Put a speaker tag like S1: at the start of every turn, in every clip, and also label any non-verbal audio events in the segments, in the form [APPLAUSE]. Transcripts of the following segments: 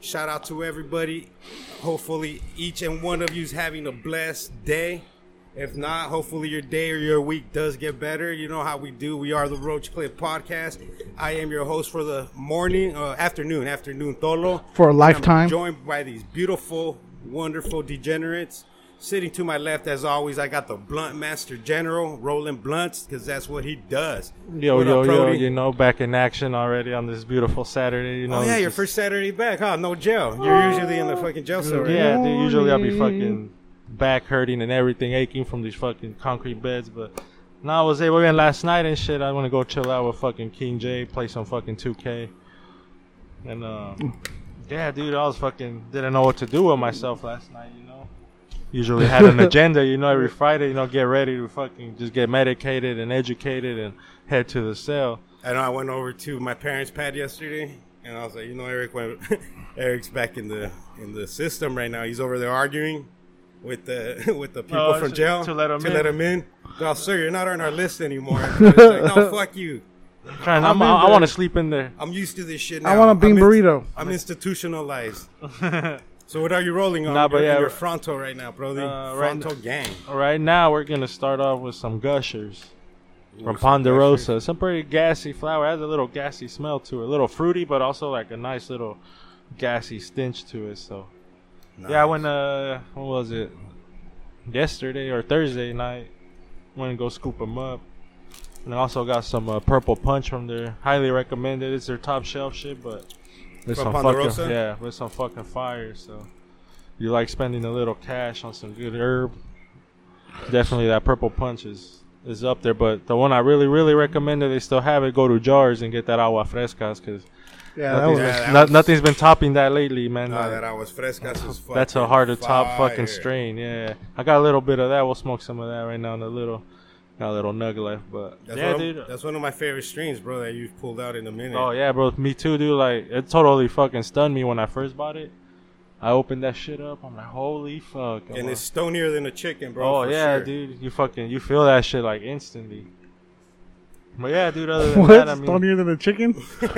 S1: Shout out to everybody. Hopefully, each and one of you is having a blessed day. If not, hopefully your day or your week does get better. You know how we do. We are the Roach Clip Podcast. I am your host for the morning, uh, afternoon, afternoon, Tolo.
S2: For a
S1: And I'm
S2: lifetime.
S1: joined by these beautiful, wonderful degenerates. Sitting to my left, as always, I got the Blunt Master General, rolling blunts, because that's what he does.
S3: Yo,
S1: What
S3: yo,
S1: up,
S3: yo,
S1: Brody?
S3: you know, back in action already on this beautiful Saturday. You
S1: Oh,
S3: know,
S1: yeah,
S3: it's
S1: your
S3: just-
S1: first Saturday back, huh? No jail. You're usually in the fucking jail cell, right?
S3: Yeah, dude, usually I'll be
S2: Morning.
S3: fucking back hurting and everything aching from these fucking concrete beds, but now I was able to last night and shit. I want to go chill out with fucking King J, play some fucking 2K. And, um, yeah, dude, I was fucking, didn't know what to do with myself last night, you know? Usually
S1: [LAUGHS]
S3: had an agenda, you know, every Friday, you know, get ready to fucking just get medicated and educated and head to the cell.
S1: I know I went over to my parents' pad yesterday, and I was like, you know, Eric went, [LAUGHS] Eric's back in the in the system right now. He's over there arguing with the [LAUGHS] with the people
S3: Oh,
S1: from
S3: to-
S1: jail
S3: to let 'em in.
S1: Oh, sir, you're not on our list
S3: [LAUGHS]
S1: anymore. It's like, no, fuck you.
S3: Trying, I'm,
S2: in
S3: I,
S2: there.
S3: want to sleep in there.
S1: I'm used to this shit. Now.
S2: I want a bean
S1: I'm in-
S2: burrito.
S1: I'm
S3: [LAUGHS]
S1: institutionalized. so what are you rolling on?
S3: Nah, but
S1: you're,
S3: yeah,
S1: you're
S3: right-
S1: frontal right now, bro. The
S3: Uh, right
S1: frontal gang.
S3: Right now, we're gonna start off with some gushers from Ponderosa. Some pretty gassy flower. It has a little gassy smell to it, a little fruity, but also like a nice little gassy stench to it. So yeah, I went. Uh, what was it? Yesterday or Thursday night, went and go scoop them up, and I also got some uh, purple punch from there. Highly recommended. It's their top shelf shit, but with
S1: From
S3: some
S1: Ponderosa?
S3: fucking yeah, with some fucking fire. So you like spending a little cash on some good herb? Definitely that purple punch is is up there. But the one I really really recommend that they still have it. Go to jars and get that agua frescas because
S2: Yeah, that [LAUGHS] was,
S3: nothing's,
S1: Yeah,
S3: been-
S1: that
S3: no-
S1: was-
S3: nothing's been topping that lately, man.
S1: Nah,
S3: Like,
S1: that I was frescas as fuck.
S3: [LAUGHS] that's a hard to top
S1: Fire.
S3: fucking strain. Yeah, I got a little bit of that. We'll smoke some of that right now in a little, got a little nug left. But
S1: That's,
S3: yeah,
S1: one
S3: dude.
S1: of, that's one of my favorite streams, bro, that you've pulled out in a minute.
S3: oh yeah, bro. Me too, dude. Like it totally fucking stunned me when I first bought it. I opened that shit up. I'm like, holy fuck. I'm
S1: And
S3: like,
S1: it's stonier than a chicken, bro.
S3: oh
S1: for
S3: yeah,
S1: sure.
S3: dude. You fucking you feel that shit like instantly. But yeah, dude. Other [LAUGHS] than
S2: what?
S3: that, I mean,
S2: Stonier than a
S3: [LAUGHS]
S2: chicken? [LAUGHS] I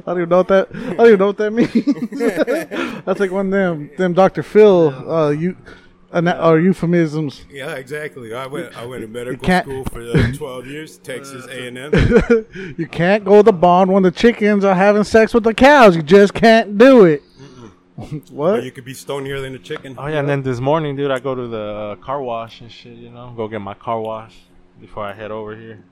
S2: don't even know what that. I don't even know what that means. [LAUGHS] That's like one of them, them Dr. Phil, uh, you, ana- or euphemisms. [LAUGHS]
S1: Yeah, exactly. I went. I went to medical
S2: can't-
S1: school for uh, twelve years, Texas
S3: Uh,
S1: A and M.
S2: You can't go the bond when the chickens are having sex with the cows. You just can't do it. [LAUGHS] what?
S1: You could be stonier than a chicken.
S3: Oh yeah, and then this morning, dude, I go to the uh, car wash and shit. You know, go get my car wash before I head over here.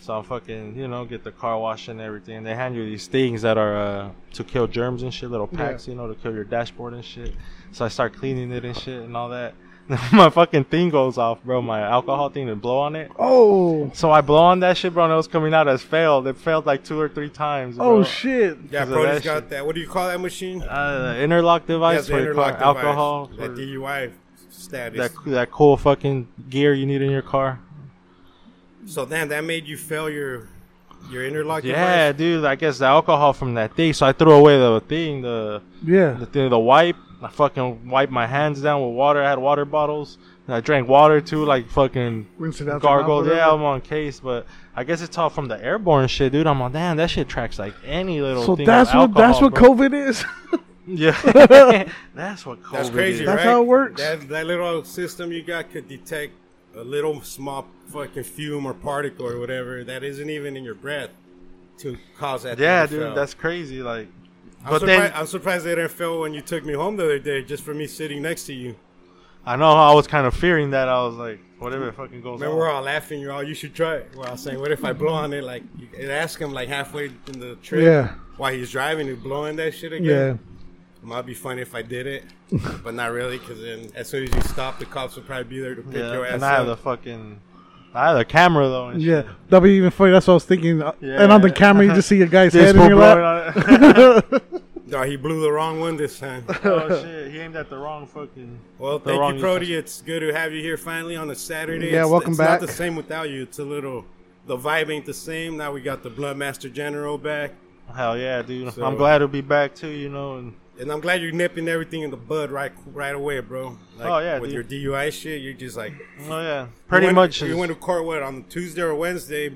S3: So I'm fucking, you know, get the car wash and everything. They hand you these things that are uh, to kill germs and shit, little packs, you know, to kill your dashboard and shit. So I start cleaning it and shit and all that. [LAUGHS] my fucking thing goes off, bro. My alcohol thing to blow on it.
S2: oh.
S3: So I blow on that shit, bro, and it was coming out as failed. It failed like two or three times. Bro.
S2: Oh, shit.
S1: yeah,
S3: because of
S1: Brody's
S3: that
S1: got
S3: shit.
S1: that. What do you call that machine?
S3: Uh, interlock
S1: yeah,
S3: device
S1: the
S3: for your car,
S1: interlock device.
S3: alcohol.
S1: That
S3: for-
S1: DUI status.
S3: that that cool fucking gear you need in your car.
S1: so damn, that made you fail your your interlock.
S3: Yeah,
S1: device?
S3: dude. I guess the alcohol from that thing. So I threw away the thing, the
S2: Yeah.
S3: the thing, the wipe. I fucking wiped my hands down with water. I had water bottles. And I drank water too, like fucking
S2: Rinse it out the mouth,
S3: gargled. Yeah,
S2: whatever.
S3: I'm on case, but I guess it's all from the airborne shit, dude. I'm on. Damn, that shit tracks like any little.
S2: So
S3: thing
S2: that's
S3: of
S2: what that's
S3: alcohol,
S2: what
S3: bro.
S2: COVID is. [LAUGHS]
S3: Yeah, [LAUGHS] that's what COVID.
S1: That's crazy,
S3: Is.
S2: That's
S1: right?
S2: how it works.
S1: That, that little system you got could detect a little small fucking fume or particle or whatever that isn't even in your breath to cause that. thing
S3: Yeah,
S1: to fail.
S3: dude. That's crazy. Like,
S1: I'm
S3: but
S1: surprised,
S3: then
S1: I'm surprised they didn't fail when you took me home the other day just for me sitting next to you.
S3: I know I was kind of fearing that. I was like, whatever it fucking goes.
S1: Man,
S3: on.
S1: we're all laughing. You're all, you should try it. We're all saying, what if I blow on it? Like, you- and ask him like halfway in the trip
S2: Yeah.
S1: while he's driving, he's blowing that shit
S2: yeah.
S1: again. Yeah. Might be funny if I did it, but not really, because then as soon as you stop, the cops will probably be there to pick
S3: Yeah,
S1: your ass
S3: and I have the
S1: up.
S3: fucking, I have the camera though. And
S2: Yeah,
S3: shit.
S2: that'd be even funny. That's what I was thinking. Uh,
S3: Yeah.
S2: And on the camera, you just see
S1: [LAUGHS]
S2: a guy's
S3: This
S2: head in
S3: fool
S2: your
S3: blowing
S2: lap.
S3: on
S2: [LAUGHS]
S3: it.
S1: uh, No, he blew the wrong one this
S3: [LAUGHS]
S1: time.
S3: oh shit, he aimed at the wrong fucking.
S1: Well,
S3: the
S1: thank
S3: wrong
S1: you, Brody. It's good to have you here finally on a Saturday.
S2: Yeah,
S1: it's,
S2: welcome
S1: it's
S2: back.
S1: not the same without you. It's a little, the vibe ain't the same. Now we got the Bloodmaster General back.
S3: Hell yeah, dude!
S1: So-
S3: I'm glad to be back too. You know, and
S1: And I'm glad you're nipping everything in the bud right right away, bro. Like,
S3: Oh, yeah,
S1: with
S3: dude.
S1: your DUI shit, you're just like
S3: oh yeah, pretty
S1: we went,
S3: much.
S1: We
S3: is-
S1: went to court what on Tuesday or Wednesday,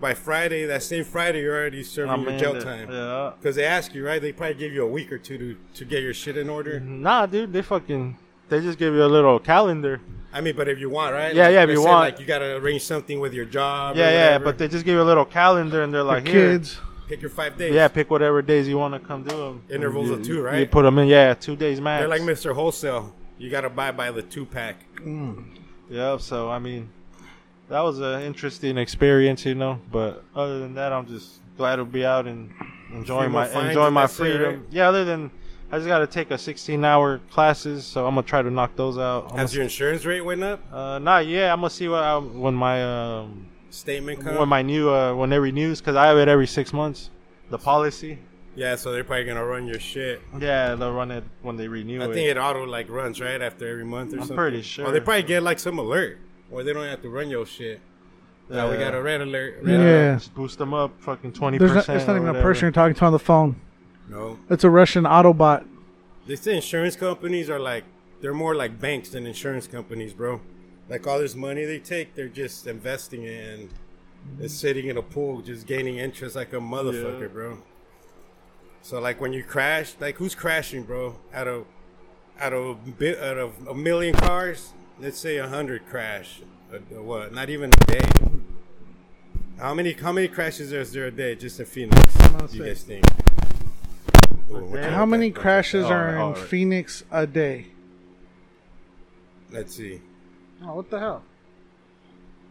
S1: by Friday, that same Friday, you're already serving your
S3: Oh, man,
S1: jail
S3: that-
S1: time.
S3: Yeah.
S1: Because they ask you, right? They probably give you a week or two to, to get your shit in
S3: Mm-hmm.
S1: order.
S3: Nah, dude, they fucking they just give you a little calendar.
S1: I mean, but if you want, right?
S3: Yeah, yeah, if
S1: they're
S3: you
S1: saying,
S3: want.
S1: Like, you got to arrange something with your job. or
S3: Yeah, yeah,
S1: whatever.
S3: but they just give you a little calendar and they're like, here,
S2: kids.
S1: pick your five days.
S3: yeah, pick whatever days you want to come do them.
S1: Intervals of two,
S3: You
S1: right?
S3: put them in, yeah, two days max.
S1: They're like Mr. Wholesale. You got to buy by the two pack.
S3: Yeah, so I mean, that was an interesting experience, you know. But other than that, I'm just glad to be out and enjoying
S1: Few more
S3: my
S1: fines
S3: enjoying
S1: and
S3: my
S1: that's it,
S3: freedom.
S1: right?
S3: Yeah, other than I just got to take a 16-hour classes, so I'm gonna try to knock those out. I'm
S1: Has your insurance rate went up?
S3: gonna- uh, not yet. I'm gonna see what I, when my um,
S1: Statement come?
S3: when my new uh, when it renews because I have it every six months. The policy.
S1: yeah, so they're probably going to run your shit.
S3: Yeah, they'll run it when they renew
S1: I
S3: it.
S1: think it auto like runs right after every month or
S3: I'm
S1: something.
S3: pretty
S1: Or they
S3: sure.
S1: probably get like some alert where they don't have to run your shit. Now we
S3: Yeah.
S1: got a red alert.
S2: Yeah.
S1: Red alert.
S3: Uh, Just boost them up, fucking twenty
S2: There's
S3: percent.
S2: not, it's not even a person you're talking to on the phone.
S1: No.
S2: It's a Russian Autobot.
S1: They say insurance companies are like they're more like banks than insurance companies, bro. Like all this money they take, they're just investing it and it's sitting in a pool, just gaining interest like a motherfucker,
S3: Yeah.
S1: bro. So like when you crash, like who's crashing, bro? Out of out of a bi- out of a million cars, let's say a hundred crash. A, a what? Not even a day. How many how many crashes is there a day just in Phoenix?
S2: not
S1: You
S2: saying-
S1: guys think? Ooh, what kind
S2: How
S1: of
S2: many
S1: thing?
S2: crashes
S3: Alright,
S2: are
S1: oh,
S2: in
S3: alright.
S2: Phoenix a day?
S1: Let's see.
S2: Oh, what the hell?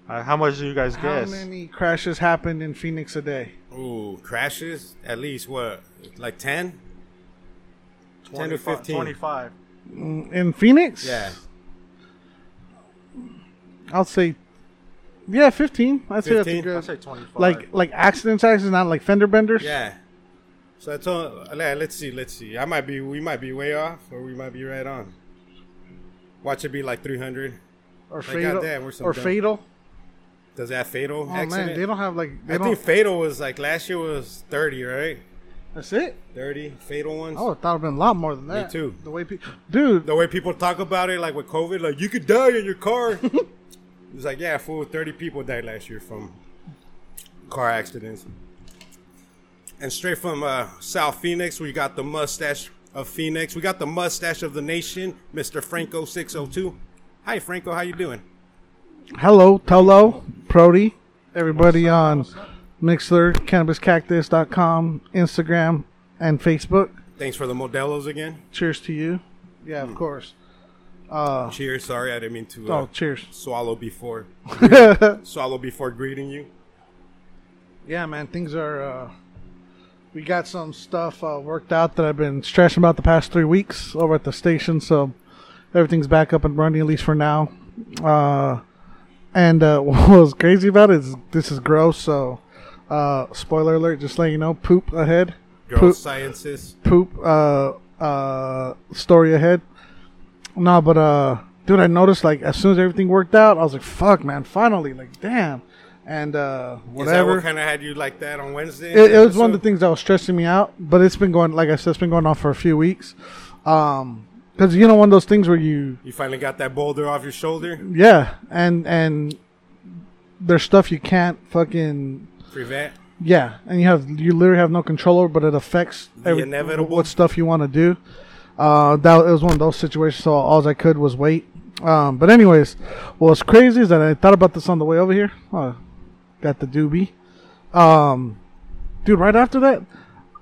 S3: Uh, how much do you guys
S2: How
S3: guess?
S2: many crashes happened in Phoenix a day?
S1: Ooh, crashes? At least what? Like 10? 10 to 15.
S3: 25.
S2: In Phoenix?
S1: Yeah.
S2: I'll say, yeah, 15. I'd say that's a
S1: 15?
S3: I'd
S2: good.
S3: say 25.
S2: Like, like accidents, accidents, not like fender benders.
S1: Yeah. So I told, yeah, let's see, let's see. I might be, we might be way off or we might be right on. Watch it be like 300.
S2: Or
S1: Like,
S2: fatal.
S1: goddamn, we're so
S2: or
S1: dumb.
S2: fatal.
S1: Does that fatal
S2: Oh,
S1: accident?
S2: man. They don't have like. They
S1: I
S2: don't,
S1: think fatal was like last year was 30, right?
S2: that's it.
S1: 30 fatal ones.
S2: I would have thought it would have been a lot more than that.
S1: too.
S2: The way people. Dude,
S1: The way people talk about it, like with COVID, like you could die in your
S2: [LAUGHS]
S1: car. it's like, yeah, fool, 30 people died last year from car accidents. And straight from uh, South Phoenix, we got the mustache of Phoenix. We got the mustache of the nation, Mr. Franco 602. Hi, Franco. How you doing?
S2: hello, Tolo, Prody, everybody on Mixler, CannabisCactus.com, Instagram, and Facebook.
S1: Thanks for the Modelo's again.
S2: Cheers to you. Yeah, of course.
S1: Cheers. Sorry, I didn't mean to uh,
S2: Oh, cheers.
S1: swallow before
S2: [LAUGHS]
S1: swallow before greeting you.
S2: Yeah, man, things are. Uh, we got some stuff uh, worked out that I've been stressing about the past three weeks over at the station, so everything's back up and running at least for now. Uh, and uh, [LAUGHS] what was crazy about it is this is gross. So, uh, spoiler alert, just letting you know, poop ahead,
S1: Girl
S2: Poop.
S1: sciences.
S2: poop uh, uh, story ahead. No, but uh, dude, I noticed like as soon as everything worked out, I was like, "Fuck, man, finally!" Like, damn. And uh,
S1: Is that
S2: whatever.
S1: what kind of had you like that on Wednesday?
S2: it, it was one of the
S1: episode?
S2: things that was stressing me out, but it's been going, like I said, it's been going on for a few weeks. Um 'cause because you know, one of those things where you,
S1: You finally got that boulder off your shoulder.
S2: yeah, and and there's stuff you can't fucking,
S1: Prevent.
S2: yeah, and you have you literally have no control over, but it affects
S1: inevitable.
S2: what stuff you want to do. Uh, that it was one of those situations. So all I could was wait. Um, but anyways, what's crazy is that I thought about this on the way over here. Oh, got the doobie. Um, dude, right after that,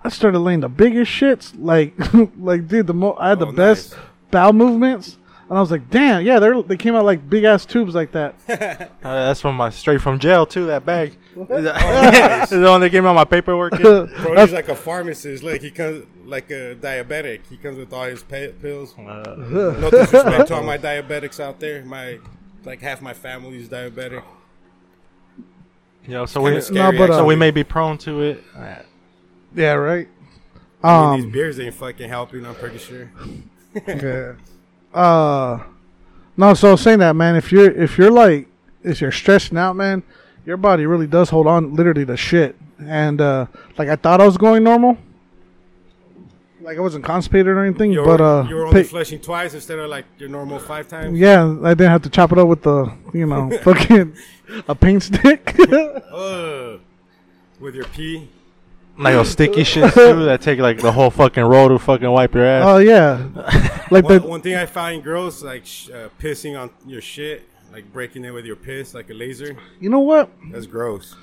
S2: I started laying the biggest shits. Like, [LAUGHS] like, dude, the mo- I had the
S1: Oh,
S2: best
S1: nice.
S2: bowel movements, and I was like, damn, yeah, they they came out like big ass tubes like that.
S3: Uh, that's from my straight from jail too. That [LAUGHS] bag. It's the one that gave me all my paperwork. [LAUGHS]
S2: [LAUGHS]
S1: [LAUGHS]
S3: in.
S1: Bro, he's like a pharmacist. Like he comes like a diabetic. He comes with all his pa pills.
S3: Uh,
S2: [LAUGHS]
S1: No disrespect to all my diabetics out there. My like half my family's diabetic.
S3: yeah, so we
S1: scary, No,
S2: but, uh,
S3: so we may be prone to [LAUGHS] it.
S2: yeah, right.
S1: I mean,
S2: Um,
S1: these beers ain't fucking helping. I'm pretty sure.
S2: Yeah. Uh, no. So I was saying that, man. If you're if you're like if you're stressing out, man, your body really does hold on literally to shit. And uh, like I thought I was going normal. Like I wasn't constipated or anything,
S1: You're,
S2: but uh,
S1: you're only
S2: pick-
S1: flushing twice instead of like your normal five times.
S2: yeah,
S1: [LAUGHS]
S2: I [LAUGHS] didn't have to chop it up with the you know fucking a paint stick.
S1: Ugh. with your pee.
S3: Like those sticky shits too that take like the whole fucking roll to fucking wipe your ass.
S2: Oh yeah, like
S1: One,
S2: the
S1: one thing I find girls like sh- uh, pissing on your shit, like breaking it with your piss, like a laser.
S2: you know what?
S1: That's gross.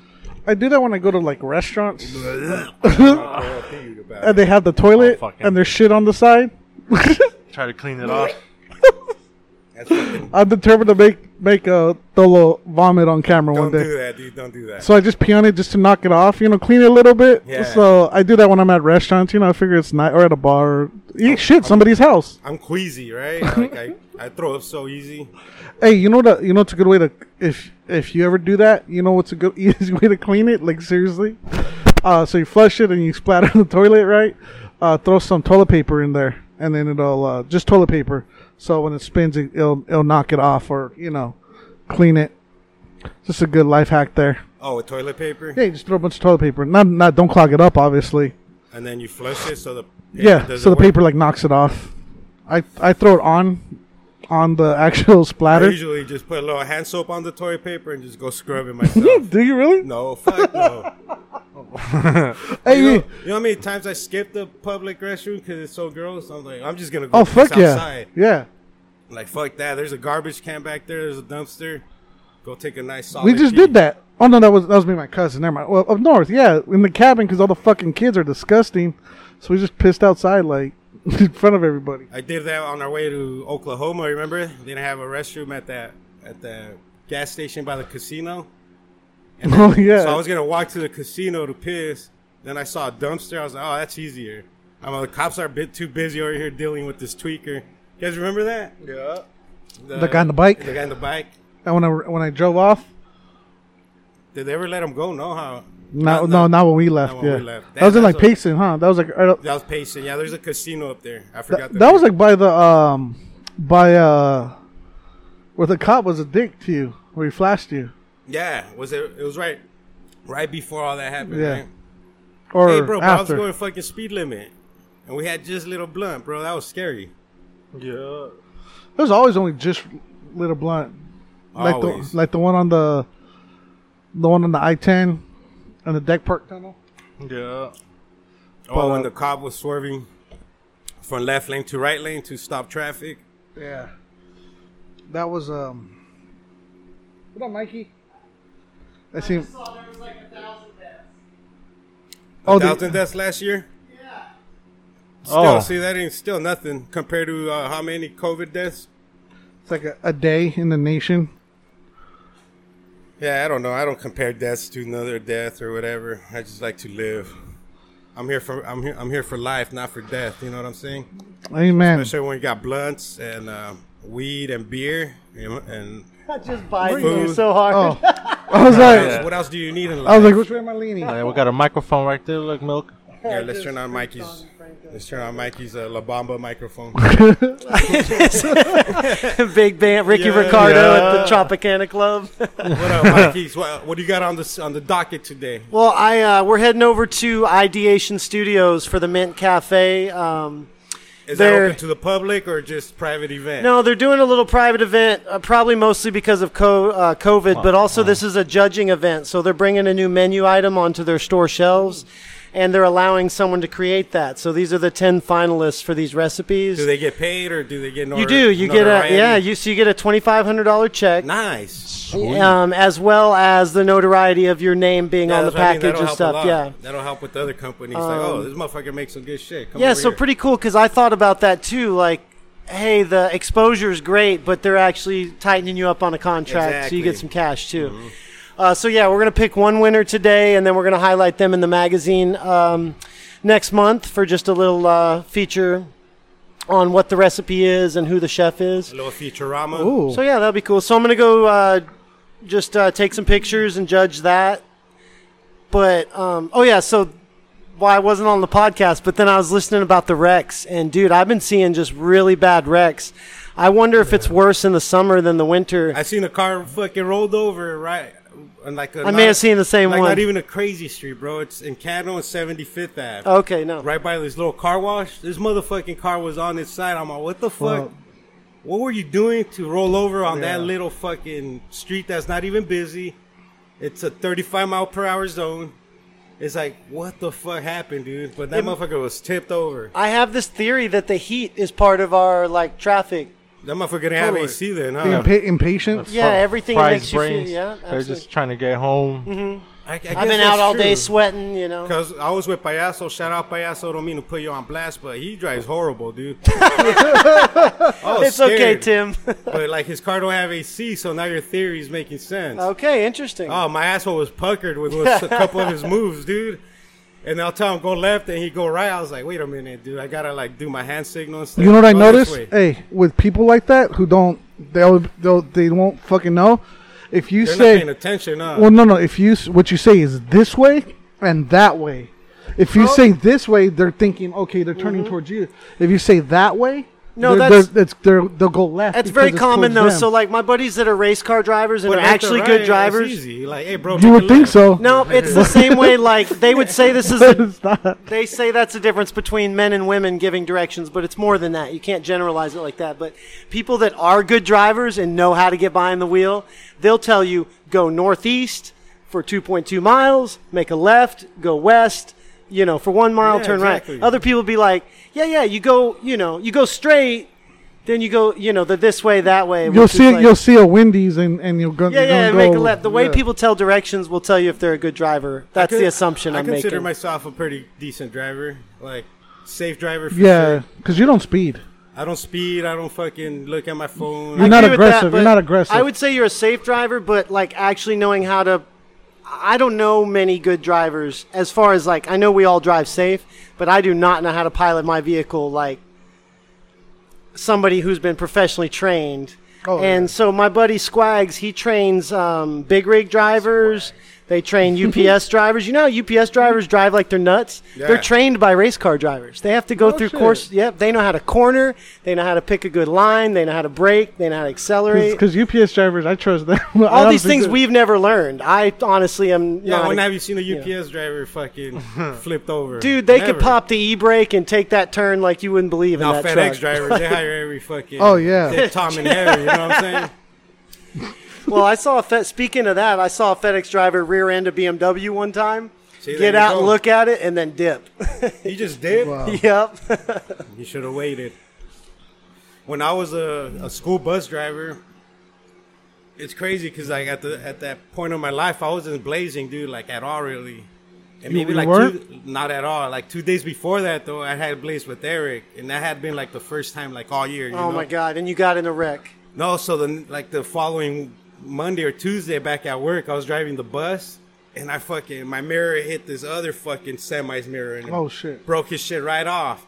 S2: I do that when I go to like restaurants
S1: I'll pee you about it.
S2: Uh, and they have the toilet
S3: fucking-
S2: and there's shit on the side. [LAUGHS]
S3: Try to clean it off.
S1: That's fucking-
S2: I'm determined to make make a Tholo vomit on camera
S1: don't
S2: one day.
S1: do that, dude. Don't do that.
S2: So I just pee on it just to knock it off, you know, clean it a little bit.
S1: Yeah.
S2: So I do that when I'm at restaurants, you know, I figure it's night or at a bar. Yeah, shit, somebody's house.
S1: I'm queasy,
S2: [LAUGHS]
S1: right? Like I, I throw up so easy.
S2: Hey, you know that you know it's a good way to if if you ever do that, you know what's a good [LAUGHS] easy way to clean it? Like seriously. Uh, so you flush it and you splatter [LAUGHS] the toilet, right? Uh, throw some toilet paper in there, and then it'll uh, just toilet paper. So when it spins, it, it'll it'll knock it off, or you know, clean it. Just a good life hack there.
S1: Oh, with toilet paper,
S2: Yeah, you just throw a bunch of toilet paper. Not not don't clog it up, obviously.
S1: and then you flush it so the paper
S2: Yeah,
S1: doesn't
S2: so the
S1: work.
S2: paper like knocks it off. I I throw it on on the [LAUGHS] actual
S1: I
S2: splatter.
S1: usually just put a little hand soap on the toilet paper and just go scrubbing myself.
S2: Do [LAUGHS] you really?
S1: no, fuck
S2: [LAUGHS]
S1: no.
S2: hey,
S1: You know,
S2: you-
S1: you know how many times I skip the public restroom because it's so gross? I'm like, I'm just gonna go
S2: oh
S1: piss
S2: fuck yeah,
S1: outside.
S2: yeah.
S1: Like fuck that. There's a garbage can back there. There's a dumpster. Go take a nice solid.
S2: We just
S1: pee.
S2: did that. Oh no, that was that was me, and my cousin. Never mind. Well, up north, yeah, in the cabin because all the fucking kids are disgusting. So we just pissed outside, like [LAUGHS] in front of everybody.
S1: I did that on our way to Oklahoma. Remember? They didn't have a restroom at that at the gas station by the casino.
S2: [LAUGHS] Oh yeah.
S1: So I was gonna walk to the casino to piss. Then I saw a dumpster. I was like, oh, that's easier. I'm like, the cops are a bit too busy over here dealing with this tweaker. You guys remember that? Yeah.
S2: The guy on the bike?
S1: The guy on the bike.
S2: and when I when I drove off,
S1: Did they ever let him go? No, how?
S2: no, no, not when we left.
S1: when
S2: yeah,
S1: we left.
S2: that was in
S1: That's
S2: like
S1: a-
S2: Payson, huh? That was like right up,
S1: That was patient. Yeah, there's a casino up there. I forgot.
S2: that, that
S1: name.
S2: was like by the um by uh where the cop was a dick to you, where he flashed you,
S1: Yeah, was it? It was right, right before all that happened.
S2: Yeah.
S1: Right?
S2: or
S1: Hey, bro, but I was
S2: after.
S1: going fucking speed limit, and we had just little blunt, bro. That was scary.
S3: Yeah.
S2: There's always only just little blunt, like
S1: Always.
S2: the like the one on the the one on the I-10 and the deck park tunnel.
S3: Yeah.
S2: uh,
S1: oh, when the cop was swerving from left lane to right lane to stop traffic.
S2: Yeah, that was um. What up, Mikey? I see.
S4: saw there was like a thousand deaths.
S2: Oh,
S1: Oh,
S2: the-
S1: thousand deaths last year.
S4: Yeah.
S1: Still,
S3: Oh.
S1: see that ain't still nothing compared to uh, how many COVID deaths.
S2: It's like a, a day in the nation.
S1: Yeah, I don't know. I don't compare deaths to another death or whatever. I just like to live. I'm here for I'm here I'm here for life, not for death. You know what I'm saying?
S2: Amen.
S1: Especially when you got blunts and uh, weed and beer and, and
S4: That just biting
S1: Food.
S4: you so hard.
S2: Oh, I was like,
S1: what else do you need in life?
S2: I was like, which way am I leaning?
S3: Hey, we got a microphone right there. Look, milk.
S1: Here, let's turn on Mikey's. Let's turn on Mikey's uh, La Bamba
S4: [LAUGHS]
S1: microphone.
S4: Big band, Ricky
S1: Yeah.
S4: Ricardo at the Tropicana Club. [LAUGHS]
S1: what up, Mikey's? What, what do you got on the on the docket today?
S4: well, I uh, we're heading over to Ideation Studios for the Mint Cafe. Um,
S1: Is that
S4: There-
S1: open to the public or just private event?
S4: no, they're doing a little private event, uh, probably mostly because of co- uh, COVID, but also this is a judging event, so they're bringing a new menu item onto their store shelves. And they're allowing someone to create that. So these are the ten finalists for these recipes.
S1: Do they get paid or do they get?
S4: You do. You get a yeah. You so you get a twenty five hundred dollar check,
S1: nice
S4: um, as well as the notoriety of your name being
S1: Yeah,
S4: on the
S1: that's what I mean.
S4: package
S1: That'll
S4: and
S1: help a
S4: stuff.
S1: lot.
S4: Yeah. Um,
S1: that'll help with the other companies. like, oh, this motherfucker makes some good shit. Come
S4: Yeah.
S1: over
S4: So
S1: here.
S4: pretty cool because I thought about that too. Like, hey, the exposure is great, but they're actually tightening you up on a contract, so you
S1: Exactly.
S4: get some cash too. Uh, so yeah, we're gonna pick one winner today, and then we're gonna highlight them in the magazine um, next month for just a little uh, feature on what the recipe is and who the chef is.
S1: A little Futurama.
S2: Ooh.
S4: So yeah, that'll be cool. So I'm gonna go uh, just uh, take some pictures and judge that. But um, oh yeah, so why I wasn't on the podcast, but then I was listening about the wrecks, and dude, I've been seeing just really bad wrecks. I wonder if it's worse in the summer than the winter.
S1: I seen a car fucking rolled over right, and like a
S4: I may
S1: not-
S4: have seen the same
S1: like
S4: one.
S1: Not even a crazy street, bro. It's in Cano and 75th Ave.
S4: okay, no.
S1: right by this little car wash. This motherfucking car was on its side. I'm like, what the fuck?
S2: Well-
S1: what were you doing to roll over on that
S2: Yeah.
S1: little fucking street that's not even busy? It's a 35 mile per hour zone. It's like, what the fuck happened, dude? But that
S4: It-
S1: motherfucker was tipped over.
S4: I have this theory that the heat is part of our like traffic.
S1: That motherfucker didn't have
S4: Totally.
S1: AC then, huh?
S2: The impa- impatience.
S4: Yeah, everything
S3: Fried
S4: makes you feel- yeah,
S3: they're
S4: absolutely. Mm-hmm.
S3: just trying to get home.
S1: I, I guess
S4: I've been
S1: that's
S4: out all day
S1: true.
S4: sweating, you know.
S1: Cause I was with Payaso. Shout out Payaso. Don't mean to put you on blast, but he drives horrible, dude. [LAUGHS] I was
S4: It's okay,
S1: scared. [LAUGHS]
S4: Tim.
S1: But like his car don't have AC, so now your theory's making sense.
S4: okay, interesting.
S1: Oh, my asshole was puckered with with a couple
S4: [LAUGHS]
S1: of his moves, dude. And I'll tell him go left, and he go right. I was like, wait a minute, dude. I gotta like do my hand signal and stuff.
S2: You know what I
S1: Go this
S2: noticed?
S1: way.
S2: Hey, with people like that who don't, they'll, they'll they won't fucking know. If you
S1: They're not
S2: say,
S1: paying attention, huh?
S2: well, no, no. If you s- what you say is this way and that way. If you
S4: Oh.
S2: say this way, they're thinking, okay, they're turning towards you. If you say that way,
S4: Mm-hmm. No,
S2: they're,
S4: that's-
S2: they're, it's, they're, they'll go left.
S4: That's
S2: because
S4: very
S2: it's
S4: common though.
S2: towards
S4: So
S2: them.
S4: like my buddies that are race car drivers and
S1: But
S4: are
S1: left or
S4: actually
S1: right,
S4: good
S1: it's
S4: drivers.
S1: easy. Like, hey, bro,
S2: you
S1: make a
S2: would think
S1: left.
S2: so.
S4: No, it's the same way. Like they would say this is a,
S2: [LAUGHS] it's not.
S4: they say that's the difference between men and women giving directions, but it's more than that. You can't generalize it like that. But people that are good drivers and know how to get behind the wheel, they'll tell you go northeast for 2.2 miles, make a left, go west, you know, for 1 mile
S1: Yeah,
S4: turn
S1: exactly.
S4: right. Other people be like, "Yeah, yeah, you go, you know, you go straight, then you go, you know, the this way, that way."
S2: You'll
S4: which is
S2: see,
S4: like-
S2: you'll see a Wendy's, and and you'll go.
S4: yeah,
S2: you're
S4: yeah,
S2: gonna
S4: make a
S2: go-
S4: left. The way
S2: yeah.
S4: people tell directions will tell you if they're a good driver. That's
S1: Con-
S4: the assumption
S1: I
S4: I'm
S1: consider
S4: making.
S1: myself a pretty decent driver, like safe driver. For
S2: Yeah,
S1: sure.
S2: because you don't speed.
S1: I don't speed. I don't fucking look at my phone.
S2: You're
S1: I-
S2: not
S4: agree with
S2: aggressive. You're
S4: but
S2: not aggressive.
S4: I would say you're a safe driver, but like actually knowing how to. I don't know many good drivers as far as like I know we all drive safe, but I do not know how to pilot my vehicle like somebody who's been professionally trained.
S2: Oh,
S4: and
S2: yeah.
S4: so my buddy Squags, he trains um, big rig drivers. They train UPS [LAUGHS] drivers. You know, how UPS drivers drive like they're nuts.
S1: Yeah.
S4: They're trained by race car drivers. They have to go
S2: Oh,
S4: through
S2: shit.
S4: course. Yep, they know how to corner. They know how to pick a good line. They know how to brake. They know how to accelerate
S2: Because UPS drivers, I trust them. [LAUGHS]
S4: all these things we've never learned. I honestly am
S1: Yeah,
S4: not.
S1: when
S4: a-
S1: have you seen a UPS driver
S4: [LAUGHS]
S1: fucking flipped over?
S4: dude, they
S1: Never.
S4: could pop the e brake and take that turn like you wouldn't believe
S1: Now
S4: in that
S1: FedEx
S4: truck.
S1: drivers, they hire every fucking.
S2: Oh, yeah.
S1: they're Tom and Harry. You know what I'm
S4: [LAUGHS]
S1: saying?
S4: [LAUGHS] well, I saw a Fe- speaking of that, I saw a FedEx driver rear end a BMW one time.
S1: See, there
S4: get
S1: you
S4: out
S1: go.
S4: and look at it and then dip. [LAUGHS]
S1: You just did.
S4: yep.
S1: You should have waited. When I was a, a school bus driver, it's crazy because like at the at that point of my life, I wasn't blazing, dude, like at all really. And
S2: You-
S1: maybe
S2: you
S1: like two,
S2: weren't?
S1: not at all. Like two days before that, though, I had blazed with Eric, and that had been like the first time like all year. You
S4: oh
S1: know?
S4: my god! And you got in a wreck.
S1: No, so then like the following Monday or Tuesday back at work, I was driving the bus and I fucking my mirror hit this other fucking semi's mirror and it
S2: Oh, shit.
S1: broke his shit right off.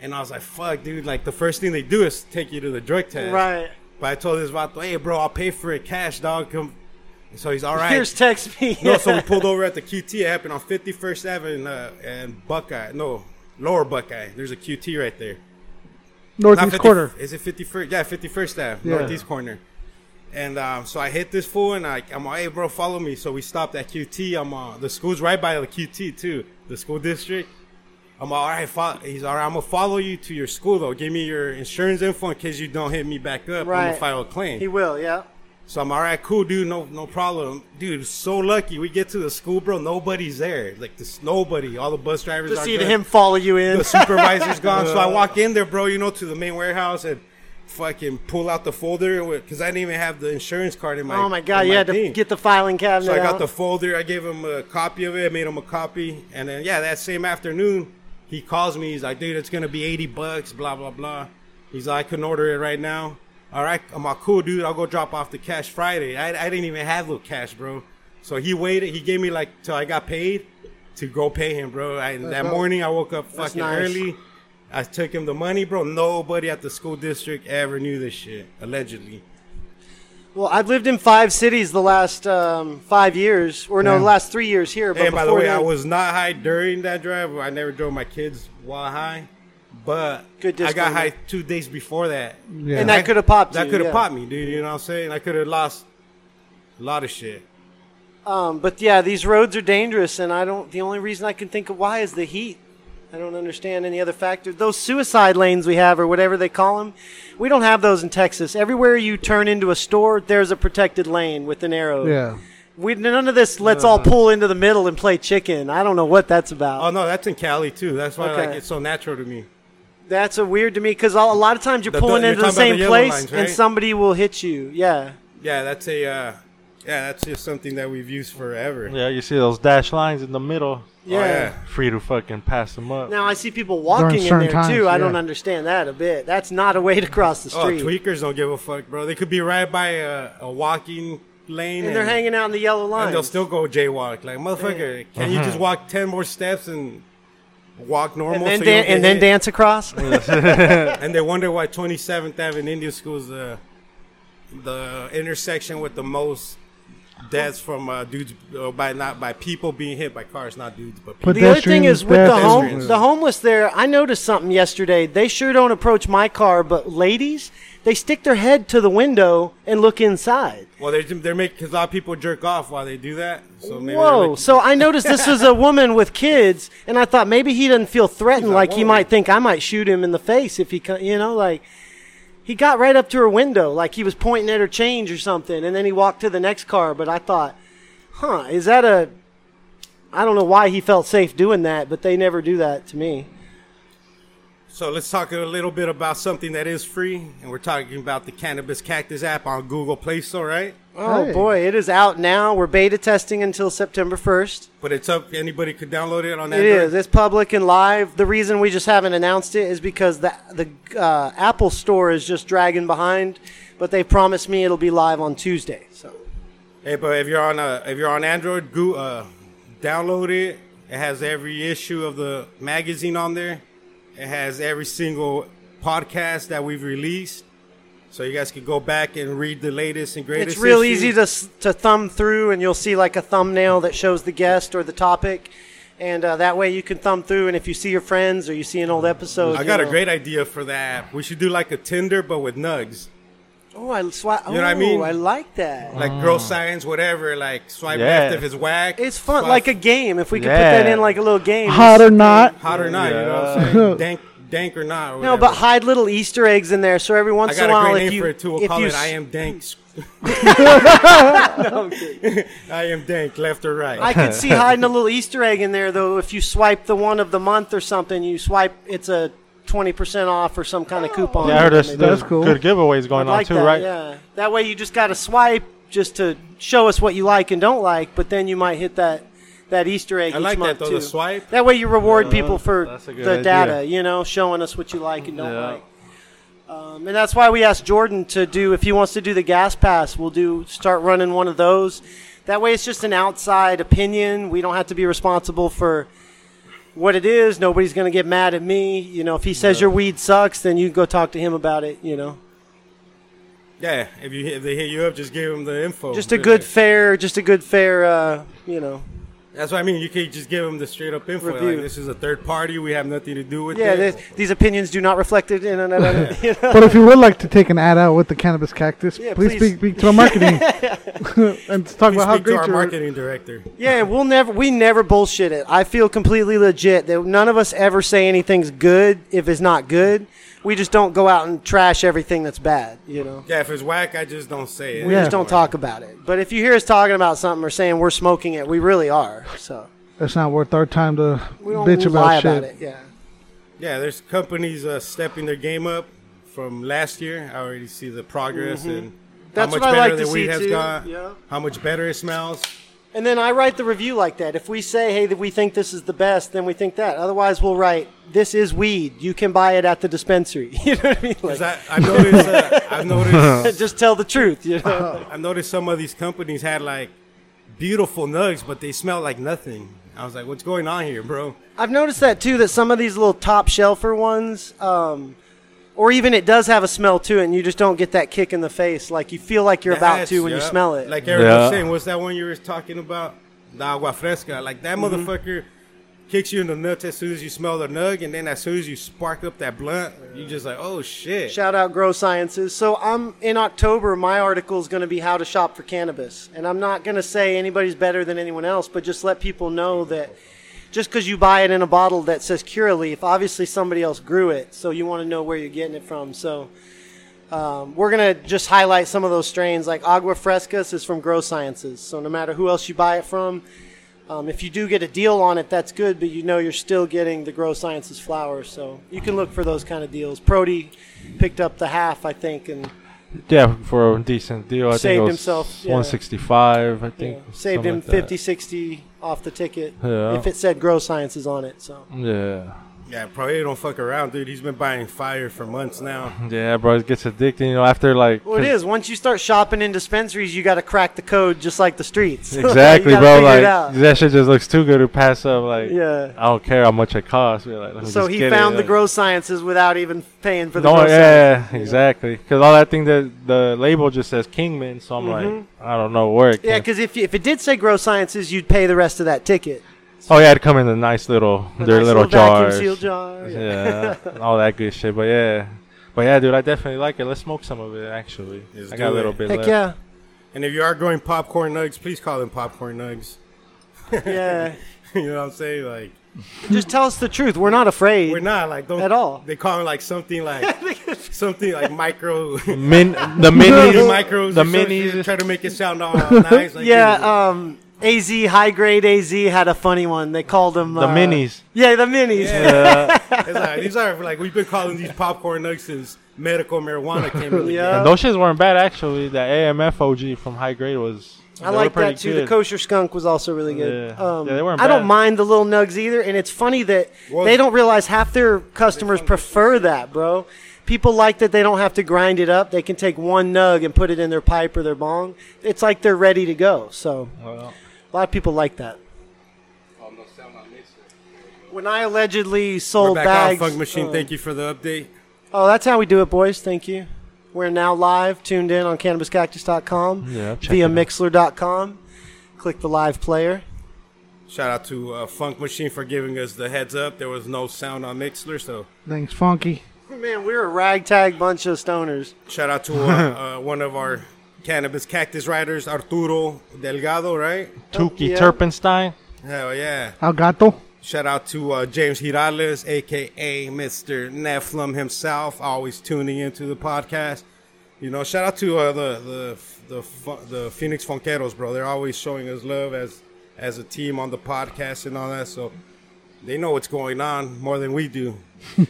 S1: And I was like, fuck, dude, like the first thing they do is take you to the drug test.
S4: Right.
S1: But I told this vato, hey bro, I'll pay for it cash, dog. Come And so he's all right.
S4: Here's text me.
S1: [LAUGHS] no,
S4: [LAUGHS]
S1: so we pulled over at the QT. It happened on 51st Avenue uh, and Buckeye. No, Lower Buckeye. There's a QT right there. Not
S2: Northeast
S1: 50
S2: Corner.
S1: Is it 51st? Yeah, 51st Ave,
S2: Yeah.
S1: Northeast Corner. And um, so I hit this fool, and I, I'm like, "Hey, bro, follow me." So we stopped at QT. I'm uh, the school's right by the QT too, the school district. I'm all right. Fo-. He's all right. I'm gonna follow you to your school though. Give me your insurance info in case you don't hit me back up. I'm
S4: Right.
S1: gonna file a claim.
S4: he will. Yeah.
S1: So I'm all right, cool, dude. No, no problem, dude. So lucky we get to the school, bro. Nobody's there. Like this, nobody. All the bus drivers.
S4: Just
S1: are
S4: see
S1: gone
S4: him follow you in.
S1: the supervisor's gone. So I
S4: Uh.
S1: walk in there, bro, you know, to the main warehouse and fucking pull out the folder because I didn't even have the insurance card in my.
S4: [LAUGHS] Oh my god!
S1: in
S4: You had to
S1: thing.
S4: get the filing cabinet.
S1: So I got
S4: out.
S1: the folder. I gave him a copy of it. I made him a copy, and then yeah, that same afternoon, he calls me. He's like, "Dude, it's gonna be eighty bucks." Blah blah blah. He's like, "I couldn't order it right now." All right, I'm like, "Cool, dude. I'll go drop off the cash Friday." I, I didn't even have no cash, bro. So he waited. He gave me like till I got paid to go pay him, bro. I, that
S2: dope.
S1: morning, I woke up fucking
S4: nice.
S1: early. I took him the money, bro. Nobody at the school district ever knew this shit, allegedly.
S4: Well, I've lived in five cities the last um, five years, or no,
S2: Yeah.
S4: the last three years here. But
S1: And by the
S4: before
S1: way, I
S4: that- Mm-hmm.
S1: was not high during that drive. I never drove my kids while high, but
S4: Good
S1: I got
S4: disclaimer.
S1: high two days before that.
S2: Yeah.
S4: and that could have popped.
S1: That
S4: you,
S1: could have
S4: yeah.
S1: popped me, dude. You know what I'm saying? I could have lost a lot of shit.
S4: Um, but yeah, these roads are dangerous, and I don't. The only reason I can think of why is the heat. I don't understand any other factor. Those suicide lanes we have, or whatever they call them, we don't have those in Texas. Everywhere you turn into a store, there's a protected lane with an arrow.
S2: yeah.
S4: We none of this. Let's all
S1: Uh-huh.
S4: pull into the middle and play chicken. I don't know what that's about.
S1: Oh no, that's in Cali too. That's why
S4: Okay.
S1: like it's so natural to me.
S4: That's a weird to me because a lot of times you're
S1: The-
S4: pulling
S1: you're
S4: into the
S1: talking about the
S4: same
S1: yellow
S4: place
S1: lines,
S4: and
S1: right?
S4: somebody will hit you. Yeah.
S1: Yeah, that's a uh, yeah, that's just something that we've used forever.
S3: Yeah, you see those dash lines in the middle.
S1: Oh, yeah.
S3: Free to fucking pass them up.
S4: Now I see people walking in
S2: certain
S4: there
S2: times,
S4: too. I don't
S2: yeah.
S4: understand that a bit. That's not a way to cross the
S1: Oh,
S4: street.
S1: tweakers don't give a fuck, bro. They could be right by a, a walking lane,
S4: and they're hanging out in the yellow
S1: and
S4: line.
S1: they'll still go jaywalk. Like motherfucker, can you
S4: Uh-huh.
S1: just walk ten more steps and walk normal?
S4: And then,
S1: so you
S4: dan-
S1: don't get
S4: and then
S1: hit?
S4: dance across.
S1: And they wonder why 27th Avenue Indian School is the the intersection with the most deaths from uh, dudes uh, by not by people being hit by cars, not dudes, but people.
S2: But
S4: the other thing
S2: Pedestrians,
S4: is with the
S2: pedestrians.
S4: home, the homeless there. I noticed something yesterday. They sure don't approach my car, but ladies, they stick their head to the window and look inside.
S1: well, they're they're making because a lot of people jerk off while they do that. So maybe they're
S4: Whoa!
S1: like-
S4: So I noticed this
S1: [LAUGHS]
S4: was a woman with kids, and I thought maybe he doesn't feel threatened,
S1: He's
S4: like
S1: like,
S4: he
S1: "Whoa."
S4: might think I might shoot him in the face if he, co- you know, like he got right up to her window, like he was pointing at her change or something, and then he walked to the next car. But I thought, huh, is that a? I don't know why he felt safe doing that, but they never do that to me.
S1: So let's talk a little bit about something that is free, and we're talking about the Cannabis Cactus app on Google Play Store, right?
S4: Oh
S2: Hey.
S4: boy, it is out now. We're beta testing until September first.
S1: But it's up; anybody could download it on
S4: It
S1: Android.
S4: is. It's public and live. The reason we just haven't announced it is because the the uh, Apple Store is just dragging behind, but they promised me it'll be live on Tuesday. So
S1: Hey, but if you're on uh if you're on Android, go, uh, download it. It has every issue of the magazine on there. It has every single podcast that we've released. So you guys can go back and read the latest and greatest.
S4: it's real
S1: issue.
S4: easy to s- to thumb through, and you'll see like a thumbnail that shows the guest or the topic, and uh, that way you can thumb through. And if you see your friends or you see an old episode,
S1: I
S4: you
S1: got a
S4: know-
S1: great idea for that. We should do like a Tinder, but with nugs,
S4: Oh, I swi-
S1: You know what I
S4: oh,
S1: mean?
S4: I like that.
S1: like girl science, whatever. Like swipe
S3: Yeah.
S1: left if it's whack.
S4: Ah. It's fun,
S1: swipe
S4: like a game. If we could
S3: Yeah.
S4: put that in like a little game,
S2: hot or not.
S1: hot or not. You know what I'm
S4: [LAUGHS]
S1: saying? dank, dank or not. Or
S4: No,
S1: whatever.
S4: but hide little Easter eggs in there. So every
S1: I
S4: once
S1: got
S4: in a
S1: a
S4: while,
S1: great
S4: if
S1: name
S4: you
S1: for it too. We'll
S4: if
S1: call
S4: you
S1: it I
S4: s-
S1: am dank. [LAUGHS] I am dank, left or right.
S4: [LAUGHS] I could see hiding a little Easter egg in there though. If you swipe the one of the month or something, you swipe it's a twenty percent off or some kind of coupon.
S3: Yeah, I heard there's, there's
S2: cool.
S3: good giveaways going on
S4: like
S3: too,
S4: that.
S3: right?
S4: Yeah, that way you just got to swipe just to show us what you like and don't like. But then you might hit that that Easter egg.
S1: I
S4: each
S1: like that,
S4: month,
S1: though,
S4: too.
S1: the swipe.
S4: That way you reward people for
S3: that's a
S4: the
S3: good idea.
S4: data. You know, showing us what you like and don't
S3: Yeah.
S4: like. Um, and that's why we asked Jordan to do if he wants to do the gas pass, we'll do start running one of those. That way, it's just an outside opinion. We don't have to be responsible for what it is. Nobody's going to get mad at me. You know, if he says your weed sucks, then you go talk to him about it. You know,
S1: yeah, if you if they hit you up, just give them the
S2: Oh,
S1: info.
S4: just a good,
S1: Like,
S4: fair, just a good, fair. Uh, you know,
S1: uh, that's what I mean. You can just give them the straight up info. Like,
S4: Review.
S1: this is a third party. We have nothing to do with
S4: yeah.
S1: it.
S4: This, these opinions do not reflect it in another. you
S2: [LAUGHS]
S4: know?
S2: But if you would like to take an ad out with the cannabis cactus,
S4: Yeah,
S2: please,
S4: please.
S2: Speak, speak to our marketing
S4: [LAUGHS]
S2: and talk
S1: Please
S2: about how
S1: speak to
S2: great
S1: our
S2: your
S1: marketing director.
S4: Yeah, we'll never we never bullshit it. I feel completely legit that none of us ever say anything's good if it's not good. We just don't go out and trash everything that's bad, you know.
S1: Yeah, if it's whack, I just don't say it.
S4: We just don't talk about it. But if you hear us talking about something or saying we're smoking it, we really are. So
S2: It's not worth our time to
S4: we don't
S2: bitch about
S4: lie
S2: shit.
S4: about it. Yeah.
S1: Yeah, there's companies uh, stepping their game up from last year. I already see the progress and
S4: Mm-hmm. That's
S1: how much
S4: what I
S1: better
S4: like
S1: the
S4: to
S1: weed
S4: see,
S1: has
S4: too.
S1: gone.
S4: Yeah.
S1: How much better it smells.
S4: And then I write the review like that. If we say, hey, that we think this is the best, then we think that. Otherwise, we'll write, this is weed. You can buy it at the dispensary. [LAUGHS] You know what I mean? Like,
S1: 'Cause I, I've noticed. Uh, I've noticed.
S4: [LAUGHS] just tell the truth, you know?
S1: I've noticed some of these companies had like beautiful nugs, but they smell like nothing. I was like, what's going on here, bro?
S4: I've noticed that too. That some of these little top shelfer ones, um, or even it does have a smell to it, and you just don't get that kick in the face. Like you feel like you're about
S1: Yes,
S4: to when you
S1: yeah.
S4: smell it.
S1: Like Eric was
S3: Yeah.
S1: saying, what's that one you were talking about? The agua fresca. Like that
S4: Mm-hmm.
S1: motherfucker kicks you in the nuts as soon as you smell the nug, and then as soon as you spark up that blunt, you just like, oh shit.
S4: Shout out Grow Sciences. So I'm in October. My article is going to be how to shop for cannabis, and I'm not going to say anybody's better than anyone else, but just let people know that just because you buy it in a bottle that says Curaleaf, obviously somebody else grew it, so you want to know where you're getting it from. So Um, we're gonna just highlight some of those strains. Like Agua Frescas is from Grow Sciences, so no matter who else you buy it from, um, if you do get a deal on it, that's good. But you know you're still getting the Grow Sciences flower, so you can look for those kind of deals. Prody picked up the half, I think, and
S3: Yeah, for a decent deal. I think
S4: Saved
S3: it was
S4: himself, yeah.
S3: 165. I think
S4: you know, saved
S3: something
S4: him
S3: like that.
S4: 50, 60 off the ticket
S3: Yeah.
S4: if it said Grow Sciences on it. So
S3: Yeah.
S1: Yeah, probably don't fuck around, dude. He's been buying fire for months now.
S3: Yeah, bro, it gets addicting. You know, after like
S4: well, it
S3: 'cause-
S4: is. [LAUGHS] Once you start shopping in dispensaries, you got to crack the code, just like the streets. [LAUGHS] You
S3: Exactly,
S4: gotta
S3: bro.
S4: figure it
S3: Like
S4: out.
S3: that shit just looks too good to pass up. Like,
S4: Yeah.
S3: I don't care how much it costs. We're like, let me
S4: So
S3: just
S4: he
S3: get
S4: found
S3: it.
S4: the
S3: like-
S4: grow sciences without even paying for the
S3: No,
S4: grow
S3: yeah,
S4: sciences.
S3: exactly. Because all that thing that the label just says Kingman, so I'm like, I don't know where it.
S4: Mm-hmm. Yeah,
S3: came.
S4: because if, if it did say grow sciences, you'd pay the rest of that ticket.
S3: oh yeah, it come in a nice little
S4: A
S3: their
S4: nice
S3: little,
S4: vacuum
S3: jars.
S4: seal jar. Oh, Yeah.
S3: yeah, [LAUGHS] all that good shit. But yeah, but yeah, dude, I definitely like it. Let's smoke some of it. Actually,
S1: Let's
S3: I got a
S1: do
S3: little
S1: it.
S3: bit
S4: Heck
S3: left.
S4: yeah.
S1: And if you are growing popcorn nugs, please call them popcorn nugs.
S4: Yeah.
S1: [LAUGHS] you know what I'm saying? Like
S4: Just tell us the truth. We're not afraid.
S1: we're not like don't
S4: At all.
S1: They call them like something
S4: [LAUGHS]
S1: like something like micro. [LAUGHS]
S3: Min, the minis,
S1: micros,
S3: the
S1: or some shit,
S3: minis.
S1: Try to make it sound
S4: [LAUGHS]
S1: all nice. Like,
S4: yeah, um, AZ, high grade AZ had a funny one. They called them
S3: The minis.
S4: Yeah, the minis.
S3: Uh,
S1: It's like, these are like we've been calling these popcorn nugs since medical marijuana came. in.
S4: Yeah.
S3: and those shits weren't bad actually. The AMF OG from High Grade was. they
S4: I
S3: were
S4: like
S3: pretty
S4: that too. The
S3: good.
S4: kosher skunk was also really good.
S3: Yeah.
S4: Um,
S3: Yeah, they weren't
S4: I don't
S3: bad.
S4: mind the little nugs either, and it's funny that
S1: Well-
S4: they don't realize half their customers prefer that, bro. People like that they don't have to grind it up. They can take one nug and put it in their pipe or their bong. It's like they're ready to go. So
S3: Well,
S4: a lot of people like that. When I allegedly sold
S1: We're back on
S4: bags,
S1: Funk Machine.
S4: uh,
S1: Thank you for the update.
S4: Oh, that's how we do it, boys. Thank you. We're now live, tuned in on cannabiscactus.com,
S3: Yeah, check
S4: via
S3: it out.
S4: mixler.com. Click the live player.
S1: Shout out to uh, Funk Machine for giving us the heads up. There was no sound on Mixler, so
S2: Things funky.
S4: Man, we're a ragtag bunch of stoners.
S1: shout out to uh, uh, one of our cannabis cactus riders, Arturo Delgado, right?
S3: Tuki
S4: yeah. [LAUGHS]
S3: Turpenstein.
S1: Hell yeah.
S2: Algato.
S1: Shout out to uh, James Girales, aka Mr. Nephilim himself, always tuning into the podcast. You know, shout out to uh, the the the fu- the Phoenix Funkeros, bro. They're always showing us love as as a team on the podcast and all that. So they know what's going on more than we do.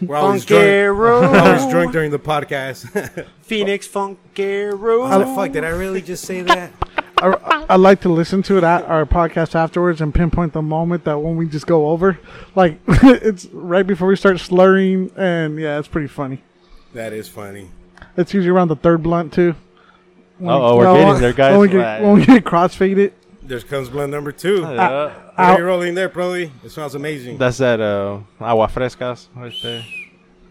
S1: We're always drunk. We're
S3: [LAUGHS]
S1: always
S4: Funkero.
S1: drunk during the podcast. [LAUGHS]
S4: Phoenix
S1: oh,
S4: Funkero.
S1: fuck, did I really just say that?
S2: I, I like to listen to it at our podcast afterwards and pinpoint the moment that when we just go over. Like, [LAUGHS] it's right before we start slurring, and yeah, it's pretty funny.
S1: That is funny.
S2: It's usually around the third blunt, too. When we-
S3: Uh-oh, we're getting
S2: when-
S3: there, guys.
S2: When we get,
S3: Right.
S2: when we get crossfaded,
S1: There comes blend number two.
S2: Oh,
S3: Yeah.
S1: What
S4: Ah.
S1: are you rolling there, Broly? It smells amazing.
S3: That's that uh, agua frescas right there.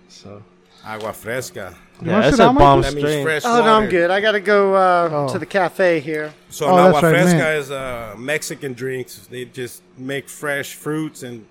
S3: So
S1: Agua fresca.
S3: yeah,
S2: want
S3: that's
S2: shit
S3: a
S2: on me?
S3: bomb
S1: That means
S3: strain.
S1: fresh
S4: Oh, no, I'm
S1: water.
S4: good. I got to go uh,
S2: Oh.
S4: to the cafe here.
S1: So
S2: Oh,
S1: an
S2: that's
S1: agua
S2: right,
S1: fresca
S2: mint.
S1: is uh, Mexican drinks. They just make fresh fruits, and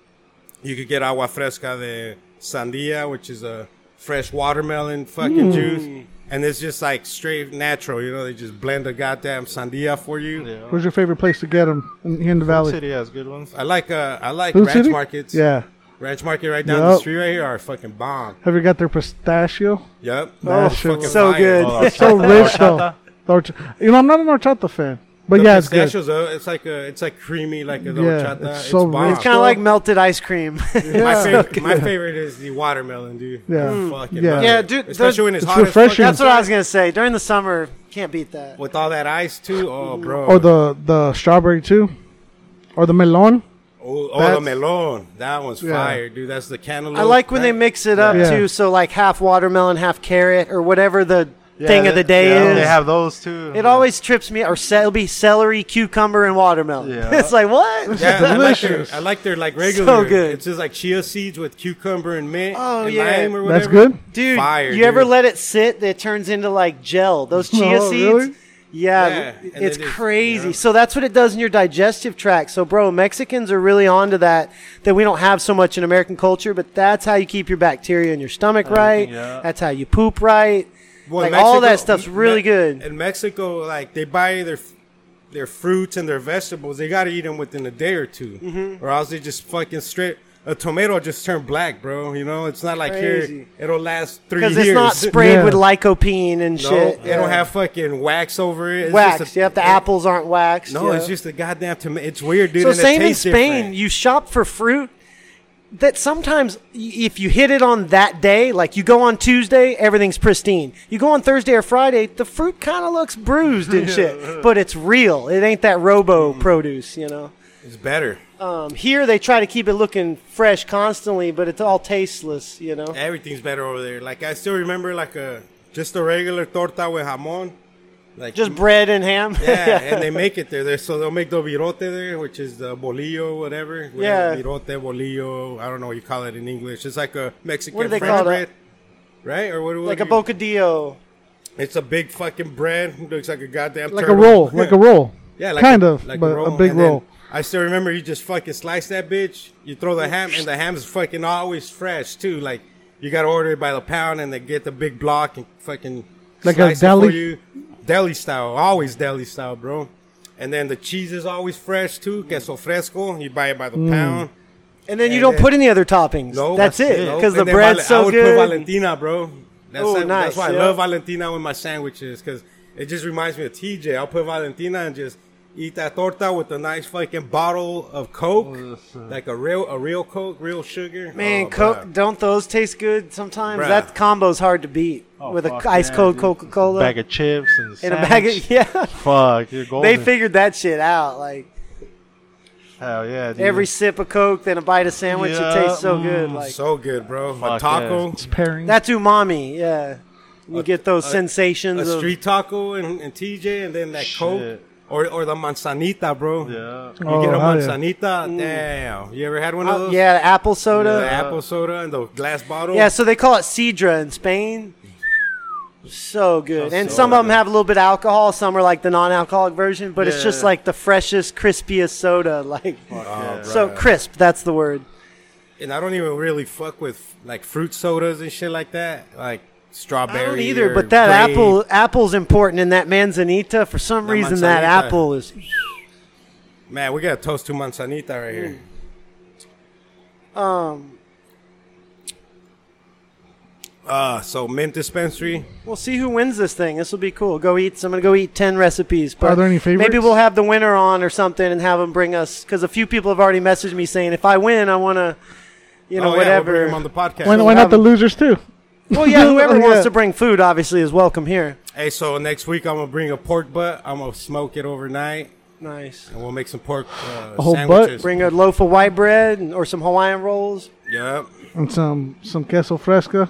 S1: you could get agua fresca de sandia, which is a fresh watermelon
S2: Mm.
S1: fucking juice, and it's just like straight natural. You know, they just blend a goddamn sandia for you.
S3: Yeah.
S2: where's your favorite place to get them in, here in the valley?
S3: City has good ones.
S1: I like uh, I like
S2: Food
S1: ranch
S2: City?
S1: markets.
S2: Yeah.
S1: ranch market right down the
S2: Yup.
S1: street right here are fucking bomb.
S2: Have you got their
S1: [LAUGHS]
S2: pistachio?
S1: Yep.
S2: That shit
S1: fucking
S2: was-
S4: so good.
S3: Oh, that's
S2: so
S3: right.
S2: rich though. The horch- you know, I'm not an horchata fan, but
S1: The
S2: yeah, it's good.
S1: pistachios, though, it's like a, it's like creamy, like a
S2: Yeah,
S1: horchata.
S2: it's
S1: It's,
S2: so
S1: bomb.
S3: Oh.
S2: rich.
S4: It's kind of like melted ice cream. [LAUGHS]
S1: My, favorite, my favorite is the watermelon, dude.
S2: Yeah. Mm.
S1: I'm fucking
S2: Yeah.
S1: love
S4: Yeah,
S1: it.
S4: dude,
S1: Especially
S4: those-
S1: when it's,
S2: It's
S1: hot. as fuck
S2: refreshing.
S4: That's what I was going to say. During the summer, can't beat that.
S1: With all that ice too, oh bro.
S2: Mm. Or the the strawberry too, or the melon.
S1: oh, oh, the
S2: that's-
S1: melon. That one's
S2: Yeah.
S1: fire, dude. That's the cantaloupe.
S4: I like when they
S1: right?
S4: mix it up,
S2: Yeah.
S4: too. So, like half watermelon, half carrot, or whatever the thing of the day
S3: yeah,
S4: is.
S3: They have those too.
S4: It always trips me, or ce- it'll be celery, cucumber, and watermelon.
S3: Yeah.
S4: [LAUGHS] it's like what?
S1: Yeah, I like, their,
S2: Delicious.
S1: I like their like regular.
S4: good.
S1: It's just like chia seeds with cucumber and mint.
S4: Oh,
S1: and
S4: yeah.
S1: lime or
S2: That's
S1: whatever.
S2: good.
S4: [LAUGHS] Dude,
S1: Fire,
S4: you ever
S1: dude.
S4: let it sit? That turns into like gel. Those chia
S2: [LAUGHS] Oh,
S4: seeds.
S2: really?
S1: Yeah,
S4: Yeah,
S1: and
S4: it's
S1: then just,
S4: crazy.
S1: yeah.
S4: So that's what it does in your digestive tract. So, bro, Mexicans are really onto that. That we don't have so much in American culture, but that's how you keep your bacteria in your
S2: Uh,
S4: stomach right.
S3: yeah.
S4: That's how you poop right.
S1: Well,
S4: like
S1: Mexico-
S4: all that stuff's really
S1: Me-
S4: good.
S1: In Mexico, like they buy their
S4: Mm-hmm.
S1: their fruits and their vegetables, they gotta eat them within a day or 2 or else they just fucking straight. a tomato just turned black, bro. You know, it's not like
S4: Crazy.
S1: here it'll last three years.
S4: because it's
S1: [LAUGHS]
S4: not sprayed
S2: Yeah.
S4: with lycopene and
S1: no,
S4: shit.
S1: it don't have fucking wax over it. It's
S4: wax.
S1: just a-
S4: you have the
S1: it-
S4: apples aren't waxed.
S1: No,
S4: yeah.
S1: it's just a goddamn tomato. It's weird, dude.
S4: so
S1: and it
S4: same in
S1: tastes
S4: Spain.
S1: different.
S4: You shop for fruit that sometimes y- if you hit it on that day, like you go on Tuesday, everything's pristine. You go on Thursday or Friday, the fruit kind of looks bruised and
S1: [LAUGHS]
S4: shit, but it's real. It ain't that robo
S1: Hmm.
S4: produce, you know.
S1: It's better.
S4: Um, here they try to keep it looking fresh constantly, but it's all tasteless, you know.
S1: Everything's better over there. Like I still remember, like a just a regular torta with jamon. Like
S4: Just bread and ham.
S1: yeah,
S4: [LAUGHS]
S1: and they make it there. There, so they'll make the virote there, which is the bolillo, whatever. whatever,
S4: Yeah.
S1: virote, bolillo. I don't know what you call it in English. It's like a Mexican
S4: What do they
S1: French
S4: call that?
S1: bread, right? Or what? what
S4: like
S1: do
S4: a
S1: you-
S4: bocadillo.
S1: It's a big fucking bread. Looks like a goddamn
S2: Like a
S1: turtle.
S2: roll, like a roll.
S1: Yeah, like
S2: kind
S1: a,
S2: of,
S1: like
S2: but a,
S1: roll.
S2: big
S1: And then
S2: roll.
S1: I still remember you just fucking slice that bitch. You throw the ham, and the ham's fucking always fresh too. Like you got to order it by the pound, and they get the big block and fucking
S2: Like a
S1: slice it
S2: deli?
S1: for you. deli style, always deli style, bro. And then the cheese is always fresh too, queso fresco. You buy it by the
S2: Mm.
S1: pound.
S4: And then you
S1: And
S4: don't
S1: then-
S4: put any other toppings.
S1: No,
S4: that's, it.
S1: No.
S4: Because
S1: And
S4: the
S1: then
S4: bread's
S1: Valen- I
S4: so
S1: would
S4: good.
S1: put Valentina, bro. That's,
S4: Ooh,
S1: it-
S4: nice,
S1: that's why
S4: yeah.
S1: I love Valentina with my sandwiches because it just reminds me of TJ. I'll put Valentina and just eat that torta with a nice fucking bottle of Coke,
S3: Oh,
S1: like a real a real Coke, real sugar.
S4: Man,
S1: Oh,
S4: Coke,
S1: bruh.
S4: don't those taste good sometimes?
S1: Bruh.
S4: That combo's hard to beat
S3: Oh,
S4: with
S3: fuck
S4: a ice
S3: yeah,
S4: cold
S3: dude.
S4: Coca Cola
S3: bag of chips and,
S4: and a bag of [LAUGHS] yeah.
S3: fuck. You're golden.
S4: They figured that shit out. Like
S3: hell yeah. Dude.
S4: every sip of Coke, then a bite of sandwich,
S3: Yeah,
S4: it tastes so good.
S3: mm,
S4: Like
S1: so good, bro. A
S3: Fuck
S1: taco,
S2: It's pairing.
S4: that's umami. Yeah, you get those sensations
S1: a
S4: of
S1: street taco, and, and TJ, and then that Coke
S3: Shit.
S1: or or the manzanita, bro.
S3: yeah.
S1: You
S4: Oh,
S1: get a
S2: Oh, hell yeah.
S1: manzanita, damn. You ever had one of
S4: Mm. uh,
S1: those?
S4: yeah apple soda.
S1: The apple soda and the glass bottle.
S4: Yeah, so they call it Sidra in Spain. So good. And
S3: so
S4: some of them have a little bit of alcohol, some are like the non alcoholic version, but it's just
S3: Yeah.
S4: like the freshest, crispiest soda. [LAUGHS] Like,
S3: yeah.
S4: so crisp, that's the word.
S1: and I don't even really fuck with like fruit sodas and shit like that, like
S4: I
S1: strawberry.
S4: don't either,
S1: or
S4: but that
S1: grape.
S4: apple apple's important in that manzanita. For some
S1: That
S4: reason, that
S1: manzanita.
S4: apple is.
S1: Man, we got a toast to manzanita right here. Um. Uh, so mint dispensary.
S4: We'll see who wins this thing. This will be cool. Go eat. So I'm gonna go eat ten recipes. But
S2: Are there any
S4: Maybe
S2: favorites?
S4: we'll have the winner on or something, and have them bring us because a few people have already messaged me saying if I win, I want to, you know,
S1: oh, yeah, we'll
S4: whatever.
S1: bring him on the podcast.
S2: why, why not the losers too?
S1: Oh,
S4: Well,
S2: [LAUGHS]
S4: Oh, yeah, whoever
S2: Yeah.
S4: wants to bring food obviously is welcome here.
S1: hey, so next week I'm gonna bring a pork butt. I'm gonna smoke it overnight,
S4: Nice.
S1: and we'll make some pork uh,
S2: whole butt?
S1: sandwiches.
S4: Bring a loaf of white bread and, or some Hawaiian rolls.
S1: Yep.
S2: And some some queso fresca.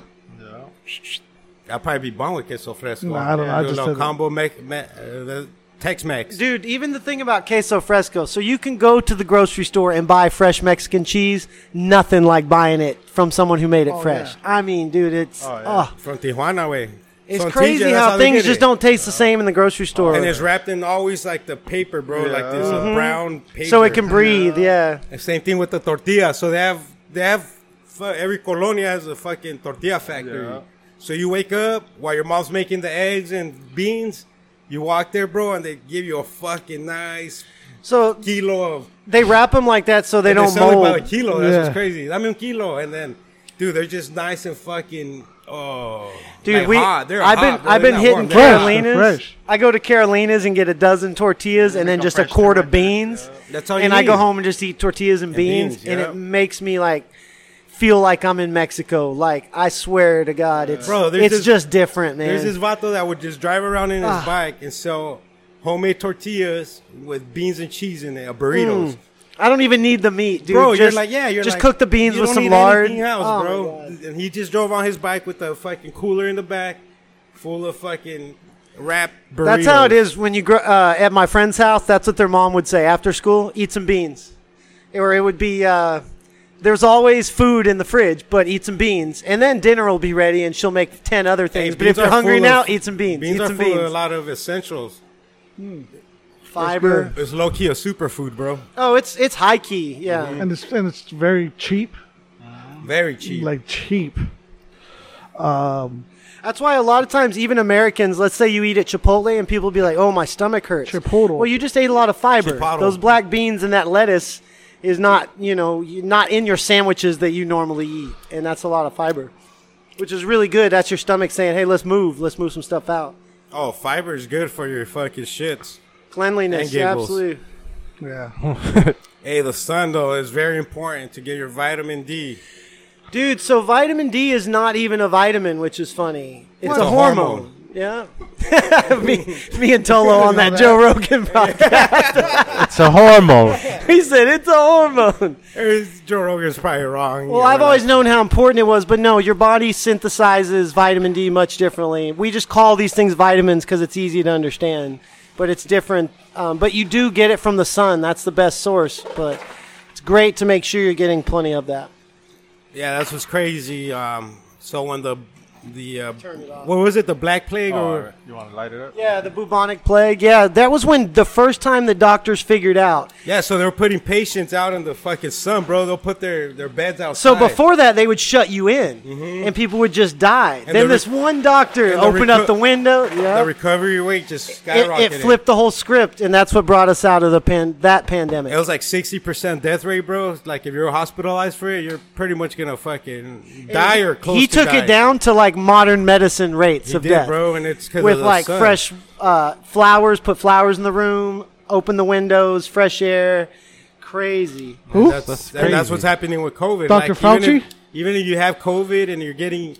S1: I'll probably be born with queso fresco.
S2: Nah, I don't know. I
S1: Do a
S2: just
S1: little
S2: said that.
S1: combo Mex- me- uh, the Tex-Mex.
S4: Dude, even the thing about queso fresco. So you can go to the grocery store and buy fresh Mexican cheese. Nothing like buying it from someone who made it fresh. I mean, dude, it's oh,
S1: from Tijuana way.
S4: it's
S1: So in
S4: crazy
S1: TJ, that's
S4: how
S1: they
S4: things
S1: get
S4: just
S1: it.
S4: don't taste the same in the grocery store.
S1: And it's wrapped in always like the paper, bro, like this uh, brown paper.
S4: Mm-hmm. so it can breathe, yeah.
S1: And same thing with the tortilla. So they have they have fu- every colonia has a fucking tortilla factory.
S3: Yeah.
S1: So you wake up while your mom's making the eggs and beans. You walk there, bro, and they give you a fucking nice
S4: So
S1: kilo of.
S4: they wrap them like that so they
S1: and
S4: don't
S1: sell
S4: mold.
S1: it by the kilo. That's
S2: Yeah.
S1: what's crazy. I mean, kilo, and then, dude, they're just nice and fucking. Oh,
S4: Dude,
S1: like
S4: we
S1: hot. They're
S4: I've
S1: hot,
S4: been
S1: bro.
S4: I've
S1: They're
S4: been
S1: not
S4: hitting
S1: warm. They're hot.
S4: Carolinas.
S2: fresh.
S4: I go to Carolinas and get a dozen tortillas and then
S3: go
S4: just a
S3: fresh
S4: quart
S3: to
S4: of beans.
S1: That's all you
S4: and I go
S1: need.
S4: home and just eat tortillas and, beans,
S1: beans,
S4: and
S1: yeah.
S4: it makes me like feel like I'm in Mexico. Like I swear to God, it's
S1: Bro, there's
S4: it's
S1: this-
S4: just different, man. Ah.
S1: There's this vato that would just drive around in his bike and sell homemade tortillas with beans and cheese in it, or burritos.
S4: I don't even need the meat, Mm. dude.
S1: Bro,
S4: just,
S1: you're like, yeah, you're
S4: just
S1: like,
S4: cook the beans
S1: you
S4: with
S1: don't
S4: some
S1: need
S4: lard.
S1: anything else,
S4: Oh, my
S1: bro.
S4: God.
S1: And he just drove on his bike with a fucking cooler in the back, full of fucking wrap burritos.
S4: That's how it is when you grow uh, at my friend's house. That's what their mom would say after school: eat some beans, or it would be. Uh, there's always food in the fridge, but eat some beans, and then dinner will be ready, and she'll make ten other
S1: Hey,
S4: things. but if
S1: beans
S4: you're
S1: are
S4: hungry
S1: full
S4: now,
S1: of-
S4: eat some beans.
S1: Beans
S4: eat
S1: are
S4: some
S1: full
S4: beans.
S1: of a lot of essentials.
S4: Fiber.
S1: It's low key a superfood, bro.
S4: Oh, it's it's high key. Yeah.
S1: Mm-hmm.
S2: And it's and it's very cheap,
S1: Very cheap.
S2: like cheap.
S4: That's why a lot of times, even Americans, let's say you eat at Chipotle and people be like, oh, my stomach hurts.
S2: Chipotle.
S4: Well, you just ate a lot of fiber.
S1: Chipotle.
S4: Those black beans and that lettuce is not you know you- not in your sandwiches that you normally eat, and that's a lot of fiber, which is really good. That's your stomach saying, "Hey, let's move, let's move some stuff out."
S1: Oh, fiber is good for your fucking shits. And
S4: Cleanliness,
S1: giggles.
S4: absolutely.
S2: Yeah.
S1: Hey, the sun though is very important to get your vitamin D.
S4: Dude, so vitamin D is not even a vitamin, which is funny. It's
S1: What?
S4: a,
S1: It's a
S4: hormone.
S1: hormone.
S4: Yeah. [LAUGHS] me, me and Tolo
S2: [LAUGHS]
S4: on that,
S2: that.
S4: Joe Rogan [LAUGHS] podcast.
S3: It's a hormone.
S4: [LAUGHS] he said it's a hormone.
S1: There's- Joe Rogan's probably wrong.
S4: Well, I've always known how important it was, but no, your body synthesizes vitamin D much differently. We just call these things vitamins because it's easy to understand, but it's different. Um, but you do get it from the sun. That's the best source, but it's great to make sure you're getting plenty of that.
S1: Yeah, that's what's crazy. Um, so when the the uh, what was it? The black plague
S4: Oh,
S1: or
S3: you want to light it up?
S4: Yeah, the bubonic plague. Yeah, that was when the first time the doctors figured out
S1: yeah? So they're putting patients out in the fucking sun, bro. They'll put their their beds outside.
S4: So before that, they would shut you in, and people would just die.
S1: Mm-hmm. the
S4: then
S1: re-
S4: this one doctor
S1: and the
S4: opened
S1: recu-
S4: up the window.
S1: the
S4: Yeah,
S1: recovery rate just skyrocketed.
S4: it, it flipped the whole script, and that's what brought us out of the pan- that pandemic.
S1: It was like sixty percent death rate, bro. Like if you're hospitalized for it, you're pretty much gonna fucking die or close.
S4: he
S1: to
S4: took
S1: dying.
S4: it down to like modern medicine rates
S1: He
S4: of
S1: did,
S4: death,
S1: bro, and it's 'cause
S4: with
S1: of the
S4: like
S1: sun.
S4: fresh uh, flowers. Put flowers in the room, open the windows, fresh air. Crazy.
S2: Who?
S1: That's
S3: That's
S1: and that's
S3: crazy.
S1: what's happening with COVID.
S2: Dr.
S1: Even if,
S2: Fauci?
S1: even if you have COVID and you're getting,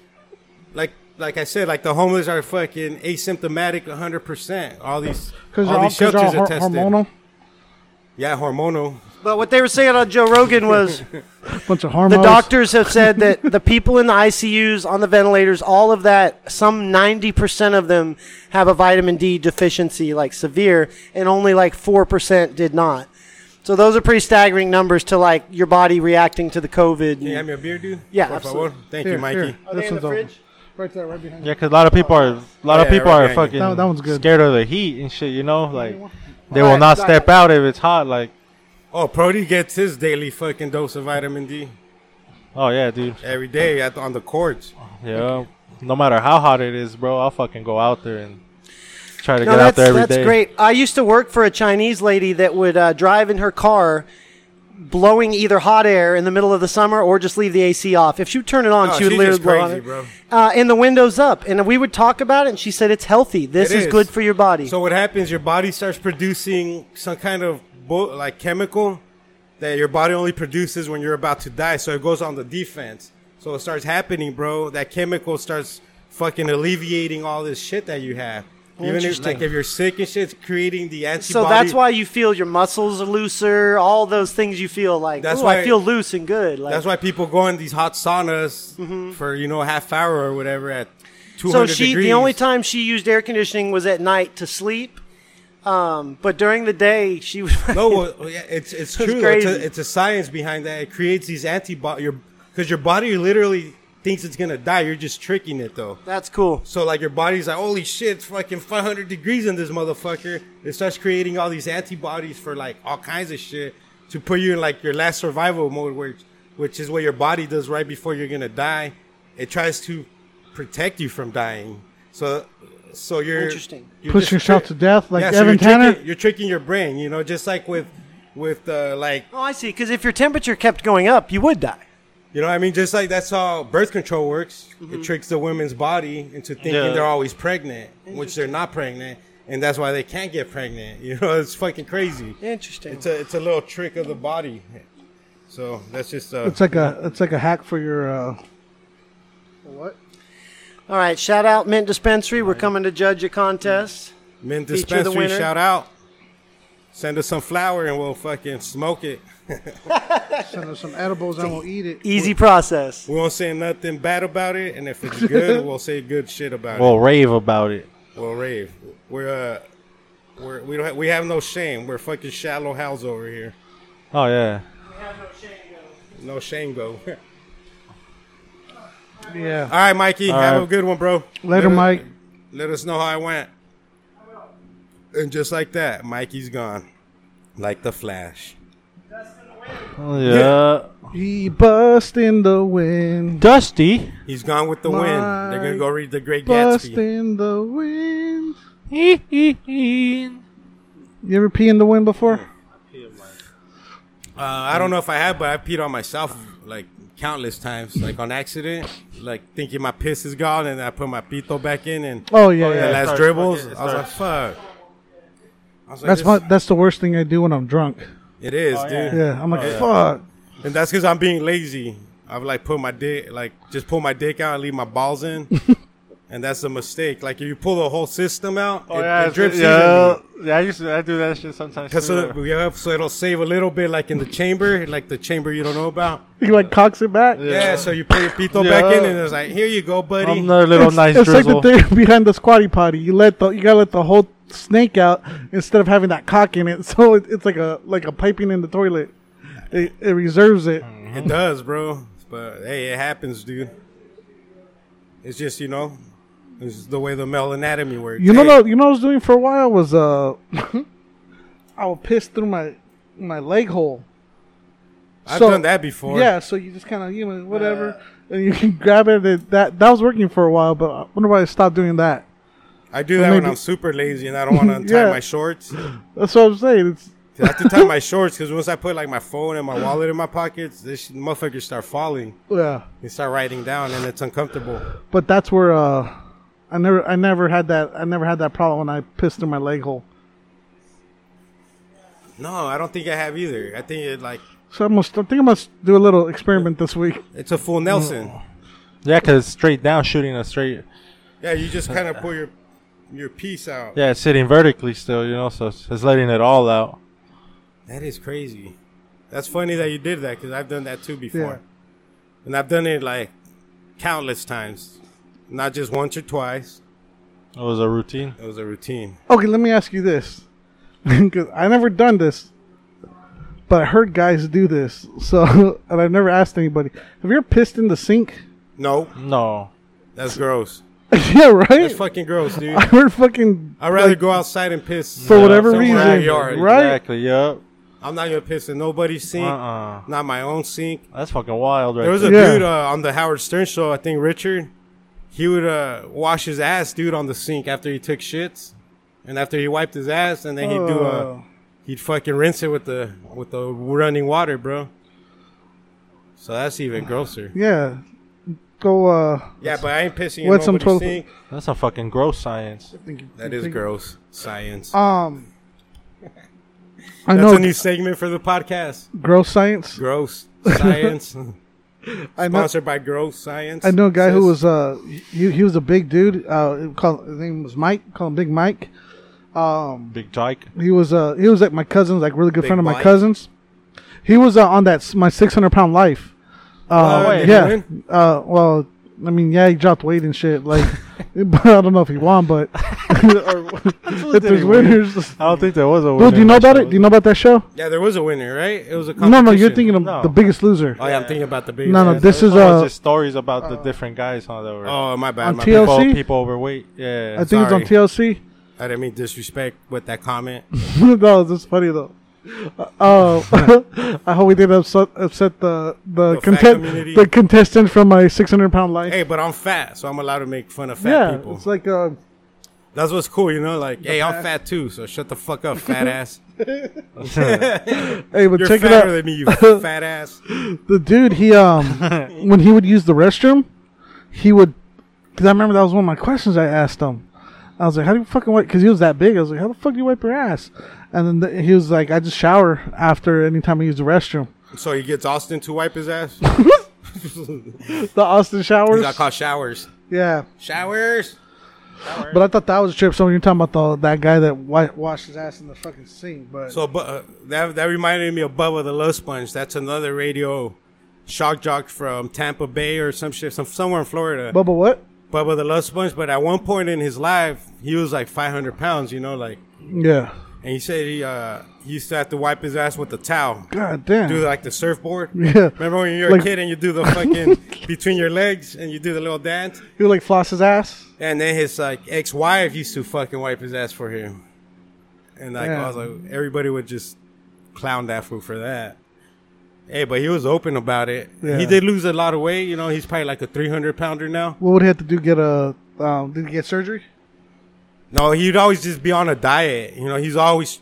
S1: like like I said, like the homeless are fucking asymptomatic, hundred percent. All these all,
S2: Because they're all,
S1: these
S2: 'cause they're
S1: shelters
S2: all
S1: are
S2: hor-
S1: tested.
S2: hormonal.
S1: Yeah, hormonal.
S4: But what they were saying on Joe
S1: [LAUGHS]
S4: Rogan was.
S2: Bunch of hormones.
S4: The doctors have said that the people in the ICUs, on the ventilators, all of that, some 90% of them have a vitamin D deficiency, like severe, and only like 4% did not. So those are pretty staggering numbers to like your body reacting to the COVID.
S1: You have me a beer, dude.
S4: Yeah,
S1: Por favor.
S4: absolutely.
S1: Thank
S2: Here,
S1: you, Mikey.
S2: here.
S4: Are they
S2: This
S4: in the
S2: one's
S4: fridge?
S2: open. Right there, right behind.
S3: Yeah, because a lot of people are a lot of
S1: Yeah,
S3: people
S1: right
S3: are
S1: behind you.
S3: fucking
S2: That- that one's good.
S3: scared of the heat and shit. You know, like they
S4: All
S3: will
S4: right,
S3: not
S4: got
S3: step out if it's hot. Like,
S1: Oh, Prody gets his daily fucking dose of vitamin D
S3: oh yeah, dude.
S1: every day at, on the courts.
S3: Yeah, no matter how hot it is, bro, I'll fucking go out there and try to
S4: No,
S3: get
S4: that's,
S3: out there every day.
S4: that's great. I used to work for a Chinese lady that would uh, drive in her car, blowing either hot air in the middle of the summer or just leave the AC off. If she would turn it on,
S1: Oh,
S4: she would
S1: she's
S4: literally
S1: just
S4: blow on
S1: crazy,
S4: it.
S1: bro.
S4: Uh, and the windows up, and we would talk about it. And she said it's healthy. This
S1: It
S4: is
S1: is.
S4: good for your body.
S1: So what happens? Your body starts producing some kind of bo- like chemical that your body only produces when you're about to die. So it goes on the defense. So it starts happening, bro. That chemical starts fucking alleviating all this shit that you have. Even if,
S4: Interesting.
S1: like if you're sick and shit, it's creating the antibody.
S4: So that's why you feel your muscles are looser. All those things you feel like.
S1: That's
S4: That's
S1: why-
S4: I feel loose and good. Like,
S1: That's why people go in these hot saunas for you know half hour or whatever at 200
S4: Mm-hmm. so she
S1: degrees.
S4: the only time she used air conditioning was at night to sleep. Um, but during the day she was
S1: No, well, well, yeah, it's it's
S4: That's
S1: true. though. It's a,
S4: crazy.
S1: it's a science behind that. It creates these antibodies. Your because your body literally thinks it's gonna die. You're just tricking it though.
S4: [LAUGHS] that's cool.
S1: So like your body's like, holy shit, it's fucking 500 degrees in this motherfucker. It starts creating all these antibodies for like all kinds of shit to put you in like your last survival mode, which which is what your body does right before you're gonna die. It tries to protect you from dying. So so you're
S4: Interesting.
S1: you're
S2: Push
S1: just
S2: yourself
S1: trick-
S2: to death like
S1: yeah, so
S2: Evan
S1: you're
S2: Tanner.
S1: Tricking, you're tricking your brain, you know, just like with with uh, like
S4: Oh, I see. Because if your temperature kept going up, you would die.
S1: you know, what I mean, just like that's how birth control works. It tricks the women's body into thinking
S3: Yeah.
S1: they're always pregnant, which they're not pregnant, and that's why they can't get pregnant. [LAUGHS] You know, it's fucking crazy.
S4: Interesting.
S1: It's a it's a little trick of the body. So that's just uh,
S2: It's like a it's like a hack for your uh,
S4: All right. Shout out Mint Dispensary. We're coming to judge your contest.
S1: men
S4: the
S1: dispensary.
S4: winner.
S1: Shout out. Send us some flour and we'll fucking smoke it.
S2: send us some edibles and we'll eat it.
S4: Easy process.
S1: We won't say nothing bad about it, and if it's
S2: [LAUGHS]
S1: good, we'll say good shit about it.
S3: We'll rave about it.
S1: Well, rave. We're uh, we're we don't ha- we have no shame. We're fucking shallow house over here.
S3: Oh yeah.
S1: No shame, go. [LAUGHS] All
S2: Yeah.
S1: right, Mikey.
S3: All
S1: have
S3: right.
S1: a good one, bro.
S2: Later,
S1: Let us-
S2: Mike.
S1: Let us know how I went. And just like that, Mikey's gone, like the Flash.
S3: Oh, yeah.
S2: He bust in the wind.
S3: Dusty.
S1: He's gone with the wind. They're gonna
S2: Mike
S1: go read the Great
S2: Bust
S1: Gatsby.
S2: in the wind.
S3: Oh, Dusty.
S2: You ever pee in the wind before?
S1: Uh, I don't know if I have, but I peed on myself like countless times, like on accident, like thinking my piss is gone, and I put my pito back in, and
S2: Oh yeah,
S1: the
S2: yeah.
S1: last
S3: starts-
S1: dribbles,
S3: it
S1: I was like, fuck. I was like,
S2: That's
S1: this-
S2: my, that's the worst thing I do when I'm drunk.
S1: It is,
S3: Oh,
S1: dude.
S3: yeah.
S2: Yeah, I'm like
S1: yeah.
S2: fuck.
S1: And that's because I'm being lazy. I've like put my dick, like just pull my dick out and leave my balls
S2: [LAUGHS]
S1: in. and that's a mistake. Like if you pull the whole system out,
S3: Oh
S1: it,
S3: yeah,
S1: it drips
S3: yeah.
S1: evenly.
S3: yeah, I used to I do that shit sometimes.
S1: Cause
S3: too.
S1: so, yeah, so it'll save a little bit, like in the chamber, like the chamber you don't know about.
S2: You like cocks it back.
S1: Yeah, so you put your pito
S3: Yeah.
S1: back in, and it's like, here you go, buddy.
S3: another little
S2: it's,
S3: nice
S2: it's
S3: drizzle.
S2: like the thing [LAUGHS] behind the squatty potty. You let the you gotta let the whole snake out instead of having that cock in it. [LAUGHS] So it, it's like a like a piping in the toilet. It, it reserves it.
S1: It does, bro. But hey, it happens, dude. It's just you know, it's just the way the male anatomy works.
S2: You know
S1: Hey,
S2: what? You know what I was doing for a while was uh, [LAUGHS] I would piss through my my leg hole.
S1: I've
S2: so-
S1: done that before.
S2: Yeah, so you just kind of you know whatever, and you can grab it. And that that was working for a while, but I wonder why I stopped doing that.
S1: I do that
S2: Maybe-
S1: when I'm super lazy and I don't
S2: [LAUGHS]
S1: want to untie
S2: Yeah.
S1: my shorts.
S2: That's what I'm saying. It's
S1: I have to tie my shorts because once I put like my phone and my wallet in my pockets, this sh- motherfuckers start falling.
S2: yeah,
S1: They start writing down, and it's uncomfortable.
S2: but that's where uh, I never I never had that I never had that problem when I pissed through my leg hole.
S1: No, I don't think I have either. I think it like
S2: So I'm gonna, st- I think I must do a little experiment this week.
S1: it's a full Nelson.
S3: Yeah, cause straight down shooting a straight.
S1: Yeah, you just kind of pull your your piece out.
S3: Yeah, it's sitting vertically still, you know, so it's it's letting it all out.
S1: That is crazy. That's funny that you did that because I've done that too before,
S2: Yeah.
S1: and I've done it like countless times, not just once or twice.
S3: It was a routine.
S1: It was a routine.
S2: Okay, let me ask you this, [LAUGHS] 'Cause I never done this, but I heard guys do this. [LAUGHS] So and I've never asked anybody. Have you ever pissed in the sink? [LAUGHS]
S1: No,
S3: No.
S1: that's gross.
S2: yeah, right.
S1: That's fucking gross, dude.
S2: [LAUGHS] I heard fucking
S1: I'd rather go outside and piss
S2: for whatever
S1: somewhere in
S2: reason,
S1: the yard.
S2: right?
S3: Exactly. Yep.
S1: I'm not gonna piss in nobody's
S3: Uh.
S1: sink,
S3: uh
S1: not my own sink.
S3: That's fucking wild, right?
S1: There was a
S2: Uh-uh. Yeah.
S1: dude uh, on the Howard Stern show, I think Richard. He would uh, wash his ass, dude, on the sink after he took shits, and after he wiped his ass, and then he'd do a
S2: Oh.
S1: he'd fucking rinse it with the with the running water, bro. So that's even grosser.
S2: Yeah. Go. uh
S1: Yeah, but I ain't pissing in
S2: What's some
S1: nobody's
S2: toilet-
S1: sink.
S3: That's a fucking gross science.
S2: think you-
S1: That
S2: you
S1: is
S2: think-
S1: gross science.
S2: Um. I
S1: that's
S2: know
S1: a new segment for the podcast.
S2: gross science. [LAUGHS]
S1: Gross science.
S2: I know.
S1: Sponsored by Gross Science.
S2: I know a guy who
S1: Sis.
S2: was uh he, he was a big dude. Uh, called, his name was Mike. Call him Big Mike.
S3: Big Dyke.
S2: He was uh he was like my cousin's like really good
S1: Big
S2: friend of my
S1: Mike?
S2: cousin's. He was uh, on that s- my six hundred pound life. Uh,
S1: Oh, wait,
S2: [LAUGHS]
S1: he
S2: yeah.
S1: win?
S2: Uh, well, I mean, yeah, he dropped weight and
S1: [LAUGHS]
S2: shit. Like, but I don't know if he won, but or if
S3: did he
S2: there's
S3: win?
S2: winners.
S3: I don't think there was a.
S2: Well,
S3: winner
S2: do you know
S3: in that
S2: about
S3: show.
S2: it? Do you know about that show?
S1: Yeah, there was a winner, right? It was a
S2: No, no, you're
S1: competition.
S2: thinking of
S3: No.
S2: the Biggest Loser.
S1: Oh yeah, I'm thinking about the big.
S2: No, no,
S1: ass.
S2: this is
S3: one was
S2: uh
S3: just stories about the different guys huh, that were
S1: Oh my bad.
S2: On
S1: My
S2: TL
S1: bad.
S3: people,
S2: TLC?
S3: people overweight. Yeah.
S2: I think it's on
S1: sorry.
S2: TLC.
S1: I didn't mean disrespect with that comment.
S2: [LAUGHS]
S1: [LAUGHS]
S2: no, this is funny though. Uh, oh, I hope we didn't upset, upset the
S1: The
S2: the,
S1: fat
S2: content
S1: community.
S2: the contestant from my 600 pound life.
S1: hey, but I'm fat, so I'm allowed to make fun of fat
S2: yeah,
S1: people.
S2: it's like uh,
S1: That's what's cool, you know. Like, hey, I'm fat too, so shut the fuck up,
S2: [LAUGHS]
S1: fat ass.
S2: hey, but
S1: You're
S2: check it
S1: fatter
S2: out.
S1: than me, you
S2: [LAUGHS]
S1: fat ass.
S2: The dude, he um, when he would use the restroom, he would, because I remember that was one of my questions I asked him. I was like, "How do you fucking wipe?" Because he was that big. I was like, "How the fuck do you wipe your ass?" And then the, he was like, "I just shower after any time I use the restroom."
S1: So he gets Austin to wipe his ass.
S2: The Austin
S1: He
S2: showers.
S1: got called
S2: [LAUGHS]
S1: showers.
S2: Yeah,
S1: Showers.
S2: But I thought that was a trip. So when you're talking about the, that guy that wa- washed his ass in the fucking sink, but
S1: So, but uh, that that reminded me of Bubba the Love Sponge. That's another radio shock jock from Tampa Bay or some shit, some somewhere in Florida.
S2: Bubba what?
S1: Bubba the Love Sponge, but at one point in his life, he was like 500 pounds, you know, like,
S2: Yeah.
S1: and he said he uh he used to have to wipe his ass with a towel,
S2: God damn.
S1: do like the surfboard.
S2: [LAUGHS] Yeah.
S1: Remember when you were
S2: Like-
S1: a kid and you do the fucking between your legs and you do the little dance?
S2: He would like floss his ass.
S1: And then his like ex-wife used to fucking wipe his ass for him, and like I was like, everybody would just clown that fool for that. Hey, but he was open about it.
S2: Yeah.
S1: He did lose a lot of weight, you know. He's probably like a 300 pounder now.
S2: What would he have to do? Get a um, did he get surgery?
S1: No, he'd always just be on a diet. You know, he's always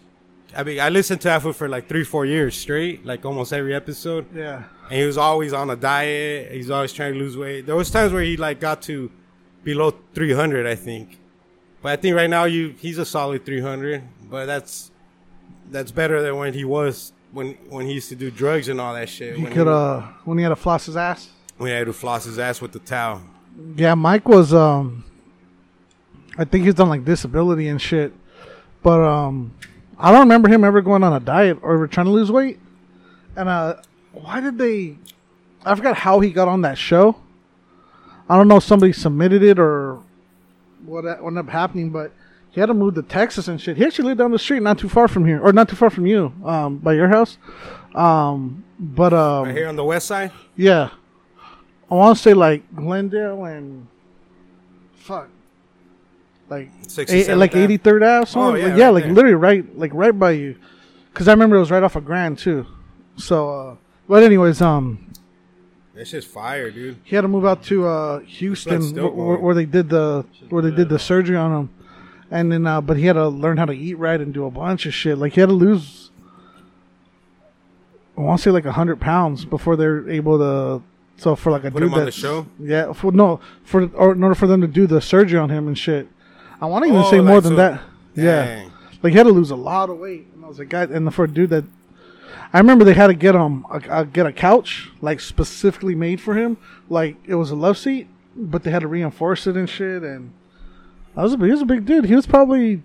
S1: I mean, I listened to Afu for like three, four years straight, like almost every episode.
S2: Yeah.
S1: And he was always on a diet. He's always trying to lose weight. There was times where he like got to below 300, I think. But I think right now you he's a solid 300. But that's that's better than when he was when when he used to do drugs and all that shit.
S2: He
S1: when
S2: could
S1: he,
S2: uh when he had to floss his ass.
S1: when he had to floss his ass with the towel.
S2: Yeah, Mike was um I think he's done like disability and shit. But um I don't remember him ever going on a diet or ever trying to lose weight. And uh why did they I forgot how he got on that show. I don't know if somebody submitted it or what e- what ended up happening, but he had to move to Texas and shit. He actually lived down the street not too far from here. Or not too far from you, um, by your house. Um but um
S1: Right here on the west side.
S2: yeah. I want to say like Glendale and fuck. Like eight,
S1: 67th
S2: like
S1: Ave. Oh,
S2: 83rd Ave somewhere.
S1: yeah,
S2: like, yeah,
S1: right
S2: like
S1: there.
S2: literally right like right by you. Cuz I remember it was right off of Grand too. So uh but anyways, um
S1: That shit's fire, dude.
S2: he had to move out to uh Houston
S1: That's dope,
S2: wh- where,
S1: man.
S2: where they did the where they did the surgery on him. And then uh but he had to learn how to eat right and do a bunch of shit. Like he had to lose I want to say like 100 pounds before they're able to so for like a
S1: Put
S2: dude
S1: him on the
S2: that's-
S1: show.
S2: yeah, for, no, for or in order for them to do the surgery on him and shit. I want to even
S1: Oh,
S2: say more
S1: like,
S2: than
S1: so-
S2: that. Yeah,
S1: Dang.
S2: like he had to lose a lot of weight, and I was like, God, and for a dude that, I remember they had to get um a, a, get a couch like specifically made for him, like it was a love seat, but they had to reinforce it and shit. And I was a he was a big dude. He was probably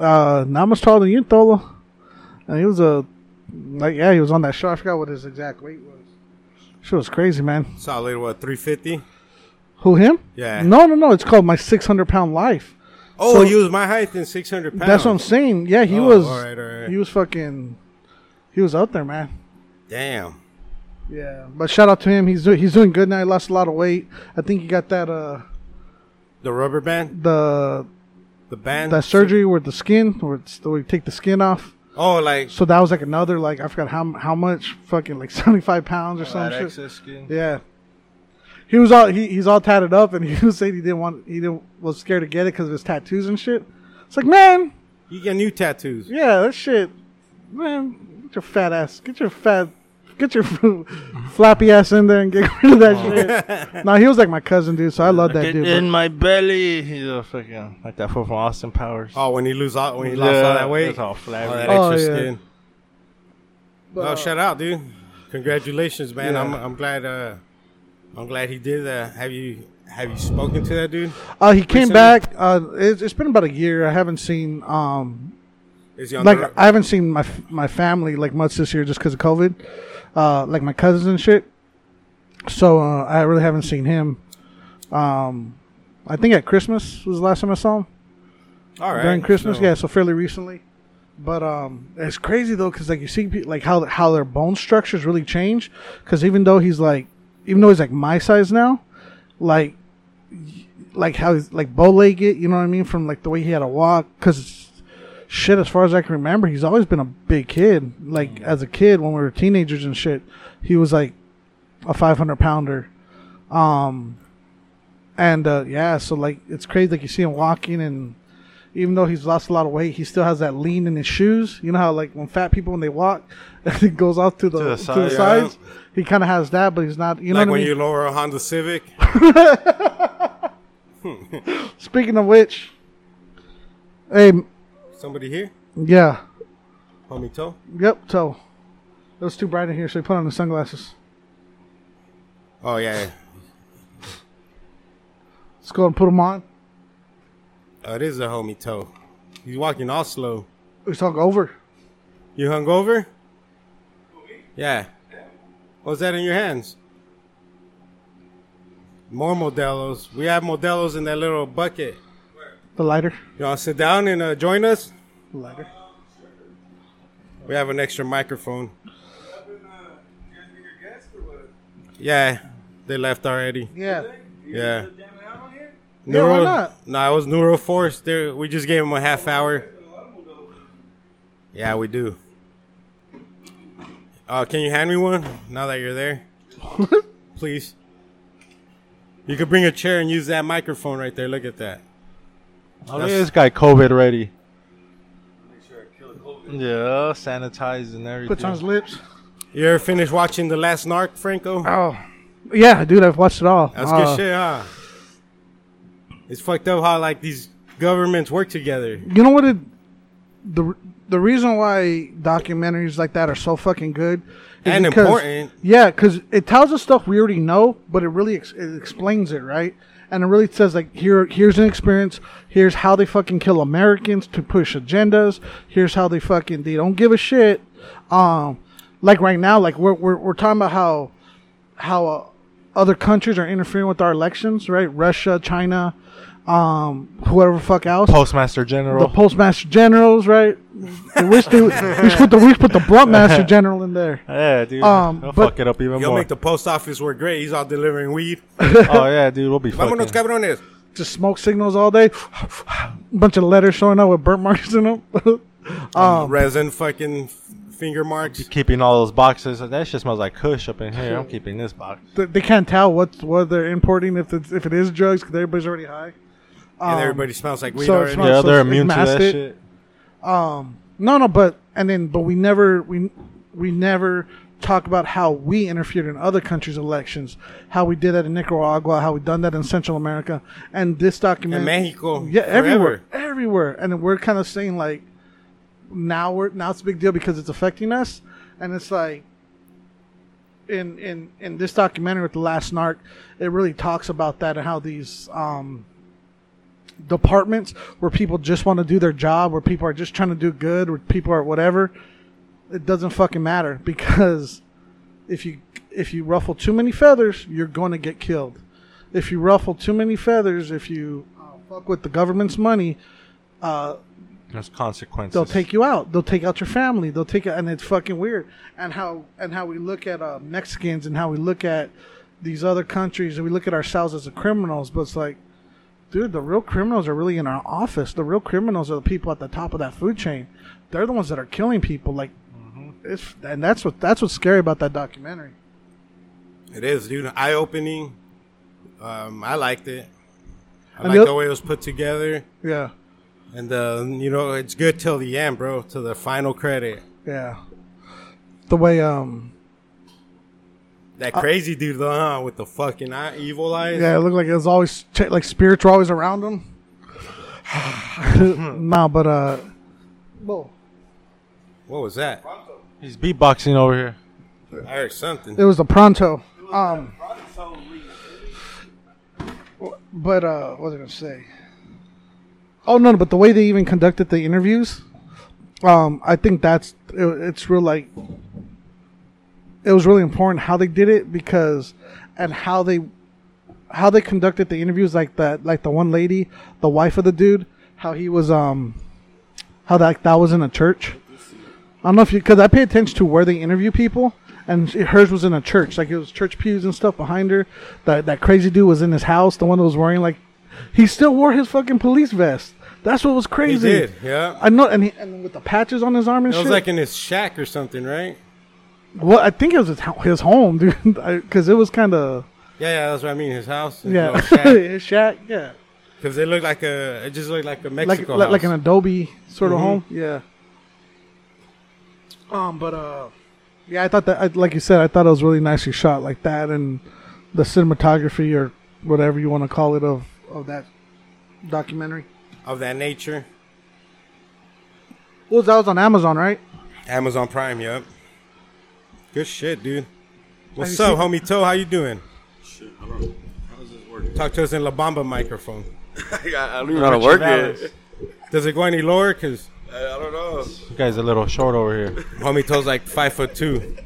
S2: uh not much taller than you, Tholo, and he was a like yeah, he was on that show. I forgot what his exact weight was. Shit was crazy, man.
S1: Solid what 350.
S2: Who him?
S1: Yeah.
S2: No, no, no. It's called my 600 pound life.
S1: Oh,
S2: So-
S1: he was my height and 600 pounds.
S2: That's what I'm saying. Yeah, he
S1: Oh,
S2: was.
S1: all right, all right.
S2: He was fucking. He was out there, man.
S1: Damn.
S2: Yeah, but shout out to him. He's do- he's doing good now. He lost a lot of weight. I think he got that uh
S1: The rubber band,
S2: the
S1: the band,
S2: that surgery where the skin where, it's, where you take the skin off.
S1: Oh, like
S2: So that was like another like I forgot how how much fucking like [LAUGHS] 75 pounds
S1: Oh,
S2: or some
S3: That
S2: shit.
S3: excess skin.
S2: Yeah. He was all he, he's all tatted up, and [LAUGHS] he was saying he didn't want he didn't was scared to get it because of his tattoos and shit. It's like man,
S1: you get new tattoos.
S2: Yeah, that shit, man. Get your fat ass. Get your fat. Get your [LAUGHS] flappy ass in there and get [LAUGHS] rid of that shit. nah, he was like my cousin, dude. So I love that
S3: Get
S2: dude.
S3: in
S2: but-
S3: my belly. He's a fucking like that fool from Austin Powers.
S1: Oh, when he lose all when he lost
S3: Yeah,
S1: all that weight,
S3: It's all flabby.
S1: all that
S2: Oh,
S1: extra
S2: yeah.
S1: skin.
S2: but,
S1: oh,
S2: uh,
S1: shout out, dude! Congratulations, man.
S2: Yeah.
S1: I'm I'm glad. Uh, I'm glad he did that. Have you have you spoken to that dude?
S2: uh, he came
S1: Recently?
S2: back. Uh, it's, it's been about a year. I haven't seen um
S1: Is he on
S2: like
S1: the ro-
S2: I haven't seen my f- my family like much this year just because of COVID. Uh, like my cousins and shit. So uh, I really haven't seen him. Um, I think at Christmas was the last time I saw him.
S1: all right
S2: uh, during Christmas.
S1: so-
S2: Yeah, so fairly recently. But um, it's crazy though, because like you see, pe- like how how their bone structures really change. Because even though he's like, even though he's like my size now, like, y- like how he's like bow legged. You know what I mean? From like the way he had to walk. Because shit, as far as I can remember, he's always been a big kid. Like as a kid, when we were teenagers and shit, he was like a five hundred pounder. Um, and uh, yeah, so like it's crazy. Like you see him walking and even though he's lost a lot of weight, he still has that lean in his shoes. You know how like when fat people when they walk, [LAUGHS] it goes off to the to
S3: the
S2: the,
S3: side, yeah.
S2: sides. He kind of has that, but he's not. You know
S1: like
S2: what
S1: when
S2: I mean?
S1: you lower a Honda Civic.
S2: Speaking of which, hey, m-
S1: Somebody here,
S2: yeah,
S1: homie Toe.
S2: yep. So it was too bright in here, so he put on his sunglasses.
S1: Oh yeah,
S2: Let's go and put them on.
S1: yeah. Oh, it is a homie Toe. He's walking all slow.
S2: We talk over.
S1: You hungover? Yeah. What's that in your hands? More Modelos. We have Modelos in that little bucket.
S2: The lighter,
S1: You want to sit down and uh, join us?
S2: the lighter.
S1: We have an extra microphone. Yeah, they left already.
S2: Yeah,
S1: Yeah.
S2: Yeah, why not?
S1: No, it was Neuro Force. There, we just gave him a half hour. Yeah, we do. Uh, can you hand me one now that you're
S2: [LAUGHS]
S1: there, please? You could bring a chair and use that microphone right there. Look at that.
S3: Oh, look at this guy COVID ready. Yeah, sanitized and everything.
S2: Puts on his lips.
S1: You ever finished watching the last Narc, Franco?
S2: Oh, yeah, dude, I've watched it all.
S1: That's
S2: Uh,
S1: good shit, huh? It's fucked up how like these governments work together.
S2: You know what? It, the the reason why documentaries like that are so fucking good is
S1: And
S2: because-
S1: important.
S2: Yeah, because it tells us stuff we already know, but it really ex- it explains it right, and it really says like here here's an experience, here's how they fucking kill Americans to push agendas, here's how they fucking they don't give a shit. Um, like right now, like we're we're, we're talking about how how uh, other countries are interfering with our elections, right? Russia, China, um, whoever fuck else
S3: Postmaster General.
S2: the postmaster generals, right? They wish they, they should put the we should put the blunt master general in there.
S3: yeah, dude.
S2: Um,
S3: They'll
S2: but-
S3: fuck it up even
S1: Yo,
S3: more.
S1: make the post office work great. He's out delivering
S2: [LAUGHS]
S1: weed.
S3: oh yeah, dude. We'll be fucking.
S1: Vámonos, cabrones.
S2: Just smoke signals all day. Bunch of letters showing up with burnt marks in them. [LAUGHS] Um,
S1: Resin fucking f- finger marks.
S3: Keeping all those boxes. That shit smells like Kush up in here.
S2: [LAUGHS]
S3: I'm keeping this box.
S2: they, they can't tell what what they're importing if it's, if it is drugs because everybody's already high.
S1: and everybody smells like weed
S2: um, so it
S1: already.
S2: smells-
S3: Yeah,
S2: Oh, so
S3: they're
S2: it's
S3: immune to that
S2: mastic.
S3: shit.
S2: No, no, but and then but we never we we never talk about how we interfered in other countries' elections, how we did that in Nicaragua, how we done that in Central America, and this document
S1: In Mexico.
S2: Yeah,
S1: forever.
S2: everywhere, everywhere, and then we're kind of saying like, now we're now it's a big deal because it's affecting us, and it's like, in in in this documentary with the last narc, it really talks about that and how these um departments where people just want to do their job, where people are just trying to do good, where people are whatever, it doesn't fucking matter [LAUGHS] because if you if you ruffle too many feathers, you're going to get killed. If you ruffle too many feathers, if you uh, fuck with the government's money,
S3: There's consequences.
S2: they'll take you out. They'll take out your family. They'll take out, and it's fucking weird. And how and how we look at uh, Mexicans and how we look at these other countries and we look at ourselves as the criminals, but it's like, dude, the real criminals are really in our office. The real criminals are the people at the top of that food chain. They're the ones that are killing people. Like, it's and that's what that's what's scary about that documentary.
S1: It is, dude. Eye opening. Um, I liked it. I
S2: And
S1: like
S2: the-
S1: the way it was put together.
S2: Yeah,
S1: And, uh, you know, it's good till the end, bro, to the final credit.
S2: yeah. The way um
S1: That crazy dude, though, huh? With the fucking eye, evil eyes.
S2: Uh, Yeah, it looked like it was always ch- like spirits were always around him. nah, but uh, well,
S1: What was that?
S3: He's beatboxing over here.
S1: I heard something.
S2: it was the pronto. Um, but uh, what was I gonna say? Oh no, but the way they even conducted the interviews, um, I think that's it, it's real like it was really important how they did it because and how they how they conducted the interviews like that like the one lady the wife of the dude how he was um how that that was in a church i don't know if you because i pay attention to where they interview people and she- hers was in a church like it was church pews and stuff behind her that that crazy dude was in his house the one that was wearing like he still wore his fucking police vest that's what was
S1: He
S2: crazy
S1: did, yeah.
S2: I know, and he, and with the patches on his arm and
S1: It was
S2: shit.
S1: like in his shack or something, right?
S2: well, I think it was his, ho- his home, dude, [LAUGHS] because it was kind of
S1: Yeah, yeah, that's what I mean. His house. His
S2: yeah, [LAUGHS]
S1: Because
S2: his shack, yeah,
S1: it looked like a, it just looked like a
S2: like
S1: Mexico
S2: like, like
S1: house.
S2: an adobe sort of home, yeah. Mm-hmm. Um, but uh, yeah, I thought that, I, like you said, I thought it was really nicely shot, like that, and the cinematography or whatever you want to call it of of that documentary.
S1: of that nature.
S2: Well, that was on Amazon, right?
S1: Amazon Prime, yep. Good shit, dude. What's
S2: Have you
S1: up, homie Toe? How you doing?
S5: Shit, I don't know. How does this work?
S1: Talk to us in La Bamba microphone.
S5: I don't even know how to work it.
S1: Does it go any lower? Cause
S5: I I don't know.
S3: You guys a little short over
S5: [LAUGHS]
S3: here.
S1: homie Toe's like five foot two,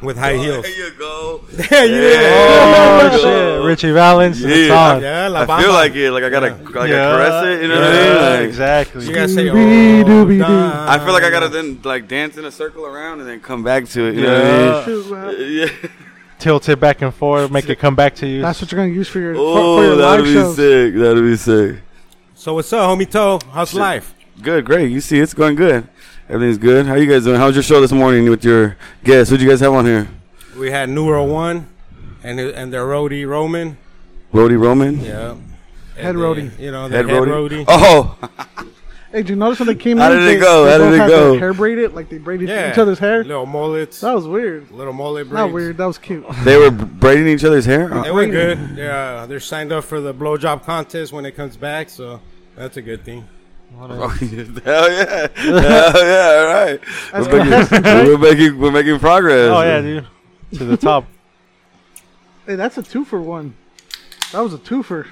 S1: with high heels.
S5: There
S1: [LAUGHS]
S5: you go.
S1: Yeah, yeah.
S3: oh shit, Richie Valens. It's
S5: Yeah.
S3: on.
S1: Yeah, La
S5: I
S1: Bamba.
S5: feel like it. Like I gotta, like
S3: Yeah.
S5: I caress it. You know
S3: Yeah,
S5: what I mean? Like,
S3: exactly.
S1: you gotta say,
S2: Doobie
S1: oh,
S2: doobie doo.
S1: nah.
S5: I feel like I gotta then like dance in a circle around and then come back to it. You
S2: Uh,
S5: know
S3: Yeah.
S5: what I mean? [LAUGHS] Yeah.
S3: Tilt it back and forth, make it come back to you.
S2: That's what you're gonna use for your, for- for,
S5: Oh,
S2: your live
S5: that'd be
S2: shows.
S5: sick. That'd be sick.
S1: So what's up, homie Toe? How's life?
S5: Good, great. You see, it's going good. Everything's good. How you guys doing? How was your show this morning with your guests? Who'd you guys have on here?
S1: We had Neuro One, and and their roadie Roman.
S5: Roddy Roman.
S1: Yeah.
S2: Head roadie.
S1: You know, the
S5: Head Oh,
S1: head,
S5: Roddy.
S1: roadie.
S5: Oh, [LAUGHS]
S2: Hey, did you notice when they came
S5: How
S2: in?
S5: did it
S2: they,
S5: go?
S2: they
S5: How did
S2: both
S5: it
S2: had
S5: go?
S2: their hair braided, like they braided each other's hair. Oh,
S1: Little mullets.
S2: That was weird.
S1: Little mullet braids.
S2: Not weird. That was cute.
S5: They were braiding each other's hair.
S1: They
S5: Oh,
S1: were good. Yeah, they're signed up for the blowjob contest when it comes back, so that's a good thing.
S5: [LAUGHS] hell yeah!
S3: [LAUGHS]
S5: Hell yeah! All right,
S2: That's
S5: we're making,
S2: contestants, right?
S5: [LAUGHS] we're making we're making progress.
S3: Oh yeah, dude. To the top.
S2: Hey, that's a two for one. That was a twofer.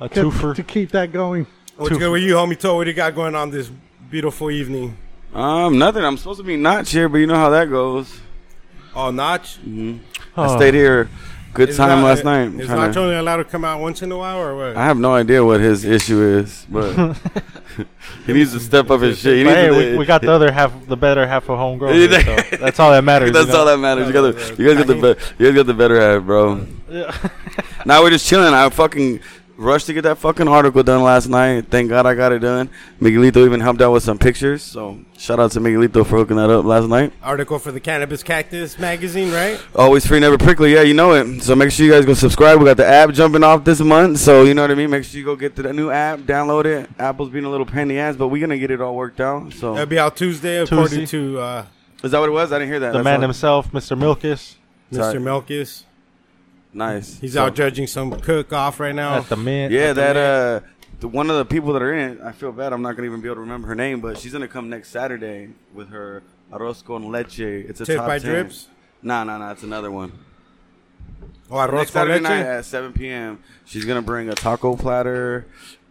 S3: A
S2: Kept-
S3: twofer.
S2: to keep that going.
S1: What's
S3: Two.
S1: good with you, homie? Toe, what do you got going on this beautiful evening?
S5: Um, nothing. I'm supposed to be not here, but you know how that goes.
S1: Oh, Notch.
S5: I
S3: Oh.
S5: stayed here. Good
S1: Is
S5: time
S1: Notch-
S5: last night.
S1: Is
S5: Tryna-
S1: Notch only allowed to come out once in a while, or what?
S5: I have no idea what his issue is,
S3: [LAUGHS]
S5: but [LAUGHS] he needs to step up his shit. He
S3: But
S5: needs
S3: hey,
S5: to-
S3: we, we got the other half, the better half of homegrown. here, so that's all that
S5: [LAUGHS]
S3: matters.
S5: That's all that matters. You, got the, you guys got the be- you guys got the better at, it, bro.
S3: that.
S5: Now we're just chilling. I fucking rushed to get that fucking article done last night. Thank God I got it done. Miguelito even helped out with some pictures. So shout out to Miguelito for hooking that up last night.
S1: Article for the Cannabis Cactus magazine, right?
S5: Always free, never prickly. Yeah, you know it. So make sure you guys go subscribe. We got the app jumping off this month. So you know what I mean. Make sure you go get the new app, download it. Apple's being a little pain in the ass, but we're gonna get it all worked out. So
S1: That'll be out Tuesday, according to uh,
S5: is that what it was? I didn't hear that.
S3: the
S5: That's
S3: man
S5: all-
S3: himself, Mr. Milkus,
S1: Mr.
S5: Sorry.
S1: Melkis.
S5: Nice.
S1: He's
S5: So-
S1: out judging some cook off right now.
S3: at
S1: [LAUGHS]
S3: the mint.
S5: Yeah, that uh, the, one of the people that are in it. I feel bad. I'm not gonna even be able to remember her name, but she's gonna come next Saturday with her arroz con leche. It's a
S1: Tip
S5: top
S1: by
S5: 10.
S1: Drips?
S5: Nah, nah, nah. It's another one.
S1: oh, arroz
S5: next
S1: con
S5: Saturday
S1: leche.
S5: night at 7 p.m. She's gonna bring a taco platter,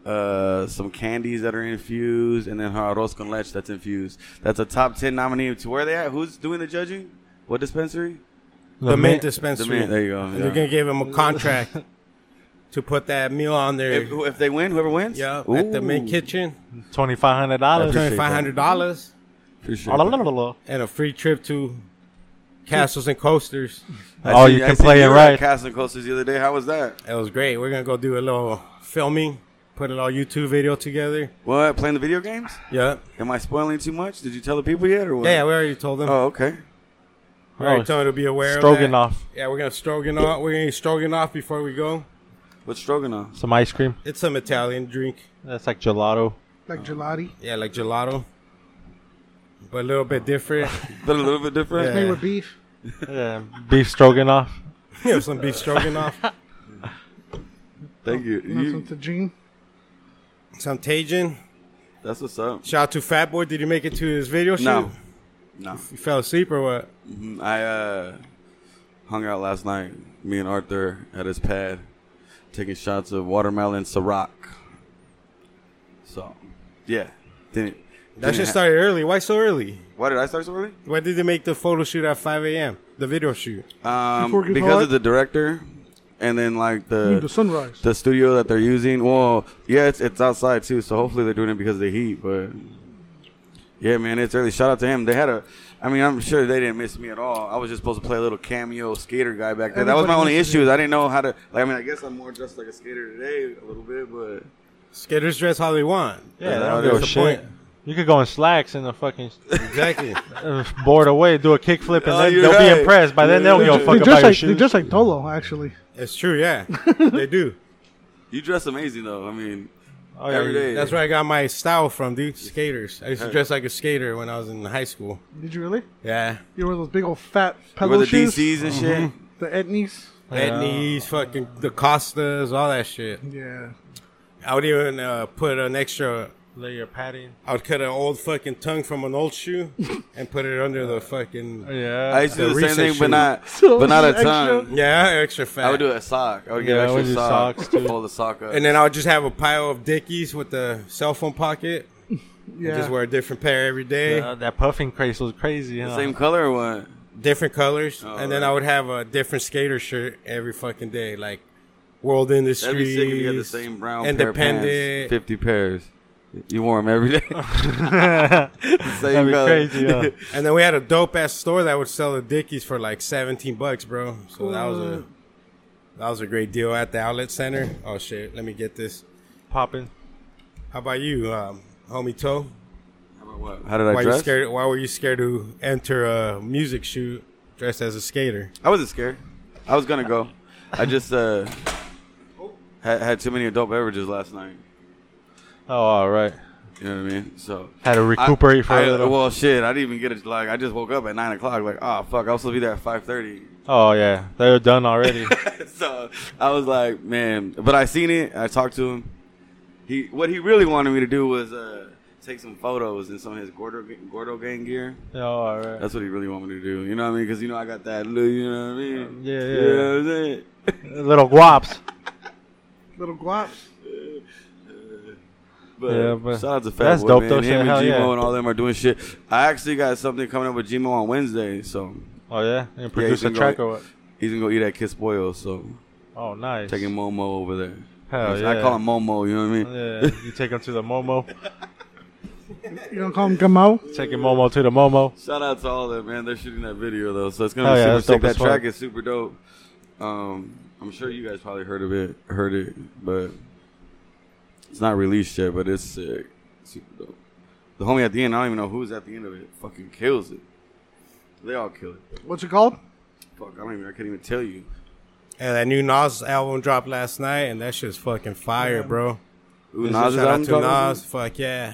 S5: uh, some candies that are infused, and then her arroz con leche that's infused. That's a top 10 nominee. To where are they at? Who's doing the judging? What dispensary?
S1: the, mint dispensary.
S5: The man. There you go.
S1: And
S5: yeah.
S1: They're gonna give him a
S5: [LAUGHS]
S1: contract to put that meal on there.
S5: if, who- if they win, whoever wins.
S1: yeah, at the main
S5: Ooh.
S1: kitchen,
S3: twenty five hundred dollars.
S1: twenty five hundred dollars
S5: Appreciate that.
S3: Oh,
S1: and a free trip to Castles and Coasters.
S5: I
S3: Oh,
S5: seen-
S3: you
S5: I
S3: can
S5: seen
S3: play
S5: you
S3: it
S5: were at
S3: right.
S5: Castle and Coasters the other day. How was that?
S1: That was great. We're gonna go do a little filming, put a little YouTube video together.
S5: What? Playing the video games?
S1: Yeah,
S5: Am I spoiling too much? Did you tell the people yet or what?
S1: yeah. We already told them.
S5: Oh, okay.
S1: we already told them to be aware. Of
S3: Stroganoff,
S1: that. Yeah, we're gonna stroganoff. We're gonna eat stroganoff before we go.
S5: What's stroganoff?
S3: some ice cream.
S1: It's some Italian drink.
S3: That's like gelato.
S2: Like gelati.
S1: Yeah, like gelato, but a little bit different. [LAUGHS]
S5: But a little bit different.
S2: Made
S1: Yeah.
S2: with beef.
S3: Yeah, beef stroganoff.
S1: yeah, some beef stroganoff,
S5: Thank you.
S2: Not
S5: you
S2: some tajin.
S1: some Tajin.
S5: that's what's up.
S1: Shout out to Fat Boy. Did you make it to his video shoot?
S5: No, no.
S1: You fell asleep or what?
S5: Mm, I uh, hung out last night. Me and Arthur at his pad, taking shots of watermelon Ciroc. So, yeah. Didn't.
S1: That
S5: didn't
S1: shit
S5: ha-
S1: started early. Why so early?
S5: Why did I start so early?
S1: Why did they make the photo shoot at 5 a.m.? The video shoot.
S5: Um,
S2: Before Good
S5: because
S2: Heart?
S5: of the director, and then like
S2: Dude, the sunrise.
S5: the studio that they're using. Well, yeah, it's, it's outside too, so hopefully they're doing it because of the heat. But yeah, man, it's early. Shout out to him. They had a. I mean, I'm sure they didn't miss me at all. I was just supposed to play a little cameo skater guy back there. that was my
S2: Everybody
S5: only
S2: misses
S5: issue. Is I didn't know how to. Like, I mean, I guess I'm more dressed like a skater today a little bit, but
S1: Skaters dress how they want.
S5: Yeah, Oh,
S3: Yeah,
S5: that
S3: that was
S5: was the
S3: shit. You could go in slacks and a fucking
S1: Exactly.
S3: uh, board away, do a kickflip, and
S5: Oh,
S3: then
S5: you're
S3: they'll
S5: right.
S3: be impressed. By then, they don't give a
S2: They
S3: fuck about
S2: just
S3: your
S2: like they
S3: shoes.
S2: just like Tolo actually.
S1: it's true, yeah. They do.
S5: you dress amazing though. I mean,
S3: Oh, yeah,
S5: every day.
S1: That's where I got my style from, dude. Skaters. I used to dress like a skater when I was in high school.
S2: Did you really?
S1: Yeah.
S2: You wore those big old fat
S5: You wear
S2: pedal
S5: the
S2: shoes.
S5: DCs and shit.
S2: The Etnies.
S1: Etnies, fucking the Costas, all that shit.
S2: Yeah.
S1: I would even uh, put an extra.
S3: Layer padding.
S1: I would cut an old fucking tongue from an old shoe and put it under the fucking.
S5: I
S3: Yeah.
S5: used to do
S1: The
S5: the same
S1: recess
S5: thing, but
S1: shoes.
S5: not,
S2: So
S5: but not a
S2: extra.
S5: ton.
S1: Yeah, extra fat.
S5: I would do a sock. I would
S3: Yeah, I
S5: get
S3: would
S5: extra
S3: do
S5: sock,
S3: socks, too.
S5: Fold the sock up.
S1: And then I would just have a pile of Dickies with the cell phone pocket.
S2: Yeah.
S1: Just wear a different pair every day,
S3: Uh, that puffing craze was crazy, huh?
S5: same color or what?
S1: different colors,
S5: Oh,
S1: and then
S5: right.
S1: I would have a different skater shirt every fucking day, like World Industries,
S5: That'd be sick if you had the same brown pair of pants.
S1: Independent.
S5: Fifty pairs. You wore them every [LAUGHS] day.
S3: That'd be crazy, huh?
S1: and then we had a dope ass store that would sell the Dickies for like seventeen bucks, bro. So that was a that was a great deal at the outlet center. Oh shit, let me get this.
S3: Popping.
S1: How about you, um, homie Toe?
S5: How did I
S1: Why you
S5: dress?
S1: scared? Why were you scared to enter a music shoot dressed as a skater?
S5: I wasn't scared. I was gonna go. I just uh, had, had too many adult beverages last night.
S3: Oh, all right.
S5: You know what I mean? So
S3: Had to recuperate for
S5: I,
S3: a little.
S5: Well, shit, I didn't even get it. Like I just woke up at nine o'clock. Like, oh fuck, I was supposed to be there at five thirty.
S3: oh yeah, they're done already.
S5: [LAUGHS] so I was like, man. But I seen it. I talked to him. He what he really wanted me to do was uh, take some photos in some of his Gordo Gordo gang gear.
S3: oh, all right.
S5: That's what he really wanted me to do. You know what I mean? Because you know I got that. little- You know what I mean?
S3: Yeah,
S5: You know what I'm saying?
S3: little guaps.
S2: Little guaps.
S5: But,
S3: Yeah, but
S5: shout out to Fat
S3: that's
S5: Boy,
S3: dope
S5: man.
S3: though, shit.
S5: Him and
S3: Hell
S5: Gmo
S3: yeah.
S5: and all them are doing shit. I actually got something coming up with Gmo on Wednesday, so
S3: Oh yeah, and produce
S5: you
S3: a
S5: can
S3: track
S5: go-
S3: or what?
S5: he's gonna go eat at Kiss Boyle. So
S3: Oh nice.
S5: taking Momo over there.
S3: Hell yeah.
S5: I call him Momo. You know what I mean?
S3: [LAUGHS] Yeah, you take him to the Momo.
S2: You gonna call him Gamo?
S3: Taking Momo to the Momo.
S5: Shout out to all that man. They're shooting that video though, so it's gonna
S3: Hell
S5: be
S3: yeah,
S5: super
S3: that's dope
S5: sick. That
S3: as fuck.
S5: track is super dope. Um, I'm sure you guys probably heard of it, heard it, but it's not released yet. But it's sick, super dope. The homie at the end, I don't even know who's at the end of it. Fucking kills it. They all kill it.
S2: What's it called?
S5: Fuck, I don't even. I couldn't even tell you.
S1: And that new Nas album dropped last night, and that shit's fucking fire, bro. This
S5: Ooh,
S1: is
S5: Nas's
S1: shout out
S5: album
S1: to
S5: cover?
S1: Nas. Fuck yeah.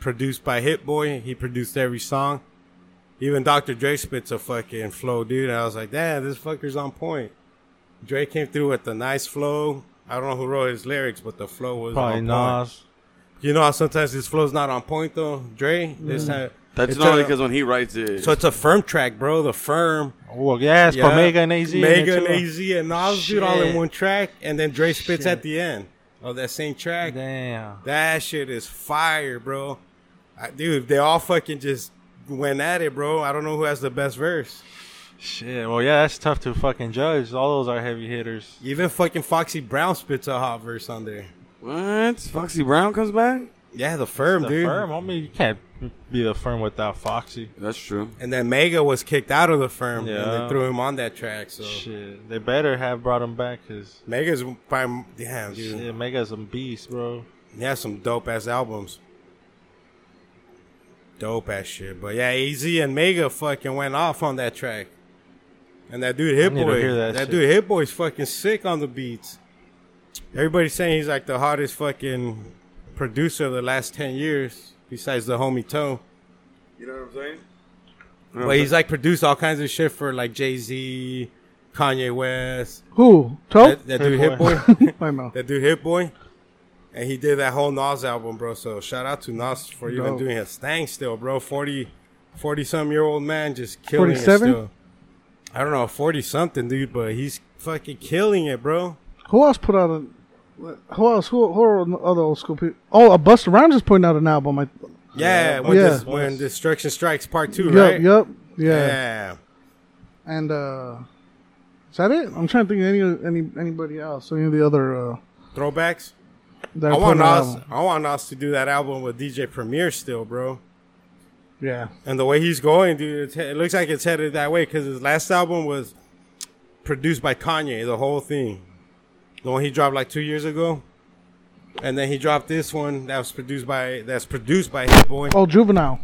S1: Produced by Hit Boy. He produced every song. Even Dr. Dre spits a fucking flow, dude. I was like, damn, this fucker's on point. Dre came through with a nice flow. I don't know who wrote his lyrics, but the flow was on
S3: Probably
S1: point.
S3: Nas.
S1: You know how sometimes his flow's not on point though, Dre.
S3: Mm.
S1: This time,
S5: That's
S1: it's
S5: normally
S1: a-
S5: because when he writes it,
S1: So it's a firm track, bro. The firm,
S3: Oh yes,
S1: yeah,
S3: for Mega and AZ. in it,
S1: Mega and
S3: too.
S1: AZ, and Nas, dude, all in
S3: Shit.
S1: one track, and then Dre spits at the end of that same track.
S3: Damn.
S1: That shit is fire, bro. I, dude, they all fucking just went at it, bro. I don't know who has the best verse.
S3: Shit. Well, yeah, that's tough to fucking judge. All those are heavy hitters.
S1: Even fucking Foxy Brown spits a hot verse on there.
S5: what? Foxy Brown comes back.
S1: Yeah, the firm,
S3: The
S1: dude.
S3: firm, I mean, you can't be the firm without Foxy.
S5: That's true.
S1: And then Mega was kicked out of the firm, and
S3: Yeah.
S1: they threw him on that track. So
S3: Shit, they better have brought him back because
S1: Mega's by damn, dude.
S3: shit, Mega's a beast, bro.
S1: He has some dope ass albums. Dope ass shit. But yeah, AZ and Mega fucking went off on that track. And that dude Hit
S3: need to
S1: Boy,
S3: hear
S1: that,
S3: that shit.
S1: dude Hit Boy's fucking sick on the beats. Everybody's saying he's like the hottest fucking producer of the last 10 years, besides the homie Toe.
S5: You know what I'm saying?
S1: But he's like produced all kinds of shit for like Jay Z, Kanye West.
S2: Who? Toe?
S1: That, that dude Hit
S3: Boy.
S1: Boy.
S2: [LAUGHS]
S3: [LAUGHS]
S2: I know.
S1: that dude Hit Boy, and he did that whole Nas album, bro. So shout out to Nas for even
S2: Dope.
S1: doing his thing still, bro. 40, 40 some year old man just killing
S2: 47?
S1: it still. I don't know, forty something, dude, but he's fucking killing it, bro.
S2: Who else put out a? Who else? Who, who are the other old school people? Oh, a Busta Rhymes is putting out an album. I,
S1: Yeah, when,
S2: Oh, Yeah.
S1: This, when Destruction Strikes Part Two,
S2: yep,
S1: right?
S2: yep, yeah.
S1: Yeah.
S2: And uh, is that it? I'm trying to think of any any anybody else, any of the other. Uh,
S1: throwbacks.
S2: that
S1: I
S2: are
S1: want
S2: putting out
S1: Nas.
S2: album.
S1: I want Nas to do that album with DJ Premier still, bro.
S2: Yeah,
S1: And the way he's going, dude, it's, it looks like it's headed that way because his last album was produced by Kanye, the whole thing. The one he dropped like two years ago. And then he dropped this one that was produced by that's produced by his boy.
S2: Oh, Juvenile.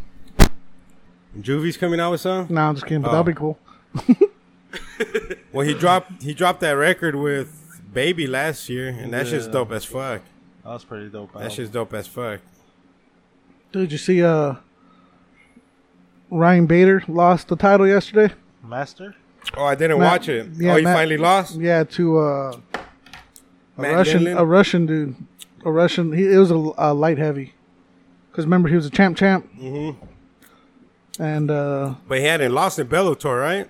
S1: Juvie's coming out with some.
S2: Nah, I'm just kidding, but that'd be cool.
S1: Well he dropped he dropped that record with Baby last year and that shit's dope as fuck.
S3: That was pretty dope.
S2: Oh.
S1: That shit's dope as fuck.
S2: Dude, you see, uh, Ryan Bader lost the title yesterday.
S3: master.
S1: Oh I didn't
S2: Matt-
S1: watch it.
S2: yeah,
S1: oh you
S2: Matt-
S1: finally lost?
S2: Yeah, to uh, a
S1: Matt
S2: Russian,
S1: Lindland?
S2: a Russian dude, a Russian. He it was a, a light heavy, because remember he was a champ, champ. Mm-hmm. And uh,
S1: But he hadn't lost in Bellator, right?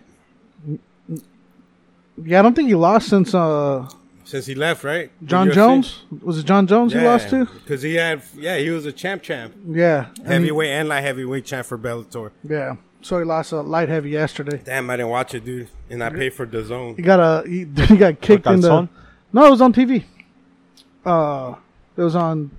S2: yeah, I don't think he lost since uh,
S1: Since he left, right? The
S2: John
S1: UFC?
S2: Jones. Was it John Jones he lost to?
S1: Because he had yeah, he was a champ champ.
S2: Yeah, and he-
S1: Heavyweight and light heavyweight champ for Bellator.
S2: yeah. So he lost a light heavy yesterday.
S1: Damn, I didn't watch it, dude. And I paid for the
S2: He
S1: zone.
S2: got a he, [LAUGHS] he got kicked in the.
S3: Calzone?
S2: No, it was on TV. Uh, it was on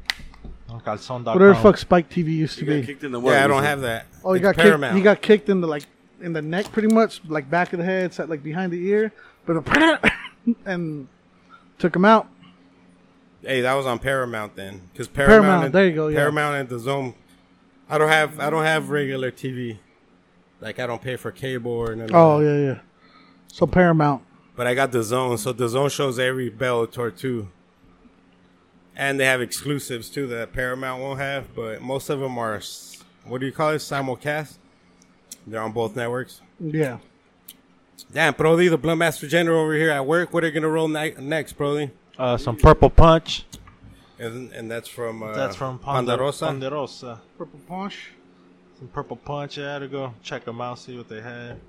S3: On calzone.com.
S2: whatever the fuck Spike TV used to
S5: He got
S2: be.
S5: kicked in the what?
S1: Yeah, I don't
S5: recently?
S1: have that.
S2: Oh, he
S1: It's
S2: got
S1: Paramount.
S2: kicked. He got kicked in the like in the neck, pretty much, like back of the head, sat like behind the ear, but a [COUGHS] and took him out.
S1: hey, that was on Paramount then, because Paramount.
S2: Paramount,
S1: and-
S2: there you go, yeah.
S1: Paramount and the zone. I don't have. I don't have regular TV. Like I don't pay for cable or nothing.
S2: Oh yeah, yeah. So Paramount.
S1: But I got the zone, so the zone shows every Bellator too. and they have exclusives too that Paramount won't have. But most of them are s- what do you call it? Simulcast. They're on both networks.
S2: Yeah.
S1: Damn, Brody, the Blunt Master General over here at work. What are you gonna roll ni- next, Brody?
S3: Uh, some purple punch.
S1: And, and that's from uh,
S3: That's from
S1: Ponderosa.
S3: Ponderosa. Ponderosa.
S2: Purple punch.
S3: Some purple punch. I had to go check them out, see what they had.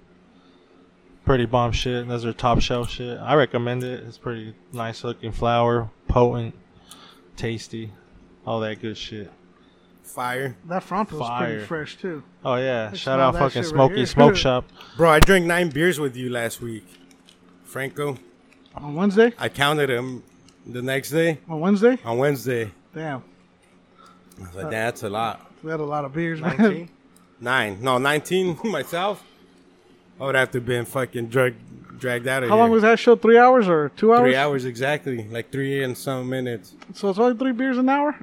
S3: Pretty bomb shit. and That's their top shelf shit. I recommend it. It's pretty nice looking flower, potent, tasty, all that good shit.
S1: Fire,
S2: That Fronto's
S3: Fire.
S2: pretty fresh too.
S3: Oh yeah, shout
S2: smell
S3: out
S2: that
S3: fucking
S2: shit right
S3: Smoky
S2: here. [LAUGHS]
S3: Smoke Shop.
S1: bro. I drank nine beers with you last week, Franco.
S2: On Wednesday?
S1: I counted them the next day
S2: On Wednesday?
S1: on Wednesday.
S2: Damn.
S1: I was like,
S3: Uh,
S1: "Damn, that's a lot.
S2: We had a lot of beers, man.
S3: 19?
S1: Nine, no, nineteen. [LAUGHS] myself, I would have to been fucking drug dragged out of
S2: [LAUGHS] How
S1: here.
S2: long was that show? Three hours or two hours?
S1: Three hours exactly, like three and some minutes.
S2: So it's only three beers an hour?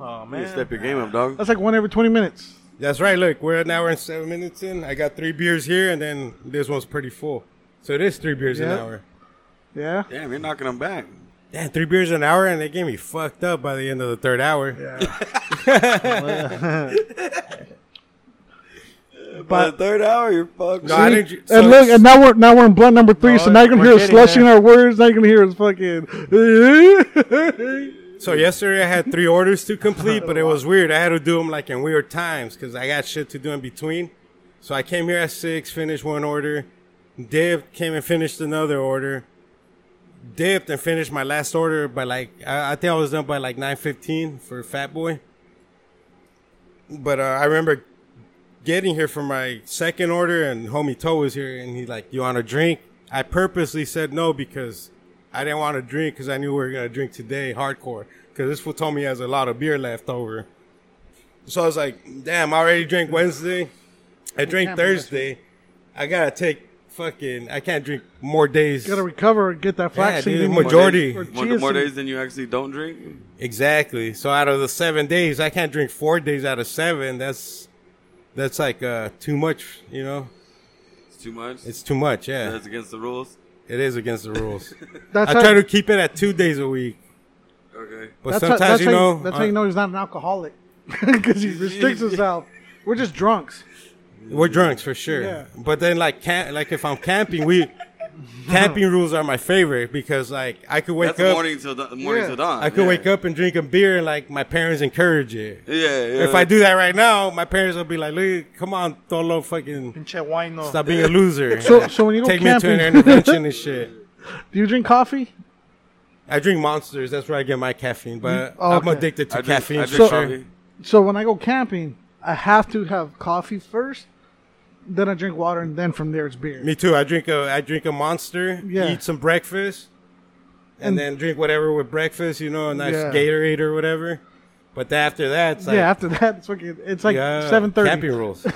S3: Oh
S5: You need to
S3: man.
S5: step your game up, dog.
S2: That's like one every 20 minutes.
S1: That's right. Look, we're an hour and seven minutes in. I got three beers here, and then this one's pretty full. So it is three beers an
S2: Yeah.
S1: hour.
S2: Yeah.
S5: Damn, you're knocking them back.
S1: Damn, three beers an hour, and they gave me fucked up by the end of the third hour.
S2: Yeah.
S5: By the third hour, you're fucked.
S1: No, I didn't. so
S2: and look,
S1: it's-
S2: and now we're now we're in blunt number three,
S3: No,
S2: so now you're gonna
S3: we're
S2: hear us
S3: getting
S2: slushing
S3: there.
S2: our words. Now you're gonna hear us [LAUGHS] fucking.
S1: So yesterday I had three orders to complete, but it was weird. I had to do them like in weird times because I got shit to do in between. So I came here at six, finished one order, dipped, came and finished another order, dipped and finished my last order by like I, I think I was done by like nine fifteen for Fat Boy. But uh, I remember getting here for my second order, and homie Toe was here, and he's like, "You want a drink?" I purposely said no because I didn't want to drink because I knew we were gonna drink today, hardcore. Because this fool told me he has a lot of beer left over. So I was like, "Damn, I already drank Wednesday. I drank
S2: can't be this
S1: Thursday. I gotta take fucking. I can't drink more days.
S2: Gotta recover and get that flaxseed.
S1: dude,
S2: in
S1: more
S2: you.
S1: joy- Jordy.
S5: More,
S2: Or
S5: days- more,
S2: cheese
S5: more
S2: and-
S5: days than you actually don't drink.
S1: Exactly. So out of the seven days, I can't drink four days out of seven. That's that's like uh, too much. You know,
S5: It's too much.
S1: it's too much. Yeah,
S5: That's against the rules.
S1: [LAUGHS] it is against the
S5: [LAUGHS]
S1: rules.
S2: That's
S1: I
S2: how,
S1: try to keep it at two days a week,
S5: Okay.
S1: but
S2: that's how-
S1: sometimes
S2: that's
S1: you
S2: how
S1: know.
S2: That's
S1: uh,
S2: how you know he's not an alcoholic [LAUGHS] because
S1: [LAUGHS]
S2: he restricts himself. We're just drunks.
S1: uh, We're drunks for sure.
S2: Yeah.
S1: But then like camp, like if I'm camping,
S5: [LAUGHS]
S1: we camping rules are my favorite because like I could wake
S5: That's the
S1: up,
S5: morning till the, morning
S2: Yeah.
S5: till dawn.
S1: I could
S5: yeah.
S1: wake up and drink a beer, and like my parents encourage it.
S5: Yeah, yeah.
S1: If I do that right now, my parents will be like, "Look, come on, Tolo, fucking stop being a loser."
S2: So- so when you go
S1: take me to an
S2: camping-
S1: intervention and shit.
S2: [LAUGHS] Do you drink coffee?
S1: I drink monsters. That's where I get my caffeine. But
S2: Oh,
S1: I'm
S2: okay.
S1: addicted to
S5: I drink,
S1: caffeine.
S5: I
S1: for
S2: So-
S5: drink
S1: sure.
S5: coffee.
S2: So when I go camping, I have to have coffee first, then I drink water, and then from there it's beer.
S1: Me too. I drink a I drink a monster.
S2: Yeah.
S1: Eat some breakfast, and,
S2: And-
S1: then drink whatever with breakfast. You know, a nice
S2: Yeah.
S1: Gatorade or whatever. But then after that, it's like,
S2: yeah, after that, it's, fucking, it's like
S1: yeah,
S2: seven
S1: Camping
S2: thirty. [LAUGHS]
S1: rules.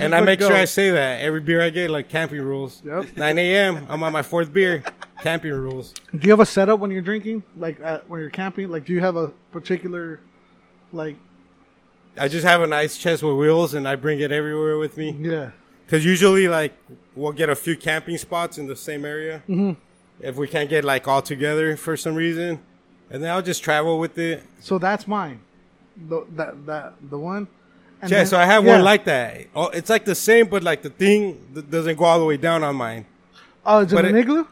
S1: and I make sure I say that every beer I get, like camping rules.
S2: Yep.
S1: 9 a.m. I'm on my fourth beer. Camping rules.
S2: Do you have a setup when you're drinking? Like uh, when you're camping? Like do you have a particular, like
S1: I just have a nice chest with wheels, and I bring it everywhere with me.
S2: yeah?
S1: Because usually, like, we'll get a few camping spots in the same area
S2: Mm-hmm.
S1: if we can't get like all together for some reason, and then I'll just travel with it.
S2: So that's mine. The, that that the one. And
S1: yeah,
S2: then-
S1: so I have
S2: yeah.
S1: one like that. Oh, it's like the same, but like the thing that doesn't go all the way down on mine.
S2: Oh, is it
S1: but
S2: an
S1: it-
S2: igloo?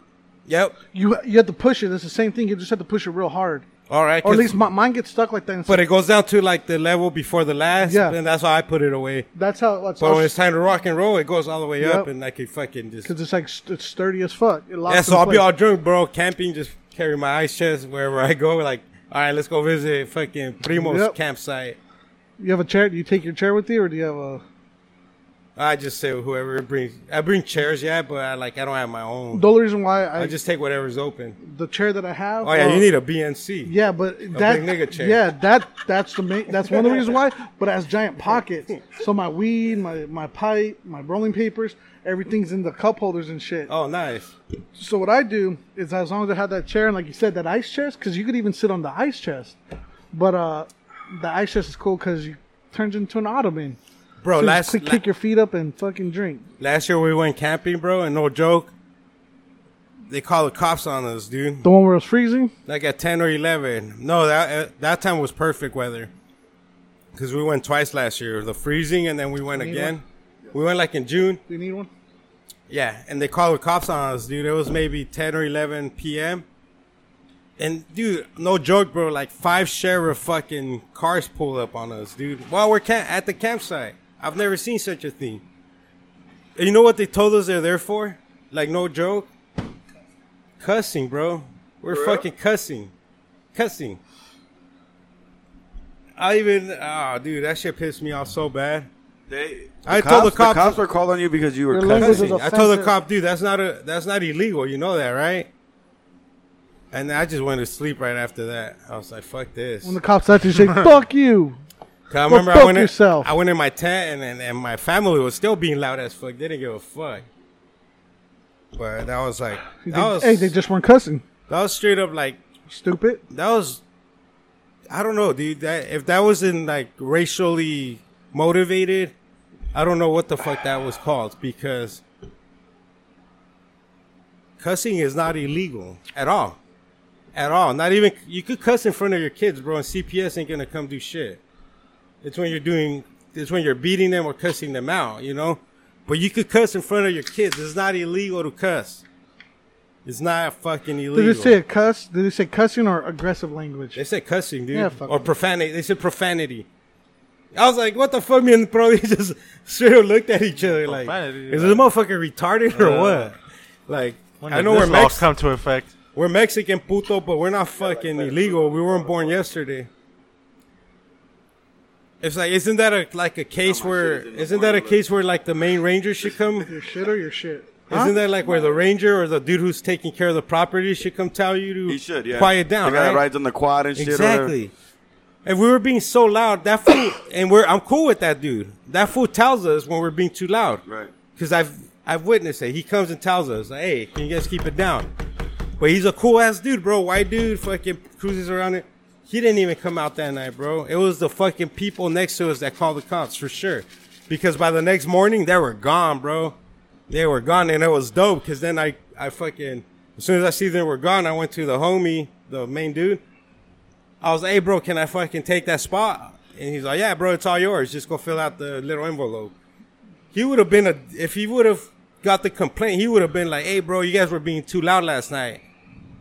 S1: Yep.
S2: You you have to push it. It's the same thing. You just have to push it real hard.
S1: All right.
S2: Or at
S1: 'cause-
S2: least my, mine gets stuck like that. And
S1: but it goes down to like the level before the last,
S2: Yeah.
S1: and that's why I put it away.
S2: that's how. That's
S1: But when it's time to rock and roll, it goes all the way up,
S2: Yep.
S1: and I can fucking just.
S2: because it's like st- it's sturdy as fuck. It locks
S1: Yeah,
S2: in
S1: so I'll be
S2: place.
S1: all drunk, bro. Camping, just carry my ice chest wherever I go. Like, all right, let's go visit fucking Primo's
S2: Yep.
S1: campsite.
S2: You have a chair? Do you take your chair with you, or do you have a?
S1: I just say whoever brings. I bring chairs, yeah, but I like I don't have my own.
S2: The only reason why I,
S1: I just take whatever's open.
S2: the chair that I have. uh,
S1: Oh yeah,
S2: well,
S1: you need a BNC.
S2: Yeah, but that
S1: big nigga chair.
S2: yeah that that's the main that's one of the reasons why. But it has giant pockets, so my weed, my my pipe, my rolling papers, everything's in the cup holders and shit.
S1: Oh nice.
S2: So what I do is as long as I have that chair and like you said that ice chest, because you could even sit on the ice chest, but uh the ice chest is cool because you turns into an ottoman.
S1: Bro,
S2: So you
S1: last
S2: click,
S1: la-
S2: kick your feet up and fucking drink.
S1: last year we went camping, bro, and no joke. they called the cops on us, dude.
S2: The one where it was freezing?
S1: Like at ten or eleven. No, that uh, that time was perfect weather. Cause we went twice last year, the freezing, and then we went
S2: Anyone?
S1: again. We went like in June.
S2: Do you need one?
S1: Yeah, and they called the cops on us, dude. It was maybe 10 or 11 p.m. And dude, no joke, bro. Like five sheriff fucking cars pull up on us, dude. While we're camp- at the campsite, I've never seen such a thing. And you know what they told us they're there for? Like no joke, cussing, bro. We're fucking cussing, cussing. I even, ah, dude, that shit pissed me off so bad.
S5: They,
S1: I told the cops-
S5: The cops were called on you because you were
S2: Your language
S5: cussing.
S2: is
S1: I told the
S2: offensive.
S1: cop, dude, that's not a that's not illegal. You know that, right? And I just went to sleep right after that. I was like, fuck this.
S2: When the cops at
S1: [LAUGHS]
S2: you, say, fuck you.
S1: 'Cause I remember
S2: fuck
S1: I went
S2: yourself.
S1: In, I went in my tent and, and and my family was still being loud as fuck. They didn't give a fuck. But that was like
S2: They-
S1: that was
S2: hey, they just weren't cussing.
S1: that was straight up like
S2: Stupid.
S1: that was I don't know, dude. That if that wasn't like racially motivated, I don't know what the fuck that was called because cussing is not illegal at all. At all. Not even you could cuss in front of your kids, bro, and CPS ain't gonna come do shit. It's when you're doing it's when you're beating them or cussing them out, you know? But you could cuss in front of your kids. It's not illegal to cuss. It's not fucking illegal.
S2: Did they say a cuss? Did they say cussing or aggressive language?
S1: They said cussing, dude.
S2: Yeah, fuck
S1: or
S2: it.
S1: profanity. They said profanity. I was like, what the fuck? Me [LAUGHS] and Brody just straight up looked at each other like,
S3: Profanity,
S1: is this motherfucker retarded or
S3: Uh,
S1: what? Like,
S3: When
S1: I
S3: did
S1: know
S3: this
S1: we're,
S3: law
S1: Mex-
S3: come to effect.
S1: we're Mexican, puto, but we're not fucking illegal. We weren't born yesterday. It's like, isn't that a like a case where
S5: in the
S1: isn't that a
S5: morning,
S1: case where like the main ranger should
S3: [LAUGHS]
S1: come?
S2: Your shit or your shit? Huh?
S1: Isn't that like where the ranger or the dude who's taking care of the property should come tell you to
S5: He should, yeah.
S1: quiet down?
S5: The guy that
S1: right?
S5: rides on the quad and shit. or whatever.
S1: Exactly. And we were being so loud, that fool, [COUGHS] and we're I'm cool with that dude. That fool tells us when we're being too loud,
S5: Right.
S1: Because I've I've witnessed it. He comes and tells us, like, "Hey, can you guys keep it down?" But he's a cool ass dude, bro. White dude, fucking cruises around it. He didn't even come out that night, bro. It was the fucking people next to us that called the cops for sure. Because by the next morning, they were gone, bro. They were gone, and it was dope. Because then I I fucking as soon as I see they were gone, I went to the homie, the main dude. I was like, hey, bro, can I fucking take that spot? And he's like, yeah, bro, it's all yours. Just go fill out the little envelope. He would have been a, if he would have got the complaint, he would have been like, hey, bro, you guys were being too loud last night.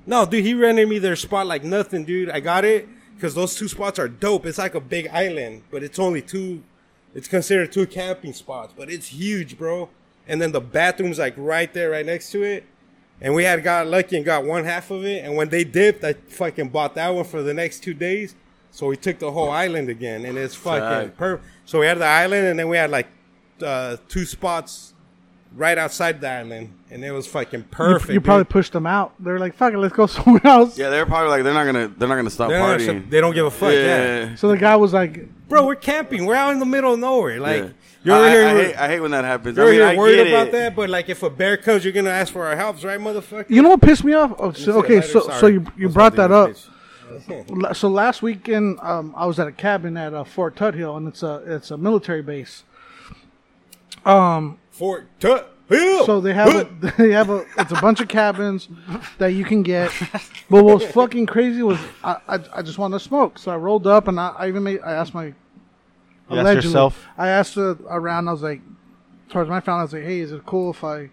S1: No, dude, he rented me their spot like nothing, dude. I got it because those two spots are dope. It's like a big island, but it's only two, it's considered two camping spots, but it's huge, bro. And then the bathroom's like right there, right next to it. And we had got lucky and got one half of it. And when they dipped, I fucking bought that one for the next two days. So we took the whole island again, and it's fucking
S5: Fuck.
S1: perfect. So we had the island, and then we had like uh, two spots right outside the island, and it was fucking
S2: You,
S1: perfect.
S2: you probably
S1: dude.
S2: pushed them out. They're like, fuck it, let's go [LAUGHS] somewhere else.
S5: Yeah, they're probably like they're not gonna they're not gonna stop
S1: They're not-
S5: partying.
S1: they don't give a fuck. yeah.
S5: yeah.
S2: So the guy was like,
S1: bro, we're camping. We're out in the middle of nowhere. Like
S5: Yeah.
S1: you're
S5: I,
S1: over here,
S5: I, I hate, I hate when that happens.
S1: you're
S5: I
S1: over here
S5: mean, I
S1: worried
S5: get
S1: about
S5: it.
S1: that. But like, if a bear comes, you're gonna ask for our help, right, motherfucker?
S2: you know what pissed me off? Oh, so,
S1: Sorry,
S2: okay,
S1: lighter,
S2: so
S1: sorry.
S2: so you, you
S1: That's
S2: brought
S1: what
S2: that
S1: I
S2: up.
S1: did, bitch.
S2: La- So last weekend, um, I was at a cabin at uh, Fort Tut Hill, and it's a it's a military base.
S1: Fort Tut Hill.
S2: So they have a [LAUGHS] they have a it's a bunch of cabins that you can get. But what was fucking crazy was I I, I just wanted to smoke, so I rolled up and I, I even made I asked my
S3: You asked yourself?
S2: I asked uh, around. I was like, towards my family, I was like, hey, is it cool if I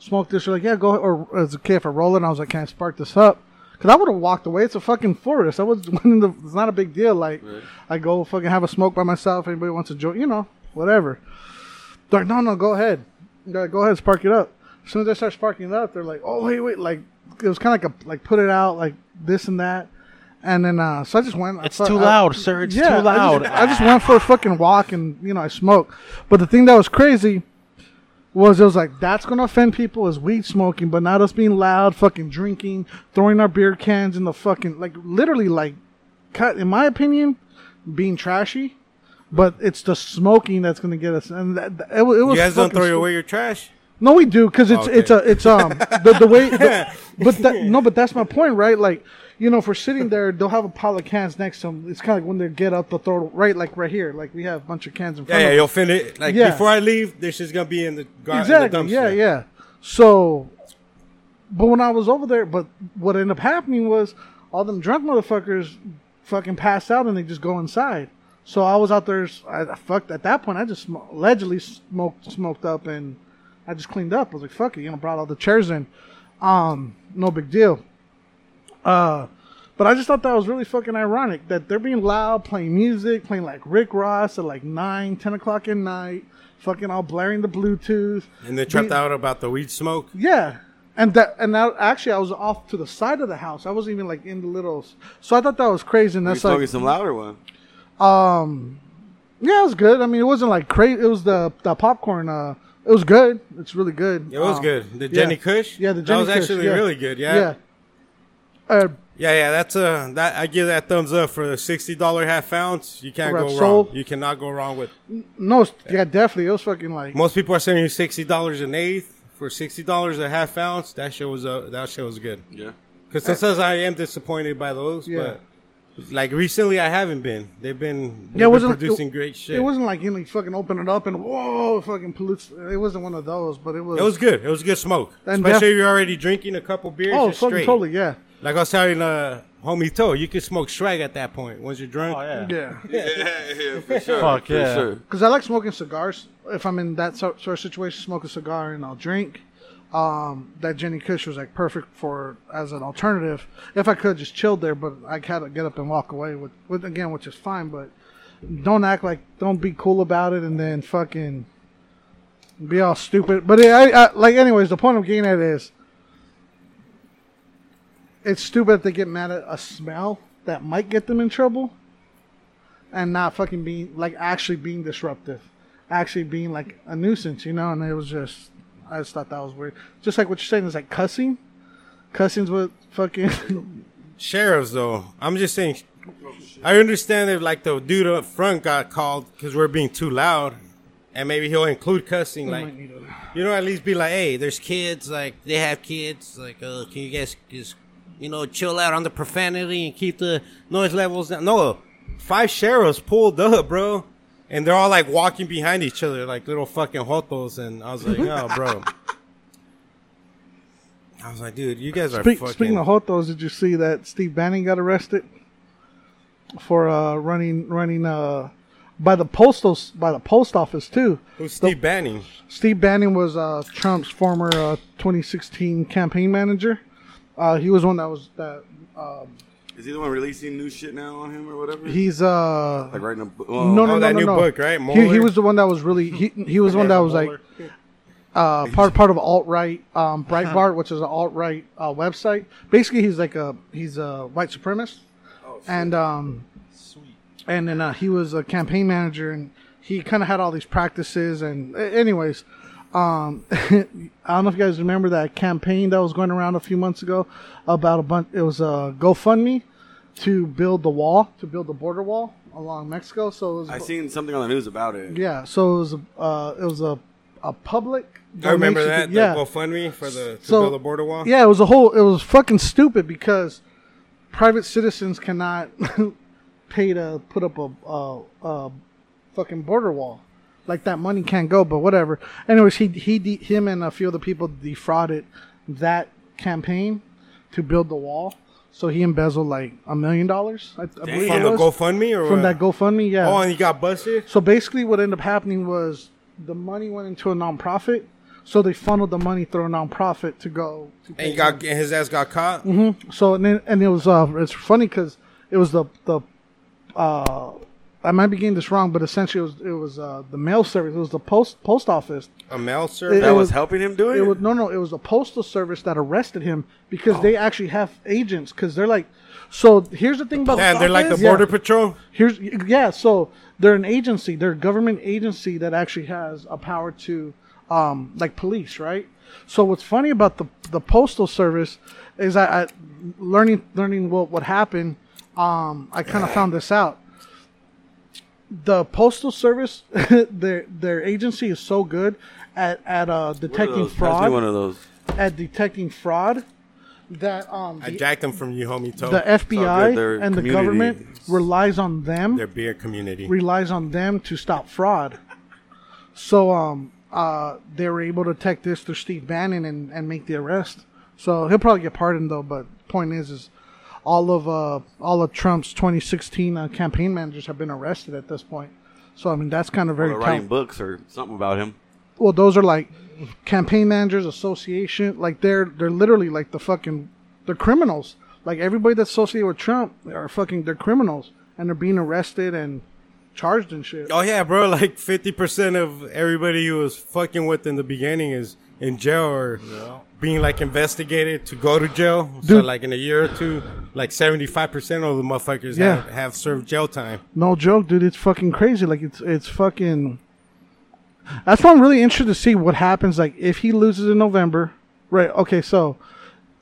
S2: smoke this? They're like, yeah, go. Or is it okay if I roll it? And I was like, can I spark this up? Because I would have walked away. It's a fucking forest. I was. [LAUGHS] It's not a big deal. Like, I go fucking have a smoke by myself. Anybody wants to join? You know, whatever. They're like, no, no, go ahead. They're like, go ahead, spark it up. As soon as I start sparking it up, they're like, oh wait, wait, like it was kind of like a like put it out, like this and that, and then uh, so I just went. I
S3: It's
S2: fu-
S3: too
S2: I-
S3: loud, sir. It's too
S2: I
S3: loud.
S2: just, I just went for a fucking walk and you know I smoke. But the thing that was crazy was it was like that's gonna offend people is weed smoking, but not us being loud, fucking drinking, throwing our beer cans in the fucking like literally like cut in my opinion being trashy. But it's the smoking that's gonna get us, and that, that- it, wa- it was.
S1: you guys don't
S2: fucking
S1: throw
S2: stu-
S1: away your trash.
S2: no, we do because
S1: Oh,
S2: it's it's a it's um the, the
S1: [LAUGHS]
S2: way, the- but that, no, but that's my point, right? Like, you know, if we're sitting there, they'll have a pile of cans next to them. It's kind of like when they get up, they'll throw right, like right here, like we have a bunch of cans in
S1: Yeah,
S2: front.
S1: yeah,
S2: of
S1: you'll finish. it. Like
S2: Yeah.
S1: before I leave, this is gonna be in the gar- in the
S2: exactly.
S1: dumpster.
S2: yeah, yeah. So But when I was over there, but what ended up happening was all them drunk motherfuckers fucking pass out and they just go inside. So I was out there. I I fucked at that point. I just sm- allegedly smoked smoked up and I just cleaned up. I was like, fuck it, you know, brought all the chairs in. Um, no big deal. Uh, but I just thought that was really fucking ironic that they're being loud, playing music, playing like Rick Ross at like 9, 10 o'clock at night, fucking all blaring the Bluetooth.
S1: And they tripped
S2: Be-
S1: out about the weed smoke.
S2: Yeah. And that, and that, actually, I was off to the side of the house. I wasn't even like in the little. So I thought that was crazy. And
S5: We
S2: that's
S5: smoking
S2: like,
S5: some louder one.
S2: yeah, it was good. I mean, it wasn't like crazy. It was the, the popcorn. Uh, it was good. It's really good.
S1: It was
S2: Um,
S1: good. The
S2: yeah.
S1: Jenny Kush.
S2: Yeah, the
S1: That
S2: Jenny
S1: was
S2: Kush,
S1: actually
S2: yeah.
S1: really good. Yeah.
S2: Yeah.
S1: yeah,
S2: Uh,
S1: yeah, That's uh, that I give that thumbs up for the sixty dollar half ounce. You can't
S2: Right,
S1: go
S2: so-
S1: wrong. You cannot go wrong with.
S2: no, it's- yeah, definitely. It was fucking like
S1: Most people are sending you sixty dollars an eighth for sixty dollars a half ounce. That shit was uh, that shit was good.
S5: Yeah.
S1: Because sometimes I am disappointed by those,
S2: Yeah.
S1: but like recently I haven't been. They've been, they've
S2: Yeah, it
S1: been
S2: wasn't-
S1: producing great shit.
S2: It wasn't like you know, you fucking open it up and whoa, fucking pollutes. It wasn't one of those, but it was.
S1: It was good. It was good smoke,
S2: And
S1: especially
S2: def-
S1: if you're already drinking a couple beers.
S2: oh,
S1: you're
S2: fucking
S1: straight.
S2: totally, yeah,
S1: Like I was telling uh, homie Toe, you can smoke swag at that point once you're drunk.
S3: Oh yeah.
S2: yeah.
S5: Yeah, yeah, for sure.
S3: Fuck,
S5: for
S3: yeah.
S5: sure.
S2: Because I like smoking cigars. If I'm in that sort, sort of situation, smoke a cigar and I'll drink. Um, that Jenny Kush was like perfect for as an alternative. If I could just chilled there, but I had to get up and walk away with, with again, which is fine. But don't act like don't be cool about it and then fucking be all stupid. But I, I like anyways. The point I'm getting at is it's stupid if they get mad at a smell that might get them in trouble and not fucking being like actually being disruptive, actually being like a nuisance, you know. And it was just, I just thought that was weird. Just like what you're saying is like cussing, cussing's what fucking [LAUGHS]
S1: Sheriffs, though, I'm just saying. I understand if like the dude up front got called because we're being too loud, and maybe he'll include cussing. Like
S2: Might need a-
S1: you know, at least be like, hey, there's kids, like they have kids, like uh, can you guys just you know chill out on the profanity and keep the noise levels down? No, five sheriffs pulled up, bro, and they're all like walking behind each other like little fucking hotos, and I was like,
S2: [LAUGHS]
S1: oh, bro. I was like, dude, you guys are
S2: Speak,
S1: fucking.
S2: speaking of hotos, did you see that Steve Bannon got arrested for uh, running running uh, by the postal by the post office too?
S1: Who's Steve Banning?
S2: Steve Bannon was uh, Trump's former uh, 2016 campaign manager. Uh, he was one that was that
S5: Is he the one releasing new shit now on him or whatever?
S2: he's uh
S5: like writing a book.
S2: no,
S1: Oh,
S2: no, no,
S1: that
S2: no,
S1: new
S2: no.
S1: book, right?
S2: He, he
S1: Mueller?
S2: was the one that was really he, he was the one that was like uh, part part of alt right um, Breitbart, which is an alt right uh, website. Basically, he's like a he's a white supremacist,
S1: Oh,
S2: and um, and then uh, he was a campaign manager, and he kind of had all these practices. And a- anyways, um, [LAUGHS] I don't know if you guys remember that campaign that was going around a few months ago about a bunch. It was a GoFundMe to build the wall, to build the border wall along Mexico. So it was
S5: I seen something on the news about it.
S2: yeah, so it was a, uh, it was a a public.
S1: I remember that.
S2: donation-
S1: Yeah.
S2: yeah,
S1: The GoFundMe for the to
S2: So-
S1: build a border wall.
S2: yeah, it was a whole. It was fucking stupid because private citizens cannot [LAUGHS] pay to put up a, a, a fucking border wall. Like that money can't go, but whatever. Anyways, he he de- him and a few other people defrauded that campaign to build the wall. So he embezzled like a million dollars. I, I believe
S1: From
S2: it
S1: the
S2: was.
S1: GoFundMe or what?
S2: from that GoFundMe. Yeah.
S1: Oh, and he got busted.
S2: So basically, what ended up happening was the money went into a nonprofit, so they funneled the money through a nonprofit to go. To
S1: And
S2: pay
S1: he got
S2: them.
S1: and his ass got caught.
S2: Mm-hmm. so and then, and it was uh it's funny because it was the the uh I might be getting this wrong, but essentially it was it was uh the mail service, it was the post post office.
S1: A mail
S5: That
S1: service.
S5: was,
S2: was-
S5: helping him do it.
S2: It was no no, it was the postal service that arrested him because
S1: Oh.
S2: they actually have agents because they're like. So here's the thing about
S1: Damn, they're like the
S2: Yeah.
S1: border patrol.
S2: Here's yeah. So they're an agency. They're a government agency that actually has a power to, um, like police, right? So what's funny about the the postal service is I, I learning learning what what happened. Um, I kind of found this out. The postal service, [LAUGHS] their their agency is so good at at uh,
S5: One of
S2: detecting
S5: those. Pass me
S2: fraud
S5: one of those. uh,
S2: at detecting fraud that um
S1: I
S2: the,
S1: jacked them from you, homie. Toe.
S2: the FBI
S5: their
S2: and the
S5: community.
S2: government relies on them
S1: their beer community.
S2: relies on them to stop fraud. So um uh they were able to detect this through Steve Bannon and, and make the arrest So he'll probably get pardoned though. But point is, is all of uh, all of Trump's 2016 uh, campaign managers have been arrested at this point. So I mean, that's kind of very
S5: Or
S2: telling.
S5: writing books or something about him.
S2: well those are like campaign managers association like they're they're literally like the fucking they're criminals like everybody that's associated with trump are fucking they're criminals and they're being arrested and charged and shit
S1: Oh yeah, bro. [LAUGHS] Like fifty percent of everybody who was fucking with in the beginning is in jail or being like investigated to go to jail. So
S2: Dude.
S1: like in a year or two, like seventy five percent of the motherfuckers
S2: Yeah.
S1: have, have served jail time.
S2: no joke dude it's fucking crazy like it's it's fucking that's why i'm really interested to see what happens like if he loses in november right okay so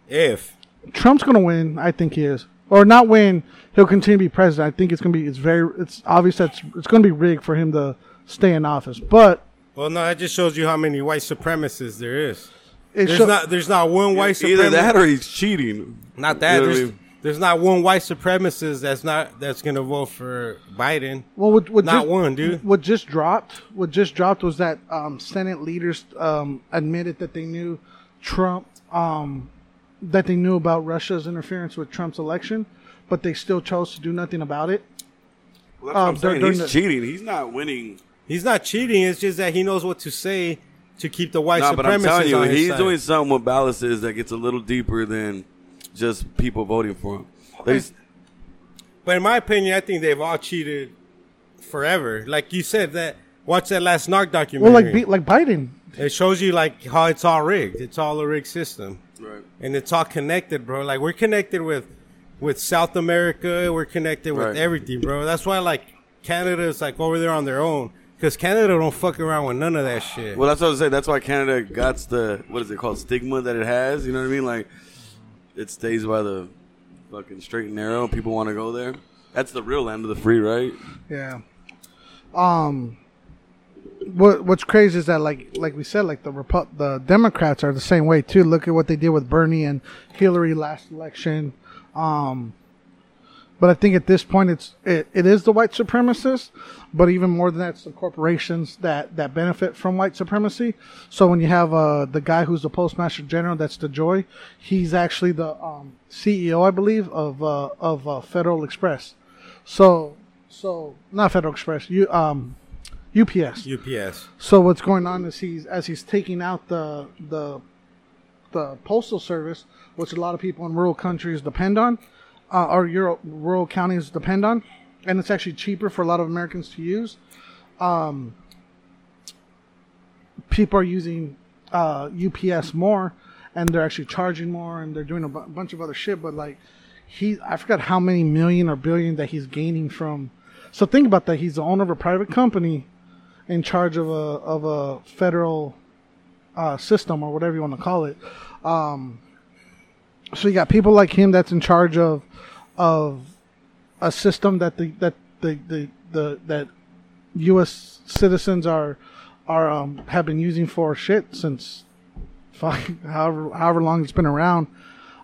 S1: If
S2: Trump's gonna win. I think he is, or not win. He'll continue to be president. I think it's gonna be. It's very. It's obvious that's. It's gonna be rigged for him to stay in office. But
S1: well, no, that just shows you how many white supremacists there is.
S2: it's
S1: There's
S2: sho-
S1: not. There's not one white supremacist.
S5: Either that or he's cheating.
S1: not that.
S5: You know what I
S1: There's,
S5: mean?
S1: there's not one white supremacist that's not that's gonna vote for Biden.
S2: well, what, what
S1: Not
S2: just,
S1: one, dude.
S2: What just dropped? What just dropped was that um, Senate leaders um, admitted that they knew Trump. Um, that they knew about Russia's interference with Trump's election, but they still chose to do nothing about it.
S5: Well, that's what
S2: Um,
S5: I'm
S2: they're
S5: saying.
S2: doing
S5: He's
S2: the-
S5: cheating. He's not winning.
S1: He's not cheating. It's just that he knows what to say to keep the white
S5: No,
S1: supremacists
S5: but I'm telling you,
S1: on his
S5: he's
S1: side.
S5: doing something with balances that gets a little deeper than just people voting for him. They s-
S1: But in my opinion, I think they've all cheated forever. Like you said, that watch that last narc
S2: Well,
S1: documentary.
S2: like be, like Biden.
S1: it shows you like how it's all rigged. It's all a rigged system,
S5: Right.
S1: and it's all connected, bro. Like we're connected with with South America. We're connected with
S5: Right.
S1: everything, bro. That's why like Canada's like over there on their own because Canada don't fuck around with none of that shit.
S5: Well, that's what I was saying. That's why Canada got the what is it called stigma that it has. You know what I mean? Like it stays by the fucking straight and narrow. People want to go there. That's the real land of the free, right?
S2: Yeah. Um. What What's crazy is that like like we said like the Repu- the Democrats are the same way too. Look at what they did with Bernie and Hillary last election. Um. But I think at this point it's it, it is the white supremacists, but even more than that, it's the corporations that that benefit from white supremacy. So when you have uh the guy who's the postmaster general, that's DeJoy, he's actually the um, CEO, I believe, of uh, of uh, Federal Express. So so not Federal Express, you um UPS.
S1: UPS.
S2: So what's going on is he's as he's taking out the the the postal service, which a lot of people in rural countries depend on, uh, or Euro, rural counties depend on, and it's actually cheaper for a lot of Americans to use. Um, people are using uh, UPS more, and they're actually charging more, and they're doing a bu- bunch of other shit. But like, he I forgot how many million or billion that he's gaining from. So think about that. He's the owner of a private company in charge of a of a federal uh, system or whatever you want to call it. Um, so you got people like him that's in charge of of a system that the that the the, the that U.S. citizens are are um, have been using for shit since fuck, however however long it's been around.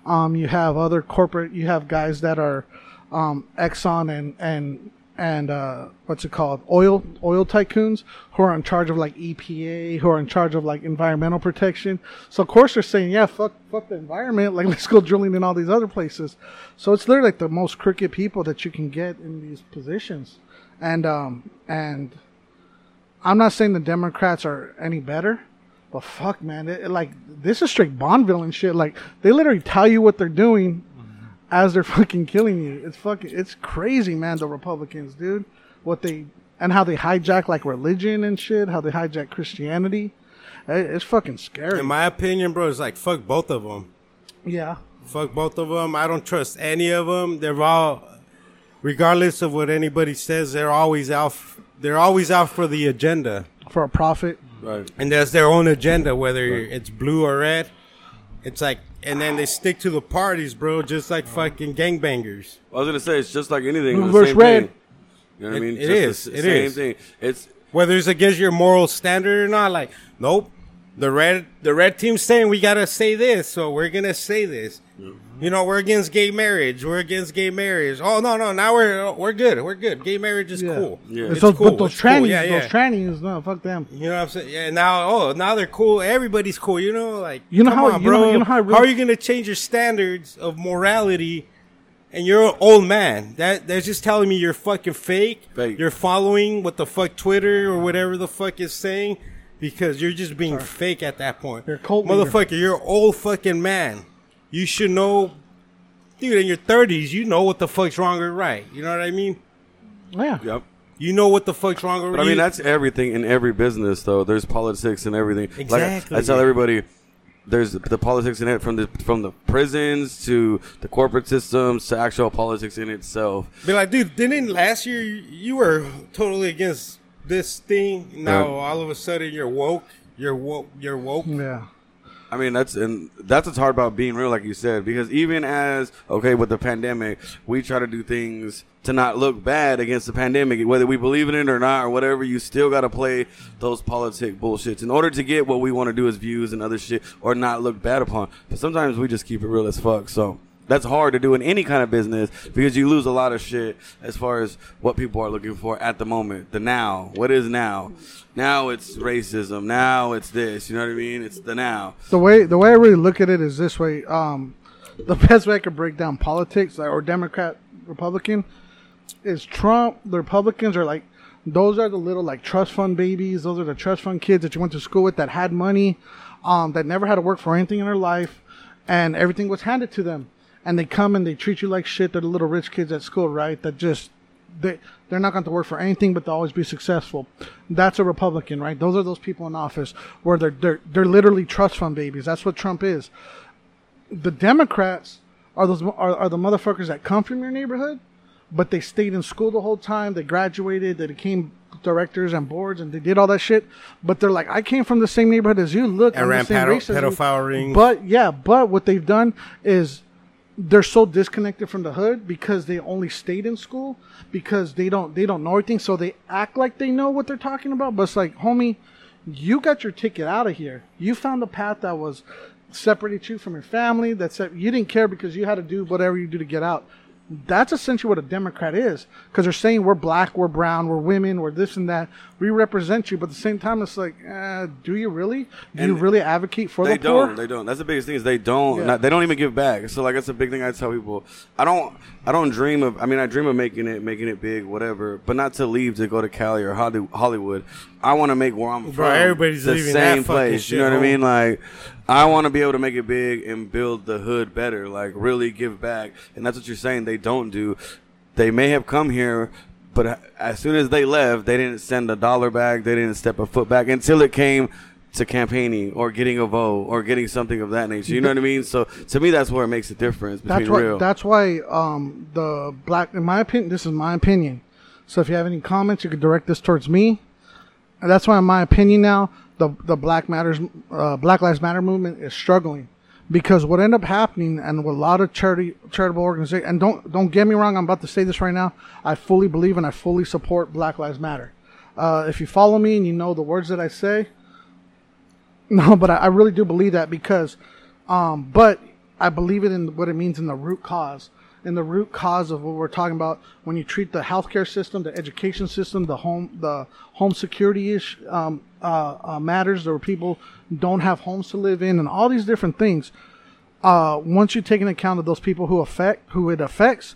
S2: Um, you have other corporate. You have guys that are um, Exxon and and and uh, what's it called? Oil oil tycoons who are in charge of like EPA, who are in charge of like environmental protection. So of course they're saying, yeah, fuck fuck the environment. [LAUGHS] Like let's go drilling in all these other places. So it's literally like the most crooked people that you can get in these positions, and um and I'm not saying the Democrats are any better, but fuck, man, it, it, like this is straight Bonneville and shit. Like they literally tell you what they're doing as they're [LAUGHS] fucking killing you. It's fucking, it's crazy, man. The Republicans, dude, what they and how they hijack like religion and shit, how they hijack Christianity. It, it's fucking scary.
S1: In my opinion, bro, it's like fuck both of them.
S2: yeah,
S1: Fuck both of them. I don't trust any of them. They're all, regardless of what anybody says, they're always out. f- They're always out for the agenda,
S2: for a profit.
S5: Right.
S1: and that's their own agenda, whether it's blue or red. It's like, and then they stick to the parties, bro, just like fucking gangbangers.
S5: I was gonna say it's just like anything.
S2: Blue
S5: the
S2: versus
S5: same
S2: red.
S5: Thing. You know what I
S1: It-
S5: mean?
S1: it
S5: Just
S1: is.
S5: the s-
S1: It
S5: same
S1: is.
S5: thing. It's
S1: Whether it's against your moral standard or not, like, nope, the red the red team's saying we gotta say this, so we're gonna say this. You know, we're against gay marriage. We're against gay marriage. Oh no, no, now we're we're good. We're good. Gay marriage is
S2: Yeah.
S1: cool.
S5: Yeah.
S2: It's those,
S1: cool,
S2: But those
S1: it's cool,
S2: trannies,
S1: yeah, yeah.
S2: those trannies, no, fuck them.
S1: You know what I'm saying? Yeah. Now, oh, now they're cool. Everybody's cool. You know, like
S2: You know
S1: come
S2: how-
S1: on,
S2: you
S1: bro.
S2: know- you know how I really-
S1: are you gonna change your standards of morality? And you're an old man. That that's just telling me you're fucking fake.
S5: Fake.
S1: You're following what the fuck Twitter or whatever the fuck is saying because you're just being fake at that point.
S2: You're a cult leader.
S1: motherfucker. You're an old fucking man. You should know, dude. In your 30s, you know what the fuck's wrong or right. You know what I mean?
S2: Yeah.
S5: Yep.
S1: You know what the fuck's wrong or right.
S5: But I mean, that's everything in every business, though. There's politics and everything. Like,
S1: Exactly.
S5: I tell everybody, there's the politics in it from the from the prisons to the corporate systems to actual politics in itself.
S1: Be like, dude, didn't last year you- you were totally against this thing? Now
S5: Right.
S1: all of a sudden you're woke. You're woke. You're woke.
S2: Yeah.
S5: I mean, that's and that's what's hard about being real, like you said, because even as okay with the pandemic, we try to do things to not look bad against the pandemic, whether we believe in it or not or whatever. You still got to play those politic bullshits in order to get what we want to do as views and other shit, or not look bad upon. But sometimes we just keep it real as fuck, so. That's hard to do in any kind of business because you lose a lot of shit as far as what people are looking for at the moment. The now. What is now? Now it's racism. Now it's this. You know what I mean? It's the now.
S2: The way the way I really look at it is this way. Um, the best way I could break down politics like, or Democrat Republican is Trump. The Republicans are like those are the little like trust fund babies. Those are the trust fund kids that you went to school with that had money, um, that never had to work for anything in their life, and everything was handed to them. And they come and they treat you like shit. They're the little rich kids at school, right? That just they they're not going to work for anything, but they'll always be successful. That's a Republican, right? Those are those people in office where they're they're, they're literally trust fund babies. That's what Trump is. The Democrats are those are, are the motherfuckers that come from your neighborhood, but they stayed in school the whole time. They graduated. They became directors and boards, and they did all that shit. But they're like, I came from the same neighborhood as you. Look,
S1: And
S2: I'm
S1: ran
S2: the same
S1: pedo-
S2: race as you."
S1: pedophile rings.
S2: But yeah, but what they've done is they're so disconnected from the hood because they only stayed in school because they don't they don't know everything so they act like they know what they're talking about but it's like homie you got your ticket out of here you found a path that was separated you from your family that said you didn't care because you had to do whatever you do to get out that's essentially what a democrat is because they're saying we're black we're brown we're women we're this and that we represent you but at the same time it's like uh, do you really do you really advocate for
S5: they
S2: the poor
S5: don't they don't that's the biggest thing is they don't
S2: Yeah.
S5: not, they don't even give back so like that's a big thing i tell people i don't i don't dream of i mean i dream of making it making it big whatever but not to leave to go to cali or Holly- hollywood i want to make where i'm from
S1: everybody's
S5: the
S1: leaving that
S5: same
S1: fucking
S5: place you know
S1: shit
S5: what i
S1: home.
S5: mean like i want to be able to make it big and build the hood better like really give back and that's what you're saying they don't do they may have come here but as soon as they left, they didn't send a dollar back. They didn't step a foot back until it came to campaigning or getting a vote or getting something of that nature. You know what I mean? So to me, that's where it makes a difference between
S2: that's why
S5: real.
S2: that's why um the black in my opinion this is my opinion so if you have any comments you could direct this towards me And that's why in my opinion now the the black matters uh, black lives matter movement is struggling because what ended up happening and with a lot of charity charitable organizations and don't don't get me wrong i'm about to say this right now i fully believe and i fully support black lives matter uh, if you follow me and you know the words that i say no, [LAUGHS] but I, I really do believe that because, um, but I believe it in what it means in the root cause, in the root cause of what we're talking about. When you treat the healthcare system, the education system, the home, the home security ish um, uh, uh, matters, there were people don't have homes to live in, and all these different things. Uh, once you take into account of those people who affect, who it affects,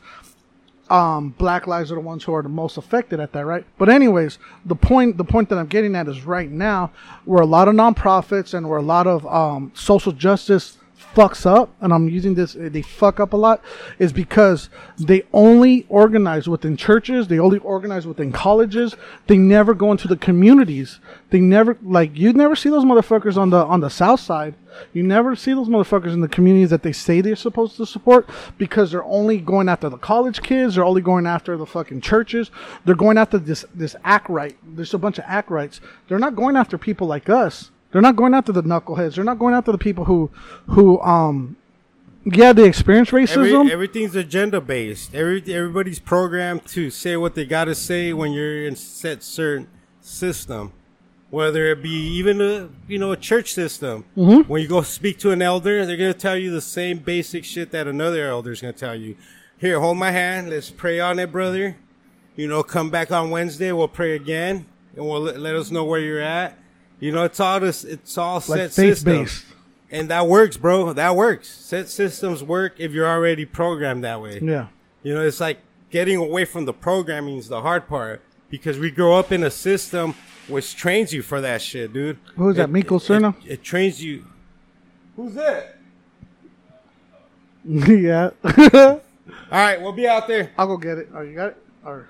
S2: um, black lives are the ones who are the most affected at that, right? But anyways, the point the point that I'm getting at is right now where a lot of nonprofits and where a lot of um, social justice fucks up, and I'm using this they fuck up a lot, is because they only organize within churches, they only organize within colleges, they never go into the communities. They never like you never see those motherfuckers on the on the south side. You never see those motherfuckers in the communities that they say they're supposed to support because they're only going after the college kids. They're only going after the fucking churches. They're going after this this act right. There's a bunch of act rights. They're not going after people like us. They're not going after the knuckleheads. They're not going after the people who who um yeah they experience
S1: Every,
S2: racism.
S1: everything's agenda based. Every everybody's programmed to say what they gotta say when you're in set certain system. whether it be even a you know a church system.
S2: Mm-hmm.
S1: When you go speak to an elder, they're gonna tell you the same basic shit that another elder's gonna tell you. Here, hold my hand. Let's pray on it, brother. You know, come back on Wednesday. We'll pray again, and we'll let, let us know where you're at. You know, it's all this. It's all
S2: Like
S1: set
S2: faith
S1: system.
S2: based.
S1: And that works, bro. That works. Set systems work if you're already programmed that way.
S2: Yeah. [LAUGHS]
S1: You know, it's like getting away from the programming is the hard part because we grow up in a system which trains you for that shit, dude.
S2: Who is that, Miko Cerna?
S1: It, it trains you. Who's that?
S2: yeah. [LAUGHS]
S1: All right, we'll be out there.
S2: I'll go get it. Oh, you got it? Or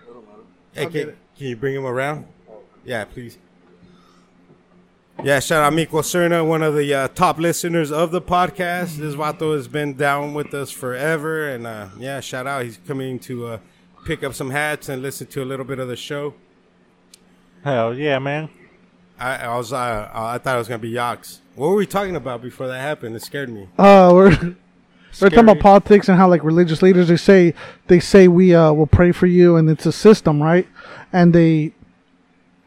S1: Hey,
S2: get
S1: can,
S2: it.
S1: can you bring him around? Yeah, please. Yeah, shout out Miko Cerna, one of the uh, top listeners of the podcast. This Vato has been down with us forever. And uh, yeah, shout out. He's coming to uh, pick up some hats and listen to a little bit of the show.
S3: Hell yeah, man.
S1: I, I was uh, I thought it was gonna be Yox. What were we talking about before that happened? It scared me.
S2: Uh, we're [LAUGHS] we're talking about
S3: Scary.
S2: politics and how like religious leaders they say they say we uh, will pray for you and it's a system, right? And they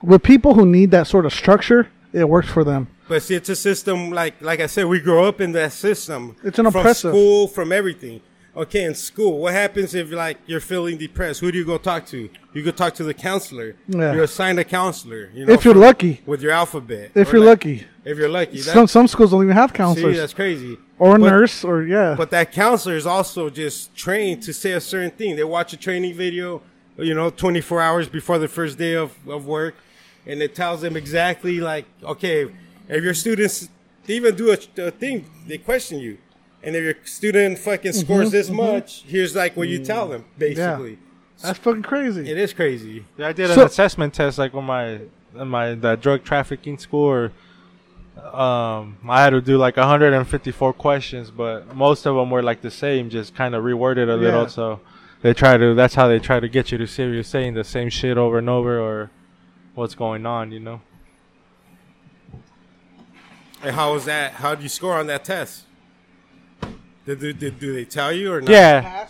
S2: with people who need that sort of structure, it works for them.
S1: But see, it's a system like like I said, we grow up in that system.
S2: It's an
S1: from
S2: oppressive-
S1: school, from everything. Okay, in school, what happens if like you're feeling depressed? Who do you go talk to? You go talk to the counselor.
S2: Yeah.
S1: You're assigned a counselor. You know,
S2: if you're
S1: for-
S2: lucky,
S1: with your alphabet.
S2: if
S1: Or
S2: you're
S1: like-
S2: lucky,
S1: If you're lucky.
S2: some
S1: That,
S2: some schools don't even have
S1: see,
S2: counselors
S1: that's crazy.
S2: or a
S1: But-
S2: nurse or yeah.
S1: But that counselor is also just trained to say a certain thing. They watch a training video, you know, 24 hours before the first day of, of work, and it tells them exactly like, okay, if your students they even do a, a thing, they question you. And if your student fucking scores this much, here's like what you tell them, basically.
S2: that's fucking crazy.
S1: It is crazy.
S3: Yeah, I did
S2: So-
S3: an assessment test like when my in my that drug trafficking school. Or, um, I had to do like 154 questions, but most of them were like the same, just kind of reworded
S2: Yeah.
S3: a little. So they try to that's how they try to get you to see you're saying the same shit over and over or what's going on, you know.
S1: And how was that? How do you score on that test? Did, did, did, do they tell you or not?
S3: Yeah,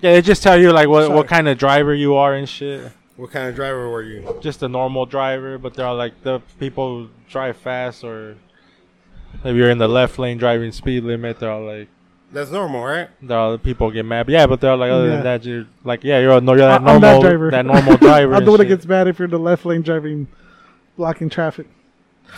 S3: yeah, they just tell you like what
S2: Sorry.
S3: what kind of driver you are and shit.
S1: What kind of driver were you?
S3: just a normal driver, but they're all like the people who drive fast or if you're in the left lane driving speed limit, they're all like
S1: That's normal, right?
S3: they're all people get mad. But yeah, but they're all like other
S2: Yeah.
S3: than that, you're like yeah, you're, a, no, you're that
S2: I- I'm
S3: normal
S2: that driver. [LAUGHS]
S3: normal driver.
S2: I'm
S3: and
S2: the one that
S3: shit.
S2: gets mad if you're in the left lane driving, blocking traffic.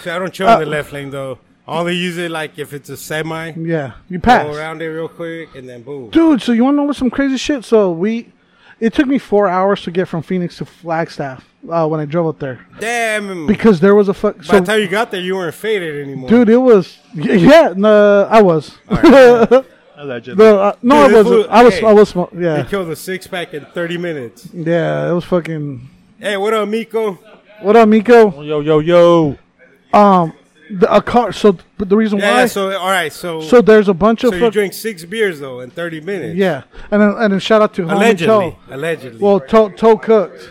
S1: See, I don't chill
S2: Uh,
S1: in the left lane though. I only use it like if it's a semi.
S2: Yeah, you pass.
S1: Go around it real quick and then boom.
S2: Dude, so you want to know what some crazy shit? So we, it took me four hours to get from Phoenix to Flagstaff uh, when I drove up there
S1: Damn.
S2: because there was a fuck.
S1: By
S2: So,
S1: the time you got there, you weren't faded anymore.
S2: dude, it was y- yeah. No, I was.
S3: Allegedly.
S2: The, uh, [LAUGHS]
S1: Dude,
S2: no, I
S1: this
S2: wasn't.
S1: fool-
S2: I was.
S1: hey.
S2: I was. sm-
S1: They
S2: Yeah,
S1: killed a six pack in 30 minutes.
S2: yeah. It was fucking.
S1: Hey, what up, Miko?
S2: What up, Miko?
S3: Yo yo yo!
S2: Um, the, a car. So, but the reason
S1: Yeah,
S2: why.
S1: yeah,
S2: so,
S1: so, all right, so, so,
S2: there's a bunch of.
S1: you
S2: fuck-
S1: drink six beers though in 30 minutes.
S2: yeah, and then, and then shout out to homie
S1: Allegedly.
S2: Toe.
S1: Allegedly.
S2: Well, Toe Toe cooked.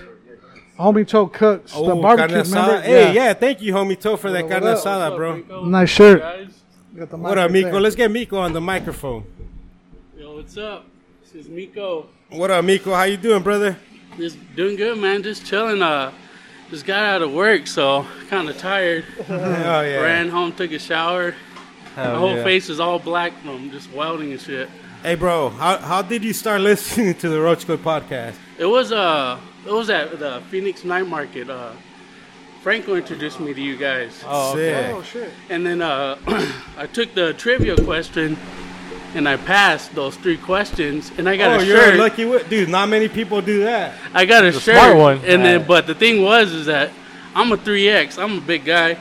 S2: Homie Toe cooks
S1: Oh,
S2: the barbecue.
S1: carne asada.
S2: Remember?
S1: Hey, yeah. thank you, homie Toe, for that
S2: What up,
S1: carne
S2: what's
S1: asada, bro.
S2: Nice shirt. Got the
S1: What
S2: mic
S1: up,
S2: right
S1: Miko?
S2: there.
S1: Let's get Miko on the microphone.
S6: Yo, what's up? This is Miko.
S1: What up, Miko? How you doing, brother?
S6: Just doing good, man. Just chilling. Uh, just got out of work, so kind of tired.
S1: Oh, yeah.
S6: Ran home, took a shower. My whole
S3: yeah.
S6: face is all black from just welding and shit.
S1: Hey, bro, how, how did you start listening [LAUGHS] to the Roach Clip podcast?
S6: It was uh, it was at the Phoenix Night Market. Uh, Franco introduced me to you guys,
S3: Oh, okay.
S1: Sick.
S2: Oh shit.
S6: and then uh, [CLEARS THROAT] I took the trivia question, and I passed those three questions, and I got
S1: Oh,
S6: a
S1: you're
S6: shirt.
S1: a lucky wi- dude. Not many people do that.
S6: I got a
S3: a
S6: shirt,
S3: smart one.
S6: and then
S3: Right.
S6: but the thing was is that I'm a 3x. I'm a
S3: [LAUGHS]
S6: big guy.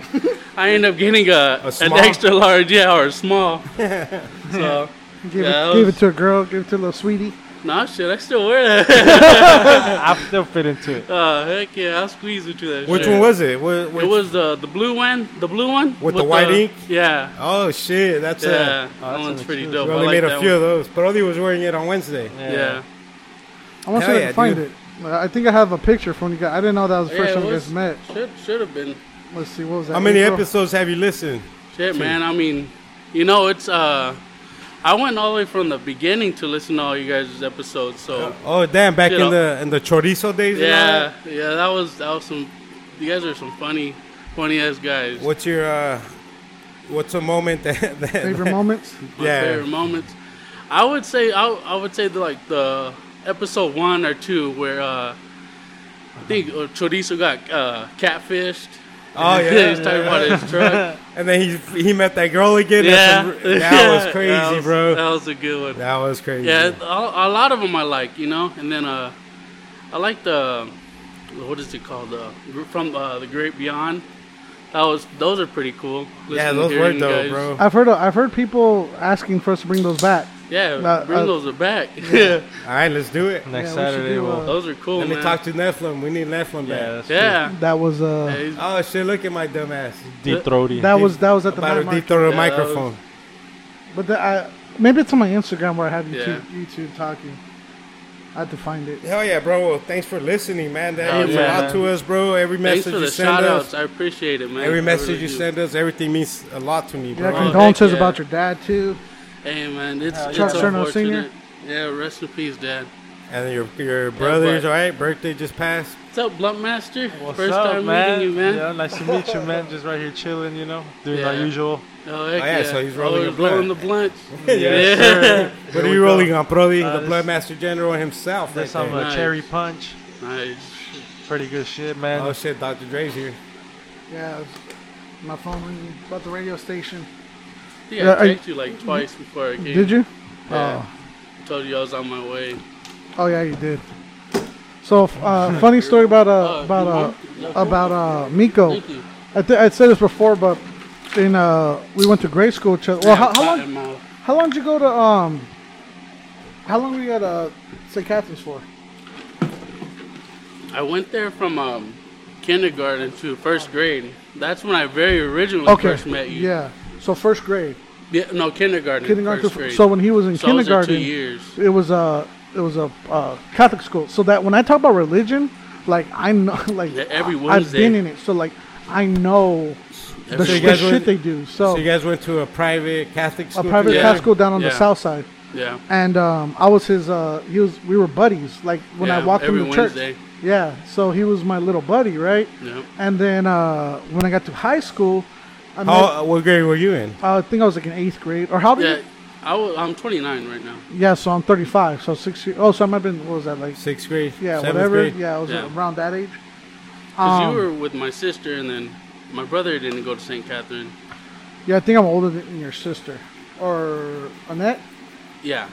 S6: I end up getting a, an
S1: small?
S6: extra large, yeah, or
S3: [LAUGHS]
S6: a small. so
S2: Give,
S6: Yeah,
S2: it,
S6: I
S2: give
S6: was-
S2: it to a girl. Give it to a little sweetie.
S6: nah, shit, I still wear that.
S3: [LAUGHS]
S6: [LAUGHS]
S3: I still fit into it.
S6: uh, heck yeah, I'll squeeze into that.
S1: Which
S6: shit.
S1: one was it? Wh- which-
S6: It was the the blue one. The blue one
S1: the white ink?
S6: Yeah,
S1: Oh shit, that's
S6: yeah.
S1: uh
S6: that one's
S3: an
S6: pretty
S3: excuse.
S6: dope.
S1: We
S6: I
S1: only
S6: like
S1: made a
S6: that
S1: few
S6: one.
S1: of those. Parodi was wearing it on Wednesday.
S6: Yeah,
S2: I want
S1: Hell
S2: to see if I
S1: yeah,
S2: can find
S1: dude.
S2: it. Uh, I think I have a picture from you guys. I didn't know that was the
S6: Yeah,
S2: first
S6: it
S2: time
S6: was-
S2: you guys met.
S6: should should have been.
S2: Let's see what was that.
S1: How many
S2: April?
S1: episodes have you listened?
S6: Shit, man. I mean, you know, it's uh, I went all the way from the beginning to listen to all you guys' episodes. So.
S1: Oh damn, back
S6: You
S1: in
S6: know.
S1: the in the chorizo days. and all
S6: Yeah,
S1: that?
S6: yeah, that was that was some. You guys are some funny, Funny ass guys.
S1: What's your uh, what's a moment that, that [LAUGHS]
S2: Favorite moments?
S6: my
S1: Yeah.
S6: favorite moments. I would say I, I would say the, like the episode one or two where uh, I think uh, Chorizo got uh, catfished.
S1: [LAUGHS]
S6: [LAUGHS]
S1: Oh yeah,
S6: he's talking about
S1: [LAUGHS]
S6: his truck.
S1: and then he he met that girl again.
S6: yeah,
S1: That's some-
S6: [LAUGHS]
S1: that was crazy,
S6: That was-
S1: bro.
S6: That was a good one.
S1: That was crazy.
S6: Yeah, a, a lot of them I like, you know. And then uh, I like the what is it called? The from uh, the Great Beyond. That was those are pretty cool.
S1: yeah,
S6: Listening-
S1: those were
S6: hearing you
S1: dope,
S6: guys-
S1: bro.
S2: I've heard I've heard people asking for us to bring those back.
S6: Yeah,
S2: Uh,
S6: bring
S2: uh,
S6: those back.
S1: All right, let's do it.
S3: Next
S2: Yeah, we should
S3: Saturday,
S2: do,
S3: we'll.
S2: uh,
S6: [LAUGHS] those are cool,
S1: Let me
S6: man.
S1: talk to Nephilim. We need Nephilim
S3: yeah,
S1: back.
S3: that's
S6: yeah.
S2: That was
S6: Yeah,
S2: uh
S6: he's-
S1: Oh shit! Look at my dumb ass.
S3: deep throaty.
S2: that was that was at the
S1: About
S2: night
S1: to
S2: market.
S1: throw the
S6: Yeah,
S1: microphone.
S2: But the, I, maybe it's on my Instagram where I have
S6: Yeah.
S2: YouTube YouTube talking. I had to find it.
S1: Hell yeah, bro! Well, thanks for listening, man. That
S6: Hell
S1: means
S6: Oh, yeah,
S1: a lot
S3: man.
S1: to us, bro. Every
S6: Thanks
S1: message
S6: for
S1: you
S6: the
S1: send
S6: shout
S1: us,
S6: outs. I appreciate it, man. I
S1: every message
S6: really
S1: you
S6: do.
S1: send us, everything means a lot to me,
S2: Yeah,
S1: bro.
S6: Oh,
S2: condolences
S6: heck yeah.
S2: about your dad too.
S6: Hey, man, it's,
S3: Uh,
S6: it's
S2: Chuck Chernow
S6: unfortunate.
S2: Sr.?
S6: Yeah, rest in peace, Dad.
S1: And your your brothers,
S6: but-
S1: all right? Birthday just passed.
S6: What's up, Blunt Master?
S3: What's
S6: First
S3: up,
S6: time
S3: man?
S6: meeting you, man.
S3: Yeah, nice to meet you, man. Just right here chilling, you know, doing our
S6: Yeah.
S3: usual.
S6: Oh, heck
S1: Oh, yeah,
S6: yeah,
S1: so he's rolling a
S6: Always
S1: blunt.
S6: blowing
S1: [LAUGHS]
S6: the blunts.
S1: Yeah.
S6: [LAUGHS] yeah.
S1: What are you rolling on, Brody?
S3: Uh,
S1: the
S3: this-
S1: Bloodmaster General himself. Right
S3: This time,
S1: there.
S3: a
S6: Nice.
S3: cherry punch.
S6: nice.
S3: Pretty good shit, man.
S1: Oh shit, Dr. Dre's here.
S2: Yeah, it's- my phone ringing about the radio station.
S6: I think
S2: Yeah,
S6: I
S2: are you-
S6: texted you like twice before I came.
S2: Did you?
S6: Yeah. Told you I was on my way.
S2: Oh yeah, you did. So f-
S6: [LAUGHS]
S2: uh, funny story about uh about
S6: you
S2: uh
S6: want-
S2: about uh Miko.
S6: Thank you.
S2: I th- I said this before, but in uh we went to grade school. Ch- well, how, how long
S6: Cotton mouth.
S2: how long did you go to um? How long were you at uh St. Catherine's for?
S6: I went there from um, kindergarten to first grade. That's when I very originally
S2: Okay.
S6: first met you.
S2: Yeah. So first grade.
S6: Yeah, no, kindergarten.
S2: Kindergarten.
S6: First
S2: to f-
S6: grade.
S2: So when he was in
S6: So I was there
S2: kindergarten,
S6: two years.
S2: it was a it was a uh, Catholic school. So that when I talk about religion, like I know, [LAUGHS] like
S6: Yeah, every
S2: I've
S6: Wednesday.
S2: been in it, so like I know the,
S6: So you
S2: sh- the
S1: guys went-
S2: shit they do. So,
S1: So you guys went to a private Catholic
S2: Oh. a
S1: school?
S2: private
S1: together?
S6: Yeah.
S2: Catholic school down on the
S6: Yeah.
S2: south side,
S6: Yeah.
S2: and um, I was his. Uh, he was we were buddies. Like when I
S6: Yeah,
S2: walked
S6: every
S2: into church,
S6: Wednesday.
S2: yeah. So he was my little buddy, right?
S6: Yeah.
S2: And then uh, when I got to high school, I, met, uh,
S1: How, what grade were you in?
S2: I think I was like in eighth grade, or how did
S6: Yeah,
S2: you?
S6: I was, I'm 29 right now.
S2: Yeah, so I'm 35, so six years. Oh, so I might have been what was that like?
S1: Sixth grade?
S2: Yeah,
S1: seventh
S2: whatever.
S1: Grade?
S2: Yeah, I was
S6: Yeah.
S2: around that age.
S6: Cause
S2: Um,
S6: you were with my sister, and then my brother didn't go to St. Catherine.
S2: Yeah, I think I'm older than your sister. Or Annette?
S6: Yeah,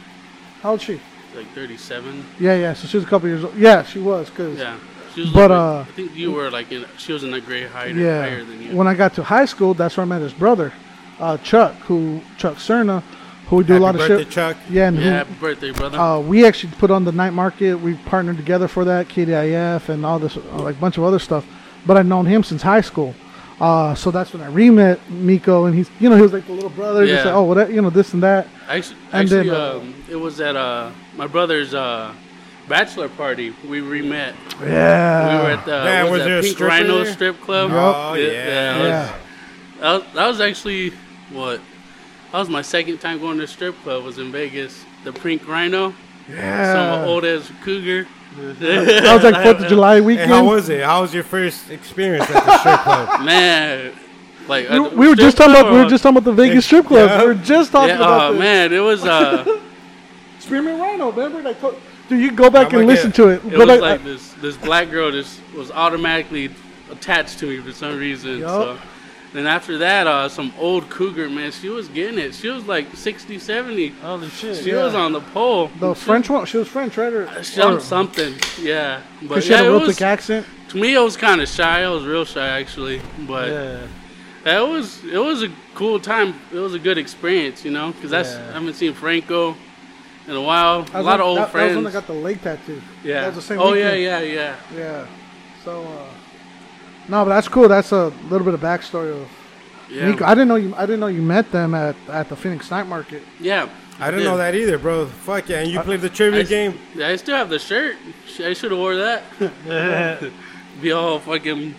S2: How old is she?
S6: like 37.
S2: Yeah, yeah. So she was a couple years old. Yeah, she was. Cause
S6: Yeah, she was. a
S2: But,
S6: little
S2: uh,
S6: bit- I think you were like in. She was in a grade higher,
S2: yeah.
S6: higher than you.
S2: When I got to high school, that's where I met his brother, uh, Chuck, who Chuck Cerna, who we do
S1: Happy
S2: a lot of
S1: birthday,
S2: shit.
S1: Chuck.
S2: Yeah, and
S6: yeah,
S2: who-
S6: happy birthday, brother.
S2: uh, we actually put on the night market. We partnered together for that KDIF and all this, uh, like bunch of other stuff. But I've known him since high school, uh, so that's when I re-met Miko, and he's, you know, he was like the little brother, just
S6: Yeah.
S2: like, oh, what, you know, this and that.
S6: actually,
S2: and
S6: actually
S2: then, uh,
S6: um, it was at uh, my brother's uh, bachelor party. We re-met.
S2: Yeah.
S6: we were at the
S1: Man,
S6: what
S1: was
S6: was that,
S1: there a
S6: Pink
S1: stripper
S6: Rhino
S1: there?
S6: strip club.
S1: Oh, yeah.
S6: that was-
S2: yeah.
S6: That was, that was actually what. That was my second time going to a strip club. Was in Vegas. The Pink Rhino.
S2: Yeah.
S6: Some old ass cougar. [LAUGHS]
S2: That was like Fourth of July
S1: Hey,
S2: weekend.
S1: how was it? How was your first experience at the strip club?
S6: Man, like
S2: we,
S6: uh,
S2: we were
S6: strip
S2: just talking about we
S6: club
S2: were just talking about the Vegas strip club.
S1: Yeah.
S2: We were just talking
S6: yeah,
S2: about
S6: oh
S2: the
S6: man, it was
S2: [LAUGHS]
S6: uh,
S2: Screaming Rhino. Remember, like, co- dude, you go back
S1: I'm
S2: and
S1: like,
S2: listen
S1: yeah.
S2: to it.
S6: it
S2: Go
S6: was
S2: back-
S6: like this this black girl just was automatically attached to me for some reason.
S2: Yup.
S6: So then after that, uh, some old cougar man, she was getting it. She was like 60, 70.
S3: Holy shit.
S6: She was on the pole.
S2: the French one. She was French, right? Or,
S6: She done
S2: or-
S6: something, yeah.
S2: 'cause
S6: But
S2: she had
S6: yeah,
S2: a
S6: it
S2: real
S6: was,
S2: thick accent.
S6: to me, I was kind of shy. I was real shy actually, but
S3: Yeah.
S6: that was it was a cool time. It was a good experience, you know, because that's I
S3: Yeah.
S6: haven't seen Franco in a while.
S2: That
S6: A
S2: was
S6: lot
S2: when-
S6: of old
S2: that, That was
S6: friends.
S2: when I got the leg tattoo.
S6: yeah.
S2: That was the same
S6: oh
S2: weekend.
S6: yeah, yeah, yeah.
S2: yeah, yeah. So, uh, no, but that's cool. That's a little bit of backstory of
S6: Yeah.
S2: Nico. I didn't know you. I didn't know you met them at at the Phoenix Night Market.
S6: Yeah.
S1: I didn't know that either, bro. Fuck yeah. And you played the
S6: I,
S1: trivia
S6: s-
S1: game?
S6: yeah, I still have the shirt. Sh- I should have wore that. Be all fucking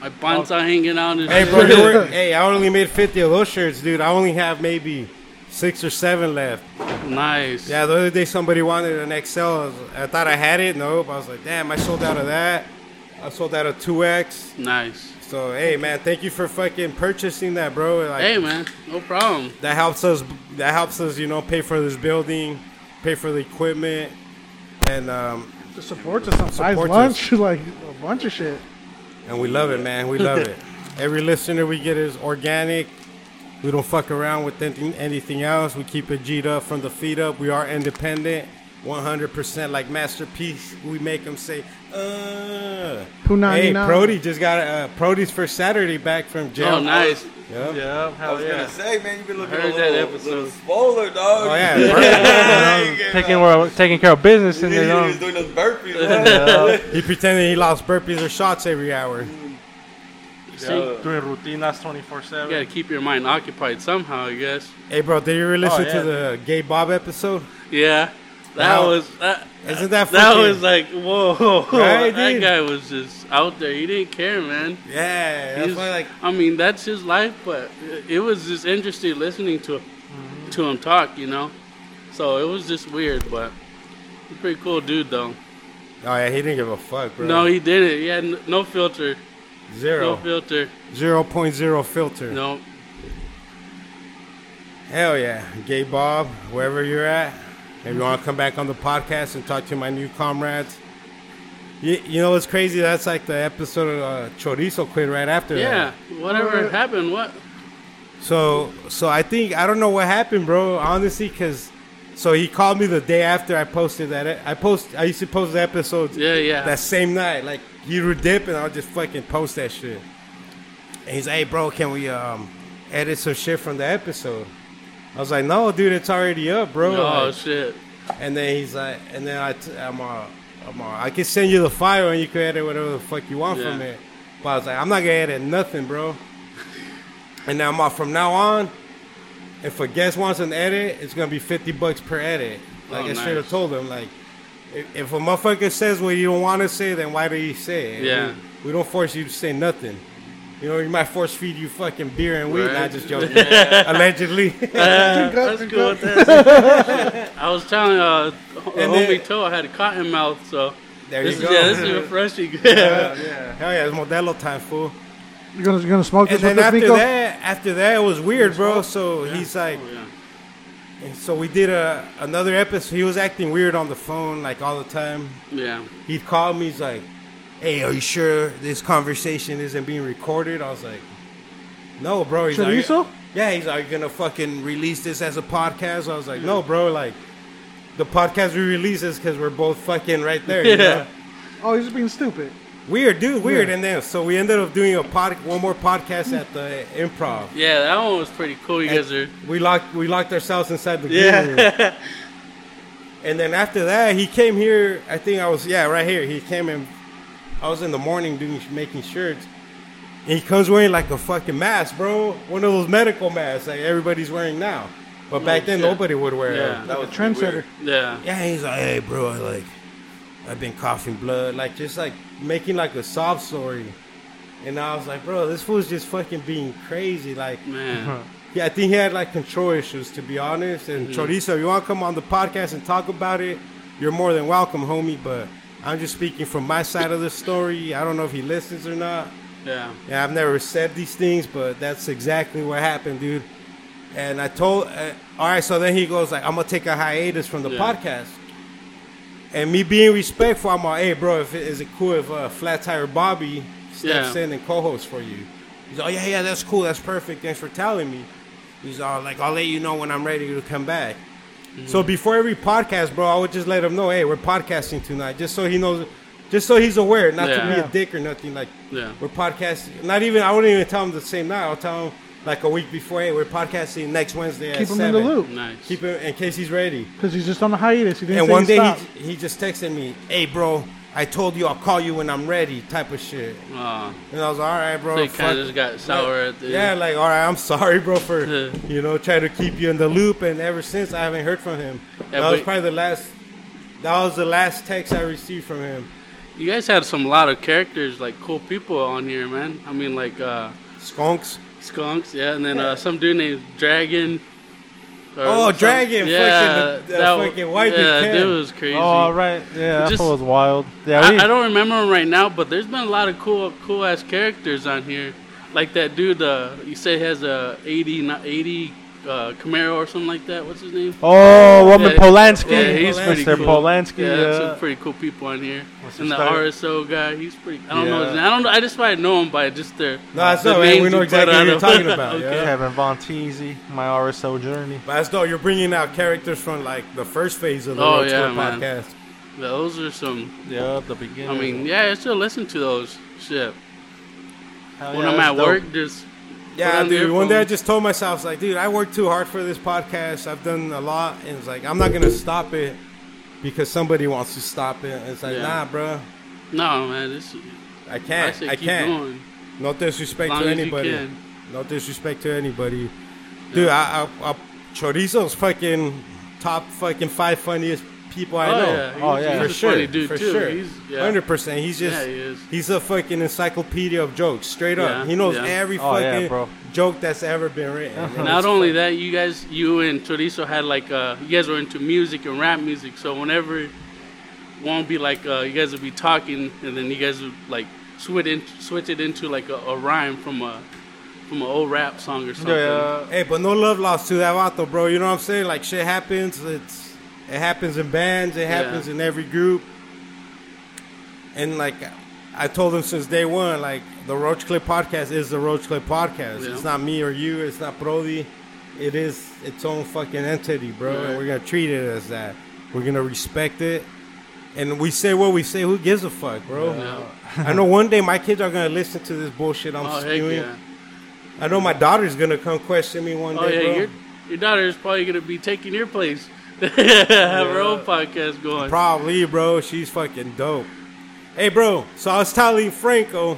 S6: my pants are hanging out and
S1: Hey,
S6: shit.
S1: bro, you were, hey, I only made 50 of those shirts, dude. I only have maybe six or seven left.
S6: [LAUGHS] Nice.
S1: Yeah, the other day somebody wanted an XL. I was- I thought I had it. Nope. I was like, damn, I sold out of that. I sold that at 2X.
S6: Nice.
S1: So, hey, man, thank you for fucking purchasing that, bro. Like,
S6: Hey, man. No problem.
S1: That helps us. That helps us, you know, pay for this building, pay for the equipment, and um,
S2: To support us on size
S1: Support
S2: lunch, [LAUGHS] like a bunch of shit.
S1: and we love it, man. We love [LAUGHS] it. Every listener we get is organic. We don't fuck around with anything, anything else. We keep it G'd up from the feet up. We are independent, 100%. Like masterpiece, we make them say, "Uh." Hey,
S2: 299.
S1: Prody just got uh, Prody's first Saturday back from jail.
S6: Oh, nice.
S1: Yeah.
S3: Yeah, hell yeah.
S5: say, man, you've been looking
S6: I heard that episode.
S5: spoiler, dog. [LAUGHS]
S1: Oh [LAUGHS] yeah, Brody,
S3: Taking, well, taking care of business in their own.
S5: doing those burpees.
S1: he pretended he lost burpees or shots every hour.
S6: See, you
S3: Doing rutinas 24 7.
S6: gotta keep your mind occupied somehow, I guess.
S1: Hey, bro, did you listen
S3: Oh,
S1: to
S3: yeah.
S1: the Gay Bob episode?
S6: Yeah. That
S1: Wow.
S6: was that.
S1: Isn't that
S6: That
S1: fucking-
S6: was uh, like whoa. [LAUGHS]
S1: Right,
S6: that
S1: dude?
S6: guy was just out there. He didn't care, man.
S1: Yeah, that's
S6: He's-
S1: why like
S6: I mean, that's his life, but it was just interesting listening to
S1: Mm-hmm.
S6: to him talk, you know. So it was just weird, but he's a pretty cool dude, though.
S1: oh yeah, he didn't give a fuck, bro.
S6: No, he didn't. He had n- no filter. No
S1: zero,
S6: filter.
S1: zero point zero filter.
S6: No.
S1: Hell yeah, Gay Bob, wherever you're at, if you want to come back on the podcast and talk to my new comrades. You, you know what's crazy? That's like the episode of uh, Chorizo quit right after.
S6: Yeah.
S1: That.
S6: Whatever happened, what?
S1: So so I think I don't know what happened, bro. Honestly, because so he called me the day after I posted that. e- I post I used to post the episodes.
S6: Yeah, yeah.
S1: that same night. Like he would dip, and I'll just fucking post that shit. And he's like, "Hey, bro, can we um edit some shit from the episode?" I was like, "No, dude, it's already up, bro."
S6: oh
S1: Like,
S6: shit.
S1: and then he's like, and then I, t- I'm, uh, I'm, uh, I can send you the file and you can edit whatever the fuck you want from
S6: Yeah.
S1: it. But I was like, I'm not gonna edit nothing,
S6: [LAUGHS]
S1: bro. and now I'm off from now on. If a guest wants an edit, it's gonna be 50 bucks per edit. Like
S6: Oh,
S1: I should have
S6: nice.
S1: told him, like, if, if a motherfucker says what you don't want to say, then why do you say it?
S6: Yeah.
S1: We, we don't force you to say nothing. You know, you might force feed you fucking beer and weed.
S6: Right.
S1: Not just
S6: [LAUGHS]
S1: joking. [LAUGHS] Allegedly.
S6: Uh,
S2: up,
S6: that's
S2: drink
S6: cool
S2: up.
S6: with that.
S1: [LAUGHS]
S6: [LAUGHS] I was telling uh, homie
S1: And then-
S6: Toe I had a cotton mouth, so
S1: there
S6: this
S1: you
S6: is,
S1: go.
S6: yeah, this is
S1: [LAUGHS]
S6: refreshing. [LAUGHS]
S1: Hell yeah, it's Modelo time, fool.
S2: You're gonna, you're gonna smoke
S1: and then
S2: this with us,
S1: after
S2: Nico?
S1: that, after that, it was weird, bro. So he's like,
S6: yeah.
S1: and so we did a another episode. He was acting weird on the phone, like all the time.
S6: yeah.
S1: He'd call me. He's like, "Hey, are you sure this conversation isn't being recorded?" I was like, "No, bro." He's like,
S2: Chorizo?
S1: yeah, he's like, "Are you gonna fucking release this as a podcast?" I was like, "No, bro. Like, the podcast we release is because we're both fucking right there." You know?
S6: [LAUGHS] Yeah.
S2: Oh, he's just being stupid.
S1: Weird, dude. Weird. And then so we ended up doing a pod, one more podcast at the improv.
S6: Yeah, that one was pretty cool. You guys are.
S1: We locked we locked ourselves inside the green room.
S6: [LAUGHS] Yeah.
S1: And then after that, he came here. I think I was yeah right here. He came in. I was in the morning doing making shirts. And he comes wearing like a fucking mask, bro. One of those medical masks like everybody's wearing now. But back then,
S6: shit.
S1: nobody would wear
S6: Yeah.
S1: them.
S5: That was
S2: Trendsetter.
S6: yeah.
S1: Yeah, he's like, hey, bro, I like, I've been coughing blood, like just like making like a sob story. And I was like, bro, this fool's just fucking being crazy. Like,
S6: Man.
S1: Yeah, I think he had like control issues, to be honest. And Chorizo, if you want to come on the podcast and talk about it, you're more than welcome, homie. But I'm just speaking from my side of the story. I don't know if he listens or not.
S6: Yeah.
S1: Yeah, I've never said these things, but that's exactly what happened, dude. And I told, uh, all right. So then he goes like, "I'm gonna take a hiatus from the
S6: Yeah.
S1: podcast." And me being respectful, I'm like, "Hey, bro, if it, is it cool if uh, Flat Tire Bobby steps
S6: Yeah.
S1: in and co-hosts for you?" He's like, "Oh yeah, yeah, that's cool, that's perfect. Thanks for telling me." He's all like, "I'll let you know when I'm ready to come back."
S6: Mm-hmm.
S1: So before every podcast, bro, I would just let him know, "Hey, we're podcasting tonight," just so he knows, just so he's aware, not to be
S6: Yeah.
S1: a dick or nothing like.
S6: Yeah.
S1: We're podcasting. Not even. I wouldn't even tell them the same night. I'll tell them like a week before. Hey, we're podcasting next Wednesday at
S2: Keep him in
S1: seven.
S2: the loop
S6: Nice.
S1: Keep him in case he's ready.
S2: because he's just on a hiatus. He didn't
S1: and
S2: say
S1: one
S2: he
S1: day
S2: stopped.
S1: he, he just texted me, "Hey, bro, I told you I'll call you when I'm ready," type of shit.
S6: Aw.
S1: And I was like, all right, bro.
S6: so you
S1: fuck-
S6: kind of just got sour at the
S1: yeah, like all right, I'm sorry, bro, for
S6: Yeah.
S1: you know trying to keep you in the loop. And ever since, I haven't heard from him.
S6: Yeah,
S1: that was
S6: but-
S1: probably the last. That was the last text I received from him.
S6: You guys had some lot of characters, like cool people on here, man. I mean, like uh,
S1: Skunks.
S6: skunks, yeah, and then uh, some dude named Dragon. Or
S1: Oh,
S6: some-
S1: Dragon,
S6: Yeah,
S1: fucking the- the
S6: that w-
S1: fucking white dude,
S6: Yeah,
S1: Ken.
S6: dude was crazy.
S3: Oh right, yeah, that
S6: Just-
S3: fool was wild. Yeah, we,
S6: I, I don't remember him right now, but there's been a lot of cool, cool ass characters on here, like that dude. Uh, you say has a 80, not 80 uh, Camaro or something like that. What's his name?
S3: Oh, Roman
S6: Yeah,
S3: Polanski,
S6: Yeah, he's pretty
S3: Mr.
S6: cool.
S3: Polanski.
S6: Yeah,
S3: Yeah,
S6: some pretty cool people on here.
S3: What's
S6: and
S3: his
S6: the
S3: title?
S6: RSO guy, he's pretty. I don't know.
S3: Yeah.
S6: His name. I don't. know- I just probably know him by just their.
S1: No, it's
S6: the
S1: all right.
S6: names
S1: We know
S6: he put
S1: exactly
S6: on
S1: who you're
S6: them.
S1: talking
S6: [LAUGHS]
S1: about, yeah.
S3: Kevin Von Teese, my RSO journey.
S1: But that's dope. You're bringing out characters from like the first phase of the
S6: Oh,
S1: Road
S6: yeah,
S1: Trip
S6: man.
S1: podcast.
S6: Those are some.
S3: Yeah, the beginning.
S6: I mean, yeah, I still listen to those. Shit.
S3: Hell
S6: When
S3: yeah,
S6: I'm
S3: that's
S6: at
S3: dope.
S6: work, just Put
S1: Yeah,
S6: on
S1: dude.
S6: earphones.
S1: One day I just told myself, it's like, dude, I worked too hard for this podcast. I've done a lot, and it's like I'm not gonna stop it because somebody wants to stop it. And it's like,
S6: Yeah.
S1: nah, bro,
S6: no, man. This,
S1: I
S6: I
S1: can't.
S6: say
S1: I,
S6: keep
S1: can't.
S6: going.
S1: No disrespect
S6: Long
S1: to
S6: as you
S1: anybody.
S6: can.
S1: No disrespect to anybody. Dude, I, I, I Chorizo's fucking top fucking five funniest people I
S6: oh,
S1: know.
S6: Yeah. He's,
S3: Oh, yeah.
S6: he's
S1: For
S6: a
S1: sure,
S6: funny dude
S1: for
S6: too.
S1: sure,
S6: He's yeah.
S1: hundred percent. He's just
S6: Yeah, he is.
S1: he's a fucking encyclopedia of jokes, straight up.
S6: Yeah,
S1: he knows
S6: yeah.
S1: every
S3: Oh, yeah,
S1: fucking
S3: bro.
S1: joke that's ever been written. And
S6: Not
S1: it's-
S6: only that, you guys, you and Chorizo had like, uh, you guys were into music and rap music, so whenever won't be like, uh, you guys would be talking, and then you guys would like switch, in, switch it into like a, a rhyme from a from an old rap song or something.
S3: Yeah,
S1: hey, but no love lost to that vato, bro. You know what I'm saying? Like shit happens. It's it happens in bands. It happens in every group. And like I told him since day one, like the Roach Clip podcast is the Roach Clip podcast.
S6: Yeah.
S1: It's not me or you. It's not Brody. It is its own fucking entity, bro.
S6: Right.
S1: And we're gonna treat it as that. We're gonna respect it. And we say what we say. Who gives a fuck, bro?
S6: Yeah.
S1: I know one day my kids are gonna listen to this bullshit I'm
S6: Oh heck
S1: spewing.
S6: yeah!
S1: I know my daughter's gonna come question me one
S6: Oh
S1: day,
S6: yeah,
S1: bro.
S6: your your daughter is probably gonna be taking your place. [LAUGHS] Have her own podcast going.
S1: Probably, bro. She's fucking dope. Hey, bro. So I was telling Franco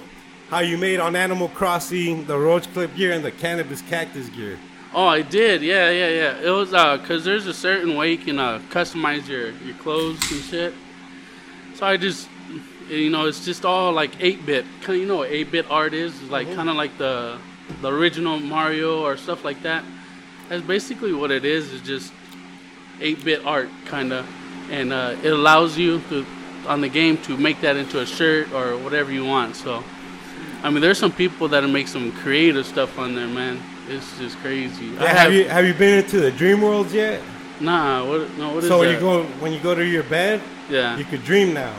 S1: how you made on Animal Crossing the roach clip gear and the cannabis cactus gear.
S6: Oh, I did. Yeah, yeah, yeah. It was uh 'cause there's a certain way you can uh, customize your your clothes and shit. So I just, you know, it's just all like 8-bit. Kind of, you know, what 8-bit art is It's like
S1: Mm-hmm.
S6: kind of like the the original Mario or stuff like that. That's basically what it is. Is just 8-bit art kind of, and uh, it allows you to on the game to make that into a shirt or whatever you want. So. I mean, there's some people that make some creative stuff on there, man. It's just crazy. I
S1: Yeah, have you have you been into the dream worlds yet?
S6: Nah, what? No, what is
S1: So when
S6: that? Uh.
S1: you go when you go to your bed,
S6: yeah.
S1: you could dream now.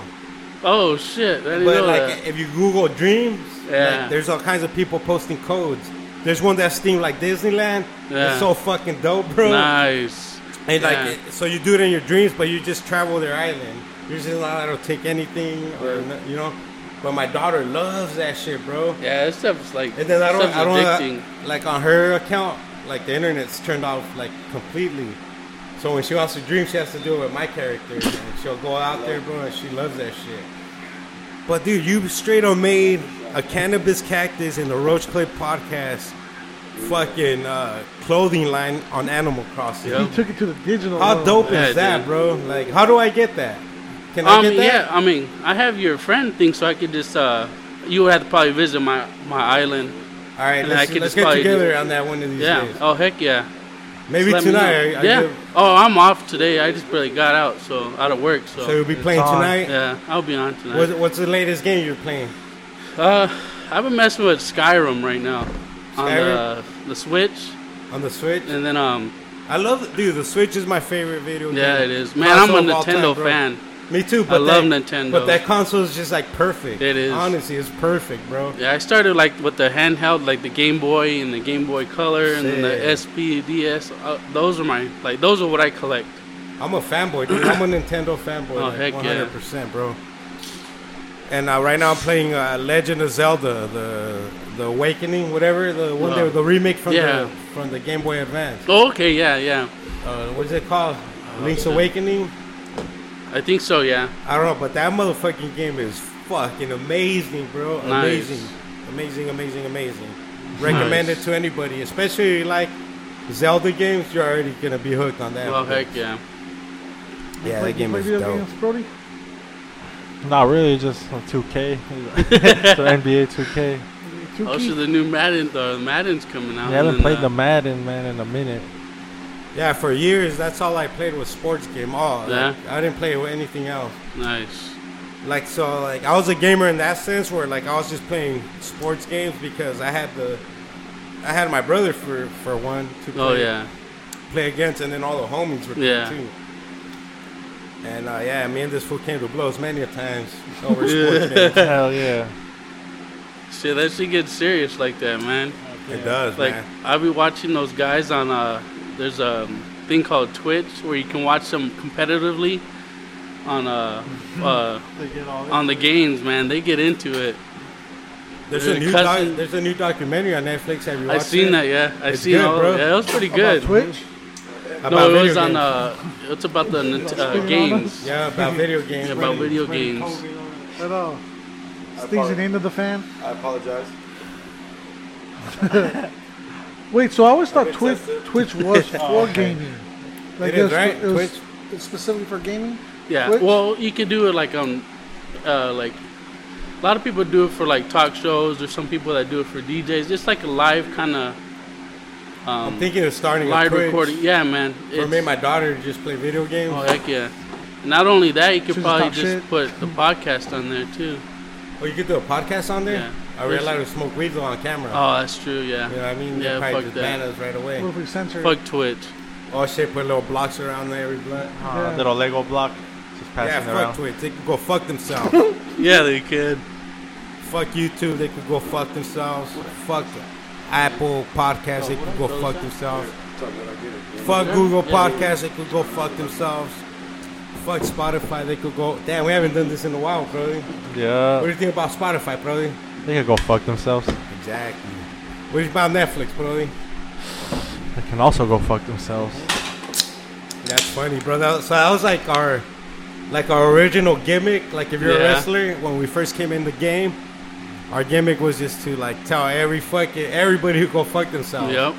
S6: oh shit! I didn't
S1: But
S6: know
S1: like
S6: that.
S1: if you Google dreams,
S6: Yeah.
S1: like, there's all kinds of people posting codes. There's one that's themed like Disneyland.
S6: Yeah.
S1: It's so fucking dope, bro.
S6: nice.
S1: And like,
S6: Yeah.
S1: it- so you do it in your dreams, but you just travel their island. You're just not allowed to take anything, or no- you know. But my daughter loves that shit, bro.
S6: Yeah, that stuff's like.
S1: And then I don't,
S6: stuff's
S1: I
S6: addicting.
S1: don't like on her account, like the internet's turned off like completely. So when she wants to dream, she has to do it with my character. and she'll go out there, bro, and she loves that shit. But dude, you straight up made a cannabis cactus in the Roach Clip podcast, fucking uh, clothing line on Animal Crossing.
S6: Yep.
S2: He took it to the digital.
S1: How
S2: level.
S1: dope
S6: Oh, Yeah,
S1: is that,
S6: dude.
S1: bro? Like, how do I get that? Can I
S6: Um,
S1: get that?
S6: yeah, I mean, I have your friend thing, so I could just. uh You would have to probably visit my my island.
S1: All right,
S6: And
S1: let's,
S6: I could
S1: let's
S6: just
S1: get
S6: probably do-
S1: together on that one of these
S6: Yeah.
S1: days.
S6: Oh heck yeah.
S1: Maybe
S6: Let me know.
S1: tonight. I- I
S6: yeah.
S1: give-
S6: oh, I'm off today. I just barely got out, so out of work. So.
S1: so you'll be playing
S3: on.
S1: tonight.
S6: yeah, I'll be on tonight.
S1: What's, what's the latest game you're playing?
S6: Uh, I've been messing with Skyrim right now on the, the Switch,
S1: On the Switch?
S6: and then um,
S1: I love, dude. The Switch is my favorite video game.
S6: yeah, it is. Man, I'm a
S1: Console of all time,
S6: Nintendo
S1: bro.
S6: fan.
S1: Me too. But
S6: love
S1: that-
S6: Nintendo.
S1: But that console is just like perfect.
S6: It is.
S1: Honestly, it's perfect, bro.
S6: Yeah, I started like with the handheld, like the Game Boy and the Game Boy Color, and then the
S1: Shit.
S6: SP, DS. Uh, those are my like those are what I collect.
S1: I'm a fanboy, dude. I'm a Nintendo fanboy.
S6: Oh,
S1: like,
S6: heck yeah.
S1: 100%, bro. And uh, right now I'm playing uh, Legend of Zelda, the the Awakening, whatever, the one
S6: Oh.
S1: that- the remake from
S6: Yeah.
S1: the from the Game Boy Advance.
S6: Oh, okay, yeah, yeah,
S1: Uh, what is it called? Link's Awakening.
S6: I think so. Yeah,
S1: I don't know, but that motherfucking game is fucking amazing, bro.
S6: Nice.
S1: Amazing, amazing, amazing, amazing. Recommend it to anybody, especially if you like Zelda games. You're already gonna be hooked on that.
S6: well,
S1: one.
S6: heck yeah.
S1: yeah,
S2: Play-
S1: that game
S2: play
S1: is
S2: video
S1: dope.
S2: games, Brody?
S3: Not really, just a 2K, so NBA 2K.
S2: Two
S6: Also,
S2: keys.
S6: the new Madden, the Madden's coming out.
S3: I haven't
S6: and then,
S3: played
S6: uh,
S3: the Madden man in a minute.
S1: Yeah, for years that's all I played was sports game. All like,
S6: Yeah.
S1: I didn't play with anything else.
S6: uh, Nice.
S1: Like so, like I was a gamer in that sense, where like I was just playing sports games because I had the, I had my brother for for one to play,
S6: Oh yeah.
S1: play against, and then all the homies were
S6: Yeah.
S1: yeah. too. And uh, yeah, me and this fool came to blows many a times
S6: [LAUGHS]
S1: over sports games.
S3: Hell yeah.
S6: See, that shit gets serious like that, man. [LAUGHS]
S1: It does,
S6: Like
S1: man.
S6: I'll be watching those guys on uh there's a thing called Twitch where you can watch them competitively on uh uh
S3: [LAUGHS] They get all
S6: on the games, man. They get into it.
S1: There's
S6: There's
S1: a
S6: a
S1: new doc,
S6: cousin-
S1: there's a new documentary on Netflix. Have you watched
S6: I've seen
S1: it?
S6: that, yeah. I
S1: It's
S6: seen
S1: good,
S6: all
S1: bro.
S6: yeah, that was pretty good.
S2: Twitch.
S1: About
S6: No, it was
S1: video
S6: on
S1: games.
S6: uh it's about the Nint- uh, games.
S1: yeah about video games.
S6: [LAUGHS] Yeah, about video games.
S2: At all. Steve's the name of the fan.
S5: I apologize.
S2: Wait, so I always thought Twitch Twitch was for gaming. Like
S1: It is, right?
S2: It was
S1: Twitch?
S2: it's specifically for gaming.
S6: Yeah.
S2: Twitch?
S6: Well, you could do it like um, uh, like a lot of people do it for like talk shows. There's some people that do it for DJs. Just like a live kind of
S1: I'm
S6: um,
S1: thinking of starting a
S6: live
S1: Twitch
S6: recording. Yeah, man.
S1: for
S6: It's-
S1: me and my daughter to just play video games.
S6: oh heck yeah! And not only that, you could
S2: Choose to
S6: probably
S2: talk
S6: just
S2: shit.
S6: put the podcast on there too.
S1: Oh, you could do a podcast on there?
S6: Yeah.
S1: I realized we smoke weed though on camera.
S6: Oh, that's true. Yeah.
S1: You know what I mean?
S6: Yeah,
S1: They probably
S6: fuck
S1: just
S6: that.
S1: ban us right
S2: What
S1: away.
S2: if we censor? it?
S6: Fuck Twitch.
S1: Oh shit, put little blocks around there, every block.
S6: Oh.
S3: Uh, Little Lego block. Just
S1: Yeah,
S3: passing
S1: fuck
S3: around.
S1: Twitch. They could go fuck
S6: [LAUGHS]
S1: themselves.
S6: Yeah, they could.
S1: fuck YouTube. They could go fuck themselves. Fuck Apple Podcasts. They could go fuck themselves. Fuck Google Podcasts. They could go fuck themselves. Fuck Spotify. They could go. Damn, we haven't done this in a while, brother. What do
S3: Yeah.
S1: you think about Spotify, brother?
S3: They can go fuck themselves.
S1: Exactly. What is about Netflix, brother?
S3: They can also go fuck themselves.
S1: That's funny, bro. That, so that was like our, like our original gimmick. Like if you're
S6: Yeah.
S1: a wrestler, when we first came in the game, our gimmick was just to like tell every fucking everybody who go fuck themselves.
S6: Yep.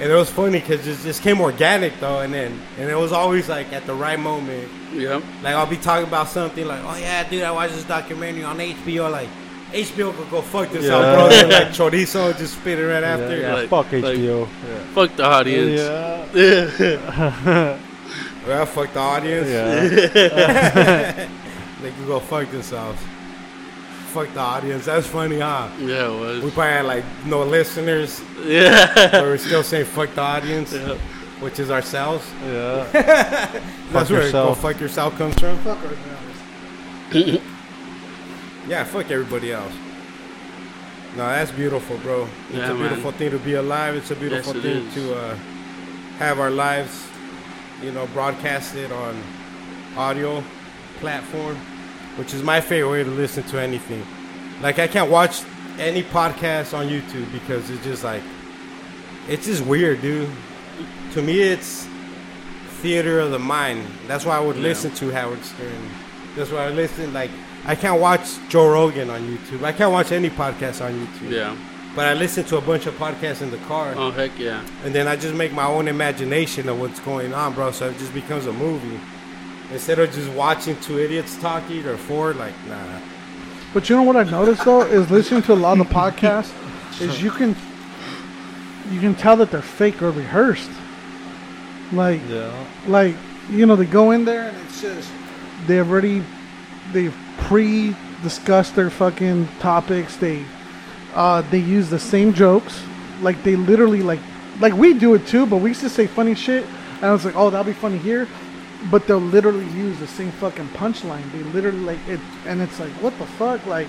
S1: And it was funny because it just came organic though, and then and it was always like at the right moment.
S6: Yep.
S1: Like I'll be talking about something like, oh yeah, dude, I watched this documentary on HBO. Like HBO could go fuck themselves,
S3: Yeah.
S1: bro.
S3: [LAUGHS]
S1: And, like chorizo just spitting right after.
S3: Yeah,
S6: Like-
S3: fuck
S6: like-
S3: HBO.
S6: Fuck the audience.
S3: yeah.
S1: Well, fuck the audience.
S3: Yeah.
S1: [LAUGHS] They could go fuck themselves. Fuck the audience. That's funny, huh?
S6: Yeah, it
S1: We
S6: was.
S1: probably had like no listeners,
S6: [LAUGHS] Yeah.
S1: but we're still saying fuck the audience,
S6: Yep.
S1: which is ourselves.
S3: yeah.
S1: [LAUGHS] That's where
S3: yourself.
S1: go fuck yourself comes from.
S2: Fuck ourselves.
S6: [LAUGHS]
S1: Yeah, fuck everybody else. No, that's beautiful, bro. It's
S6: Yeah,
S1: a beautiful thing to be alive. It's a beautiful
S6: it
S1: thing
S6: is.
S1: to uh, have our lives, you know, broadcasted on audio platform, which is my favorite way to listen to anything. Like I can't watch any podcast on YouTube because it's just like it's just weird, dude. To me, it's theater of the mind. That's why I would listen to Howard Stern. That's why I listen. Like I can't watch Joe Rogan on YouTube. I can't watch any podcast on YouTube.
S6: Yeah.
S1: But I listen to a bunch of podcasts in the car,
S6: Oh heck yeah.
S1: and then I just make my own imagination of what's going on, bro. So it just becomes a movie instead of just watching two idiots talking or four. Like nah.
S2: But you know what I noticed though is listening to a lot of podcasts is you can you can tell that they're fake or rehearsed. Like
S3: Yeah.
S2: like you know they go in there and it's just they already they've pre-discussed their fucking topics they uh they use the same jokes like they literally like like we do it too but we used to say funny shit and i was like oh that'll be funny here but they'll literally use the same fucking punchline they literally like it and it's like what the fuck like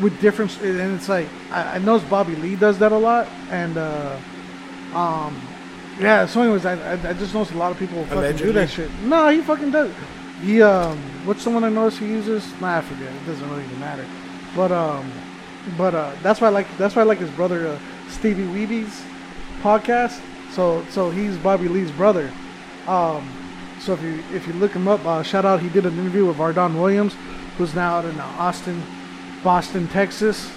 S2: with different s- and it's like i, I noticed bobby lee does that a lot and uh um, yeah, so anyways, I, I, I just noticed a lot of people fucking do
S1: Allegedly.
S2: that shit. No, he fucking does. He um, what's someone I noticed he uses? Nah, I forget. It doesn't really even matter. But um, but uh, that's why I like that's why I like his brother uh, Stevie Weeby's podcast. So so he's Bobby Lee's brother. Um, so if you if you look him up, uh, shout out. He did an interview with Vardon Williams, who's now out in uh, Austin, Boston, Texas.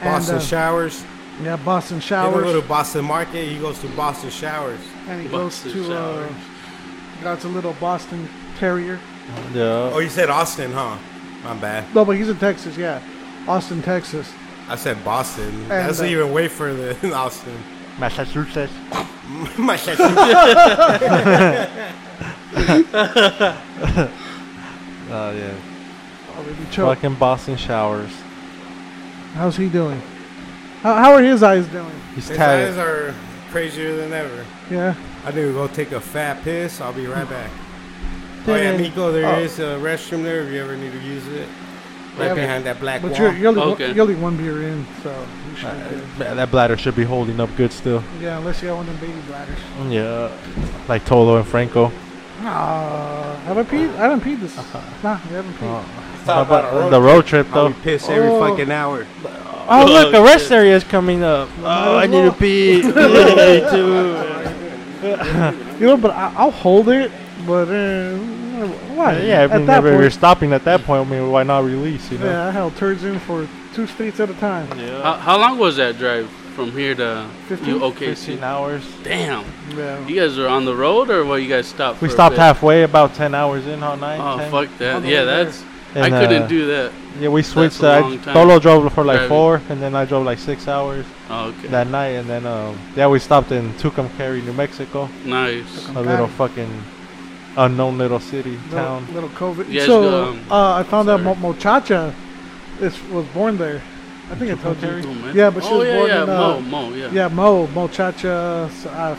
S2: And,
S1: Boston
S2: uh,
S1: showers.
S2: yeah, Boston
S1: He don't
S2: showers.
S1: go to Boston Market. He goes to Boston showers.
S2: and he goes
S6: Boston
S2: to uh,
S6: showers.
S2: got a little Boston Terrier.
S3: Yeah.
S1: Oh, you said Austin, huh? My bad.
S2: No, but he's in Texas, yeah, Austin, Texas.
S1: I said Boston. That's
S2: uh,
S1: even way further than [LAUGHS] Austin.
S7: Massachusetts.
S2: [LAUGHS]
S1: My shit.
S3: Oh yeah.
S2: Oh, baby choke.
S3: Fucking Boston showers.
S2: How's he doing? How, how are his eyes doing?
S3: He's
S1: His
S3: tired.
S1: eyes are crazier than ever.
S2: Yeah.
S1: I need to go take a fat piss. I'll be right back. Oh yeah, Nico, there is a restroom there if you ever need to use it. Right
S2: Yeah, but-
S1: behind that black wall.
S2: But you're, you're, only one,
S6: Okay.
S2: you're only one beer in, so you should be good.
S3: Man, that bladder should be holding up good still.
S2: Yeah, unless you got one of them baby bladders.
S3: Yeah. Like Tolo and Franco.
S2: Ah, have I peed? I haven't peed this. Nah, we haven't peed.
S3: How about the road trip
S1: I'll
S3: though?
S1: be pissed every
S2: Oh.
S1: fucking hour.
S3: Oh look, a rest area is coming up. Oh, I need to [LAUGHS] pee. too.
S2: You know, but I, I'll hold it. But uh, why?
S3: Yeah, if
S2: at
S3: we
S2: that
S3: never-
S2: point,
S3: we're stopping at that point. I mean, why not release? You know.
S2: yeah, I held turds in for two streets at a time.
S6: How, how long was that drive from here to
S2: 15?
S6: you OKC?
S3: Fifteen hours.
S6: Damn,
S2: Yeah.
S6: you guys were on the road or what? You guys stopped?
S3: We
S6: for a
S3: stopped
S6: bit?
S3: halfway, about ten hours in, how nine?
S6: Oh
S3: 10?
S6: fuck
S2: On
S6: that!
S2: the
S6: Yeah,
S2: way there.
S6: that's I
S3: And,
S6: couldn't
S3: uh,
S6: do that.
S3: Yeah, we switched.
S6: a
S3: Uh,
S6: long time
S3: Tolo drove for like
S6: driving.
S3: four, and then I drove like six hours
S6: Oh, okay,
S3: that night, and then um, yeah, we stopped in Tucumcari, New Mexico,
S6: nice.
S3: a little
S2: Tucumcari.
S3: fucking unknown little city
S2: Little,
S3: town.
S2: little COVID.
S6: You guys
S2: so
S6: go, um,
S2: uh, I found out
S6: sorry.
S2: Mo- Mochacha is was born there. I think I told you.
S6: Oh, man.
S2: Yeah, but she
S6: oh
S2: was
S6: yeah,
S2: born
S6: yeah,
S2: in,
S6: Mo,
S2: uh,
S6: Mo, yeah.
S2: Yeah, Mo Mochacha. s- Uh,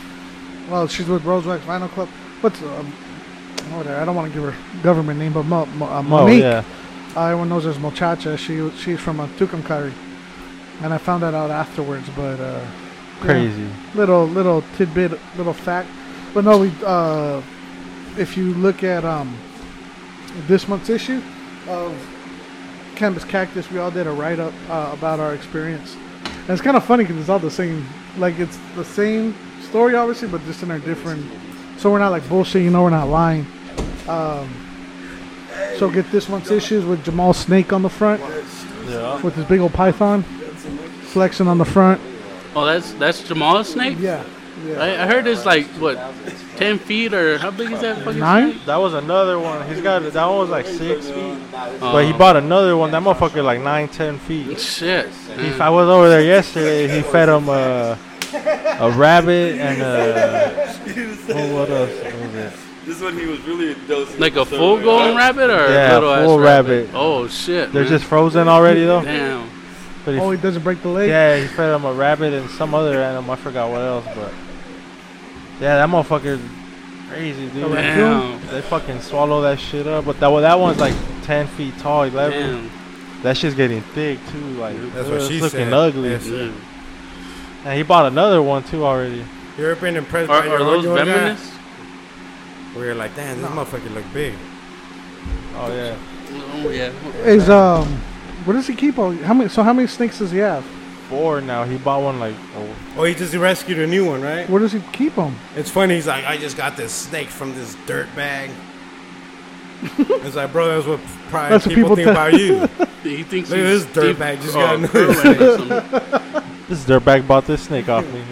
S2: well, she's with Rosewax Vinyl Club. What's um, whatever? I don't want to give her government name, but Mo, Mo, uh,
S3: Oh
S2: Monique.
S3: yeah,
S2: Uh, everyone knows her as Mochacha. She she's from uh, Tucumcari, and I found that out afterwards. But uh, yeah,
S3: crazy.
S2: little little tidbit, little fact. But no, we uh, if you look at um, this month's issue of Canvas Cactus, we all did a write up uh, about our experience, and it's kind of funny because it's all the same. Like it's the same story, obviously, but just in our different. So we're not like bullshit, you know. We're not lying. Um, so get this month's issues with Jamal Snake on the front,
S3: Yeah.
S2: with his big old python, flexing on the front.
S6: Oh, that's that's Jamal snake.
S2: Yeah, yeah.
S6: I, I heard it's like what, ten feet or how big is that fucking
S2: Nine?
S6: snake?
S3: That was another one. He's got that one was like six feet, but he
S6: Oh,
S3: bought another one. That motherfucker like nine, ten feet.
S6: shit.
S3: He, I was over there yesterday. He fed him a, a rabbit and a oh, what else was it?
S5: This one he was really dosing.
S6: Like a full grown rabbit or
S3: Yeah,
S6: a little ass
S3: full
S6: rabbit?
S3: rabbit.
S6: Oh shit.
S3: They're
S6: man.
S3: just frozen already though.
S6: damn.
S3: But he
S2: Oh, he doesn't break the leg.
S3: Yeah, he fed him a rabbit and some other animal. I forgot what else, but yeah, that motherfucker crazy dude.
S6: Damn.
S3: They fucking swallow that shit up. But that well, that one's like ten feet tall, eleven.
S6: Damn.
S3: That shit's getting thick too. Like
S1: That's
S3: ugh,
S1: what
S3: it's
S1: she
S3: looking
S1: said.
S3: ugly.
S1: Yes.
S6: Yeah.
S3: And he bought another one too already.
S1: You ever been impressed
S6: Are,
S1: by
S6: are
S1: your
S6: those
S1: own guy?
S6: feminists?
S1: Where you're like, damn, this motherfucker look big.
S3: Oh yeah,
S6: Oh yeah.
S2: Is um, what does he keep? On, how many? So how many snakes does he have?
S3: four now. He bought one like oh,
S1: Oh, he just rescued a new one, right?
S2: Where does he keep them?
S1: It's funny. He's like, I just got this snake from this dirt bag. it's like, bro, that's what probably
S2: That's what
S1: people,
S2: people
S1: think
S2: tell-
S1: about you.
S6: He thinks
S1: Look at this
S6: he's
S1: dirtbag
S6: Steve
S1: just got
S6: [LAUGHS] oh,
S1: a-
S6: Irwin or something.
S3: this dirtbag bought this snake off me.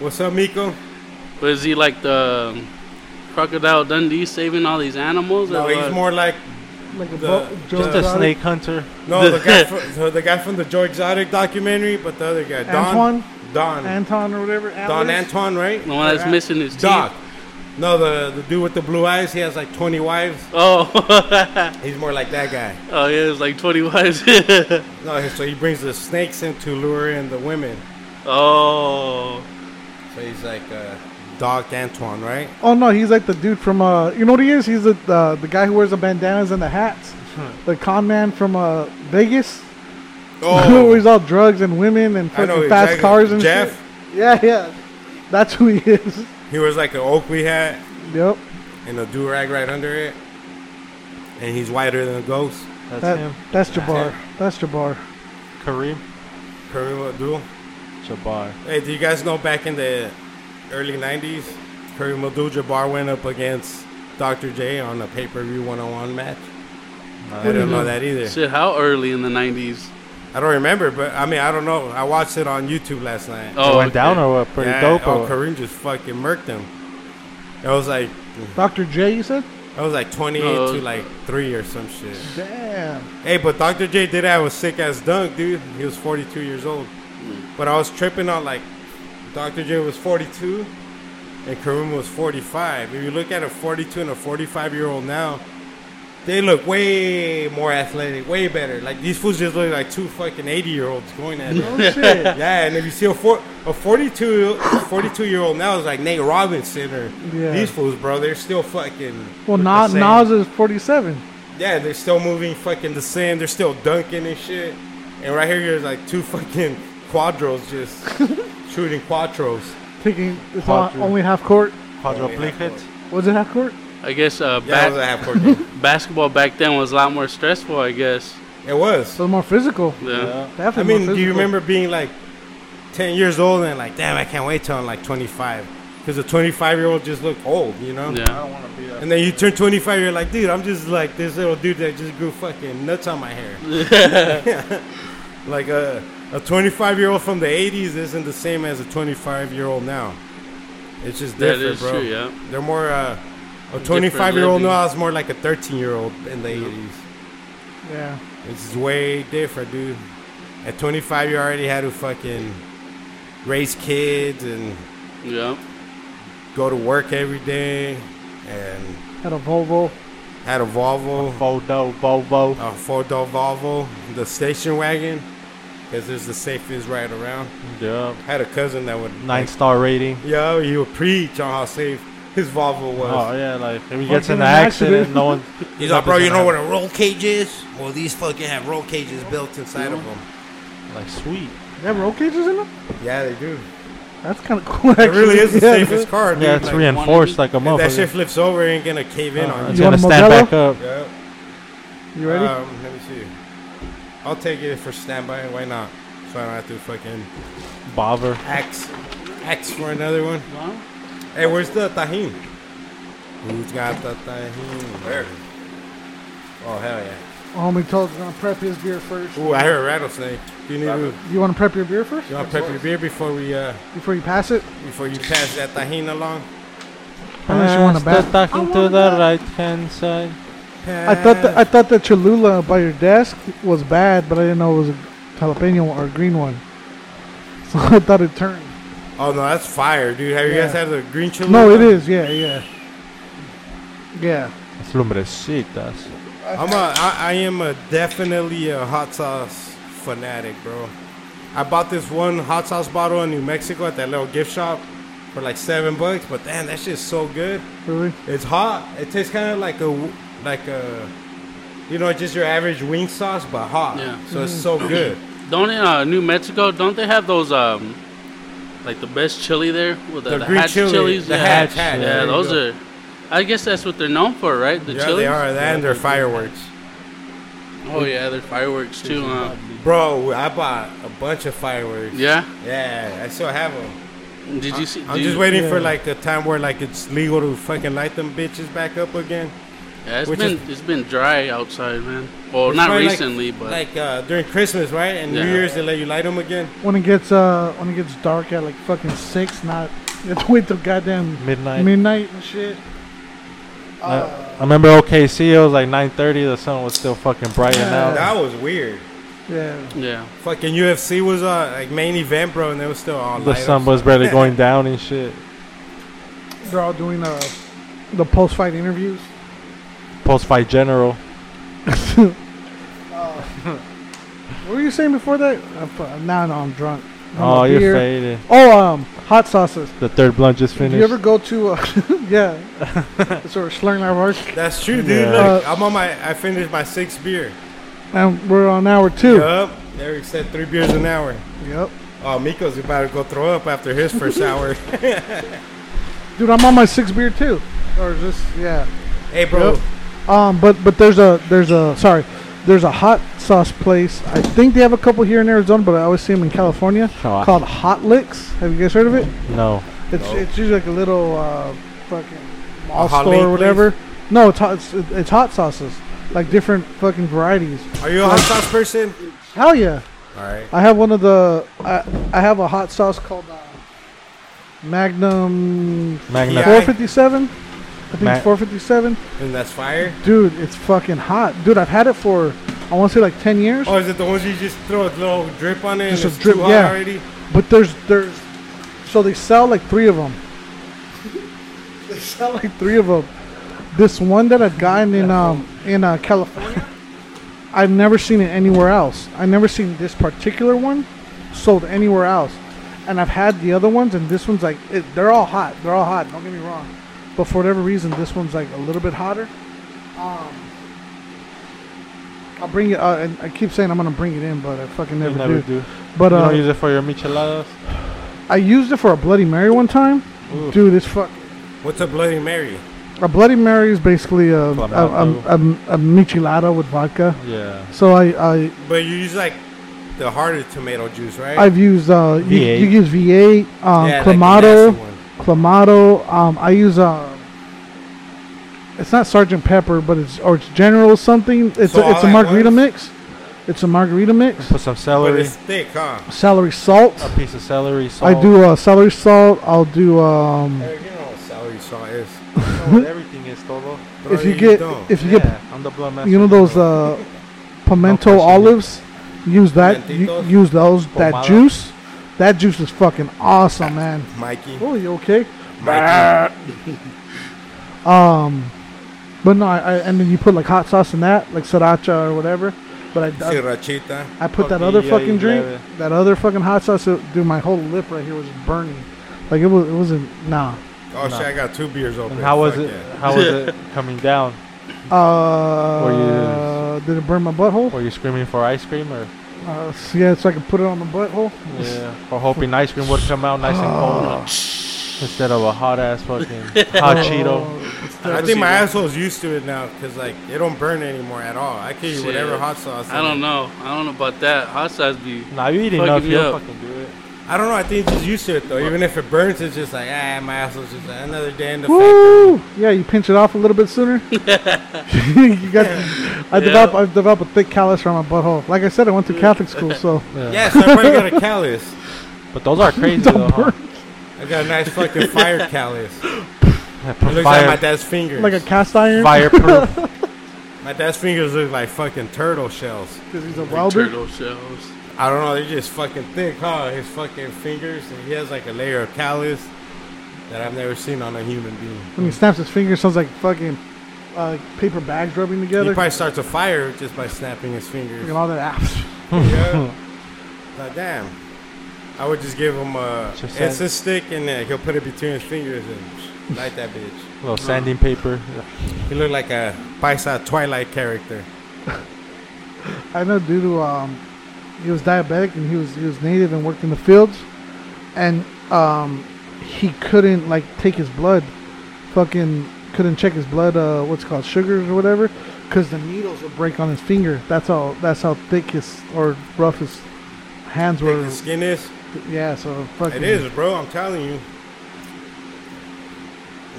S1: What's up, Miko?
S6: But is he like the um, crocodile Dundee saving all these animals?
S1: No,
S6: or
S1: he's
S6: what?
S1: more like
S2: Like a
S1: The-
S2: bo- Joe
S1: just
S3: Just a
S2: Exotic?
S3: snake hunter.
S1: no the
S6: [LAUGHS]
S1: guy from, so the guy from the Joe Exotic documentary, but the other guy, Don
S2: Antoine?
S1: Don
S2: Anton or whatever.
S1: Don
S2: antlers?
S1: Antoine, right?
S6: the one that's missing his
S1: Doc.
S6: teeth.
S1: No, the the dude with the blue eyes. He has like 20 wives.
S6: Oh, [LAUGHS]
S1: He's more like that guy.
S6: oh yeah, it's like twenty wives.
S1: No, he- so he brings the snakes in to lure in the women.
S6: [LAUGHS] oh,
S1: So he's like uh, Doc Antoine, right?
S2: Oh no, he's like the dude from uh, you know what he is? He's the uh, the guy who wears the bandanas and the hats,
S1: Hmm.
S2: the con man from uh Vegas. [LAUGHS]
S1: [LAUGHS]
S2: where he's all drugs and women and
S1: Oh. I know
S2: fucking fast
S1: exactly.
S2: cars and
S1: Jeff.
S2: shit. Yeah, yeah, that's who he is. [LAUGHS]
S1: He was like an Oakley hat
S2: yep,
S1: and a do rag right under it, and he's whiter than a ghost.
S3: That's
S2: that,
S3: him.
S2: that's Jabbar. That's Jabbar.
S3: Kareem
S1: Kareem Abdul.
S3: Jabbar.
S1: Hey, do you guys know back in the early '90s, Kareem Abdul-Jabbar went up against Dr. J on a pay-per-view one-on-one match? I don't know that either.
S6: shit! How early in the nineties?
S1: I don't remember, but I mean, I don't know. I watched it on YouTube last night.
S6: Oh,
S3: it went
S6: okay.
S3: down or what? Pretty
S1: Yeah,
S3: dope.
S1: Oh,
S3: or what?
S1: Kareem just fucking murked him. It was like
S2: Doctor J, you said?
S1: it was like 28
S6: No.
S1: to like three or some shit.
S2: Damn.
S1: Hey, but Dr. J did have a sick ass dunk, dude. He was 42 years old. But I was tripping on like Dr. J was 42 and Kareem was 45. If you look at a 42 and a 45 year old now, they look way more athletic, way better. Like these fools just look like two fucking 80 year olds going at it. [LAUGHS]
S2: Oh, shit.
S1: Yeah, and if you see a four, a 42, 42 year old now is like Nate Robinson or
S2: Yeah.
S1: these fools, bro. They're still fucking.
S2: Well,
S1: the
S2: Na-
S1: same.
S2: Nas is 47.
S1: Yeah, they're still moving fucking the same. They're still dunking and shit. And right here, there's like two fucking quadros
S2: [LAUGHS]
S1: just shooting quadros.
S2: Taking it's all,
S3: Quadru-
S2: only half court.
S3: Quadruplicate.
S2: Was it half court?
S6: I guess uh,
S1: Yeah, it was a
S6: ba-
S1: half court
S2: [LAUGHS]
S1: game.
S6: basketball back then was a lot more stressful. I guess.
S1: It was.
S2: So more physical.
S6: Yeah.
S1: I mean,
S2: Definitely. more
S1: do you
S2: physical.
S1: remember being like 10 years old and like, damn, I can't wait till I'm like 25? Because a 25 year old just looked old, you know?
S6: Yeah.
S3: don't want to be that.
S1: And then you turn 25, you're like, dude, I'm just like this little dude that just grew fucking nuts on my hair.
S6: [LAUGHS]
S1: like a, a 25 year old from the 80s isn't the same as a 25 year old now. It's just
S6: That
S1: different,
S6: is
S1: bro.
S6: true, yeah.
S1: They're more, uh, a 25 year old
S6: living.
S1: now is more like a 13 year old in the 80s.
S2: Yeah.
S1: It's just way different, dude. At 25, you already had to fucking raise kids and
S6: Yeah.
S1: go to work every day and
S2: Had a Volvo.
S1: had a Volvo.
S3: Bodo, Bobo.
S1: a Ford Uh, Volvo, the station wagon, because there's the safest ride around.
S3: Yeah.
S1: had a cousin that would,
S3: Nine star rating.
S1: yo, he would preach on how safe his Volvo
S3: Oh
S1: was.
S3: yeah, like if he
S2: Or
S3: gets
S2: get
S3: in an
S2: an
S3: accident,
S2: accident.
S3: no one.
S1: [LAUGHS] He's like, bro, you know what a roll cage is? Well, these fucking have roll cages built inside of them.
S3: Like sweet.
S2: They have roll cages in them.
S1: Yeah, they do.
S2: That's kind of cool.
S1: It
S2: Actually.
S1: really is the
S2: [LAUGHS] Yeah.
S1: safest car, dude.
S3: Yeah, it's
S1: Like,
S3: reinforced like a
S1: if that shit
S3: motherfucker.
S1: flips over, it ain't gonna cave in
S3: Uh,
S1: on
S3: It's
S1: you.
S2: You want
S3: gonna
S2: a
S3: stand
S2: Modelo?
S3: back up.
S1: Yeah.
S2: You ready?
S1: Um, let me see. I'll take it for standby. Why not? So I don't have to fucking
S3: Bobber.
S1: axe, axe for another one.
S6: Well,
S1: Hey, where's the tahin? Who's got the tahin? Where? Oh hell yeah!
S2: Homie told us gonna prep his beer first.
S1: Ooh, I heard a rattlesnake. You need to
S2: You want to prep your beer first
S1: you want to prep your beer before we uh
S2: before you pass it?
S1: before you pass that tahin along.
S2: Unless you want to
S3: Pass the
S2: bath.
S3: talking to the right hand side.
S2: I thought that, I thought that Cholula by your desk was bad, but I didn't know it was a jalapeno or a green one. [LAUGHS] So I thought it turned.
S1: oh no, that's fire, dude! Have you guys
S2: Yeah.
S1: had the green chili?
S2: No, it is. Yeah, yeah, yeah.
S3: Las lumbrecitas.
S1: I'm a I, I am a definitely a hot sauce fanatic, bro. I bought this one hot sauce bottle in New Mexico at that little gift shop for like seven bucks, but damn, that shit's so good.
S2: Really?
S1: It's hot. It tastes kind of like a w- like a you know just your average wing sauce, but hot.
S6: Yeah. Mm-hmm.
S1: So it's so good.
S6: don't in uh, New Mexico, don't they have those um, like the best chili there with the,
S1: The
S6: the
S1: green
S6: hatch
S1: chili,
S6: chilies?
S1: the
S6: yeah,
S1: hatch, hatch,
S6: yeah,
S1: there you
S6: those
S1: go.
S6: are. I guess that's what they're known for, right? The
S1: yeah,
S6: chilies.
S1: they are. And they're fireworks,
S6: Oh yeah, they're fireworks too. Huh?
S1: bro. I bought a bunch of fireworks.
S6: Yeah.
S1: Yeah, I still have them.
S6: Did you see?
S1: I'm
S6: do
S1: just
S6: you-
S1: waiting for
S2: yeah.
S1: like a time where like it's legal to fucking light them bitches back up again.
S6: Yeah, it's
S1: which
S6: been
S1: is-
S6: it's been dry outside, man. Well,
S1: It's
S6: not
S1: probably, like-
S6: recently, but
S1: like uh, during Christmas, right? And New
S6: Yeah.
S1: Year's, they let you light them again.
S2: When it gets uh when it gets dark at like fucking six, not you have to wait till goddamn
S3: Midnight.
S2: midnight and shit.
S3: I remember OKC. It was like 9:30. The sun was still fucking bright and out.
S1: That was weird.
S2: Yeah.
S6: yeah,
S1: Fucking UFC was uh, like main event, bro, and they were still on.
S3: The sun was
S1: [LAUGHS]
S3: barely going down and shit.
S2: They're all doing uh the post fight interviews.
S3: Post fight general.
S2: What were you saying before that? I fu- Now no, I'm drunk. I'm
S3: Oh,
S2: a
S3: you're
S2: beer.
S3: faded.
S2: Oh, um, hot sauces.
S3: The third blunt just
S2: Did
S3: finished.
S2: you ever go to? Uh, [LAUGHS]
S3: [LAUGHS]
S2: yeah, sort of slurring our words.
S1: That's true, dude.
S3: Yeah.
S1: Look, I'm on my. I finished my sixth beer.
S2: And we're on hour two.
S1: Yup. Eric said three beers an hour.
S2: Yep.
S1: Oh, Miko's about to go throw up after his
S2: [LAUGHS]
S1: first hour.
S2: Dude, I'm on my sixth beer too. Or is this? Yeah.
S1: hey, bro.
S2: Yup. Um, but but there's a there's a sorry, there's a hot sauce place. I think they have a couple here in Arizona, but I always see them in California
S3: Oh, I-
S2: called Hot Licks. Have you guys heard of it?
S3: No.
S2: It's it's usually like a little uh, fucking mall
S1: A hot
S2: store
S1: link
S2: or
S1: place?
S2: whatever. No, it's hot, it's, it's hot sauces, like different fucking varieties.
S1: Are you a hot sauce person?
S2: Hell yeah.
S1: All right.
S2: I have one of the. I, I have a hot sauce called uh, Magnum
S3: Magna.
S1: Yeah.
S2: 457. I think
S3: Ma-
S2: it's 457.
S1: And that's fire.
S2: Dude, it's fucking hot. Dude, I've had it for I want to say like 10 years.
S1: Oh, is it the ones you just throw a little drip on it?
S2: Just a
S1: and it's
S2: drip,
S1: too hot
S2: yeah.
S1: Already?
S2: But there's there's So they sell like three of them.
S1: [LAUGHS]
S2: they sell like three of them. This one that I've gotten in um in uh, California, I've never seen it anywhere else. I've never seen this particular one sold anywhere else, and I've had the other ones, and this one's like it, they're all hot. They're all hot. Don't get me wrong, but for whatever reason, this one's like a little bit hotter. Um. I'll bring it. Uh, and I keep saying I'm gonna bring it in, but I fucking
S3: You
S2: never,
S3: never
S2: do.
S3: do.
S2: But
S3: you
S2: uh,
S3: don't use it for your micheladas.
S2: I used it for a Bloody Mary one time.
S3: Ooh.
S2: Dude, this fuck.
S1: What's a Bloody Mary?
S2: A Bloody Mary is basically a, a, a, a, a michelada with vodka.
S3: Yeah.
S2: So I, I
S1: But you use like the harder tomato juice, right?
S2: I've used uh you,
S3: V8.
S2: you use V8, um,
S1: Yeah, like the
S2: Clamato,
S1: nasty one.
S2: Clamato. Um, I use uh, it's not Sergeant Pepper, but it's or it's General something. It's
S1: So
S2: a, it's
S1: all
S2: a
S1: at
S2: margarita
S1: once?
S2: mix. It's a margarita mix.
S3: Put some
S1: But
S3: celery,
S1: it's thick, huh?
S2: Celery salt.
S3: a piece of celery, salt.
S2: I do uh, celery salt. I'll do um.
S1: Eric, you know what celery salt is.
S2: [LAUGHS]
S3: Oh, everything is todo.
S1: Bro,
S2: If you get
S1: don't.
S2: if you get
S3: Yeah, I'm the blood master.
S2: you know those uh, pimento
S3: question.
S2: olives use that you,
S1: Pimentitos.
S2: use those that
S3: Pomada.
S2: juice that juice is fucking awesome man
S1: Mikey,
S2: oh you okay
S1: Mikey,
S2: but no I, I and then you put like hot sauce in that like sriracha or whatever but I, I,
S1: sriracha.
S2: I put that other
S3: Tortilla y
S2: fucking drink
S3: grave.
S2: that other fucking hot sauce it- dude my whole lip right here was burning like it was it wasn't nah
S1: Oh shit, I got two beers open.
S3: And how was
S1: Fuck
S3: it?
S1: yeah. [LAUGHS]
S3: How was it coming down?
S2: uh did it burn my butthole
S3: Were you screaming for ice cream or
S2: uh, so yeah so I could put it on my butthole
S3: yeah, or hoping ice cream would come out nice and cold instead of a hot ass fucking hot Cheeto?
S1: I
S6: Never
S1: think
S6: seen
S1: my
S6: that.
S1: asshole's used to it now because like it don't burn anymore at all. I can eat
S6: Shit.
S1: whatever hot sauce.
S6: I don't know. I don't know about that. Hot sauce be.
S3: Nah, you eat
S6: Fucking
S3: enough,
S6: me
S3: you'll
S6: up.
S3: fucking do it.
S1: I don't know. I think it's just used to it though. Even if it burns, it's just like ah, my asshole's just like, another day in the factory.
S2: Woo! Yeah, you pinch it off a little bit sooner. [LAUGHS] you got. I develop. I develop a thick callus around my butthole. Like I said, I went to Catholic school, so
S1: Yeah, so I probably got a callus.
S3: But those are crazy though. Huh?
S1: I got a nice fucking fire callus. It
S3: Yeah,
S1: looks like my
S3: fire,
S1: dad's fingers.
S2: like a cast iron.
S3: fireproof.
S1: my dad's fingers look like fucking turtle shells.
S2: 'cause he's a welder.
S6: Turtle shells.
S1: I don't know. They're just fucking thick, huh? His fucking fingers, and he has like a layer of callus that I've never seen on a human being.
S2: When he snaps his finger, it sounds like fucking uh, paper bags rubbing
S1: He
S2: together.
S1: probably starts a fire just by snapping his fingers.
S2: Look at all that ass.
S1: Yeah. Like, damn. I would just give him a
S3: Just
S1: it's a stick and uh, he'll put it between his fingers and light that bitch.
S3: little sanding paper.
S1: He looked like a paisa Twilight character.
S2: I know, dude. Who, um, he was diabetic and he was he was native and worked in the fields, and um, he couldn't like take his blood. Fucking couldn't check his blood. Uh, what's it called sugars or whatever, because the needles would break on his finger. That's how that's how thick his or rough his hands
S1: Think
S2: were.
S1: the skin is?
S2: Yeah, so fucking.
S1: It is, bro. I'm telling you.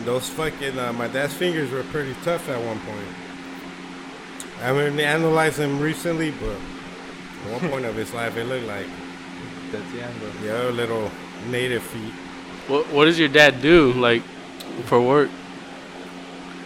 S1: Those fucking uh, my dad's fingers were pretty tough at one point. I haven't analyzed him recently, but at one point of his life, it looked like your little native feet.
S6: What What does your dad do like for work?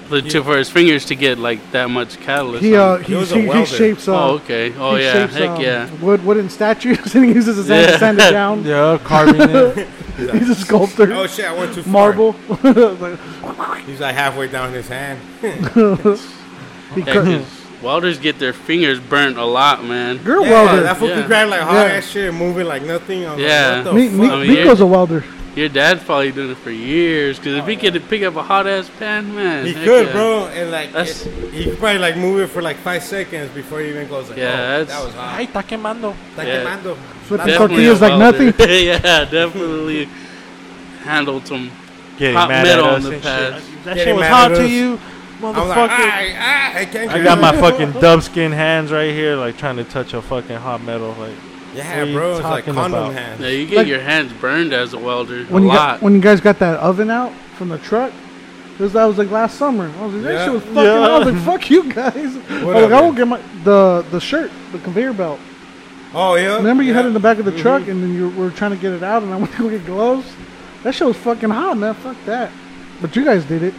S6: The, to, for his fingers to get like that much catalyst.
S2: He uh
S6: on-
S1: He
S2: he,
S1: was a
S2: he, he
S1: welder.
S2: shapes uh,
S6: oh okay. Oh
S2: he
S6: yeah.
S2: shapes,
S6: Heck
S2: um,
S6: yeah.
S2: wood wooden statues [LAUGHS] and he uses his hand to
S6: Yeah.
S2: sand it down.
S1: [LAUGHS]
S3: Yeah, carving it.
S2: He's a sculptor.
S1: Oh shit! I went too far.
S2: Marble. [LAUGHS] Like,
S1: He's like halfway down his hand.
S2: he
S6: Heck,
S2: cur-
S6: 'cause welders get their fingers burnt a lot, man.
S2: You're a
S1: Yeah,
S2: welder.
S1: That fucking
S6: Yeah.
S1: grabbed like hard
S2: Yeah.
S1: ass shit and moving like nothing. I was
S6: Yeah.
S1: Like, what the
S2: Me,
S1: fuck?
S2: me,
S6: I mean,
S2: Nico's
S6: yeah.
S2: a welder.
S6: Your dad's probably doing it for years. Cause if he could pick up a hot ass pan, man,
S1: He
S6: heck
S1: could,
S6: yeah.
S1: bro, and like
S6: That's-
S1: it- he could probably like move it for like five seconds before he even goes. Like,
S6: Yeah,
S1: oh,
S6: that's-
S1: that was hot.
S3: Ay, está quemando.
S1: Está
S6: yeah.
S1: quemando.
S2: Flip
S1: That's-
S2: it. tortillas
S6: a
S2: like
S6: welder.
S2: nothing.
S6: [LAUGHS] yeah, definitely handled some
S3: Getting
S6: hot
S3: mad
S6: metal
S3: at
S6: on
S3: us
S6: the
S3: and
S6: pad.
S3: shit. That
S1: Getting
S3: shit was
S1: mad
S3: hot
S1: at
S3: to
S1: us.
S3: you,
S1: I'm
S3: motherfucker.
S1: like, "Ay, ay, I can't.
S3: "Ah, I
S1: get
S3: got
S1: it."
S3: my fucking dubskin hands right here, like trying to touch a fucking hot metal. Like,
S1: [LAUGHS] Yeah,
S3: What are you
S1: bro, it's like
S3: talking
S1: condom
S3: about?
S6: Now
S1: hand.
S6: you get
S2: Like-
S6: your hands burned as a welder
S2: When
S6: a
S2: you
S6: lot.
S2: got, when you guys got that oven out from the truck, it was that was like last summer. I was like, that
S1: Yeah.
S2: shit was fucking. I was like, fuck you guys. I was like,
S1: Whatever.
S2: I won't get my the the shirt, the conveyor belt.
S1: Oh yeah.
S2: Remember you
S1: yeah.
S2: had it in the back of the truck, and then you were trying to get it out, and I [LAUGHS] went to go get gloves. That shit was fucking hot, man. Fuck that. But you guys did it.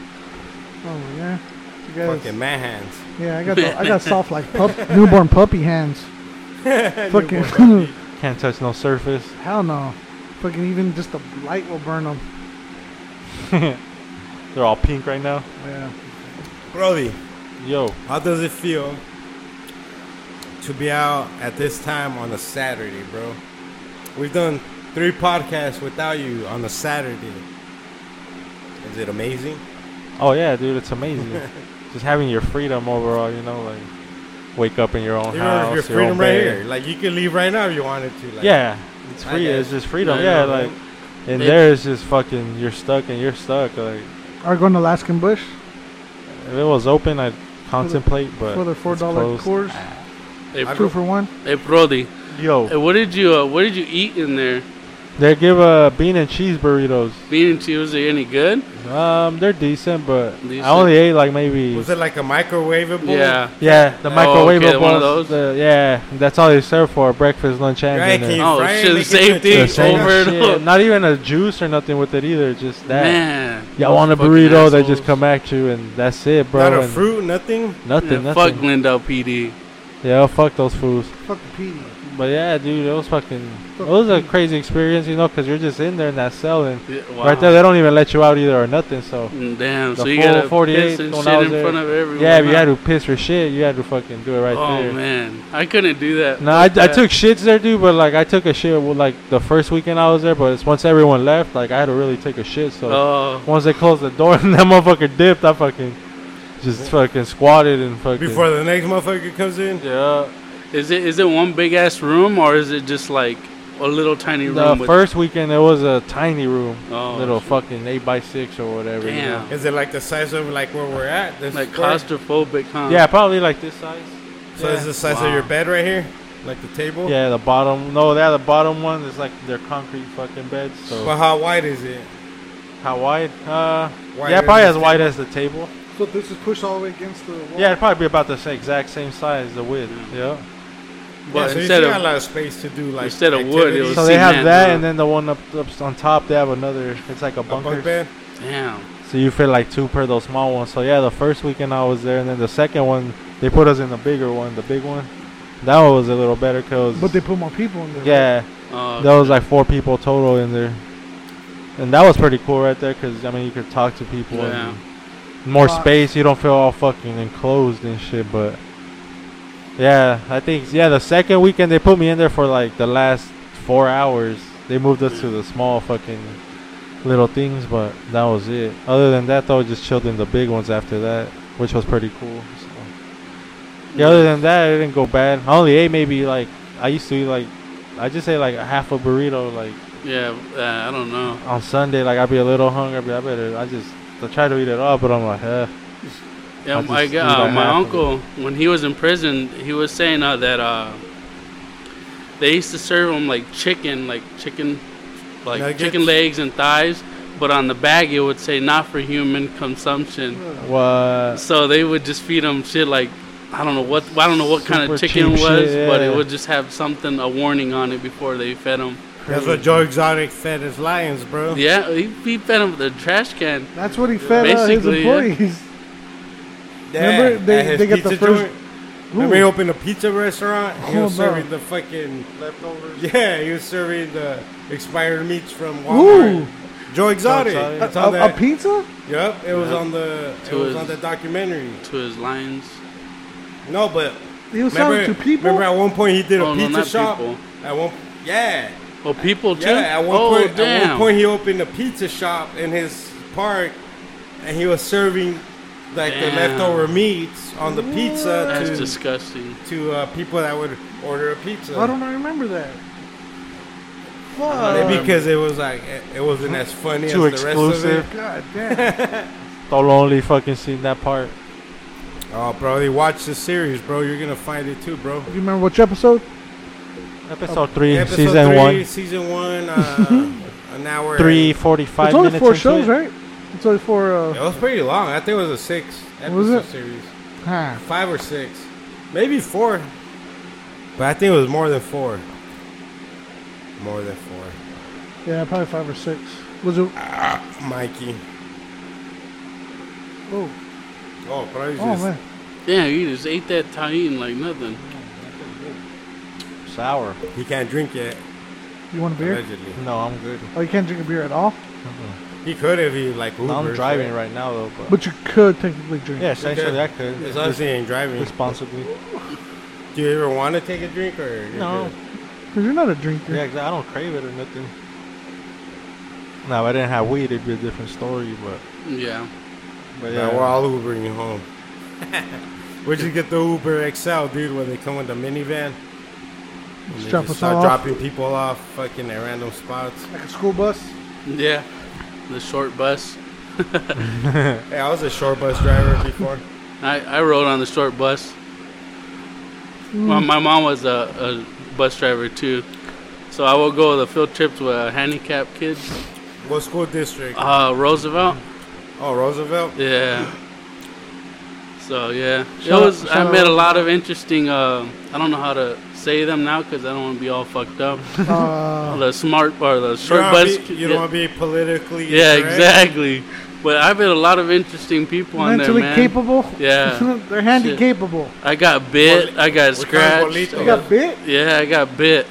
S2: Oh my god. You guys,
S1: fucking man hands.
S2: yeah, I got the, I got soft like pup, newborn puppy hands. fucking
S3: can't touch no surface.
S2: hell no. Fucking even just the light will burn them.
S3: They're all pink right now.
S2: Yeah.
S1: Brody,
S3: Yo,
S1: how does it feel to be out at this time on a Saturday, bro? We've done three podcasts without you on a Saturday. Is it amazing?
S3: oh yeah, dude, it's amazing.
S1: [LAUGHS]
S3: Just having your freedom overall, you know, like wake up in your own
S1: You
S3: house,
S1: know, your
S3: own
S1: freedom right
S3: bed.
S1: here. Like you can leave right now if you wanted to. Like,
S3: yeah, it's
S1: I
S3: free.
S1: get
S3: It's
S1: it.
S3: just freedom.
S6: Yeah, I
S3: Yeah,
S6: know,
S3: like, and
S6: They-
S3: there is just fucking you're stuck and you're stuck. Like,
S2: Are going to Alaskan Bush
S3: if it was open, I'd contemplate, but
S2: for their
S3: it's
S2: four dollar
S3: closed.
S2: Coors,
S6: Hey,
S1: I
S2: two
S6: Pro-
S2: for one.
S6: hey Brody, hey,
S3: Yo,
S6: what did you uh, what did you eat in there?
S3: they give uh bean and cheese burritos.
S6: Bean and cheese was they any good?
S3: Um, they're decent, but
S6: Decent.
S3: I only ate like maybe.
S1: Was it like a microwavable?
S6: Yeah.
S3: Yeah, the
S6: Oh,
S3: microwave
S6: okay, one of those?
S3: yeah, that's all they serve for breakfast, lunch, and
S1: Right,
S3: dinner.
S1: can you
S6: Oh,
S1: fry
S6: it's
S1: it,
S6: just
S1: make
S6: the
S1: it
S6: same
S1: into
S6: thing
S1: a
S3: the
S1: chicken?
S3: same
S6: over and
S3: shit.
S6: over.
S3: Not even a juice or nothing with it either. Just that.
S6: Man,
S3: Y'all want a
S6: fucking
S3: burrito? They just
S6: assholes.
S3: come at you, and that's it, bro.
S1: Not a
S3: and
S1: fruit, nothing.
S3: Nothing.
S6: Yeah,
S3: nothing.
S6: fuck Glendale PD.
S3: Yeah, fuck those fools.
S2: Fuck the PD.
S3: But yeah, dude, it was fucking. It
S2: Fuck
S3: was a
S2: you.
S3: crazy experience, you know, because you're just in there in that cell, and
S6: Yeah,
S3: right there they don't even let you out either or nothing. So
S6: Mm, Damn,
S3: The
S6: so you
S3: full
S6: gotta
S3: 48
S6: piss and
S3: when
S6: shit
S3: I was
S6: in
S3: there.
S6: front of everyone.
S3: yeah, if you
S6: huh?
S3: had to piss or shit, you had to fucking do it right
S6: oh
S3: there.
S6: man, I couldn't do that.
S3: No, I, I took shits there, dude, but like I took a shit well, like the first weekend I was there, but it's once everyone left, like I had to really take a shit. So
S6: Oh,
S3: once they closed the door [LAUGHS] and that motherfucker dipped, I fucking just fucking squatted and fucking.
S1: Before the next motherfucker comes in.
S3: yeah,
S6: is it is it one big ass room or is it just like a little tiny room?
S3: the first weekend it was a tiny room,
S6: Oh,
S3: little
S6: shit.
S3: fucking eight by six or whatever. you know.
S6: damn,
S1: Is it like the size of like where we're at? This
S6: like
S1: square?
S6: claustrophobic, huh?
S3: Yeah, probably like this size.
S1: So it's the size of
S6: Wow.
S1: your bed right here, like the table.
S3: Yeah, the bottom. No, that the bottom one is like their concrete fucking beds. So
S1: But how wide is it?
S3: how wide? Uh,
S1: Wider
S3: yeah, probably
S1: than
S3: as
S1: the
S3: wide as the table.
S2: So this is pushed all the way against the wall.
S3: Yeah, it'd probably be about the sa- exact same size, the width. Yeah.
S1: Yeah,
S6: But
S1: so you still
S6: instead
S1: got a
S6: of
S1: lot of space to do like
S6: instead of wood, it
S1: activities.
S6: was
S3: So they have
S6: cement,
S3: that,
S6: huh?
S3: and then the one up, up on top, they have another. It's like a
S1: a
S3: bunker.
S1: bunk bed.
S6: damn,
S3: So you fit like two per those small ones. So yeah, the first weekend I was there, and then the second one they put us in the bigger one, the big one. That one was a little better cause
S2: But they put more people in there.
S3: yeah,
S6: oh,
S3: that was like four people total in there, and that was pretty cool right there because I mean you could talk to people.
S6: Yeah.
S3: And more
S2: Fuck.
S3: space. You don't feel all fucking enclosed and shit. But yeah, I think yeah the second weekend they put me in there for like the last four hours. They moved us to the small fucking little things, but that was it. Other than that, though, just chilled in the big ones after that, which was pretty cool. So. Yeah, other than that, it didn't go bad. I only ate maybe like I used to eat like I just ate like a half a burrito like
S6: yeah, uh, I don't know.
S3: on Sunday. Like I'd be a little hungry. But I better I just I try to eat it all, but I'm like, eh.
S6: Yeah,
S3: I
S6: my
S3: just knew
S6: uh,
S3: that
S6: my
S3: happened.
S6: uncle when he was in prison, he was saying uh, that uh, they used to serve him like chicken, like chicken, like
S1: Nuggets?
S6: chicken legs and thighs, but on the bag it would say not for human consumption.
S3: What?
S6: So they would just feed him shit like I don't know what I don't know what kind
S3: Super
S6: of chicken
S3: cheap
S6: it
S3: shit,
S6: was, but
S3: yeah.
S6: it would just have something a warning on it before they fed him.
S1: That's what Joe Exotic fed his lions, bro.
S6: Yeah, he, he fed him with a trash can.
S2: That's what he fed uh, his
S6: Basically, yeah.
S2: employees.
S1: Yeah,
S2: Remember, they-
S1: at his
S2: they get the
S1: pizza
S2: first-
S1: joint. Remember he opened a pizza restaurant. He was
S2: Hold on.
S1: serving the fucking
S3: Leftovers.
S1: yeah. He was serving the expired meats from Walmart.
S2: Ooh.
S1: Joe Exotic.
S3: Joe Exotic.
S1: It's
S2: A,
S1: on
S2: a
S1: that.
S2: pizza?
S1: Yep, it was on the it
S6: To
S1: was
S6: his-
S1: on the documentary.
S6: To his lions.
S1: No, but
S2: He was
S1: remember,
S2: selling to people.
S1: remember at one point he did a
S6: Oh, no,
S1: pizza
S6: not
S1: shop.
S6: people.
S1: At one, yeah,
S6: Oh, people too.
S1: Yeah, at one
S6: oh,
S1: point,
S6: damn.
S1: at one point he opened a pizza shop in his park, and he was serving like the
S6: Damn.
S1: leftover meats on the pizza
S6: That's
S1: to
S6: disgusting.
S1: to uh, people that would order a pizza.
S2: Why don't I remember that?
S1: Maybe
S2: Fuck.
S1: because it was like it, it wasn't as funny
S3: Too
S1: as the rest
S3: exclusive.
S1: of
S2: God
S3: [LAUGHS]
S2: damn.
S3: I'll only fucking seen that part.
S1: it. Oh, bro, they watch the series, bro. You're gonna find it too, bro.
S2: you remember which episode?
S3: Episode three,
S1: Episode
S3: season
S1: three,
S3: one,
S1: season one,
S3: [LAUGHS]
S1: uh, an hour.
S3: three
S1: It
S3: forty-five
S2: it's only
S3: minutes.
S2: four
S3: into
S2: shows,
S3: it.
S2: right? It's only four. Uh,
S1: was pretty long. I think it was a six episode
S2: Was it?
S1: series.
S2: huh.
S1: five or six, maybe four. But I think it was more than four. More than four,
S2: Yeah, probably five or six. Was it?
S1: Ah. Mikey.
S2: Oh,
S1: Oh, probably
S2: oh man.
S6: Damn, you just ate that tahine like nothing.
S3: Sour.
S1: he can't drink yet.
S2: You want a beer?
S1: Allegedly.
S3: No, I'm good.
S2: Oh, you can't drink a beer at all,
S1: He could if he like Uber.
S3: No, I'm driving right now though. But,
S2: but you could technically drink.
S3: yeah, essentially I
S1: As long
S3: could
S1: as he ain't driving.
S3: responsibly.
S1: Do you ever want to take a drink or? you're
S3: No,
S2: because you're not a drinker.
S3: yeah, 'cause I don't crave it or nothing. Now, if I didn't have weed, it'd be a different story. But
S6: Yeah.
S3: but
S1: good?
S3: yeah,
S1: Nah, we're all Ubering you
S6: [LAUGHS]
S1: home. we just get the Uber XL, dude, where they come with the minivan. And they
S2: drop
S1: just
S2: us
S1: start
S2: all off.
S1: dropping people off, fucking at random spots.
S2: Like a school bus.
S6: Yeah. The short bus.
S1: Hey, I was a short bus driver before.
S6: I, I rode on the short bus.
S2: Mm.
S6: My, my mom was a, a bus driver too. So I would go the field trips with uh, handicapped kids.
S1: What school district?
S6: Uh, Roosevelt.
S1: Oh, Roosevelt.
S6: Yeah. So yeah,
S2: Shout
S6: it was.
S2: out- shout
S6: I
S2: out
S6: met a lot of interesting. Uh, I don't know how to say them now because I don't want to be all fucked up.
S2: [LAUGHS] Uh,
S6: the smart or the
S1: You
S6: short
S1: don't,
S6: bus.
S1: wanna be, you
S6: yeah,
S1: don't want to be politically.
S6: [LAUGHS] yeah,
S1: correct?
S6: exactly. But I met a lot of interesting people on there,
S2: mentally
S6: man.
S2: capable.
S6: Yeah.
S2: [LAUGHS] They're handy
S6: Shit.
S2: capable.
S6: I got bit. I
S1: We're
S6: got
S1: talking
S6: scratched.
S1: bolito.
S2: You got bit?
S6: Yeah, I got bit.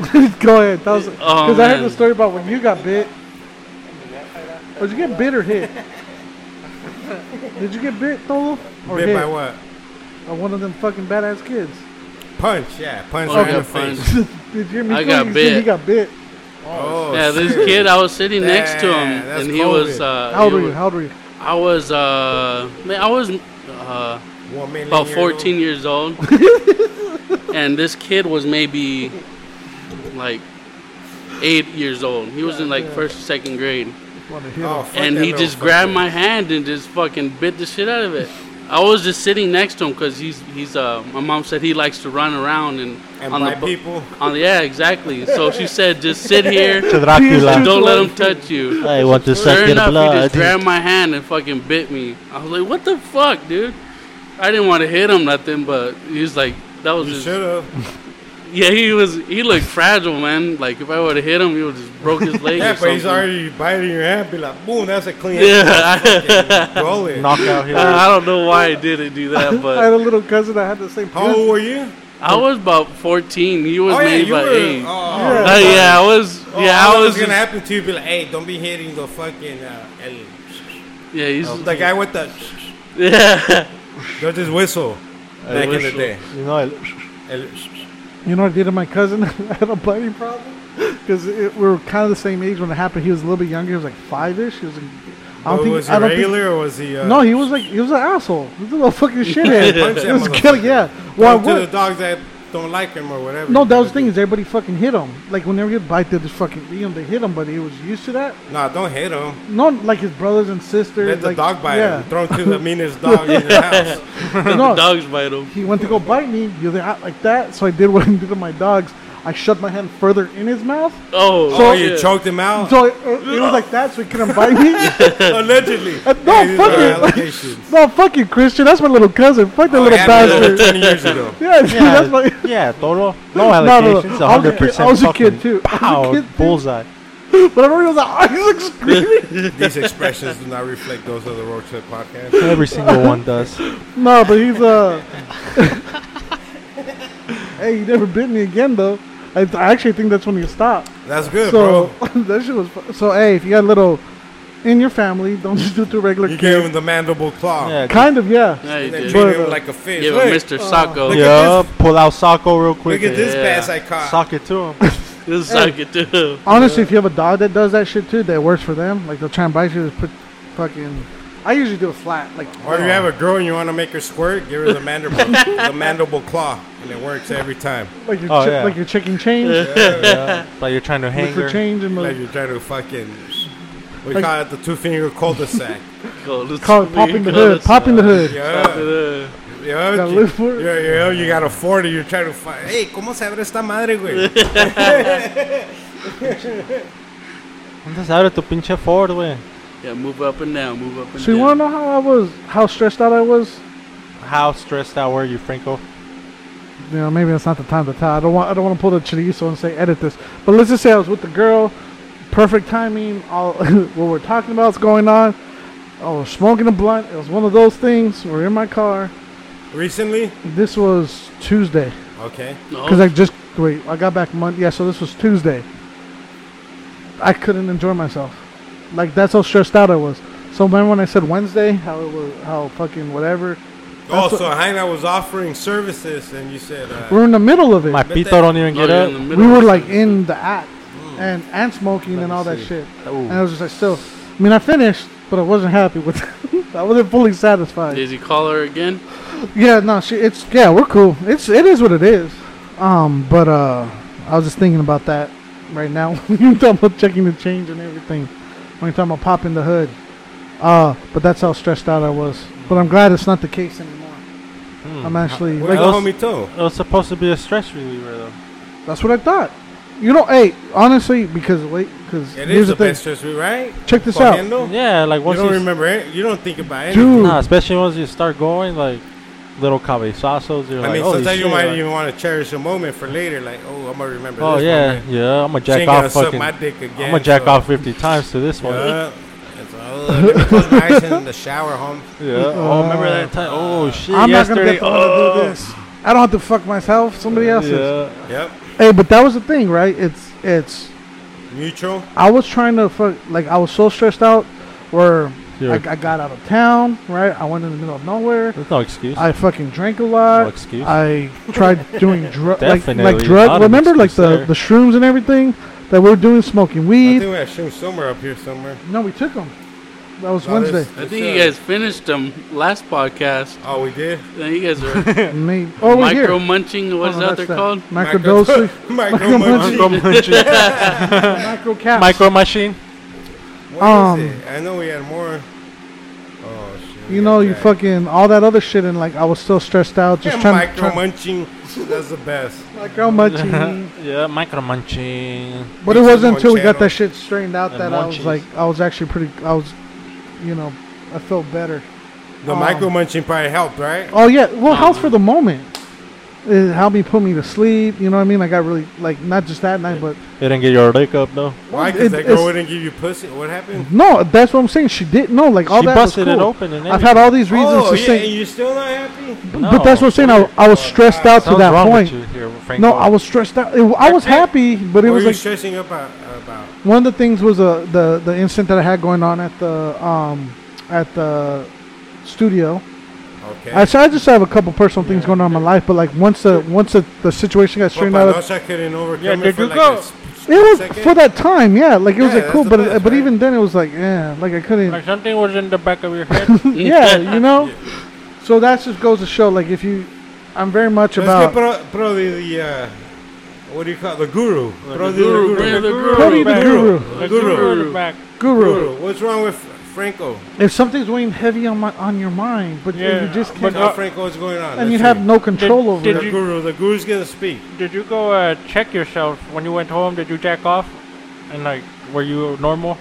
S2: [LAUGHS] Go ahead. That was
S6: Oh,
S2: because I heard
S6: man.
S2: the story about when you got bit. Did you get bit or hit? Did you get bit, Tholo? Or
S1: Bit
S2: hit?
S1: by what?
S2: By one of them fucking badass kids.
S1: Punch. Yeah, punch
S6: Oh, I
S1: right in the
S6: got
S1: face.
S6: punched.
S2: Did you hear me?
S6: I
S2: Tholo?
S6: got
S2: You said You
S6: bit.
S2: got bit.
S1: Oh,
S6: Yeah, this
S1: shit.
S6: kid, I was sitting next to
S1: Yeah,
S6: him,
S1: that's
S6: and he was.
S1: COVID.
S6: Uh,
S2: How old
S6: he
S2: were you?
S6: was-
S2: How old were you?
S6: I was. Uh, man, I was uh,
S1: One million
S6: about
S1: years
S6: 14
S1: old.
S6: years old,
S2: [LAUGHS]
S6: and this kid was maybe like eight years old. He was in like first or second grade,
S2: Want to hit
S1: Oh,
S2: him.
S1: fuck
S6: and
S1: that
S6: he
S1: little
S6: just grabbed
S1: fucker.
S6: my hand and just fucking bit the shit out of it. I was just sitting next to him because he's he's. Uh, my mom said he likes to run around and,
S1: and
S6: on
S1: by
S6: the bu-
S1: people.
S6: on the yeah exactly. So she said
S1: [LAUGHS]
S6: just sit here.
S2: Dracula.
S6: Don't let him touch you.
S3: I want to
S6: Sure enough, he just grabbed my hand and fucking bit me. I was like, "What the fuck, dude?" I didn't want to hit him nothing, but he was like, "That was
S1: You
S6: just
S1: should have.
S6: yeah." He was he looked fragile, man. Like if I would have hit him, he would just
S1: [LAUGHS]
S6: broke his leg.
S1: Yeah,
S6: or
S1: but he's
S6: something.
S1: already biting your hand. Be like, boom, that's a clean.
S6: [LAUGHS]
S1: [LAUGHS]
S6: Yeah,
S1: Roll it.
S3: knockout
S6: I,
S3: here.
S6: I don't know why I didn't do that,
S2: I had
S6: but
S2: a little cousin that had the same.
S1: How old were you?
S6: I was about fourteen. He was
S1: oh yeah,
S6: maybe
S1: you
S6: about
S1: were.
S6: eight.
S1: Oh,
S6: Uh, yeah, I was.
S1: oh,
S6: yeah,
S1: all that
S6: I was.
S1: gonna
S6: just-
S1: happen to you. Be like, hey, don't be hitting the fucking uh, el-
S6: yeah, he's.
S1: the guy with the.
S6: [LAUGHS] Yeah,
S1: Don't just whistle. Back in the
S6: whistle.
S1: day.
S2: [LAUGHS]
S3: You know, it-
S1: El-
S2: You know what I did to my cousin? [LAUGHS] I had a buddy problem because we were kind of the same age when it happened. He was a little bit younger. He was like five-ish. He was. Like, I don't think.
S1: was he
S2: I don't think,
S1: regular or was he? Uh,
S2: No, he was like he was an asshole. He was a little
S1: [LAUGHS]
S2: fucking
S1: Punch
S2: shithead.
S1: that
S2: he was
S1: motherfucker.
S2: killing, yeah. Well, I
S1: Well, to the
S2: would,
S1: dogs that don't like him or whatever.
S2: no, that was the thing is everybody fucking hit him. Like whenever you bite, they just fucking beat him. They hit him, but he was used to that.
S1: Nah, don't hit him.
S2: No, like his brothers and sisters.
S1: Let the
S2: like,
S1: dog bite
S2: yeah.
S1: him. Throw him to
S2: [LAUGHS]
S1: the meanest dog in your
S6: [LAUGHS]
S1: house.
S2: No,
S6: Dogs bite him.
S2: he went to go bite me. You they act like that, so I did what [LAUGHS] I did to my dogs. I shoved my hand further in his mouth.
S6: Oh,
S1: Oh,
S6: yeah.
S1: you choked him out?
S6: [LAUGHS]
S2: So it, it, it was like that, so he couldn't bite
S1: [LAUGHS]
S2: me.
S1: Allegedly.
S2: Uh, no,
S1: Hey, these
S2: [LAUGHS] fuck
S1: are
S2: it. [LAUGHS]
S1: allegations.
S2: no, fuck you, Christian. That's my little cousin. Fuck that
S1: Oh,
S2: little
S1: it happened
S2: bastard.
S1: 20 years
S2: [LAUGHS]
S1: ago.
S2: Yeah, dude,
S3: yeah,
S2: that's my.
S3: yeah, Toro. No
S2: [LAUGHS] No, no, no. I was
S3: allegations.
S2: a
S3: hundred
S2: kid-
S3: percent.
S2: I was a kid, too. I was a
S3: Pow,
S2: kid, too.
S3: bullseye.
S2: But I remember he was like, [LAUGHS] oh, he's like screaming.
S1: These expressions do not reflect those of the Road Trip podcast.
S3: Every single
S1: [LAUGHS]
S3: one does.
S2: No, but he's uh. [LAUGHS] hey, you never bit me again though. I, I actually think that's when you stop.
S1: That's good,
S2: so
S1: bro.
S2: [LAUGHS] that shit was. Fu- so hey, if you got a little in your family, don't [LAUGHS] just do it to a regular
S1: You
S2: kid.
S1: gave him the mandible claw.
S3: Yeah,
S2: Kind of, yeah.
S6: Yeah, he
S1: And then
S6: did.
S1: treated
S2: But,
S1: him
S2: uh,
S1: like a fish.
S6: Give him
S1: Look,
S6: Mr. Socko.
S1: look
S3: yeah. Pull out Socko real quick.
S1: look at this
S6: Yeah.
S1: pass I caught.
S3: Sock it to
S1: [LAUGHS]
S3: him.
S6: This suck it too.
S2: Honestly, if you have a dog that does that shit too, that works for them. Like they'll try and bite you, just put fucking. I usually do a flat, like
S1: Or if Oh, you have a girl and you want to make her squirt, give her the
S2: [LAUGHS]
S1: mandible, the mandible claw, and it works every time.
S2: like your
S3: Oh,
S2: chi-
S3: yeah.
S2: like your chicken change,
S3: Like you're trying to hang
S2: like your
S3: her.
S2: change and
S1: Like
S2: like,
S1: you're trying to fucking. We
S2: Like-
S1: call it the two finger
S2: [LAUGHS]
S1: cul-de-sac.
S6: Go, let's
S2: call it
S6: be-
S2: popping the
S6: go,
S2: hood,
S6: let's-
S2: popping the hood.
S1: Yeah. Yo,
S2: Gotta
S1: you-
S2: live for it.
S1: yo, yo, you got a 40, you're trying to find. Hey, ¿cómo se abre esta madre, güey?
S2: [LAUGHS]
S3: Entonces abre tu pinche Ford, güey.
S6: Yeah, move up and down, move up and
S2: So you
S6: down.
S2: want to know how I was, how stressed out I was?
S3: How stressed out were you, Franco?
S2: you know, maybe that's not the time to tell. I don't want I don't want to pull the chorizo and say edit this. But let's just say I was with the girl, perfect timing. All [LAUGHS] what we're talking about's going on. I was smoking a blunt. It was one of those things. We're in my car.
S1: Recently?
S2: This was Tuesday.
S1: Okay.
S6: No.
S2: because I just wait. I got back Monday. Yeah, so this was Tuesday. I couldn't enjoy myself. Like that's how stressed out I was. So remember when I said Wednesday, how it was, how fucking whatever.
S1: Oh,
S2: That's
S1: so Heina was offering services, and you said, uh,
S2: We're in the middle of it.
S3: My pito don't even
S6: No,
S3: get
S6: you're oh, in the
S3: up.
S6: middle
S2: we
S6: of Mm.
S2: were
S6: it.
S2: like in the act and and smoking and all that shit. And I was just like, still. I mean, I finished, but I wasn't happy with. [LAUGHS] I wasn't fully satisfied.
S6: Did he call her again?
S2: Yeah, no, she, it's yeah, we're cool. It's it is what it is. Um, but uh, I was just thinking about that right now. [LAUGHS] You're talking about checking the change and everything. When you're talking about popping the hood. Uh, but that's how stressed out I was. But I'm glad it's not the case anymore.
S1: Hmm.
S2: I'm actually
S1: "Where's
S2: like,
S1: the
S3: else-
S1: homie Toe?"
S3: It was supposed to be a stress reliever though.
S2: that's what I thought. You know, hey, honestly, because wait, because
S1: It
S2: here's
S1: is
S2: the
S1: the
S2: thing.
S1: best stress we right.
S2: Check this out.
S1: Cogiendo?
S3: Yeah, like
S1: You
S3: once you,
S1: don't remember it. You don't think about it.
S2: Dude,
S3: nah, especially once you start going like little cabezazos. You're
S1: I
S3: like, oh,
S1: mean,
S3: holy
S1: sometimes you
S3: shit,
S1: might
S3: like-
S1: even want to cherish a moment for later. Like, oh, I'm gonna remember.
S3: Oh
S1: this
S3: yeah,
S1: moment.
S3: yeah. I'm gonna
S1: She
S3: jack
S1: ain't gonna
S3: off
S1: suck
S3: fucking.
S1: my
S3: I'm
S1: dick again.
S3: gonna jack
S1: so-
S3: off 50 times to this one. Yeah.
S1: Yeah.
S3: [LAUGHS]
S1: It's, oh, let me close my eyes in the shower, home.
S3: Oh, remember that time? Oh shit.
S2: I'm not gonna
S3: yesterday.
S2: get the one to
S3: oh.
S2: do this. I don't have to fuck myself. Somebody else is.
S3: Yeah.
S1: Yep.
S2: Hey, but that was the thing, right? It's it's
S1: Mutual.
S2: I was trying to fuck, like I was so stressed out where
S3: Yeah.
S2: I, I got out of town, right? I went in the middle of nowhere.
S3: There's no excuse.
S2: [LAUGHS] I fucking drank a
S3: no
S2: lot.
S3: excuse.
S2: I tried
S3: [LAUGHS]
S2: doing drug, like, like
S3: Definitely not
S2: drug.
S3: an
S2: Remember, like
S3: excuse
S2: the,
S3: there.
S2: the shrooms and everything that we were doing, smoking
S1: I
S2: weed.
S1: think we had Shroom somewhere up here somewhere.
S2: No, we took them. That was
S1: No,
S2: Wednesday.
S1: [LAUGHS] this-
S6: I
S1: this,
S6: think
S1: uh,
S6: you guys finished them last podcast.
S1: Oh, we did.
S6: Then you guys are
S2: Me. Oh, we're
S6: micro
S2: here.
S6: munching. What is
S2: Oh,
S6: that
S2: that's
S6: they're
S2: that.
S6: called?
S1: [LAUGHS]
S2: Microdosing.
S1: Micro munchie.
S2: Micro
S1: What
S2: [LAUGHS] Micro caps.
S3: Micro machine.
S1: is
S2: Um,
S1: it? I know we had more. Oh shit.
S2: You know, you fucking all that other shit, and like I was still stressed out, just
S1: Just
S2: trying to
S1: micro
S2: try-
S1: munching. That's the best.
S2: micro
S3: [LAUGHS]
S2: munching.
S3: Yeah, micro munching.
S2: But it
S1: It's
S2: wasn't
S1: one
S2: until we got
S1: channel.
S2: that shit straightened out that
S3: And
S2: I was
S3: munchies.
S2: like, I was actually pretty, I was, you know, I felt better.
S1: The
S2: Um,
S1: micro munching probably helped, right?
S2: Oh yeah, well, how's for the moment? It helped me put me to sleep. You know what I mean? Like I really like not just that night, but
S3: It didn't get your dick up though.
S1: Why?
S2: it-
S1: Because that
S2: it's-
S1: girl wouldn't give you pussy. What happened?
S2: no, that's what I'm saying. She did no, like all
S3: she
S2: that was
S3: busted
S2: cool.
S3: it open and
S2: I've had all these reasons
S1: Oh
S2: to
S1: yeah,
S2: say,
S1: and you're still not happy.
S2: but that's what I'm saying. I, I was stressed out to
S3: Something's
S2: that
S3: wrong
S2: point.
S3: with you here,
S2: No,
S3: Franco.
S2: I was stressed out. It- I was happy, but it
S1: What
S2: was
S1: were you
S2: like
S1: stressing about? About
S2: one of the things was uh, the the incident that I had going on at the um at the studio.
S1: okay.
S2: I, so I just have a couple personal things going on in my life, but like once the once the, the situation got straightened out,
S1: Papalosa couldn't overcome
S3: Yeah,
S1: it
S3: did
S1: for
S3: you
S1: like
S3: go?
S1: a s-
S2: it was
S1: second.
S2: for that time, yeah. Like it was
S1: Yeah,
S2: like
S1: that's
S2: cool,
S1: the
S2: but
S1: best,
S2: but
S1: right?
S2: even then it was like yeah, like I couldn't,
S3: Like something was in the back
S2: [LAUGHS]
S3: of your head.
S2: yeah,
S1: [LAUGHS]
S2: you know. So that just goes to show, like if you, I'm very much
S1: Let's
S2: about
S1: get pro, pro the, the uh, what do you call it? the guru? Pro the,
S6: guru, bring the guru Probably
S2: the guru.
S1: The
S3: Guru.
S1: guru.
S3: in the back.
S2: guru.
S1: Guru. What's wrong with Franco?
S2: If something's weighing heavy on my on your mind, but
S3: Yeah,
S2: you just
S3: but
S2: can't,
S1: Tell
S3: uh,
S1: Franco what's going on.
S2: and you
S1: Let's
S2: have
S1: see.
S2: no control
S3: Did-
S2: over
S3: did
S2: it.
S1: the
S3: you-
S1: guru. The guru's gonna speak.
S3: Did you go uh, check yourself when you went home? Did you jack off? And like, were you normal?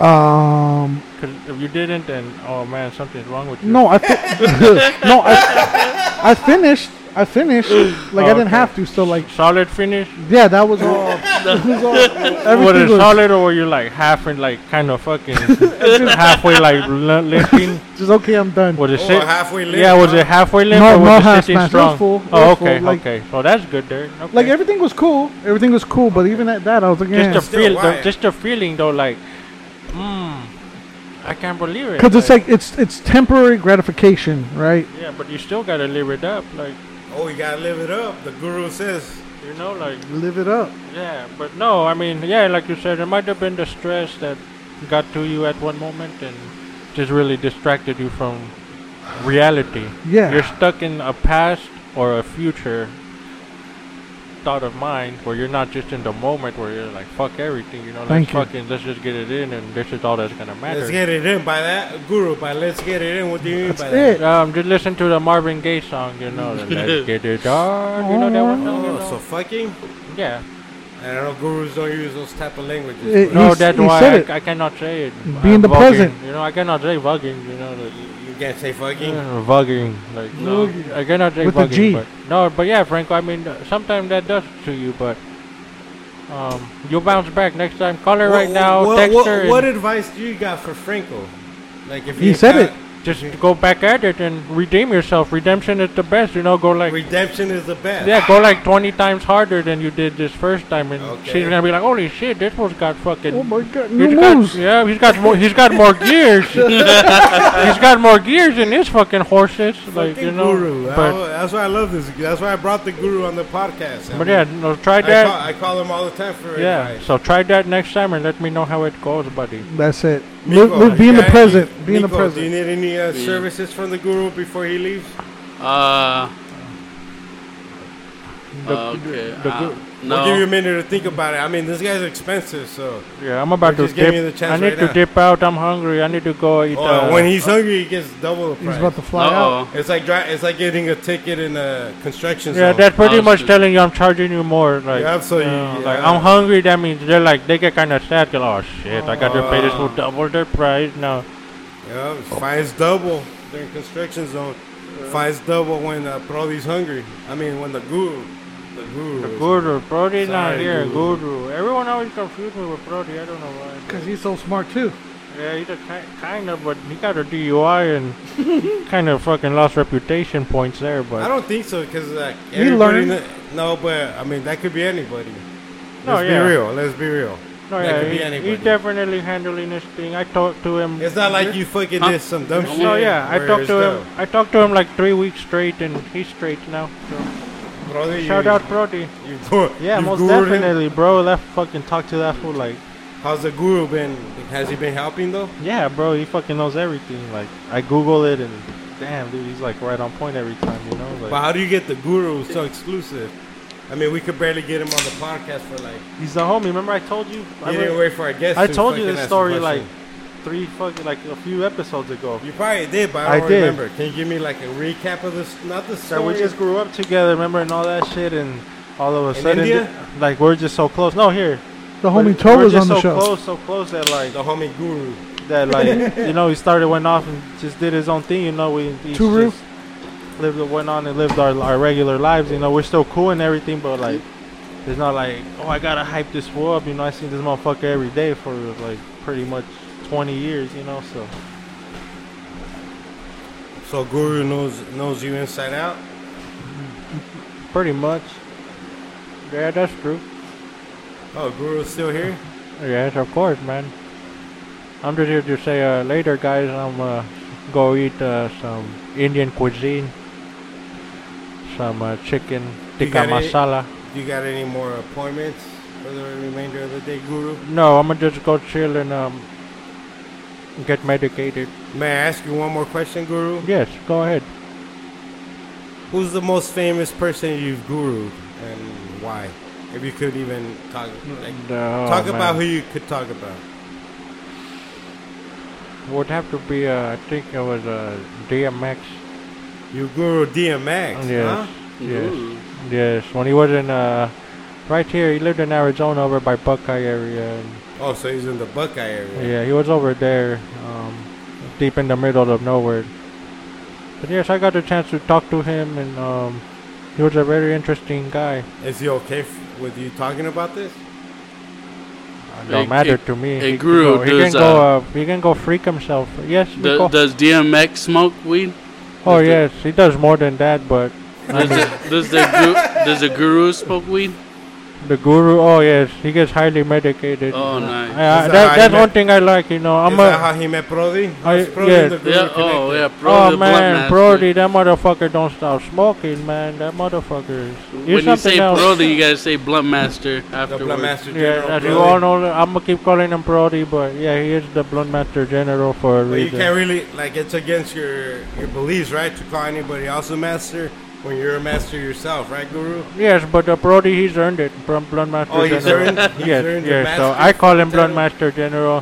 S2: Um,
S3: Because if you didn't, then oh man, something's wrong with you.
S2: no, I fi- [LAUGHS] no, I, I finished, I finished. Like I didn't
S3: Oh, Okay.
S2: have to, so like
S3: Solid finish.
S2: yeah, that was all. [LAUGHS] it was all
S3: Was
S2: everything
S3: it
S2: was,
S3: solid or were you like half and like kind
S2: [LAUGHS]
S3: of fucking halfway like li- limping?
S2: Just okay, I'm done.
S3: Was it
S1: Oh,
S3: shit?
S1: halfway limp.
S3: Yeah, was
S1: huh?
S3: it halfway limp
S2: No-
S3: or was
S2: no
S3: it
S2: half
S3: sitting
S2: smash. It was
S3: strong?
S2: full. It
S3: Oh,
S2: was full,
S3: okay,
S2: like-
S3: okay. So that's good there. Okay.
S2: Like everything was cool. Everything was cool, but even at that, I was like, eh. yeah.
S3: just the
S1: Still
S3: feel, the,
S1: why?
S3: just the feeling though, like, mm, I can't believe it.
S2: Because it's like it's it's temporary gratification, right?
S3: yeah, but you still gotta live it up, like,
S1: Oh, you gotta live it up. The guru says.
S3: you know, like,
S2: Live it up.
S3: yeah. But no, I mean, yeah, like you said, it might have been the stress that got to you at one moment and just really distracted you from reality.
S2: Yeah.
S3: You're stuck in a past or a future thought of mind where you're not just in the moment where you're like fuck everything you know like
S2: Thank you.
S3: fucking let's just get it in and this is all that's gonna matter
S1: Let's get it in by that guru. By let's get it in. What do you mean by that?
S2: It.
S3: Um, just listen to the Marvin Gaye song, you know. the
S1: [LAUGHS]
S3: Let's get it on. You know that one? song, you
S1: Oh,
S3: know?
S1: so fucking.
S3: yeah.
S1: I don't know. Gurus don't use those type of languages.
S2: It-
S1: but
S3: No,
S2: He's-
S3: that's
S2: he
S3: why
S2: said
S3: I,
S2: it.
S3: I cannot say it.
S2: Be in the
S3: Vulging,
S2: present.
S3: You know, I cannot say vugging. You know, the,
S1: you can't say fucking.
S3: Uh, Vugging, like no, I cannot say
S2: With a
S3: vugging,
S2: G.
S3: but no, but yeah, Franco. I mean, uh, sometimes that does to you, but um, you'll bounce back next time. Call her right
S1: What-
S3: now,
S1: What,
S3: text
S1: what,
S3: her.
S1: what
S3: and
S1: advice do you got for Franco? Like if
S2: He said
S1: got-
S2: it.
S3: just go back at it and redeem yourself. Redemption is the best, you know. Go like
S1: Redemption is the best.
S3: yeah, go like twenty times harder than you did this first time, and
S1: Okay.
S3: she's gonna be like, "Holy shit, this one's got fucking."
S2: Oh my god,
S3: He's
S2: new
S3: got-
S2: moves.
S3: yeah, he's got more. He's got
S1: [LAUGHS]
S3: more gears. he's got more gears than his fucking horses. Like
S1: Fucking
S3: you know,
S1: guru. I-
S3: but
S1: that's why I love this. That's why I brought the guru on the podcast. I
S3: but
S1: mean,
S3: yeah, no, try
S1: I call,
S3: that.
S1: I call him all the time for
S3: Yeah,
S1: advice.
S3: so try that next time and let me know how it goes, buddy.
S2: That's it.
S1: Nico,
S2: Luke, Luke, be in the
S1: okay?
S2: present. Be in the
S1: Nico, Do you
S2: present.
S1: need any uh, services from the guru before he leaves?
S6: Uh.
S3: The-
S6: okay.
S3: the
S6: uh,
S3: guru-
S1: I'll give you a
S6: no.
S1: minute to think about it. I mean, this guy's expensive, so
S3: Yeah, I'm about
S1: Or
S3: to
S1: just give me the
S3: dip.
S1: chance
S3: I need
S1: right
S3: to
S1: now.
S3: dip out. I'm hungry. I need to go eat.
S1: Oh,
S3: uh,
S1: when he's hungry, he gets double the price.
S2: He's about to fly out.
S6: Uh oh.
S1: It's like dri- it's like getting a ticket in a construction
S3: yeah,
S1: zone.
S3: that's pretty
S6: Oh,
S3: much
S6: shit.
S3: telling you I'm charging you more. Like,
S1: Yeah, so you-
S3: know, like
S1: yeah.
S3: I'm hungry. That means they're like they get kind of sad. they're like, oh shit, I got to pay this for
S1: Oh.
S3: double their price now.
S1: yeah, fines double during construction zone. Fines double when uh, Brody's hungry. I mean, when the guru, the guru, is-
S3: Guru, Brody's not
S1: Sorry,
S3: here.
S1: Guru.
S3: Guru. Everyone always confused me with Brody. I don't know why.
S2: Because he's so smart too.
S3: Yeah, he's a ki- kind of, but he got a DUI
S1: [LAUGHS]
S3: and kind of fucking lost reputation points there.
S1: I
S3: But
S1: don't think so because like
S2: He
S1: everybody
S2: learned.
S1: kn- No, but I mean that could be anybody. Let's
S3: No,
S1: be
S3: Oh, yeah.
S1: real. Let's be real.
S3: no,
S1: that
S3: yeah,
S1: could be
S3: he-
S1: anybody.
S3: he's definitely handling this thing. I talked to him.
S1: It's not like you fucking
S6: Huh?
S1: did some dumb shit.
S3: No, Oh, yeah, I
S1: where
S3: talked
S1: it's
S3: to him.
S1: dumb.
S3: I talked to him like three weeks straight, and he's straight now.
S1: Brody, you,
S3: Shout out Brody.
S1: You, [LAUGHS] go-
S3: Yeah,
S1: you
S3: most
S1: gurued him?
S3: definitely, bro. That fucking talk to that fool like,
S1: How's the guru been? Has he been helping though?
S3: yeah, bro. He fucking knows everything. Like, I Google it and. Damn, dude, he's like right on point every time, you know. Like,
S1: But how do you get the guru so exclusive? I mean, we could barely get him on the podcast for like.
S3: He's the homie. Remember I told you? I,
S1: You
S3: re-
S1: didn't wait for our guest.
S3: I
S1: to
S3: told you
S1: fucking
S3: this
S1: ask a
S3: story like
S1: question.
S3: three fucking like a few episodes ago.
S1: You probably did, but I
S3: I
S1: don't
S3: did.
S1: remember. Can you give me like a recap of this? Not the
S3: That
S1: story.
S3: we just grew up together, remember, and all that shit, and all of a
S1: In
S3: sudden,
S1: India?
S3: th- like we're just so close. No, here,
S2: The
S3: we're,
S2: homie Toe
S3: we're
S2: was
S3: just
S2: on the
S3: so
S2: show.
S3: close, so close that like
S1: the homie guru.
S3: that
S2: [LAUGHS]
S3: like you know he started went off and just did his own thing. You know, we each
S2: Two roof.
S3: just lived went on and lived our our regular lives. You know, we're still cool and everything, but like it's not like oh I gotta hype this fool up. You know, I seen this motherfucker every day for like pretty much 20 years. You know, so.
S1: So guru knows knows you inside out.
S3: Pretty much. Yeah, that's true.
S1: Oh, guru's still here.
S3: Yes, of course, man. I'm just here to say uh, later, guys. I'm uh, go eat uh, some Indian cuisine, some uh, chicken tikka
S1: got any-
S3: masala.
S1: You got any more appointments for the remainder of the day, guru?
S3: No, I'm gonna just go chill and um, get medicated.
S1: May I ask you one more question, guru?
S3: Yes, go ahead.
S1: Who's the most famous person you've gurued and why? If you could even talk, like,
S3: No,
S1: talk
S3: oh, man.
S1: about who you could talk about.
S3: would have to be. Uh, I think it was uh, DMX.
S1: You guru DMX,
S3: Yes,
S1: huh?
S6: oh.
S3: yes.
S6: Ooh.
S3: Yes, when he was in uh, right here, he lived in Arizona over by Buckeye area. And,
S1: Oh, so he's in the Buckeye area.
S3: yeah, he was over there, um, deep in the middle of nowhere. But yes, I got a chance to talk to him, and um, he was a very interesting guy.
S1: Is he okay f- with you talking about this?
S3: It
S6: Hey,
S3: don't Uh, matter
S6: hey,
S3: to me.
S6: hey,
S3: he
S6: Guru,
S3: can go, he can
S6: does,
S3: go. Uh, he can go freak himself. Yes, you
S6: Do-
S3: go.
S6: does DMX smoke weed?
S3: oh
S6: does the-
S3: yes, he does more than that. But
S6: Does
S3: [LAUGHS]
S6: the, does the guru, does the guru smoke weed?
S3: the guru, oh yes, he gets highly medicated.
S6: Oh,
S3: Uh,
S6: nice.
S3: I-
S1: Is
S3: I-
S1: that
S3: that,
S1: how
S3: that's
S1: he
S3: one
S1: met-
S3: thing I like. You know, I'm
S1: Is
S3: a.
S1: that how he met Brody? How's
S3: I-
S1: Brody
S3: yeah.
S1: the guru
S6: Yeah. Oh,
S1: connected?
S6: yeah. Bro,
S3: Oh
S6: the
S3: man,
S6: Bloodmaster.
S3: Brody, that motherfucker don't stop smoking, man. That motherfucker is
S6: When
S3: he's
S6: you
S3: something
S6: say
S3: else.
S6: Brody, you gotta say Blunt Master
S1: The
S6: afterwards.
S1: Blunt Master General.
S3: yeah, as you
S1: Brody.
S3: all know, I'm gonna keep calling him Brody, but yeah, he is the blunt master general for a
S1: But you
S3: reason.
S1: can't really like it's against your your beliefs, right? To call anybody else a master when you're a master yourself, right, Guru?
S3: Yes, but uh, Brody, he's earned it from blunt master
S1: Oh,
S3: general.
S1: he's earned, he's
S3: yes,
S1: earned the
S3: yes. So
S1: master
S3: I call him blunt
S1: title.
S3: master general.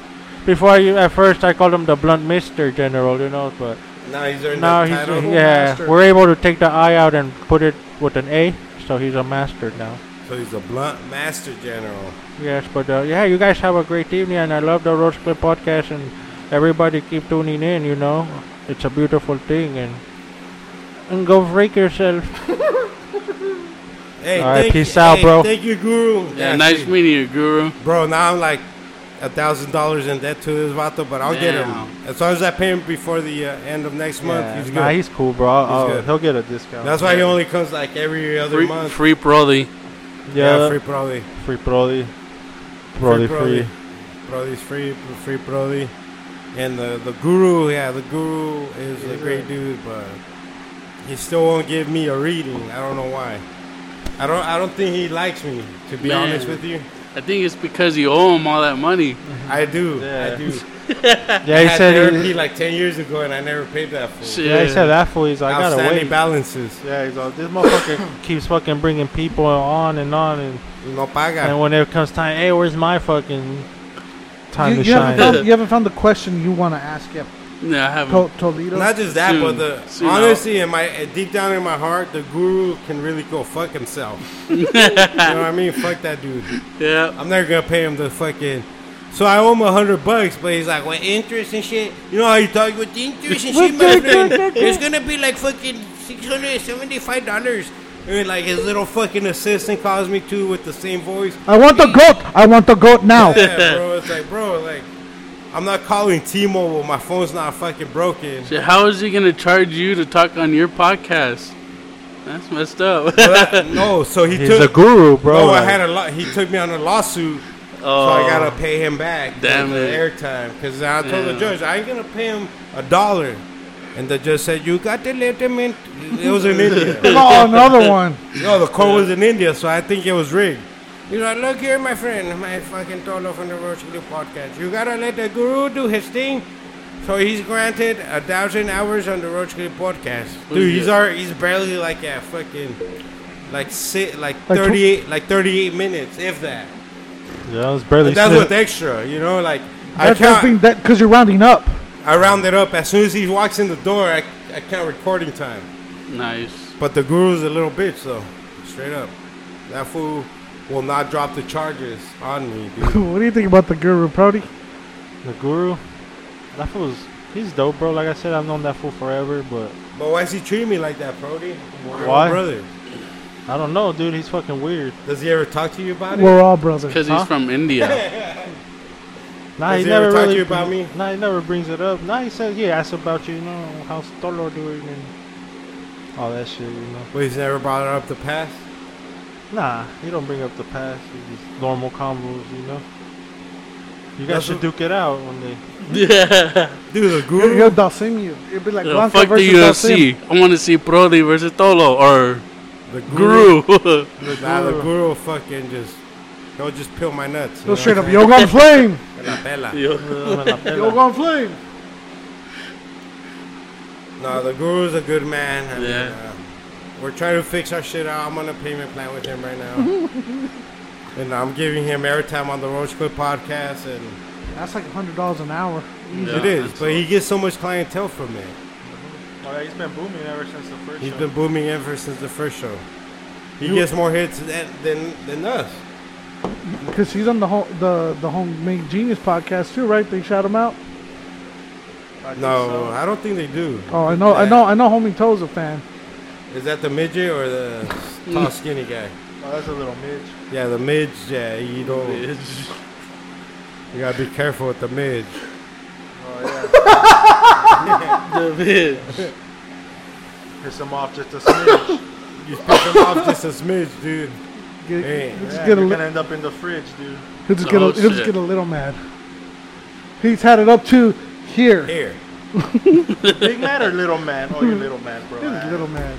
S3: Before I, at first, I called him the blunt mister general, you know, but
S1: Now he's earned
S3: now
S1: the
S3: he's
S1: title.
S3: yeah,
S1: Master.
S3: we're able to take the I out and put it with an A, so he's a master now.
S1: So he's a blunt master general.
S3: Yes, but uh, yeah, you guys have a great evening, and I love the Road Clip podcast, and everybody keep tuning in. You know, it's a beautiful thing, and and go freak yourself.
S1: Hey,
S3: All right,
S1: thank
S3: peace
S1: you,
S3: out,
S1: hey,
S3: bro.
S1: Thank you, Guru.
S6: Yeah, nice
S1: see.
S6: meeting you, Guru.
S1: bro. Now I'm like, a thousand dollars in debt to this vato, but I'll get
S6: Damn.
S1: him as long as I pay him before the uh, end of next month. He's good.
S3: Nah, he's cool, bro. I'll-
S1: He's
S3: I'll-
S1: good.
S3: he'll get a discount.
S1: That's why he only comes like every other
S6: Free,
S1: month.
S6: free Brody.
S1: yeah,
S3: yeah,
S1: free Prodi.
S3: free, free Brody. Brody free.
S1: Prodi's free. Free Prodi. And the, the guru, yeah, the guru is a great dude, but he still won't give me a reading. I don't know why. I don't I don't think he likes me, to be
S6: Man.
S1: honest with you.
S6: I think it's because you owe him all that money.
S1: I do. I
S3: Yeah.
S1: do. [LAUGHS]
S3: Yeah,
S1: I
S3: he
S1: had
S3: said
S1: therapy
S3: he,
S1: like ten years ago and I never paid that for
S6: Shit.
S3: yeah, he said that fool. He's like, I gotta
S1: outstanding
S3: wait.
S1: balances.
S3: Yeah, he's like, this motherfucker [COUGHS] keeps fucking bringing people on and on, and,
S1: No paga.
S3: and when it comes time, hey, where's my fucking time
S2: You,
S3: to
S2: you haven't
S3: shine?
S2: found, you haven't found the question you want to ask yet.
S6: No, I haven't.
S2: To- Toledo.
S1: Not just that,
S6: Soon.
S1: but the
S6: Soon, I'll-
S1: honestly, in my uh, deep down in my heart, the guru can really go fuck himself. you know what I mean? Fuck that dude.
S6: Yeah.
S1: I'm never gonna pay him the fucking. So I owe him a hundred bucks, but he's like, with interest and shit. You know how you talk with interest and shit, my friend. It's gonna be like fucking six hundred seventy-five dollars. And like his little fucking assistant calls me too with the same voice.
S2: I want the goat. I want the
S1: [LAUGHS]
S2: goat now.
S1: Yeah, bro. It's like, bro, like, I'm not calling T-Mobile. My phone's not fucking broken.
S6: Shit, How is he gonna charge you to talk on your podcast? That's messed up. [LAUGHS]
S1: But, no, so he
S3: He's
S1: took.
S3: a guru, bro.
S1: no, I
S3: like-
S1: had a lot. He took me on a lawsuit, so I gotta pay him back.
S6: Oh. Damn
S1: the
S6: it.
S1: airtime, because I told the
S6: Yeah.
S1: judge I ain't gonna pay him a dollar, and the judge said you got the letterman. It was in India.
S2: Oh, another one.
S1: no, the court was in India, so I think it was rigged. He's like, look here, my friend, my fucking Tolo from the Rosalie podcast. You gotta let the guru do his thing. So he's granted a thousand hours on the Roach Clip podcast. Dude, he's already, he's barely like at fucking like sit like
S2: Like tw-
S1: thirty eight like thirty eight minutes, if that.
S3: Yeah, it was barely.
S1: But that's
S3: sniff-
S1: with extra, you know, like I
S2: That's just being
S1: count,
S2: that because you're rounding up. [LAUGHS]
S1: I round it up as soon as he walks in the door I, I count recording time.
S6: nice.
S1: But the guru's a little bitch though. Straight up. That fool will not drop the charges on me, dude.
S2: what do you think about the guru, Prody?
S3: The guru, that fool's he's dope, bro. Like I said, I've known that fool forever, but
S1: But why is he treating me like that, Brody? We're
S3: Why?
S1: all Brother.
S3: I don't know, dude. He's fucking weird.
S1: Does he ever talk to you about it?
S2: We're all brothers.
S6: Because
S3: Huh?
S6: he's from India.
S3: Nah,
S1: Does
S3: he,
S1: he ever
S3: never
S1: talk to
S3: really
S1: you about me?
S3: Nah, he never brings it up. Nah, he says, yeah, ask about you, you know, how's Tolo doing and all that shit, you know.
S1: But he's never brought up the past?
S3: Nah, he don't bring up the past. It's just normal combos, you know. You guys
S1: That's
S3: should
S1: what-
S3: duke it out one day.
S6: yeah.
S1: Dude, the
S2: You're,
S1: guru
S2: you're Dalsimio. It'd be like
S6: Uh,
S2: Blanca
S6: fuck the
S2: versus
S6: UFC. I want to see Brody versus Tolo or
S1: the guru
S6: Guru. [LAUGHS]
S1: Nah, the guru fucking just he'll just peel my nuts. you
S2: Dalsim. Go
S1: know
S2: straight
S1: what
S2: up.
S1: I'm
S2: Yoga on flame.
S1: saying? La pela.
S6: Yo.
S2: Yoga on flame.
S1: No, the guru's a good man. I mean,
S6: Yeah.
S1: uh, we're trying to fix our shit out. I'm on a payment plan with him right now. and I'm giving him airtime on the Roach Clip podcast and
S2: That's like hundred dollars an hour.
S1: it is. But he gets so much clientele from it.
S3: Oh, yeah, he's been booming ever since the first
S1: He's been booming ever since the first show. He gets more hits than than, than us.
S2: Because he's on the home, the the homemade genius podcast too, right? They shout him out.
S1: No, I don't think they do.
S2: Oh, I know, I
S1: Yeah.
S2: know, I know. Homie Toe's a fan.
S1: Is that the midget or the
S6: Mm.
S1: tall skinny guy?
S3: Oh, that's a little midge.
S1: Yeah, the midge. Yeah, you don't. You gotta be careful with the midge.
S3: [LAUGHS] Oh,
S6: The
S3: yeah. Piss him off just a smidge.
S1: You pick him off just a smidge, dude.
S2: Get,
S1: Hey.
S2: he'll just
S3: Yeah,
S2: get a li-
S3: you're gonna end up in the fridge, dude.
S2: he'll just get a
S6: Oh,
S2: he'll just
S6: shit.
S2: get a little mad. He's had it up to here. He's
S1: Here.
S3: Big man or little man? Oh, you're little man, bro.
S2: a [LAUGHS] little mad.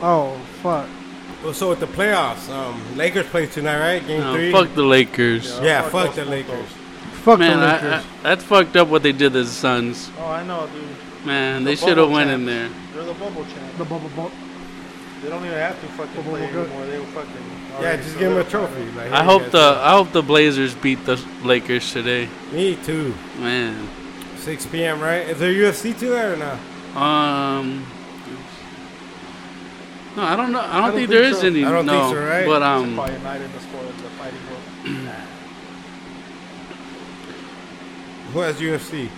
S2: Oh fuck.
S1: Well, Oh, so with the playoffs, um, Lakers play tonight, right? Game
S6: No,
S1: three.
S6: fuck the Lakers.
S1: yeah,
S3: Fuck
S1: fuck,
S3: those
S1: the Lakers.
S2: Fuck
S6: Man,
S2: the
S6: I, I,
S2: Lakers.
S6: that's fucked up what they did to the Suns.
S3: Oh, I know, dude.
S6: Man, they
S3: The
S6: should have
S3: bubble
S6: went
S3: champs.
S6: in there.
S3: They're the bubble champ.
S2: the bubble ball.
S3: They don't even have to fucking play
S2: Bubble good.
S3: anymore. They were fucking.
S1: Yeah,
S3: already
S1: just give him a
S3: solidified.
S1: trophy. Like,
S6: I
S1: hey,
S6: hope
S1: guys,
S6: the I hope the Blazers beat the Lakers today.
S1: Me too.
S6: Man,
S1: 6 p.m. Right? Is there UFC tonight or not?
S6: um, no, I don't know. I don't, think,
S2: think
S6: there is
S2: so.
S6: any.
S1: I don't
S6: no,
S1: think so, right?
S6: But
S3: It's
S6: um,
S3: By united the sport of the fighting world.
S1: Who has UFC?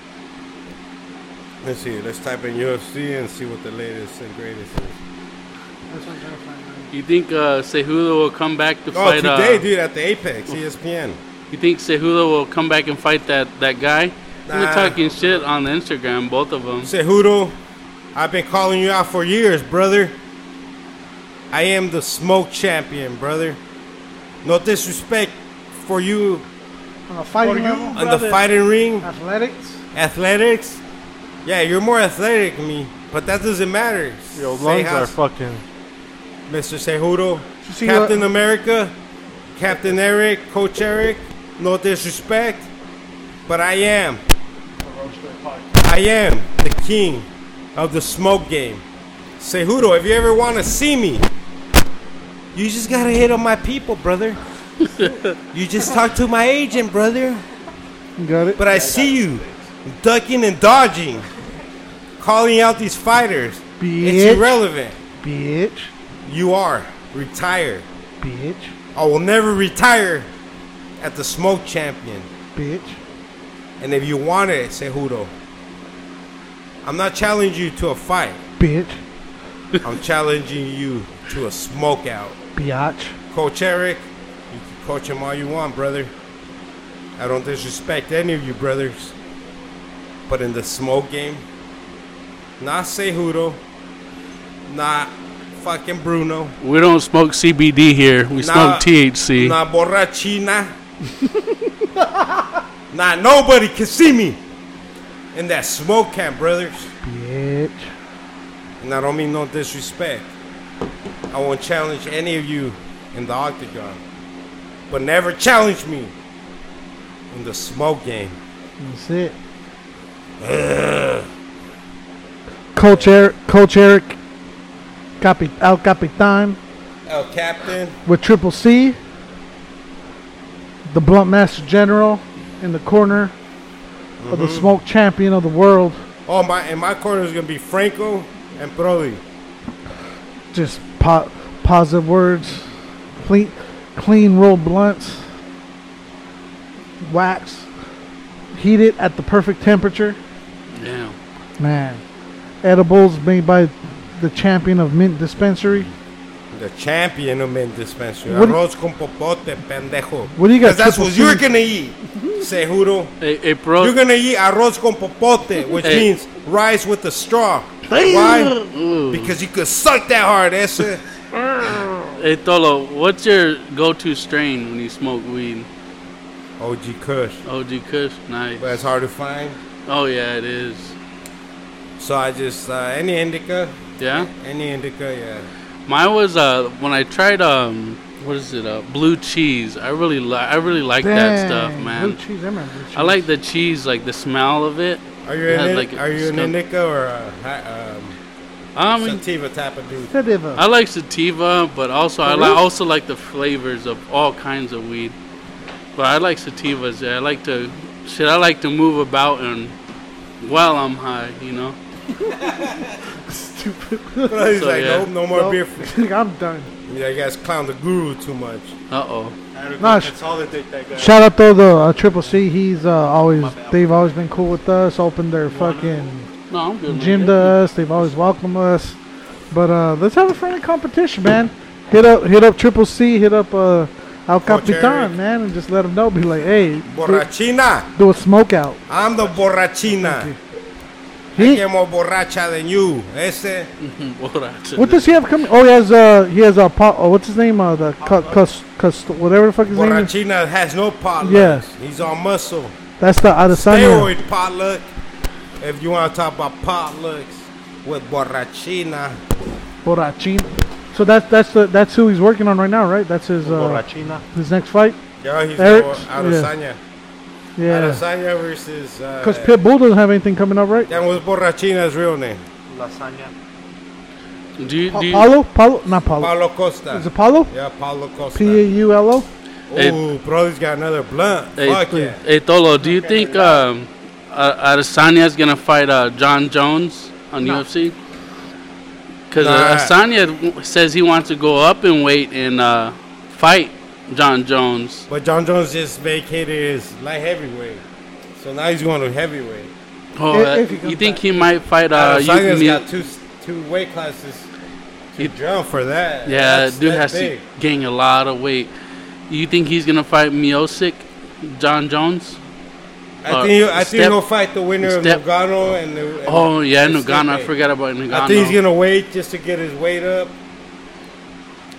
S1: Let's see. Let's type in UFC and see what the latest and greatest is.
S6: you think uh, Cejudo will come back to
S1: Oh,
S6: fight?
S1: today,
S6: uh,
S1: E dude, at the Apex, ESPN.
S6: You think Cejudo will come back and fight that that guy? They're
S1: Nah.
S6: talking shit on Instagram, both of them.
S1: Cejudo, I've been calling you out for years, brother. I am the smoke champion, brother. No disrespect for you
S2: On a uh, fighting level,
S1: on the fighting ring,
S2: athletics.
S1: athletics. Yeah, you're more athletic than me, but that doesn't matter.
S3: Yo,
S1: Say
S3: lungs
S1: how-
S3: are fucking.
S1: Mr. Cejudo,
S2: You see
S1: Captain
S2: what-
S1: America, Captain Eric, Coach Eric. No disrespect, but I am. I am the king of the smoke game. Cejudo, if you ever want to see me, you just gotta hit on my people, brother. you just talk to my agent, brother.
S2: You Got it.
S1: But I see you ducking and dodging, calling out these fighters.
S2: Bitch.
S1: It's irrelevant.
S2: Bitch,
S1: You are retired.
S2: bitch,
S1: I will never retire at the smoke champion.
S2: bitch.
S1: And if you want it, Cejudo, I'm not challenging you to a fight.
S2: bitch,
S1: I'm challenging you to a smoke out.
S2: biatch,
S1: Coach Eric, you can coach him all you want, brother. I don't disrespect any of you brothers. But in the smoke game, not Cejudo, not fucking Bruno,
S6: We don't smoke CBD here. We
S1: Nah,
S6: smoke THC.
S1: Nah, borrachina. [LAUGHS] nah, nobody can see me in that smoke camp, brothers.
S2: bitch,
S1: And I don't mean no disrespect. I won't challenge any of you in the octagon. But never challenge me in the smoke game.
S2: that's it. Coach Eric, Coach Eric, Capi, El Capitan
S1: El Captain,
S2: with Triple C, the Blunt Master General in the corner of the Smoke Champion of the World,
S1: oh my, and my corner is gonna be Franco and Broly.
S2: just po- positive words, clean, clean roll blunts, wax, heated at the perfect temperature.
S6: Damn.
S2: Man, edibles made by the champion of Mint Dispensary.
S1: The champion of men dispensary.
S2: What do-
S1: Arroz con popote, pendejo.
S2: What do you got,
S1: 'Cause that's
S2: Triple
S1: what you're
S2: C?
S1: gonna eat,
S2: [LAUGHS]
S1: Cejudo.
S6: Hey, hey, bro.
S1: You're gonna eat arroz con popote, which
S6: Hey.
S1: means rice with a straw. Why? Because you could suck that hard, eh, that's [LAUGHS] it.
S6: Hey, Tolo, what's your go-to strain when you smoke weed?
S1: OG Kush,
S6: OG Kush? Nice.
S1: but it's hard to find.
S6: Oh, yeah, it is.
S1: So I just uh, any indica,
S6: Yeah?
S1: any indica, yeah.
S6: Mine was uh when I tried um what is it uh blue cheese. I really li- I really like that stuff,
S2: Dang, Blue
S6: man.
S2: cheese, I remember blue cheese.
S6: I like the cheese, like the smell of it.
S1: Are you
S6: It
S1: an
S6: has,
S1: in,
S6: like,
S1: are you an
S6: skunk-
S1: indica or a hi-
S6: I
S1: um,
S6: mean,
S1: sativa type of [LAUGHS] dude?
S2: Sativa.
S6: I like sativa, but also I li-
S2: Oh, really?
S6: also like the flavors of all kinds of weed. But I like sativas. yeah. I like to shit. I like to move about and while I'm high, you know.
S1: But he's
S6: So,
S1: like,
S6: yeah.
S1: nope, no more
S2: Nope.
S1: beer. For-
S2: [LAUGHS] I'm done.
S1: yeah, you guys clown the guru too much.
S6: Uh oh.
S2: Nah, sh- shout out to the uh, Triple C. He's uh, always they've always been cool with us. Opened their fucking
S6: No, I'm good. man.
S2: gym to us. They've always welcomed us. But uh, let's have a friendly competition, man. Hit up, hit up Triple C. Hit up uh, Al Capitan,
S1: Eric.
S2: man, and just let them know. Be like, hey, do,
S1: Borrachina,
S2: do a smoke out.
S1: I'm the borrachina.
S2: He-
S1: Get more borracha than you. eh, Ese.
S6: What I said.
S2: What does he have coming? Oh, he has uh, he has a pot. Oh, what's his name? Uh, the cu- cus, cus, whatever the fuck his name is.
S1: Borrachina has no potluck.
S2: Yeah.
S1: He's all muscle.
S2: That's the Adesanya.
S1: Steroid potluck. If you want to talk about potlucks with Borrachina,
S2: Borrachin. So that's that's the that's who he's working on right now, right? That's his uh,
S3: Borrachina.
S2: his next fight.
S1: yeah, he's
S2: Eric?
S1: more Adesanya.
S2: Yeah,
S1: Adesanya versus. Uh,
S2: because Pitbull doesn't have anything coming up, right?
S1: That was Borrachina's real name.
S3: Lasagna.
S6: Do you,
S2: Pa-
S6: do you,
S2: Paulo, Paulo, not Paulo.
S1: Paulo Costa.
S2: Is it Paulo?
S1: yeah, Paulo Costa.
S2: P A U L O.
S6: Hey.
S1: Ooh, bro's got another blunt.
S6: Hey,
S1: Fuck yeah.
S6: hey, Tolo, do you think um, uh, Adesanya's gonna fight uh, John Jones on UFC? Because
S1: Nah.
S6: Adesanya w- says he wants to go up in weight and uh, fight John Jones.
S1: But John Jones just vacated his light heavyweight. So now he's going to heavyweight.
S6: Oh,
S2: If-
S6: uh,
S2: if he comes
S6: you think he might fight? Uh, you,
S1: Adesanya's
S6: me-
S1: got two, two weight classes to
S6: You-
S1: jump for that.
S6: yeah,
S1: That's-
S6: dude
S1: that's
S6: has
S1: big.
S6: to gain a lot of weight. You think he's gonna fight Miosic? John Jones.
S1: I think he, I think
S6: Uh, Step-
S1: he'll fight the winner
S6: Step-
S1: of Nogano and, the, and
S6: Oh yeah,
S1: and
S6: Nagano. I
S1: Stipe.
S6: forgot about Nagano.
S1: I think he's gonna wait just to get his weight up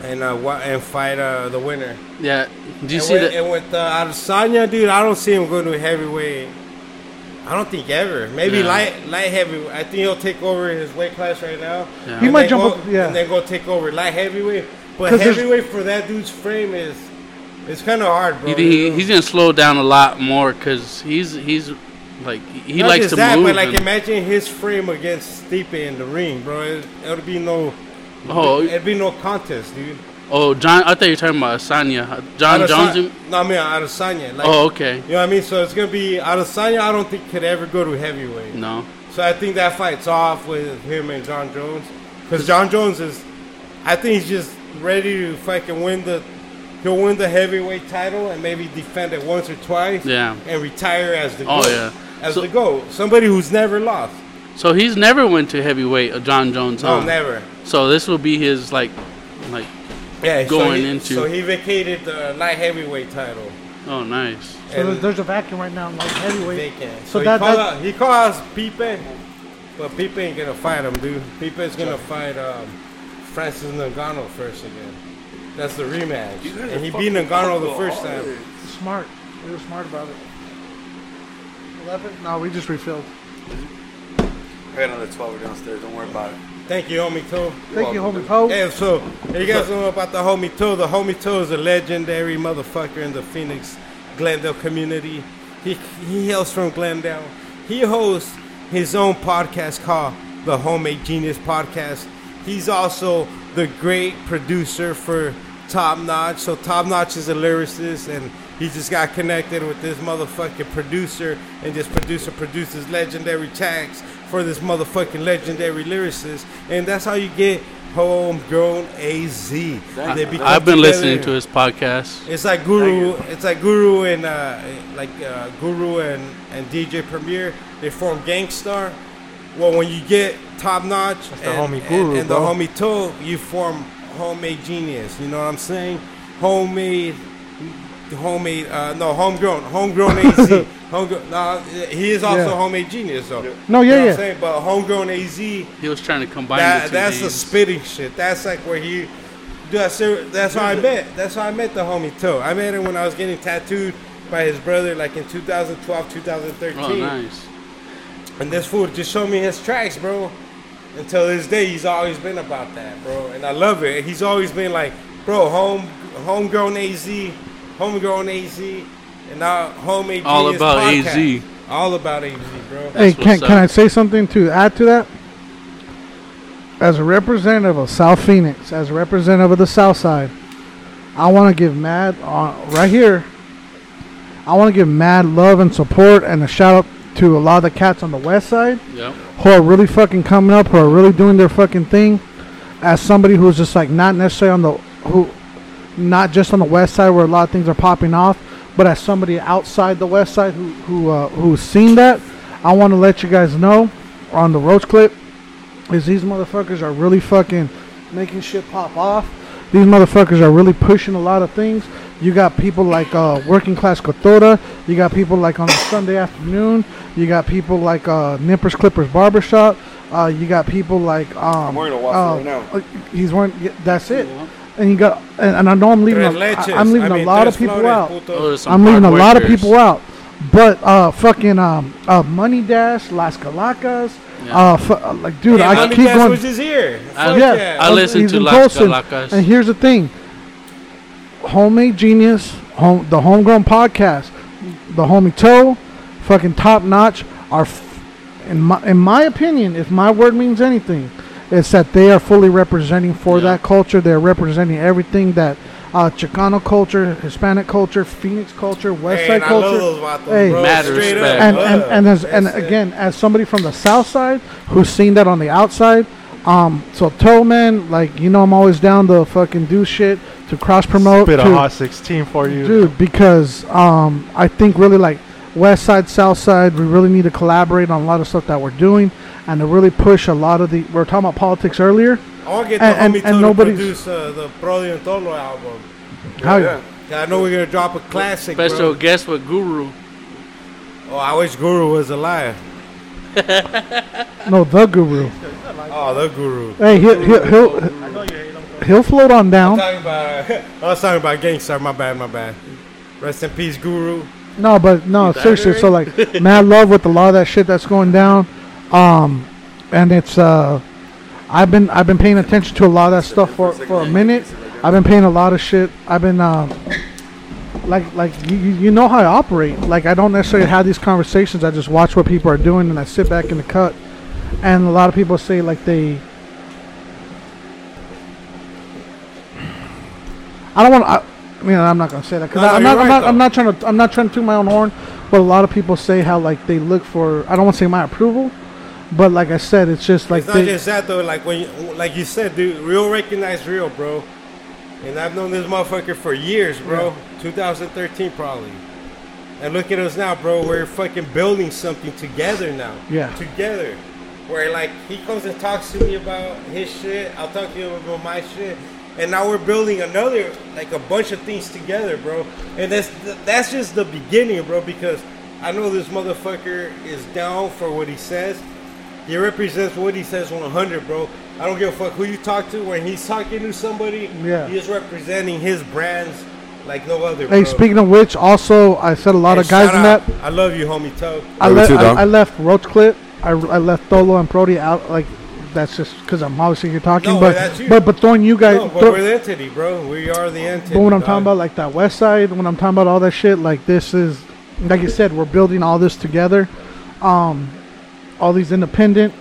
S1: and uh wa- and fight uh the winner.
S6: yeah. Do you
S1: and
S6: see
S1: with,
S6: that?
S1: And with uh, Adesanya, dude, I don't see him going to heavyweight. I don't think ever. Maybe
S6: Yeah.
S1: light light heavyweight. I think he'll take over his weight class right now.
S6: Yeah.
S2: He
S1: And
S2: might
S1: then
S2: jump
S1: go,
S2: up- yeah.
S1: And then go take over light heavyweight. But
S2: 'Cause there's-
S1: heavyweight for that dude's frame is it's kind of hard, bro.
S6: You think he,
S1: You know?
S6: he's gonna slow down a lot more because he's he's like he
S1: Not
S6: likes
S1: just
S6: to
S1: that,
S6: move.
S1: But like,
S6: and-
S1: imagine his frame against Stipe in the ring, bro. It, it'll be no.
S6: oh
S1: It'd be no contest, dude.
S6: oh John, I thought you were talking about Asanya. Uh, John
S1: Adesa-
S6: Jones.
S1: No, I mean Adesanya. Like,
S6: Oh okay.
S1: You know what I mean? So it's gonna be Adesanya. I don't think could ever go to heavyweight.
S6: No.
S1: So I think that fight's off with him and John Jones, because John Jones is, I think he's just ready to fucking win the, he'll win the heavyweight title and maybe defend it once or twice.
S6: Yeah.
S1: And retire as the.
S6: Oh,
S1: GOAT,
S6: yeah.
S1: As
S6: So-
S1: the goat, somebody who's never lost.
S6: So he's never went to heavyweight. uh, John Jones.
S1: No,
S6: huh?
S1: never.
S6: So this will be his like like
S1: Yeah, so
S6: Going
S1: he,
S6: into-
S1: So he vacated the light heavyweight title.
S6: oh nice.
S2: So there's, there's a vacuum right now, in light heavyweight.
S1: Vacant.
S2: So
S1: So,
S2: that-
S1: he, called
S2: that-
S1: out, he calls Pipe, but Pipe ain't gonna fight him, dude. Pipe is gonna fight um, Francis Ngannou first again. That's the rematch, and he beat Ngannou the first time.
S2: Smart. We were smart about it. Eleven? No, we just refilled.
S5: I got another 12 downstairs. Don't worry about it.
S1: Thank you, homie Toe.
S2: Thank you, homie Poe.
S1: Yeah, so if you guys don't know about the homie Toe. The homie Toe is a legendary motherfucker in the Phoenix Glendale community. He he hails from Glendale. He hosts his own podcast called the Homemade Genius Podcast. He's also the great producer for Top Notch. So Top Notch is a lyricist, and he just got connected with this motherfucking producer, and this producer produces legendary tracks for this motherfucking legendary lyricist, and that's how you get homegrown AZ. They become
S6: I've
S1: together.
S6: been listening to his podcast.
S1: It's like Guru. It's like Guru and uh, like uh, Guru and, and DJ Premier. They form Gangstar. Well, when you get top notch and,
S3: the homie
S1: and-
S3: Guru,
S1: and the
S3: bro.
S1: homie Toe, you form homemade genius. You know what I'm saying? Homemade, homemade. Uh, no, homegrown, homegrown AZ. homegrown. Nah, he is also
S2: Yeah.
S1: homemade genius though.
S2: No, yeah,
S1: you know What
S2: yeah.
S1: I'm saying? But homegrown AZ
S6: He was trying to combine the
S1: that,
S6: two
S1: that's the
S6: names.
S1: spitting shit. That's like where he. Dude, I ser- that's how I met. That's how I met the homie Toe. I met him when I was getting tattooed by his brother, like in 2012, 2013.
S6: oh nice.
S1: And this fool just showed me his tracks, bro. Until this day, he's always been about that, bro. And I love it. He's always been like, bro, home, homegrown AZ, homegrown AZ, and now homemade.
S6: All
S1: Genius
S6: about
S1: podcast.
S6: AZ.
S1: All about AZ, bro.
S2: Hey,
S6: That's
S2: can,
S6: what's
S2: can
S6: up.
S2: I say something to add to that? As a representative of South Phoenix, as a representative of the South Side, I want to give mad on right here. I want to give mad love and support and a shout out to a lot of the cats on the West Side
S6: Yep.
S2: who are really fucking coming up, who are really doing their fucking thing. As somebody who's just like not necessarily on the who, not just on the West Side where a lot of things are popping off, but as somebody outside the West Side who who uh, who's seen that, I want to let you guys know on the Roach Clip is these motherfuckers are really fucking making shit pop off. These motherfuckers are really pushing a lot of things. You got people like uh, Working Class Cotora. You got people like on a Sunday afternoon. You got people like uh, Nippers Clippers Barbershop. Uh, you got people like um,
S5: I'm wearing a waffle right now.
S2: uh, He's wearing. yeah, That's it. And you got. And, and I know I'm leaving. A,
S1: Tres
S2: I,
S1: leches.
S2: I'm leaving
S1: I mean,
S2: a lot of
S1: tres
S2: people
S1: flores,
S2: out.
S1: puto.
S6: Oh, there's some
S2: I'm leaving a
S6: hard
S2: lot of
S6: workers.
S2: people out. But uh, fucking um, uh, Money Dash, Las Calacas,
S6: Yeah.
S2: uh, fu- uh, like dude,
S1: Yeah,
S2: I
S1: Money
S2: keep
S1: Cash
S2: going.
S1: was just here.
S6: I-
S1: Fuck
S2: yeah,
S6: I listen
S2: he's
S6: to
S2: in
S6: Las
S2: Colson.
S6: Calacas.
S2: And here's the thing: homemade genius, home, the homegrown podcast, the homie toe, fucking top notch. Are, f- in my in my opinion, if my word means anything, it's that they are fully representing for that culture. They're representing everything that. Uh, Chicano culture, Hispanic culture, Phoenix culture, West
S1: Hey,
S2: Side
S1: and I love
S2: culture.
S1: those vatos,
S2: Hey,
S1: bro.
S6: Mad
S1: Straight up,
S6: respect.
S2: and
S1: love.
S2: and, and, as, and
S1: That's it.
S2: again, as somebody from the south side who's seen that on the outside, um, so toe man, like you know, I'm always down to fucking do shit to cross promote,
S3: Bit of
S2: to,
S3: hot 16 for you.
S2: dude, because um, I think really like west side, south side, we really need to collaborate on a lot of stuff that we're doing, and to really push a lot of the. We were talking about politics earlier.
S1: I want to get
S2: And-
S1: the homie
S2: and- and
S1: Toe to
S2: nobody's-
S1: produce uh, the Brody and Tolo album.
S2: How-
S5: yeah.
S1: Yeah, I know we're gonna drop a classic.
S6: Special
S1: Bro.
S6: guest with Guru.
S1: Oh, I wish Guru was alive.
S2: No, the guru.
S1: Oh, the Guru.
S2: Hey, he'll he'll he'll, he'll float on down.
S1: talking about. [LAUGHS] I was talking about Gangstar. My bad. My bad. Rest in peace, Guru.
S2: No, but no, seriously. So like, mad love with a lot of that shit that's going down, um, and it's uh, I've been I've been paying attention to a lot of that stuff for for a minute. I've been paying a lot of shit. I've been uh, like like you you you know how I operate. Like I don't necessarily have these conversations. I just watch what people are doing and I sit back in the cut. And a lot of people say like they. I don't want to. I mean, I'm not gonna say that because
S1: No, no,
S2: I'm
S1: you're
S2: not. I'm
S1: right,
S2: not. I'm
S1: though.
S2: not trying to. I'm not trying to toot my own horn. But a lot of people say how like they look for. I don't want to say my approval, but like I said, it's just like
S1: It's not
S2: they,
S1: just that though. Like when, you, like you said, dude, real recognize real, bro. And I've known this motherfucker for years, bro. 2013 probably. And look at us now, bro. We're fucking building something together now.
S2: Yeah.
S1: Together. Where like he comes and talks to me about his shit. I'll talk to him about my shit. And now we're building another, like a bunch of things together, bro. And that's that's just the beginning, bro. Because I know this motherfucker is down for what he says. He represents what he says 100, bro. I don't give a fuck who you talk to. When he's talking to somebody,
S2: Yeah.
S1: he is representing his brands like no other. bro.
S2: Hey, speaking of which, also I said a lot
S1: Hey,
S2: of guys
S1: shout
S2: in that.
S1: out. I love you, homie Toe.
S2: I,
S5: Love you
S2: left
S5: too, dog.
S2: I, I left Roachcliffe. I, I left Tholo and Brody out. Like that's just because I'm obviously here talking,
S1: No,
S2: but
S1: that's you.
S2: but but throwing you guys.
S1: No, but
S2: throw-
S1: we're the entity, bro. We are the entity.
S2: but when I'm
S1: dog.
S2: talking about like that West Side, when I'm talking about all that shit, like this is, like you said, we're building all this together. Um, all these independent,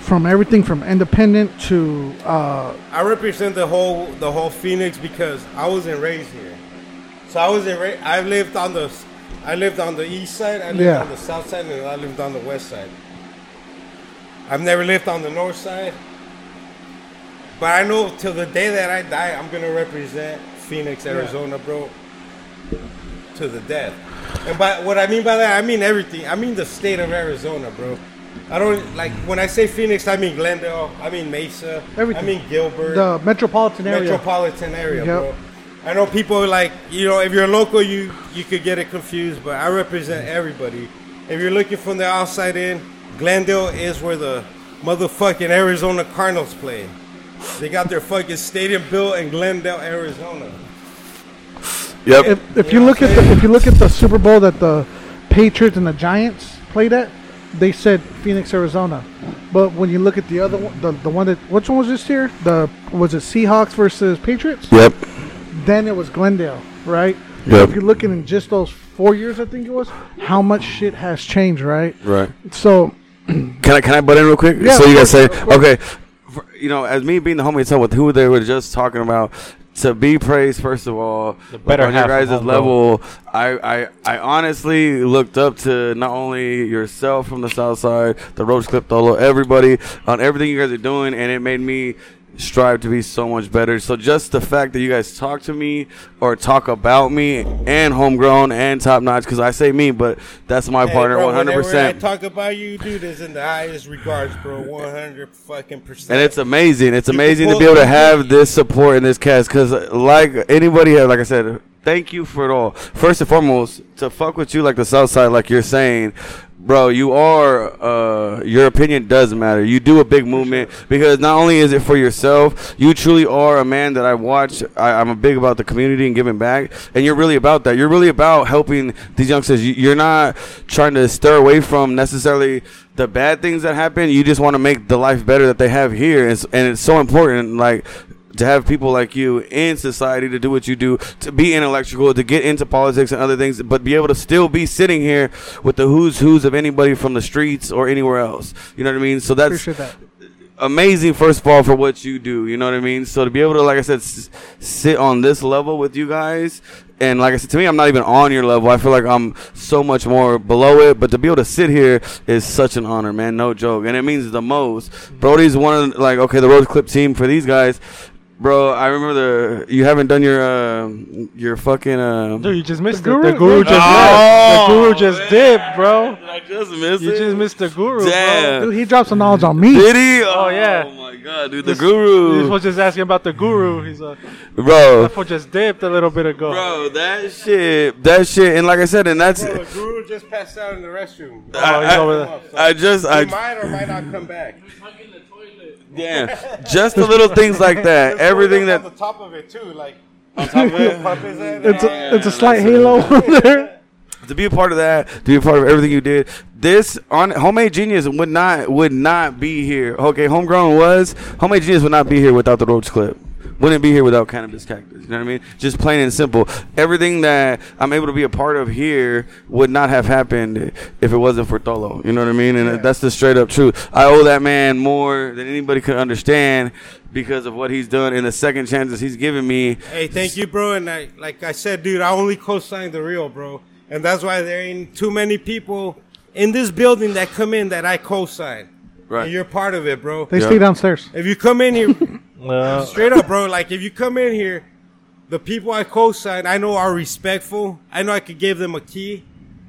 S2: from everything from independent to uh,
S1: I represent the whole the whole Phoenix because I wasn't raised here. So I wasn't. Ra- I lived on the, I lived on the east side. I lived
S2: Yeah.
S1: on the south side, and I lived on the west side. I've never lived on the north side. But I know till the day that I die, I'm gonna represent Phoenix, Arizona, bro, to the death. And by what I mean by that, I mean everything. I mean the state of Arizona, bro. I don't like when I say Phoenix, I mean Glendale, I mean Mesa,
S2: Everything.
S1: I mean Gilbert,
S2: the metropolitan area.
S1: metropolitan area,
S2: Yep.
S1: bro. I know people like you know if you're local, you you could get it confused, but I represent everybody. If you're looking from the outside in, Glendale is where the motherfucking Arizona Cardinals play. They got their fucking stadium built in Glendale, Arizona.
S5: Yep.
S2: if, if you look at the if you look at the Super Bowl that the Patriots and the Giants played at, they said Phoenix, Arizona. But when you look at the other one, the, the one that which one was this year? The was it Seahawks versus Patriots?
S5: Yep.
S2: Then it was Glendale, right?
S5: Yep.
S2: If you're looking in just those four years, I think it was, how much shit has changed, right?
S5: Right.
S2: So
S5: Can I can I butt in real quick?
S2: Yeah,
S5: so
S2: of
S5: you
S2: course,
S5: guys say
S2: of course.
S5: okay, for, you know, as me being the homie itself with who they were just talking about to be praised first of all, the
S3: better
S5: on your
S3: half of
S5: guys'
S3: Home
S5: level. I, I I honestly looked up to not only yourself from the south side, the Roach Clip Dolo, everybody on everything you guys are doing, and it made me strive to be so much better. So just the fact that you guys talk to me or talk about me and homegrown and top notch, because I say me, but that's my
S1: Hey,
S5: partner
S1: bro,
S5: one hundred
S1: whenever I
S5: percent.
S1: talk about you, dude, is in the highest regards, bro. One hundred fucking percent.
S5: And it's amazing. It's amazing to
S1: pull-
S5: be able to have this support in this cast because, like anybody, like I said, thank you for it all. First and foremost, to fuck with you like the South Side, like you're saying, bro, you are, uh, your opinion does matter. You do a big movement because not only is it for yourself, you truly are a man that I watch. I, I'm a big about the community and giving back, and you're really about that. You're really about helping these youngsters. You, you're not trying to stir away from necessarily the bad things that happen. You just want to make the life better that they have here, and, it's- and it's so important. Like to have people like you in society to do what you do, to be intellectual, to get into politics and other things, but be able to still be sitting here with the who's who's of anybody from the streets or anywhere else. You know what I mean? So that's
S2: appreciate that.
S5: amazing first of all for what you do you know what i mean so to be able to like i said s- sit on this level with you guys and like i said to me i'm not even on your level i feel like i'm so much more below it but to be able to sit here is such an honor man no joke and it means the most brody's one of the, like okay the road clip team for these guys Bro, I remember the you haven't done your um your fucking um.
S7: Dude, you just missed
S2: guru-
S7: it. The guru just
S5: Oh,
S7: left. The guru just dipped, bro.
S5: I just missed
S7: You
S5: it.
S7: just missed the guru, bro.
S5: Damn.
S2: Dude, he drops some knowledge on me.
S5: Did he? Oh,
S7: yeah.
S5: Oh my god, dude, the
S7: This- This
S5: guru,
S7: was just asking about the guru. He's like,
S5: bro.
S7: that fool just dipped a little bit ago.
S5: Bro, that shit, that shit, and like I said, and that's.
S1: The guru just passed out in the restroom.
S5: I,
S2: Oh,
S7: he's over
S5: I,
S7: there.
S5: I just,
S1: He
S5: I,
S1: might or might not come back.
S5: damn, just the little things like that. Everything
S1: There's
S5: that,
S1: on the top of it too,
S7: [LAUGHS]
S1: like on top of it, puppets and-
S2: It's a, it's a slight halo there.
S5: to be a part of that, to be a part of everything you did. This on homemade genius would not would not be here. Okay, homegrown was homemade genius would not be here without the roach clip. Wouldn't be here without cannabis cactus. You know what I mean? Just plain and simple. Everything that I'm able to be a part of here would not have happened if it wasn't for Tolo. You know what I mean? And that's the straight up truth. I owe that man more than anybody could understand because of what he's done and the second chances he's given me.
S1: Hey, thank you, bro. And I, like I said, dude, I only co-signed the real, bro, and that's why there ain't too many people in this building that come in that I co-sign.
S5: Right.
S1: And you're part of it, bro.
S2: They
S5: Yeah.
S2: stay downstairs.
S1: If you come in here, [LAUGHS]
S7: Uh,
S1: straight up, bro, like if you come in here, the people I co-sign, I know are respectful. I know I could give them a key,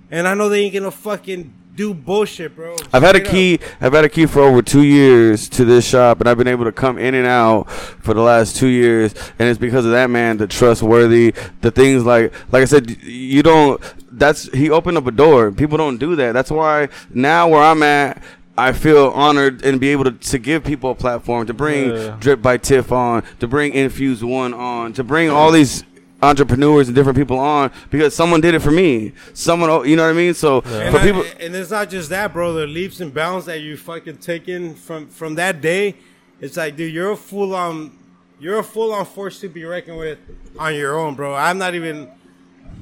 S1: and I know they ain't gonna fucking do bullshit, bro.
S5: I've had a
S1: Straight up.
S5: key. I've had a key for over two years to this shop, and I've been able to come in and out for the last two years. And it's because of that man, the trustworthy, the things like, like I said, you don't. That's he opened up a door. People don't do that. That's why now where I'm at. I feel honored and be able to, to give people a platform to bring
S7: Yeah.
S5: Drip by Tiff on, to bring Infuse One on, to bring all these entrepreneurs and different people on because someone did it for me. Someone, you know what I mean? So
S1: And, I-
S5: for people,
S1: and it's not just that, bro. The leaps and bounds that you fucking taken from from that day, it's like, dude, you're a full on, you're a full on force to be reckoned with on your own, bro. I'm not even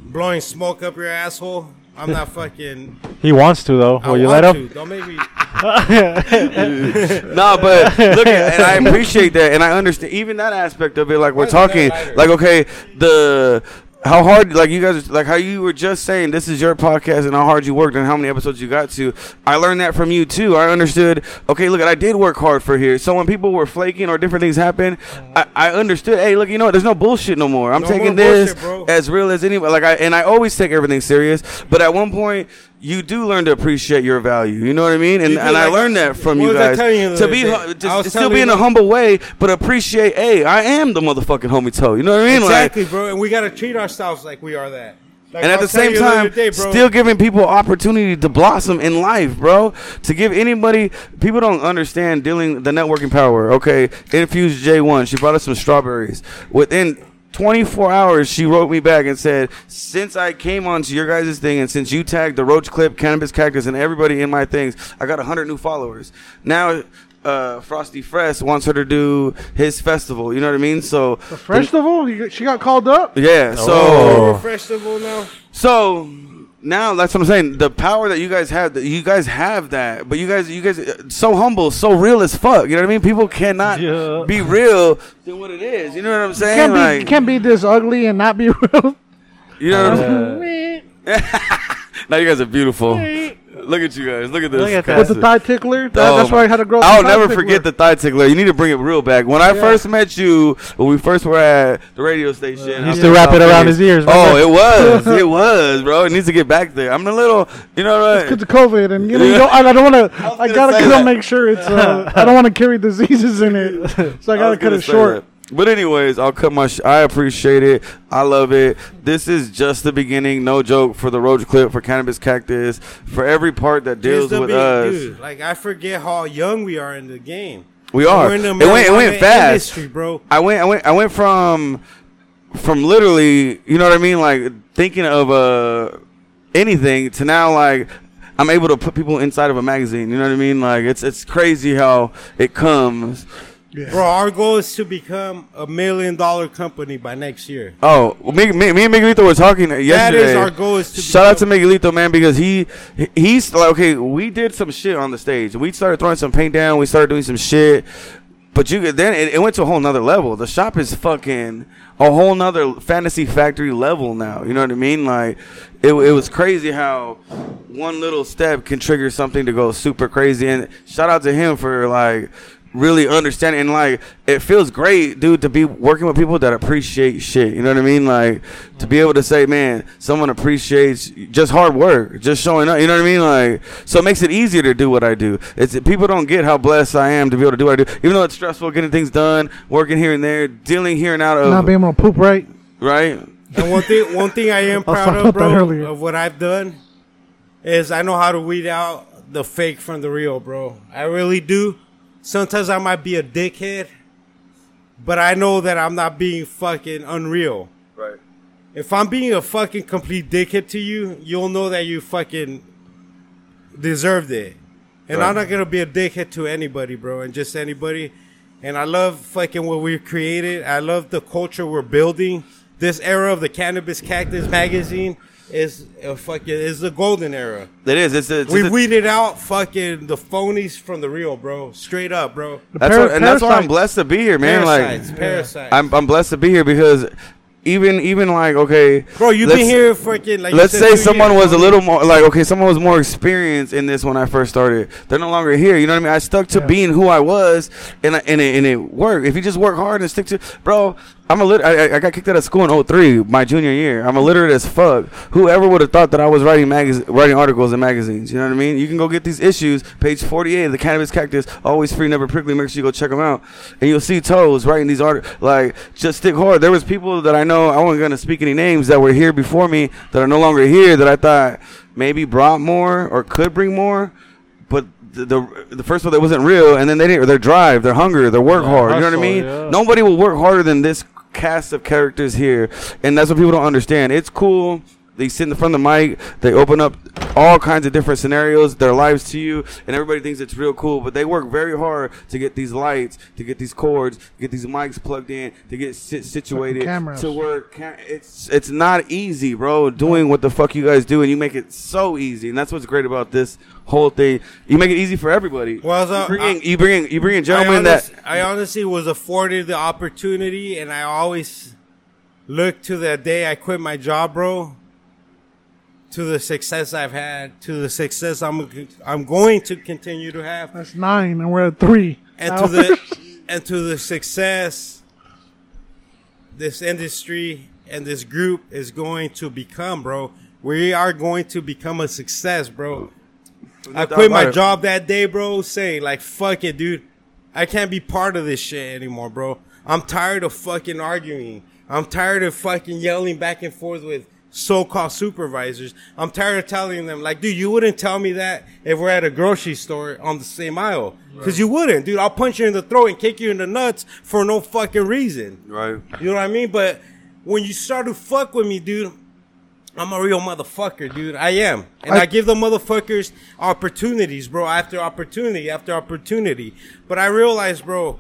S1: blowing smoke up your asshole. I'm not
S5: [LAUGHS]
S1: fucking.
S7: he wants to, though.
S1: I
S7: Will you
S1: want
S7: let him?
S1: to. Don't make me.
S5: [LAUGHS] No, but look, at, and I appreciate that, and I understand even that aspect of it. Like we're talking, like okay, the how hard, like you guys, like how you were just saying, this is your podcast, and how hard you worked, and how many episodes you got to. I learned that from you too. I understood. Okay, look, I did work hard for here. So when people were flaking or different things happened, I, I understood. Hey, look, you know what? There's no bullshit no more. I'm
S1: No
S5: taking
S1: more
S5: this
S1: bullshit, bro.
S5: as real as anyone. Like I and I always take everything serious, but at one point. You do learn to appreciate your value. You know what I mean, and,
S1: You do,
S5: and I
S1: like-
S5: learned that from
S1: what
S5: you
S1: was I
S5: guys.
S1: telling you the
S5: to
S1: other
S5: be
S1: day?
S5: hu-
S1: I
S5: to
S1: was
S5: still
S1: telling
S5: be in a
S1: you-
S5: humble way, but appreciate. Hey, I am the motherfucking homie toe. You know what I mean?
S1: Exactly,
S5: Like,
S1: bro. And we gotta treat ourselves like we are that. Like,
S5: and
S1: I
S5: at the
S1: was telling
S5: same
S1: you other
S5: time,
S1: day, bro,
S5: still giving people opportunity to blossom in life, bro. To give anybody, people don't understand dealing the networking power. Okay, infused J one. She brought us some strawberries within. 24 hours, she wrote me back and said, Since I came onto your guys' thing, and since you tagged the Roach Clip, Cannabis Cactus, and everybody in my things, I got 100 new followers. Now, uh, Frosty Fresh wants her to do his festival. You know what I mean? So,
S2: First of all, you- she got called up.
S5: yeah. So,
S1: we're festival now.
S5: so now that's what I'm saying. The power that you guys have, that you guys have that, but you guys, you guys, uh, so humble, so real as fuck. You know what I mean? People cannot
S7: Yeah.
S5: be real than what it is. You know what I'm saying?
S2: Can't be,
S5: like,
S2: can't be this ugly and not be [LAUGHS] real.
S5: you know. What I'm saying?
S2: With
S5: Now you guys are beautiful. Look at you guys. Look at this.
S7: Look at that.
S2: the thigh tickler. That-
S5: Oh
S2: that's
S5: my-
S2: why I had to grow up.
S5: I'll
S2: with the thigh
S5: never
S2: tickler.
S5: forget the thigh tickler. You need to bring it real back. When I first met you, when we first were at the radio station,
S7: he used
S5: I'm
S7: to
S5: in
S7: wrap
S5: South
S7: it around
S5: Vegas.
S7: his ears,
S5: Oh,
S7: remember?
S5: it
S2: [LAUGHS]
S5: was, it was, bro. It needs to get back there. I'm a little, you know what?
S2: Because of COVID, and you know, you don't, I, I
S5: [LAUGHS]
S2: don't want to. I,
S5: gonna
S2: gotta
S5: say
S2: kinda
S5: that.
S2: make sure it's.
S5: [LAUGHS]
S2: Uh, I don't want to carry diseases in it, so I
S5: I
S2: gotta
S5: was
S2: cut
S5: gonna
S2: it
S5: say
S2: short.
S5: that. But anyways, I'll cut my. Sh- I appreciate it. I love it. This is just the beginning. No joke for the road clip for cannabis cactus for every part that
S1: Just
S5: deals
S1: to
S5: with
S1: be-
S5: us.
S1: dude, like I forget how young we are in the game.
S5: We are.
S1: We're in the
S5: It went. It went
S1: marijuana
S5: fast.
S1: industry, bro.
S5: I went. I went. I went from from literally. You know what I mean? Like thinking of uh anything to now like. I'm able to put people inside of a magazine. You know what I mean? Like it's it's crazy how it comes.
S1: Bro, our goal is to become a million dollar company by next year.
S5: Oh, well, me, me, me and Miguelito were talking yesterday.
S1: our goal is to
S5: shout out to
S1: become-
S5: Miguelito, man, because he he- he's like okay, we did some shit on the stage. We started throwing some paint down. We started doing some shit, but you could- then it, it went to a whole nother level. The shop is fucking a whole nother fantasy factory level now. You know what I mean? Like it it was crazy how one little step can trigger something to go super crazy. And shout out to him for like really understand and like it feels great dude to be working with people that appreciate shit you know what i mean like to be able to say man someone appreciates just hard work just showing up you know what i mean like so it makes it easier to do what i do it's people don't get how blessed i am to be able to do what i do even though it's stressful getting things done working here and there dealing here and out of
S2: Not being able to poop right.
S5: right
S1: And one thing, one thing I am
S2: [LAUGHS] I
S1: proud
S2: was
S1: of,
S2: talking about that
S1: bro,
S2: earlier.
S1: of what I've done, is I know how to weed out the fake from the real, bro. I really do. Sometimes I might be a dickhead, but I know that I'm not being fucking unreal.
S5: right
S1: If I'm being a fucking complete dickhead to you, you'll know that you fucking deserved it. And I'm
S5: Right.
S1: not gonna be a dickhead to anybody, bro, and just anybody. And I love fucking what we created. I love the culture we're building. This era of the Cannabis Cactus magazine is a fucking is the golden era.
S5: it is it's, it's,
S1: We
S5: it's-
S1: weeded out fucking the phonies from the real, bro. Straight up, bro.
S2: The
S5: that's
S2: par-
S5: what, and that's why i'm
S2: parasites.
S5: blessed to be here man
S1: parasites,
S5: like
S1: parasites.
S5: I'm, I'm blessed to be here because even even like okay
S1: bro, you've
S5: let's-
S1: been here fucking like you
S5: let's
S1: said,
S5: say
S1: two
S5: someone
S1: years,
S5: was a
S1: bro.
S5: little more like okay someone was more experienced in this when i first started they're no longer here you know what i mean i stuck to
S2: Yeah.
S5: being who i was and I, and, it, and it worked if you just work hard and stick to bro i'm a lit- I, I- I got kicked out of school in 03 my junior year i'm illiterate as fuck whoever would have thought that i was writing magaz- writing articles in magazines you know what i mean you can go get these issues page 48 the cannabis cactus always free never prickly make sure you go check them out and you'll see toes writing these art like just stick hard there was people that i know i wasn't going to speak any names that were here before me that are no longer here that i thought maybe brought more or could bring more but the, the the first one that wasn't real, and then they didn't. Their drive, their hunger, their work hard. you know what I
S3: hustle,
S5: mean?
S3: yeah.
S5: Nobody will work harder than this cast of characters here, and that's what people don't understand. It's cool. They sit in front of the mic. They open up all kinds of different scenarios, their lives to you, and everybody thinks it's real cool. But they work very hard to get these lights, to get these cords, get these mics plugged in, to get sit- situated,
S2: cameras.
S5: to work. Ca- It's it's not easy, bro. Doing what the fuck you guys do, and you make it so easy, and that's what's great about this whole thing. You make it easy for everybody.
S1: Well, so
S5: you bring in,
S1: I-
S5: you bring in, you bring in gentlemen
S1: I
S5: that
S1: honest- I honestly was afforded the opportunity, and I always look to the day I quit my job, bro. To the success I've had, to the success I'm I'm going to continue to have,
S2: That's nine, and we're at three.
S1: and
S2: Now-
S1: to
S2: [LAUGHS]
S1: the [LAUGHS] and to the success this industry and this group is going to become, bro. We are going to become a success, bro. I
S5: doubt
S1: quit my
S5: about it.
S1: job that day, bro, saying like fuck it, dude. I can't be part of this shit anymore, bro. I'm tired of fucking arguing. I'm tired of fucking yelling back and forth with so-called supervisors. I'm tired of telling them like, dude, you wouldn't tell me that if we're at a grocery store on the same aisle. Cause you wouldn't, dude. I'll punch you in the throat and kick you in the nuts for no fucking reason.
S5: right.
S1: You know what I mean? But when you start to fuck with me, dude, I'm a real motherfucker, dude. I am. And I,
S2: I-
S1: give the motherfuckers opportunities, bro, after opportunity after opportunity. But I realize, bro,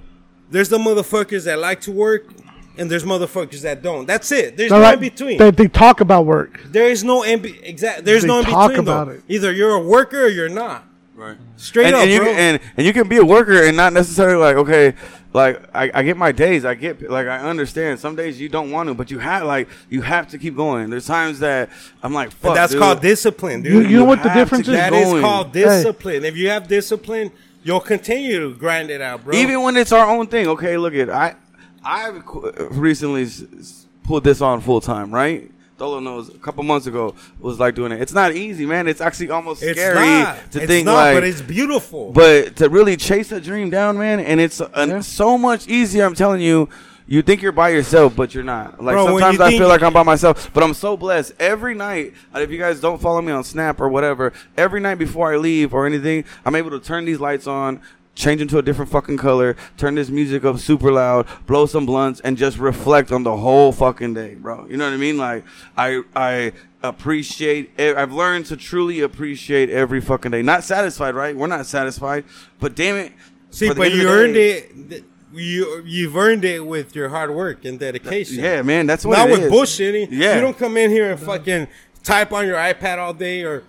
S1: there's the motherfuckers that like to work and there's motherfuckers that don't. That's it. There's
S2: They're
S1: no
S2: like-
S1: in between.
S2: They, they talk about work.
S1: there is no in be- exact there's
S2: They
S1: no in
S2: talk
S1: between
S2: about
S1: though.
S2: it.
S1: Either you're a worker or you're not.
S5: Right.
S1: Straight
S5: and,
S1: up,
S5: and you
S1: bro.
S5: Can, and and you can be a worker and not necessarily like okay, like I, I get my days. I get like I understand. Some days you don't want to, but you have like you have to keep going. There's times that I'm like, fuck,
S1: but that's
S5: dude.
S1: called discipline, dude.
S2: You, you know what the
S5: have to
S2: difference is?
S5: get
S1: That is
S5: going.
S1: called
S2: Hey.
S1: discipline. If you have discipline, you'll continue to grind it out, bro.
S5: Even when it's our own thing. Okay, look at I, I've qu- recently s- s- pulled this on full time. Right, Dolo knows. A couple months ago was like doing it. It's not easy, man. It's actually almost
S1: it's
S5: scary
S1: not.
S5: to
S1: it's
S5: think
S1: not,
S5: like.
S1: but it's beautiful.
S5: But to really chase a dream down, man, and it's uh, so much easier. I'm telling you. You think you're by yourself, but you're not. Like
S1: Bro, when
S5: sometimes
S1: you
S5: I
S1: think-
S5: feel like I'm by myself, but I'm so blessed every night. uh, If you guys don't follow me on Snap or whatever, every night before I leave or anything, I'm able to turn these lights on, change into a different fucking color, turn this music up super loud, blow some blunts, and just reflect on the whole fucking day, bro. You know what I mean? Like I I appreciate. e- I've learned to truly appreciate every fucking day. Not satisfied, right? We're not satisfied, but damn it.
S1: See,
S5: for the
S1: but
S5: end of
S1: you
S5: the
S1: earned
S5: day-
S1: it. th- You you've earned it with your hard work and dedication.
S5: Yeah, man, that's what
S1: Not
S5: it
S1: with
S5: is.
S1: bullshitting.
S5: Yeah.
S1: You don't come in here and fucking type on your iPad all day or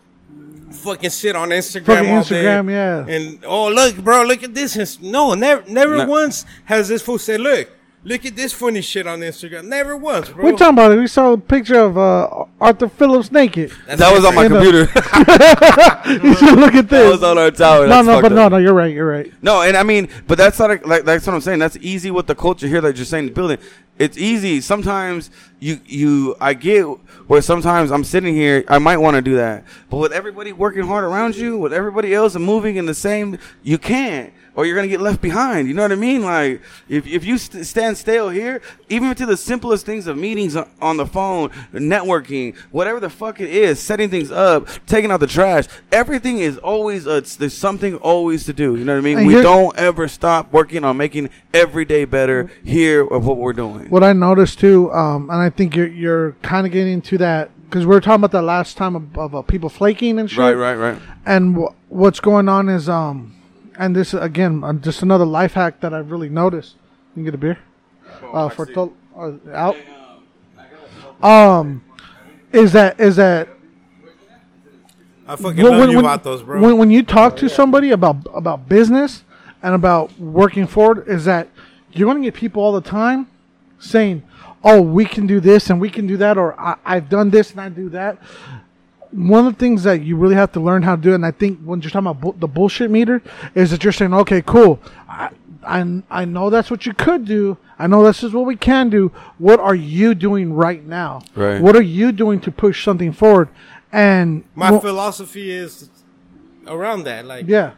S1: fucking shit on Instagram
S2: Fucking
S1: all
S2: Instagram,
S1: day.
S2: yeah.
S1: And oh look, bro, look at this. It's- No, never, never
S5: No.
S1: once has this fool said, "Look, Look at this funny shit on Instagram. Never once, bro.
S2: We're talking about it. We saw a picture of uh, Arthur Phillips naked. [LAUGHS]
S5: That was on my
S2: You know.
S5: computer. [LAUGHS]
S2: you should look at
S1: [LAUGHS]
S5: that
S2: this.
S5: was on our tower.
S2: No,
S5: That's
S2: no,
S5: fucked
S2: but
S5: up.
S2: no, no. You're right. You're right.
S5: No, and I mean, but that's not a, like that's what I'm saying. That's easy with the culture here that you're saying the building. It's easy. Sometimes you you I get where sometimes I'm sitting here, I might want to do that, but with everybody working hard around you, with everybody else moving in the same, you can't. Or you're gonna get left behind. You know what I mean? Like if, if you st- stand stale here, even to the simplest things of meetings on- on the phone, networking, whatever the fuck it is, setting things up, taking out the trash, everything is always a, there's something always to do. You know what I mean?
S2: And
S5: we
S2: here-
S5: don't ever stop working on making every day better
S2: Mm-hmm.
S5: here of what we're doing.
S2: What I noticed too, um, and I think you're you're kind of getting into that because we were talking about that last time of, of uh, people flaking and shit.
S5: Right, right, right.
S2: and w- what's going on is um and this again uh, just another life hack that i've really noticed you can get a beer uh, for tol- uh, out um is that is that
S1: I fucking
S2: when,
S1: love
S2: when,
S1: you
S2: when-
S1: about those, bro.
S2: when, when you talk to somebody about about business and about working forward is that you're going to get people all the time saying oh we can do this and we can do that or I, i've done this and i do that one of the things that you really have to learn how to do and i think when you're talking about bu- the bullshit meter is that you're saying okay cool I, I, I know that's what you could do i know this is what we can do what are you doing right now
S5: Right.
S2: what are you doing to push something forward and
S1: My
S2: well,
S1: philosophy is around that. Like,
S2: yeah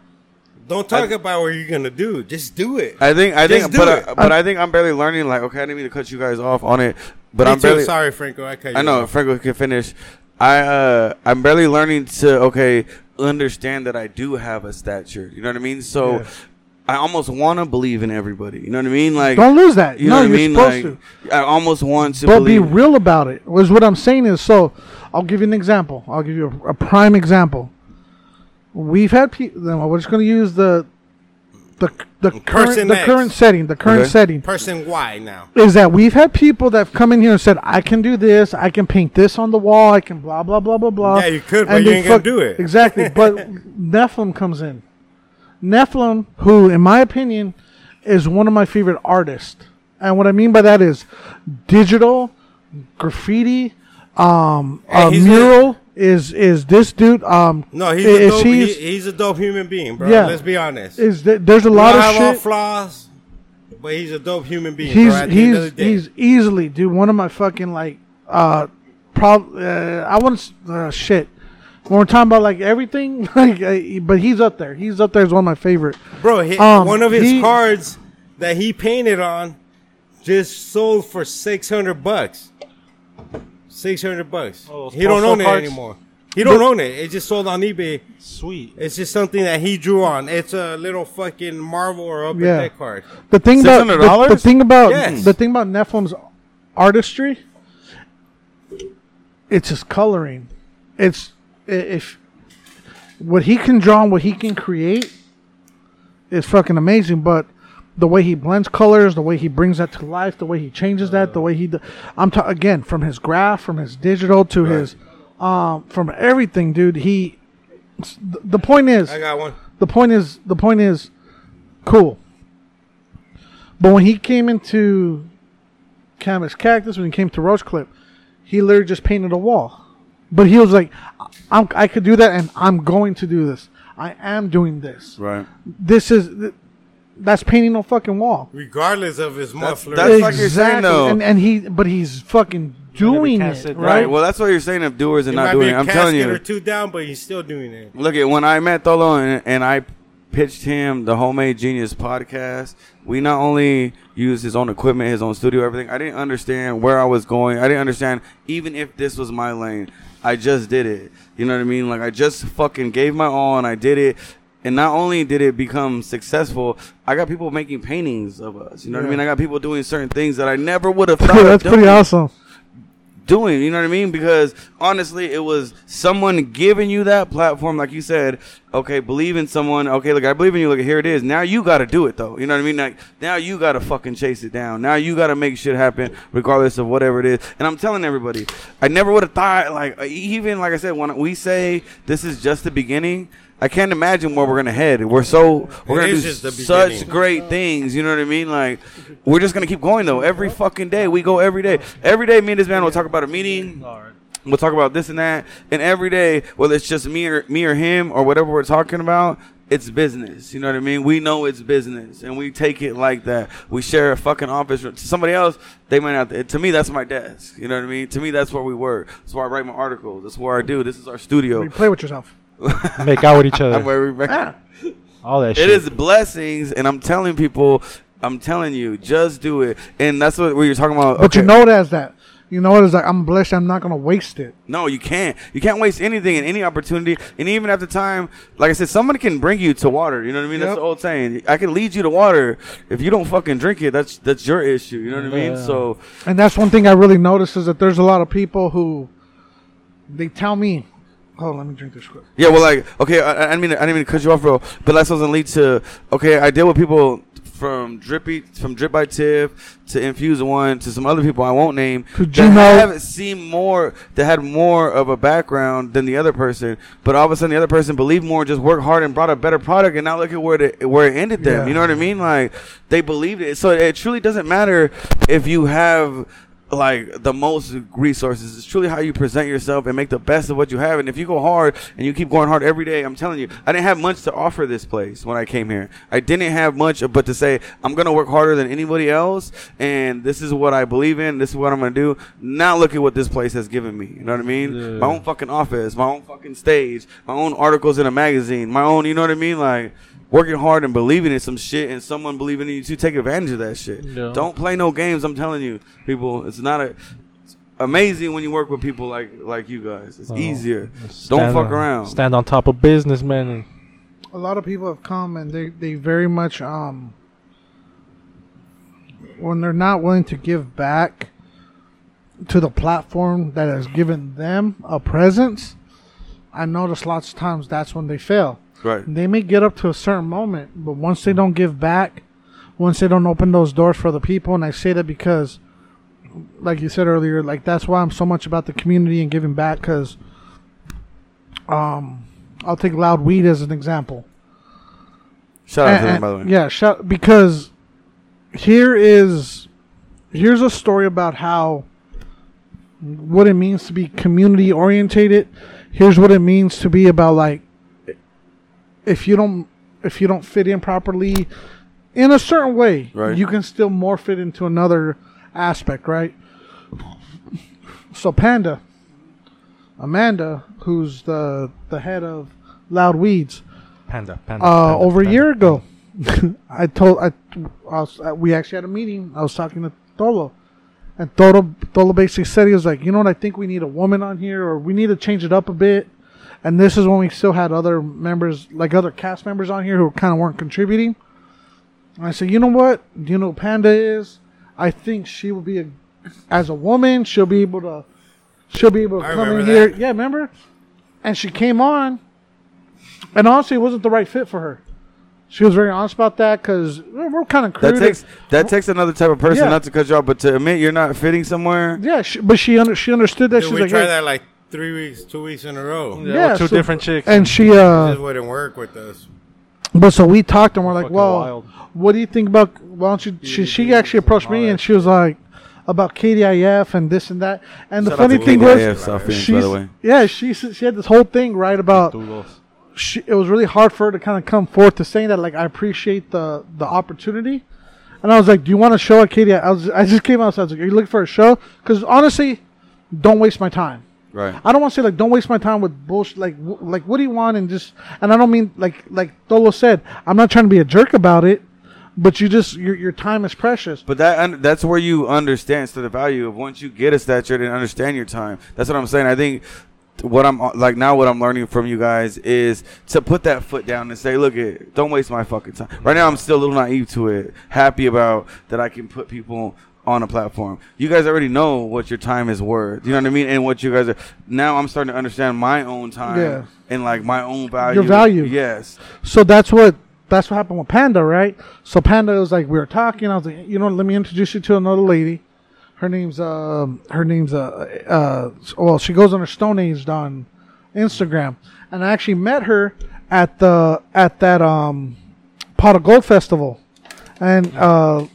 S1: don't talk about what you're gonna do. Just do it.
S5: I think I
S1: Just
S5: think
S1: do
S5: but
S1: it.
S5: I, but I think I'm barely learning like okay, I didn't mean to cut you guys off on it, but
S1: Me
S5: I'm
S1: too.
S5: barely
S1: Sorry, Franco. I cut you.
S5: I know
S1: off.
S5: Franco can finish. I uh, I'm barely learning to okay understand that I do have a stature. You know what I mean? So I almost want to believe in everybody. You know what I mean? Like
S2: Don't lose that.
S5: You
S2: No,
S5: know
S2: you're
S5: what I mean?
S2: supposed
S5: like I almost want to
S2: but be
S5: believe.
S2: real about it was what i'm saying is so i'll give you an example i'll give you a, a prime example we've had people we're just going to use the the, the
S1: Person
S2: current the
S1: X.
S2: current setting the current
S5: Okay.
S2: setting
S1: Person Y now.
S2: is that we've had people that have come in here and said, I can do this, I can paint this on the wall, I can blah, blah, blah, blah, blah.
S1: Yeah, you could,
S2: And
S1: but you
S2: they
S1: ain't gonna do it.
S2: [LAUGHS] Exactly. But Nephilim comes in. Nephilim, who, in my opinion, is one of my favorite artists. And what I mean by that is digital, graffiti, um,
S1: Hey,
S2: a
S1: he's
S2: mural. Is is this dude? Um,
S1: No, he's a
S2: is
S1: dope,
S2: he's-
S1: he, he's a dope human being, bro.
S2: Yeah.
S1: Let's be honest.
S2: is th- there's a
S1: We
S2: lot
S1: all
S2: of
S1: have
S2: shit.
S1: our flaws, but he's a dope human being.
S2: he's
S1: bro, at the end of
S2: he's
S1: the day.
S2: he's easily dude one of my fucking like uh prob uh, I want to uh, shit when we're talking about like everything [LAUGHS] like uh, but he's up there he's up there as one of my favorite
S1: bro. He,
S2: um,
S1: one of his
S2: he-
S1: cards that he painted on just sold for six hundred bucks. Six hundred bucks.
S3: Oh, those
S1: he don't
S3: postal
S1: own it
S3: cards?
S1: anymore. He don't own it. It just sold on eBay.
S3: Sweet.
S1: It's just something that he drew on. It's a little fucking Marvel or upper
S2: Yeah.
S1: deck card.
S2: the thing about the, the
S5: $600?
S2: thing about
S1: Yes.
S2: the thing about Nephilim's artistry it's his coloring it's i- if what he can draw and what he can create is fucking amazing. But the way he blends colors, the way he brings that to life, the way he changes that, the way he, d- I'm ta- again from his graph, from his digital to his, um, from everything, dude. He, s- th- the point is,
S1: I got one.
S2: the point is the point is cool but when he came into canvas cactus when he came to roach clip he literally just painted a wall but he was like I'm, i could do that and i'm going to do this i am doing this
S5: right.
S2: this is th- that's painting a fucking wall
S1: Regardless of his muffler,
S5: that's like you're saying, though.
S2: and, and he but he's fucking doing
S3: can't
S2: it
S3: sit down.
S2: right
S5: Well, that's what you're saying of doers and
S1: It
S5: not
S1: might
S5: doing
S1: be
S5: it.
S1: a
S5: I'm
S1: casket
S5: telling you.
S1: or two down, but he's still doing it.
S5: Look at when I met Tholo and, and I pitched him the Homemade Genius podcast. We not only used his own equipment, his own studio, everything. I didn't understand where I was going. I didn't understand even if this was my lane. I just did it. You know what I mean? Like I just fucking gave my all and I did it. And not only did it become successful, I got people making paintings of us. You know what I mean? I got people doing certain things that I never would
S2: [LAUGHS]
S5: have
S2: [LAUGHS]
S5: thought.
S2: that's
S5: of
S2: pretty
S5: doing
S2: awesome
S5: doing. You know what I mean? Because honestly, it was someone giving you that platform, like you said. Okay, believe in someone. Okay, look, I believe in you. Look, here it is. Now you got to do it though. You know what I mean? Like now you got to fucking chase it down. Now you got to make shit happen, regardless of whatever it is. And I'm telling everybody, I never would have thought like even like I said when we say this is just the beginning. I can't imagine where we're gonna head. We're so
S1: It
S5: we're gonna
S1: is
S5: do
S1: just the
S5: such
S1: beginning.
S5: great things. You know what I mean? Like we're just gonna keep going though. Every fucking day we go. Every day, every day, me and this man will talk about a meeting. We'll talk about this and that, and every day, whether it's just me or me or him or whatever we're talking about, it's business. You know what I mean? We know it's business, and we take it like that. We share a fucking office room. To somebody else, they might not. To me, that's my desk. You know what I mean? To me, that's where we work. That's where I write my articles. That's where I do. This is our studio.
S2: You play with yourself.
S7: Make out with each
S5: I'm
S7: other.
S5: where we.
S7: All that shit.
S5: It is blessings, and I'm telling people, I'm telling you, just do it. And that's what we were talking about.
S2: But you
S5: okay.
S2: know it as that. You know it as like I'm blessed. I'm not gonna waste it.
S5: No, you can't. You can't waste anything and any opportunity. And even at the time, like I said, someone can bring you to water. You know what I mean? That's
S2: Yep.
S5: the old saying. I can lead you to water. If you don't fucking drink it, that's that's your issue. You know what I mean?
S7: Yeah.
S5: So
S2: And that's one thing I really noticed is that there's a lot of people who they tell me, "Oh, let me drink this quick."
S5: yeah, well, like okay, I, I didn't mean to, I didn't mean to cut you off, bro. But that's what's gonna lead to. Okay, I deal with people from drippy from drip by tip to infuse one to some other people I won't name
S2: To
S5: that
S2: Gino.
S5: haven't seen more that had more of a background than the other person, but all of a sudden the other person believed more, just worked hard and brought a better product, and now look at where it where it ended them.
S2: Yeah.
S5: You know what I mean? Like they believed it. So it truly doesn't matter if you have like the most resources. It's truly how you present yourself and make the best of what you have. And if you go hard and you keep going hard every day, I'm telling you, I didn't have much to offer this place when I came here. I didn't have much but to say I'm gonna work harder than anybody else and this is what I believe in, this is what I'm gonna do. Now look at what this place has given me. You know what I mean? My own fucking office, my own fucking stage, my own articles in a magazine, my own you know what I mean? Like working hard and believing in some shit and someone believing in you too, take advantage of that shit.
S7: Yeah.
S5: Don't play no games, I'm telling you, people. It's not a it's amazing when you work with people like like you guys. It's
S7: Oh.
S5: easier. Don't
S7: Stand
S5: fuck
S7: on-
S5: around.
S7: Stand on top of businessmen. And
S2: A lot of people have come and they they very much um when they're not willing to give back to the platform that has given them a presence. I notice lots of times that's when they fail.
S5: Right.
S2: They may get up to a certain moment, but once they don't give back, once they don't open those doors for the people, and I say that because, like you said earlier, like that's why I'm so much about the community and giving back. Because, um, I'll take Loud Weed as an example.
S5: Shout out to
S2: And-
S5: them
S2: and-
S5: by the way.
S2: Yeah, shout, because here is here's a story about how what it means to be community orientated. Here's what it means to be about like if you don't if you don't fit in properly in a certain way,
S5: Right.
S2: you can still morph it into another aspect, right? So Panda, Amanda, who's the the head of Loud Weeds,
S7: panda, panda.
S2: uh,
S7: panda,
S2: over a
S7: panda.
S2: year ago, [LAUGHS] I told I, I was, uh, we actually had a meeting. I was talking to Tolo, and Tolo Tolo basically said he was like, you know what, I think we need a woman on here, or we need to change it up a bit. And this is when we still had other members, like other cast members on here who kind of weren't contributing. And I said, you know what, do you know who Panda is? I think she will be a, as a woman, she'll be able to, she'll be able to
S1: I
S2: come in
S1: remember
S2: here.
S1: that.
S2: Yeah, remember? And she came on, and honestly, it wasn't the right fit for her. She was very honest about that because we're kind of
S5: That
S2: crude.
S5: takes that takes another type of person
S2: Yeah.
S5: not to cut you off, but to admit you're not fitting somewhere.
S2: yeah, she, but she under, she understood that.
S1: Dude,
S2: She's
S1: we
S2: like,
S1: tried
S2: "Hey,"
S1: that like three weeks, two weeks in a row.
S7: Yeah,
S2: Yeah,
S7: with two
S2: so-
S7: different chicks.
S2: and she uh,
S1: This wouldn't work with us.
S2: but so we talked and we're like,
S7: Fucking
S2: well,
S7: wild.
S2: what do you think about? Why don't you? She, she actually approached me and she was like, about KDIF and this and that. And the
S5: Shout out
S2: funny
S5: to
S2: thing
S5: KDIF,
S2: was,
S5: South Phoenix, by
S2: she's
S5: the way.
S2: yeah, she s- she had this whole thing right about
S7: Doodles.
S2: she, it was really hard for her to kind of come forth to saying that like I appreciate the the opportunity, and I was like, do you want a show at KDI? I was I just came outside. I was like, are you looking for a show? Because honestly, don't waste my time.
S5: Right.
S2: I don't want to say like don't waste my time with bullshit. Like w- like what do you want? And just and I don't mean like like Tolo said. I'm not trying to be a jerk about it, but you just your your time is precious.
S5: But that un- that's where you understand so the value of once you get a stature and understand your time. That's what I'm saying. I think what I'm uh, like now what I'm learning from you guys is to put that foot down and say, look it, don't waste my fucking time. Right now I'm still a little naive to it. Happy about that I can put people on a platform. You guys already know what your time is worth. You know what I mean? And what you guys are now I'm starting to understand my own time
S2: Yeah.
S5: and like my own value.
S2: value.
S5: Yes.
S2: So that's what that's what happened with Panda, right? So Panda was like, we were talking. I was like, you know, let me introduce you to another lady. Her name's um, her name's uh, uh, well, she goes under Stone Age on Instagram, and I actually met her at the at that um pot of gold festival and uh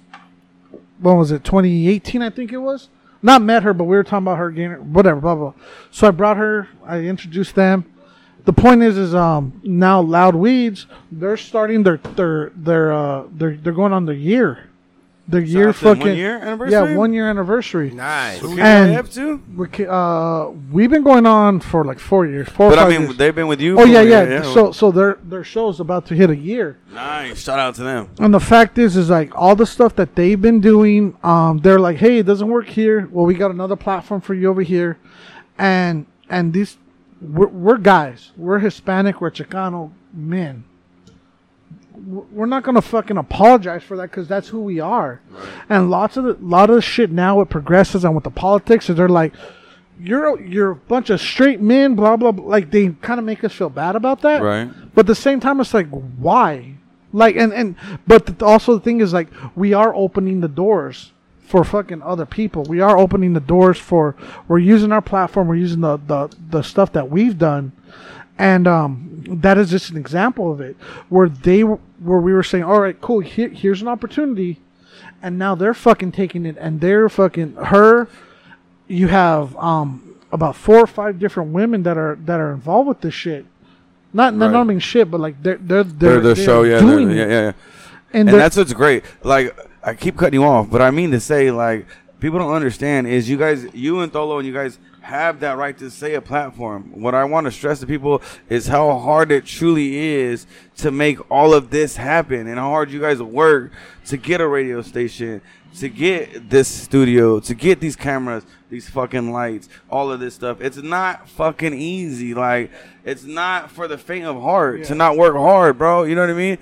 S2: when was it 2018 i think it was not met her but we were talking about her getting whatever blah blah, blah. so i brought her i introduced them the point is is um now loud weeds they're starting their their their uh they're they're going on their year their year
S5: out to one
S2: fucking
S5: year
S2: yeah
S5: anniversary?
S2: one year anniversary
S1: Nice.
S5: Who
S2: And-
S5: and, up to?
S2: We're ki- uh we've been going on for like four years four or
S5: But I
S2: five
S5: mean,
S2: years.
S5: they've been with you.
S2: oh
S5: for-
S2: yeah, yeah so so their their show's about to hit a year
S5: nice. Shout out to them.
S2: and the fact is is like all the stuff that they've been doing um they're like hey it doesn't work here well we got another platform for you over here and and these we're, we're guys we're hispanic we're chicano men W- we're not gonna fucking apologize for that because that's who we are and lots of the lot of the shit now it progresses and with the politics is they're like you're a- you're a bunch of straight men blah blah blah like they kind of make us feel bad about that
S5: Right.
S2: but at the same time, it's like, why? Like, and and but th- also the thing is like, we are opening the doors for fucking other people. We are opening the doors for. We're using our platform. We're using the the the stuff that we've done, and um, that is just an example of it where they w- where we were saying, all right, cool, here, here's an opportunity, and now they're fucking taking it, and they're fucking her. You have um about four or five different women that are that are involved with this shit. Not, not, not
S5: Right.
S2: mean shit, but like they're they're
S5: They're
S2: they're,
S5: the
S2: they're
S5: show. Yeah, they're-
S2: doing
S5: yeah,
S2: it.
S5: yeah, yeah.
S2: and,
S5: and
S2: they're-
S5: that's what's great. Like I keep cutting you off, but I mean to say, like people don't understand is you guys, you and Tholo, and you guys have that right to say a platform. What I want to stress to people is how hard it truly is to make all of this happen, and how hard you guys work to get a radio station, to get this studio, to get these cameras, these fucking lights, all of this stuff. It's not fucking easy. Like it's not for the faint of heart to not work hard, bro. You know what I mean?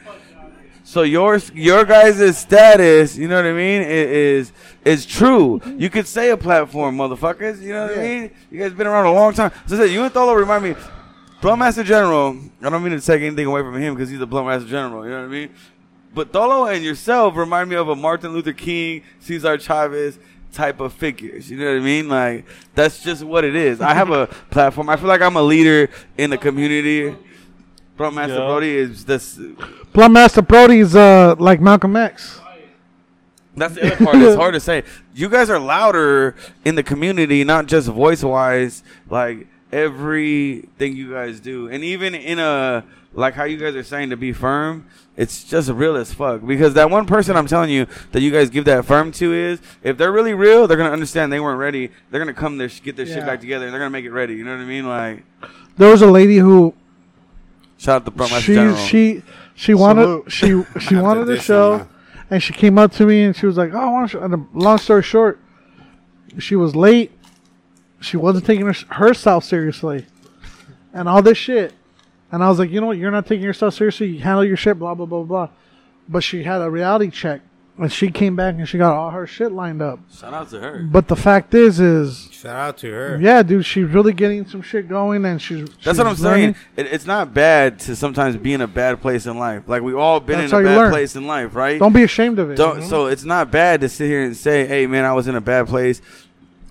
S5: So yours, your guys' status, you know what I mean, i- is is true. You could say a platform, motherfuckers. You know what I mean. You guys been around a long time. So I said, you and Tholo remind me, Master General. I don't mean to take anything away from him because he's a Master General. You know what I mean. But Tholo and yourself remind me of a Martin Luther King, Cesar Chavez type of figures. You know what I mean? Like that's just what it is. I have a platform. I feel like I'm a leader in the community. Bro, Master
S3: Yeah.
S5: Brody is this
S2: Plum Master Brody's uh like Malcolm X.
S5: That's the
S2: [LAUGHS]
S5: other part. It's hard to say. You guys are louder in the community, not just voice wise. Like everything you guys do, and even in a like how you guys are saying to be firm, it's just real as fuck. Because that one person I'm telling you that you guys give that firm to is, if they're really real, they're gonna understand they weren't ready. They're gonna come there, get their shit
S2: Yeah.
S5: back together, and they're gonna make it ready. You know what I mean? Like
S2: There was a lady who
S5: shout out to Bro Master
S2: she
S5: General.
S2: she she wanted she she
S1: have
S2: wanted
S1: to
S2: the
S1: diss him
S2: show,
S1: now.
S2: and she came up to me and she was like, "Oh, I want to." And um, long story short, she was late. She wasn't taking her, herself seriously, and all this shit. And I was like, you know what? You're not taking yourself seriously. You handle your shit. Blah blah blah blah. But she had a reality check, and she came back and she got all her shit lined up.
S5: shout out to her.
S2: But the fact is, is
S1: Shout out to her.
S2: Yeah, dude, she's really getting some shit going, and she's.
S5: That's
S2: she's
S5: what I'm
S2: learning.
S5: saying. It, it's not bad to sometimes be in a bad place in life. Like we all been
S2: That's
S5: in
S2: how
S5: a
S2: you
S5: bad
S2: learn.
S5: place in life, right?
S2: Don't be ashamed of it.
S5: Don't- So it's not bad to sit here and say, "Hey, man, I was in a bad place."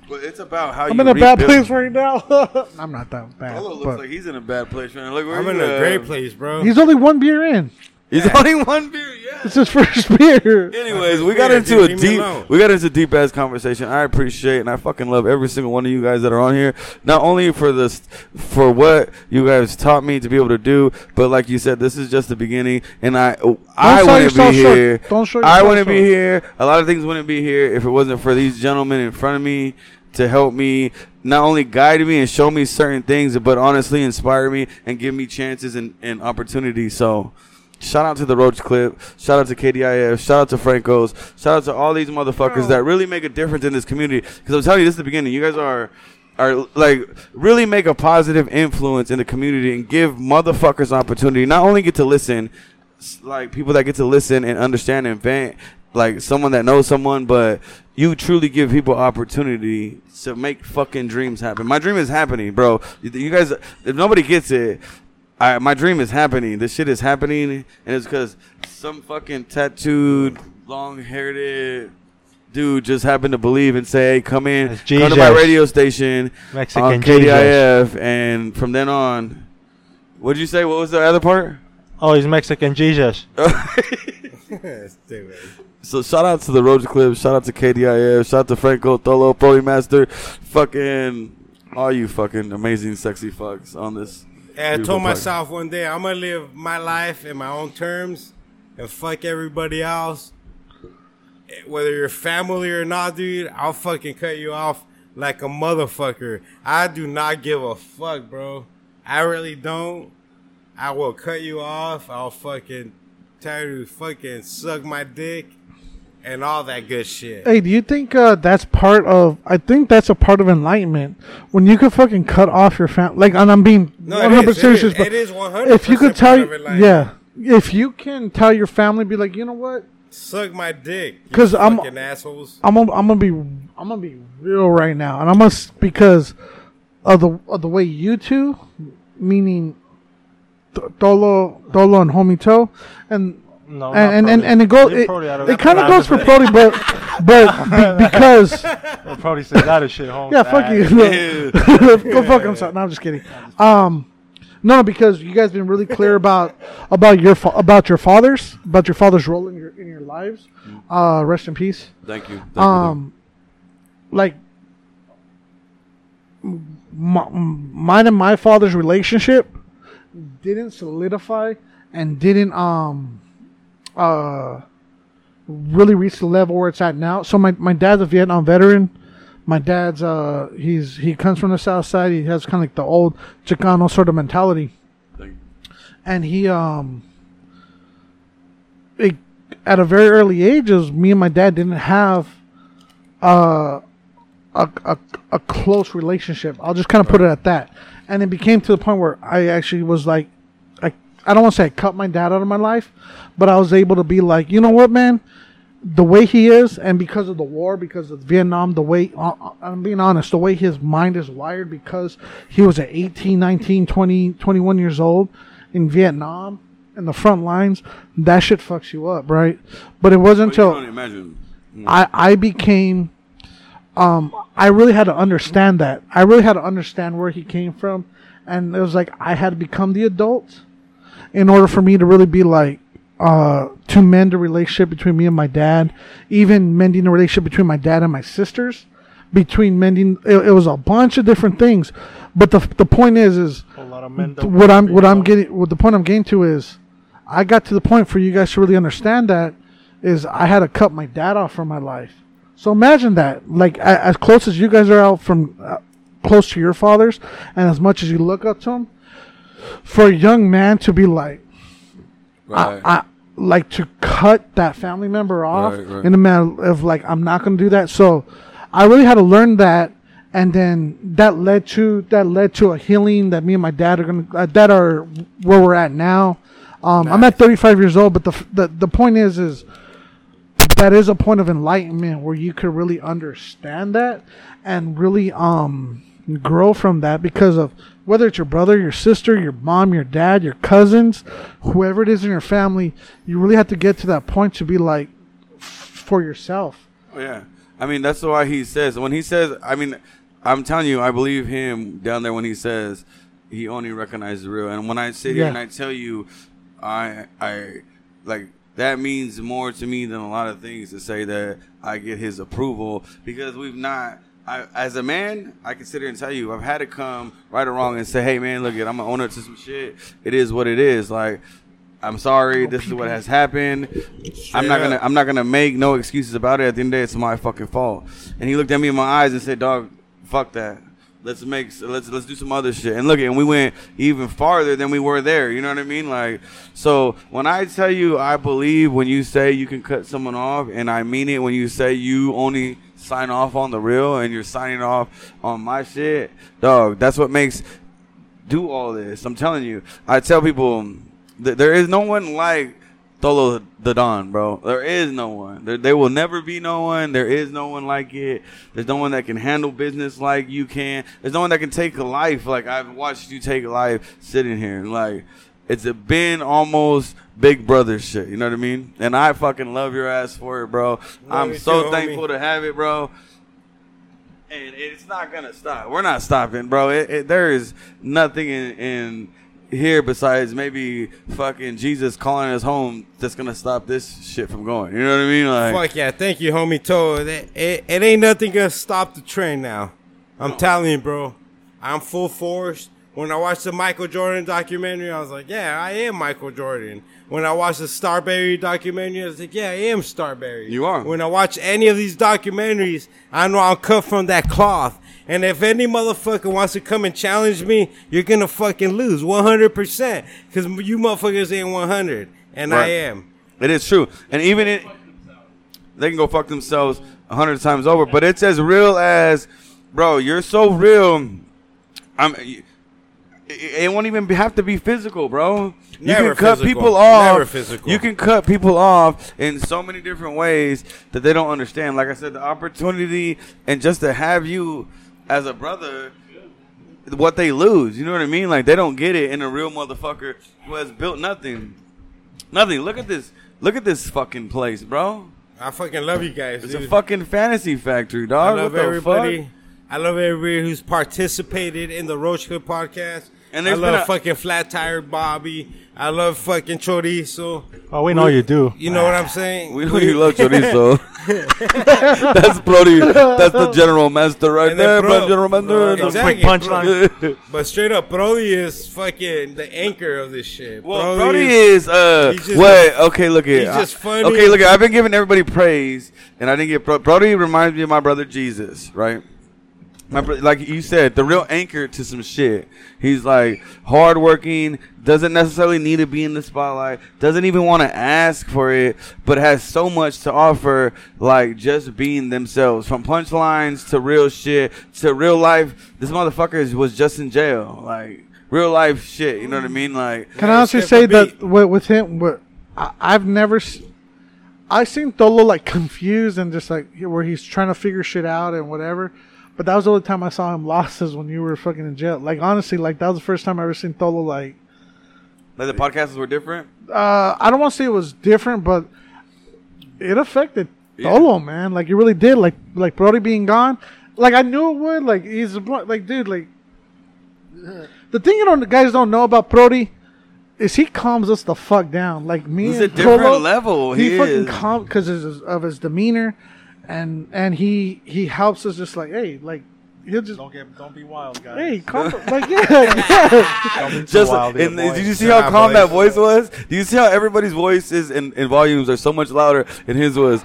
S5: But it's about how
S2: I'm
S5: you
S2: in a bad
S5: rebuild.
S2: place right now. [LAUGHS] I'm not that bad.
S5: Hello looks
S2: but-
S5: like he's in a bad place right now. Look where
S1: I'm in
S5: you
S1: a
S5: at.
S1: great place, bro.
S2: [LAUGHS] he's only one beer in.
S5: He's only one beer. Yeah.
S2: It's his [LAUGHS] first beer.
S5: [LAUGHS] Anyways, we got into
S1: dude,
S5: a
S1: leave me
S5: deep,
S1: alone.
S5: we got into deep ass conversation. I appreciate and I fucking love every single one of you guys that are on here. Not only for this, for what you guys taught me to be able to do, but like you said, this is just the beginning. And I, I
S2: sell
S5: wouldn't
S2: yourself
S5: be
S2: short.
S5: here.
S2: Don't show
S5: I
S2: yourself
S5: wouldn't be
S2: short.
S5: here. A lot of things wouldn't be here if it wasn't for these gentlemen in front of me to help me not only guide me and show me certain things, but honestly inspire me and give me chances and, and opportunities. So shout out to the Roach Clip. Shout out to KDIF. Shout out to Franco's. Shout out to all these motherfuckers that really make a difference in this community. Because I'm telling you, this is the beginning. You guys are are like really make a positive influence in the community and give motherfuckers opportunity. Not only get to listen, s- like people that get to listen and understand and vent, like someone that knows someone, but you truly give people opportunity to make fucking dreams happen. My dream is happening, bro. You- You guys, if nobody gets it, I, my dream is happening. This shit is happening, and it's because some fucking tattooed, long-haired dude just happened to believe and say, "Hey, come in,
S3: That's
S5: come to my uh,
S3: Jesus.
S5: radio station
S3: Mexican
S5: on KDIF," and from then on, What did you say? What was the other part?
S7: Oh, he's Mexican Jesus.
S1: Stupid.
S5: So shout out to the Road Clip, shout out to KDIF, shout out to Franco Tholo, Brody Master, fucking all you fucking amazing sexy fucks on this.
S1: And Eh, I
S5: Beautiful
S1: told
S5: part.
S1: myself one day I'm gonna live my life in my own terms and fuck everybody else. Whether you're family or not, dude, I'll fucking cut you off like a motherfucker. I do not give a fuck, bro. I really don't. I will cut you off. I'll fucking tell you to fucking suck my dick and all that good shit.
S2: Hey, do you think uh, that's part of? I think that's a part of enlightenment when you could fucking cut off your family. Like, and I'm being
S1: No,
S2: one
S1: it
S2: hundred
S1: is. It
S2: serious,
S1: is,
S2: but
S1: it is 100.
S2: if you could tell, yeah, if you can tell your family, be like, you know what,
S1: suck my dick. you
S2: 'Cause I'm-
S1: fucking assholes.
S2: I'm gonna, I'm gonna be I'm gonna be real right now, and I must because of the of the way you two, meaning Th- Dolo Dolo and Homie Toe, and
S7: No, not
S2: and, and, and
S7: Prodi.
S2: and it goes
S7: Leave
S2: it,
S7: Prodi out of
S2: it
S7: that.
S2: kind of goes for Brody,
S7: [LAUGHS]
S2: but but be, because
S7: Well, Prodi said a lot of shit, homie.
S2: yeah, fuck you. [LAUGHS] Go fuck himself. No, I'm just kidding. Um, no, because you guys been really clear about about your fa- about your fathers about your father's role in your in your lives. Uh, rest in peace.
S5: Thank you. Thank
S2: Um, like m- my, mine and my father's relationship didn't solidify and didn't um uh really reach the level where it's at now. So my my dad's a Vietnam veteran. My dad's uh he's he comes from the south side. He has kind of like the old Chicano sort of mentality.
S5: Thank you.
S2: And he um it, at a very early age, it was me and my dad didn't have uh, a, a, a close relationship. I'll just kind of put it at that. And it became to the point where I actually was like, I, I don't want to say I cut my dad out of my life, but I was able to be like, you know what, man? The way he is, and because of the war, because of Vietnam, the way, uh, uh, I'm being honest, the way his mind is wired because he was at 18, 19, 20, 21 years old in Vietnam, in the front lines, that shit fucks you up, right? But it wasn't
S5: you.
S2: until.
S5: Can't imagine.
S2: I I became um I really had to understand that. I really had to understand where he came from and it was like I had to become the adult in order for me to really be like uh to mend the relationship between me and my dad, even mending the relationship between my dad and my sisters, between mending it, it was a bunch of different things. But the the point is is
S7: A lot of men don't
S2: what I'm
S7: for
S2: what I'm
S7: yourself.
S2: getting what the point I'm getting to is I got to the point for you guys to really understand that is I had to cut my dad off from my life. So imagine that, like a- as close as you guys are out from uh, close to your fathers, and as much as you look up to him, for a young man to be like,
S5: Right.
S2: I like to cut that family member off
S5: Right, right.
S2: in a matter of like I'm not gonna do that. So I really had to learn that, and then that led to that led to a healing that me and my dad are gonna uh, that are where we're at now. Um, I'm at 35 years old, but the, f- the the point is is that is a point of enlightenment where you could really understand that and really um grow from that because of whether it's your brother, your sister, your mom, your dad, your cousins, whoever it is in your family, you really have to get to that point to be like f- for yourself.
S5: Oh, yeah. I mean, that's why he says, when he says, I mean, I'm telling you, I believe him down there when he says he only recognizes the real. And when I sit here
S2: Yeah.
S5: and I tell you, I, I, like, that means more to me than a lot of things to say that I get his approval because we've not. I, as a man, I can sit here and tell you, I've had to come right or wrong and say, "Hey, man, look it, I'm an owner to some shit. It is what it is. Like, I'm sorry, this is what has happened. I'm not
S1: up.
S5: gonna I'm not gonna make no excuses about it. At the end of the day, it's my fucking fault. And he looked at me in my eyes and said, "Dog, fuck that. Let's make let's let's do some other shit." And look, and we went even farther than we were there. You know what I mean? Like, so when I tell you I believe when you say you can cut someone off, and I mean it when you say you only sign off on the real and you're signing off on my shit, dog. That's what makes do all this. I'm telling you. I tell people that there is no one like Tholo the Don, bro. There is no one. There, there will never be no one. There is no one like it. There's no one that can handle business like you can. There's no one that can take a life like I've watched you take a life sitting here. Like it's a been almost Big Brother shit. You know what I mean? And I fucking love your ass for it, bro. I'm
S1: me
S5: so
S1: too, homie.
S5: thankful to have it, bro and it's not gonna stop. We're not stopping, bro. It, it, there is nothing in, in here besides maybe fucking Jesus calling us home that's gonna stop this shit from going. You know what I mean? Like,
S1: Fuck yeah, thank you, homie Toe. It, it, it ain't nothing gonna stop the train now. I'm
S5: Oh.
S1: telling you, bro. I'm full force. When I watched the Michael Jordan documentary, I was like, yeah, I am Michael Jordan. When I watched the Starberry documentary, I was like, yeah, I am Starberry.
S5: You are.
S1: When I watch any of these documentaries, I know I'm cut from that cloth. And if any motherfucker wants to come and challenge me, you're gonna fucking lose 100%. Cause you motherfuckers ain't 100. And I
S5: Right.
S1: am.
S5: It is true. And even it, they can go fuck themselves a hundred times over. But it's as real as, bro. You're so real. I'm. It, it won't even be- have to be physical, bro. You
S1: Never
S5: can cut
S1: physical.
S5: people off.
S1: Never physical.
S5: You can cut people off in so many different ways that they don't understand. Like I said, the opportunity and just to have you as a brother what they lose. You know what I mean? Like they don't get it, and a real motherfucker who has built nothing, nothing. Look at this. Look at this fucking place, bro.
S1: I fucking love you guys.
S5: It's
S1: dude.
S5: a fucking fantasy factory, dog.
S1: I love
S5: what the
S1: everybody.
S5: fuck?
S1: I love everybody who's participated in the Roach Clip podcast.
S5: And
S1: I
S5: there's
S1: love
S5: been a-
S1: fucking Flat Tire Bobby. I love fucking Chorizo.
S7: Oh, we know you do.
S1: You know what I'm saying?
S5: [LAUGHS] We know you love [LAUGHS] chorizo. that's Brody. That's [LAUGHS] the general master right
S1: And then
S5: there,
S1: Bro-
S5: bro. General master.
S1: Bro-
S5: The-
S1: Exactly.
S7: Quick punchline.
S1: But straight up, Brody is fucking the anchor of this shit.
S5: Well, Brody is uh
S1: he's just-
S5: wait okay look here
S1: he's just funny.
S5: okay look here, I've been giving everybody praise and I didn't get Bro- Brody reminds me of my brother Jesus right my bro- like you said the real anchor to some shit he's like hardworking doesn't necessarily need to be in the spotlight doesn't even want to ask for it but has so much to offer like just being themselves from punchlines to real shit to real life this motherfucker is- was just in jail like real life shit you know what I mean like
S2: Can I also
S1: Except
S2: say
S1: for
S2: that with, with him, with, I, I've never, s- I've seen Tolo like confused and just like where he's trying to figure shit out and whatever. But that was the only time I saw him lost is when you were fucking in jail. Like honestly, like that was the first time I ever seen Tolo like
S5: Like the podcasts were different.
S2: uh, I don't want to say it was different, but it affected Tolo, man. Like it really did. Like like Brody being gone. Like I knew it would. Like he's a blo- like dude. Like the thing you don't the guys don't know about Brody is he calms us the fuck down. Like me,
S5: He's
S2: and
S5: a different
S2: Tolo,
S5: level.
S2: He,
S5: He
S2: fucking
S5: is.
S2: calm because of his demeanor, and and he he helps us just like hey like he'll just.
S7: Don't get, don't be wild, guys.
S2: Hey, calm, like
S5: [LAUGHS]
S2: yeah, yeah.
S5: Just
S7: wild in
S5: and
S7: the
S5: did you
S7: voice.
S5: see how
S1: Nah,
S5: calm that
S1: boys.
S5: voice was? Do you see how everybody's voices and, and volumes are so much louder? And his was,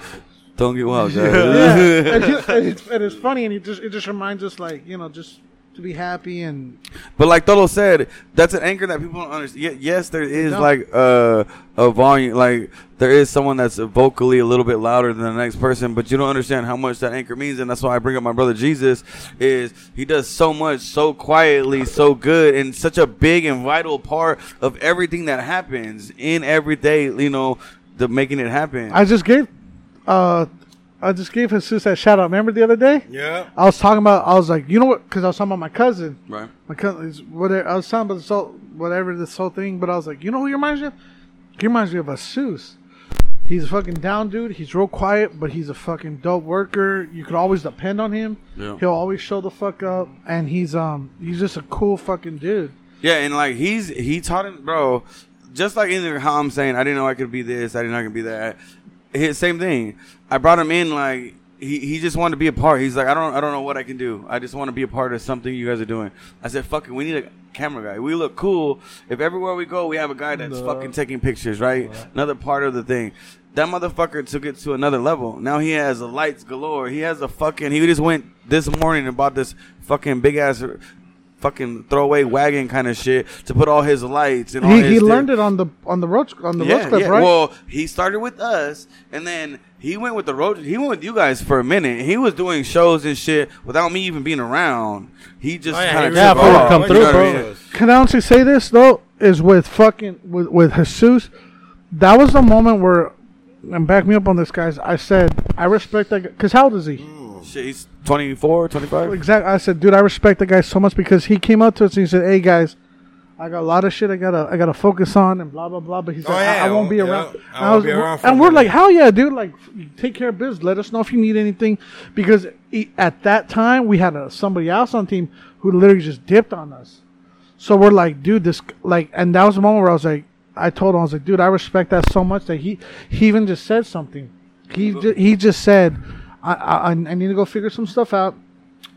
S5: "Don't get
S7: [LAUGHS]
S5: wild, [LAUGHS] guys."
S2: yeah, and, he- and it's, and it's funny, and it just it just reminds us, like you know, just to be happy and
S5: But like Tolo said, that's an anchor that people don't understand. Ye- Yes, there is
S2: don't.
S5: like uh, a volume, like there is someone that's vocally a little bit louder than the next person, but you don't understand how much that anchor means, and that's why I bring up my brother Jesus. Is he does so much, so quietly, so good, and such a big and vital part of everything that happens in every day. You know, the making it happen.
S2: I just gave, uh, I just gave Jesus that shout out. Remember the other day?
S1: Yeah.
S2: I was talking about. I was like, you know what? Because I was talking about my cousin.
S5: right.
S2: My cousin is whatever. I was talking about this whole whatever this whole thing, but I was like, you know who he reminds me of? He reminds me of Asus. He's a fucking down dude. He's real quiet, but he's a fucking dope worker. You could always depend on him.
S5: Yeah.
S2: He'll always show the fuck up, and he's um he's just a cool fucking dude.
S5: Yeah, and like he's he taught him, bro. Just like in how I'm saying, I didn't know I could be this, I didn't know I could be that. His, same thing. I brought him in like he, he just wanted to be a part. He's like, I don't I don't know what I can do. I just want to be a part of something you guys are doing. I said, fuck it, we need a camera guy. We look cool if everywhere we go we have a guy that's fucking taking pictures, right? Another part of the thing. That motherfucker took it to another level. Now he has the lights galore. He has a fucking. He just went this morning and bought this fucking big ass fucking throwaway wagon kind of shit to put all his lights and all
S2: He,
S5: his
S2: he
S5: thi-
S2: learned it on the on the road on the road
S5: yeah,
S2: clip,
S5: yeah.
S2: right?
S5: Well, he started with us, and then he went with the road. He went with you guys for a minute. He was doing shows and shit without me even being around. He just
S1: Oh, yeah,
S5: kind
S1: he
S5: of
S1: was
S7: Yeah,
S1: involved.
S7: fucking come
S1: You
S7: through,
S1: know what I
S7: bro.
S1: mean?
S2: Can I honestly say this though? Is with fucking with with Jesus, that was the moment where, and back me up on this, guys. I said I respect that because how old is he?
S5: Shit, he's 24, 25.
S2: Exactly. I said, dude, I respect the guy so much because he came up to us and he said, "Hey guys, I got a lot of shit I gotta I gotta focus on and blah blah blah." But he said,
S1: Oh, yeah.
S2: I, "I won't be
S1: Yeah.
S2: around."
S1: I
S2: And
S1: won't be around for
S2: and
S1: a
S2: we're
S1: minute.
S2: like, "Hell yeah, dude! Like, f- take care of business. Let us know if you need anything." Because e- at that time we had uh somebody else on team who literally just dipped on us. So we're like, dude, this like, and that was the moment where I was like, I told him, I was like, dude, I respect that so much that he he even just said something. He ju- he just said, I, I I need to go figure some stuff out.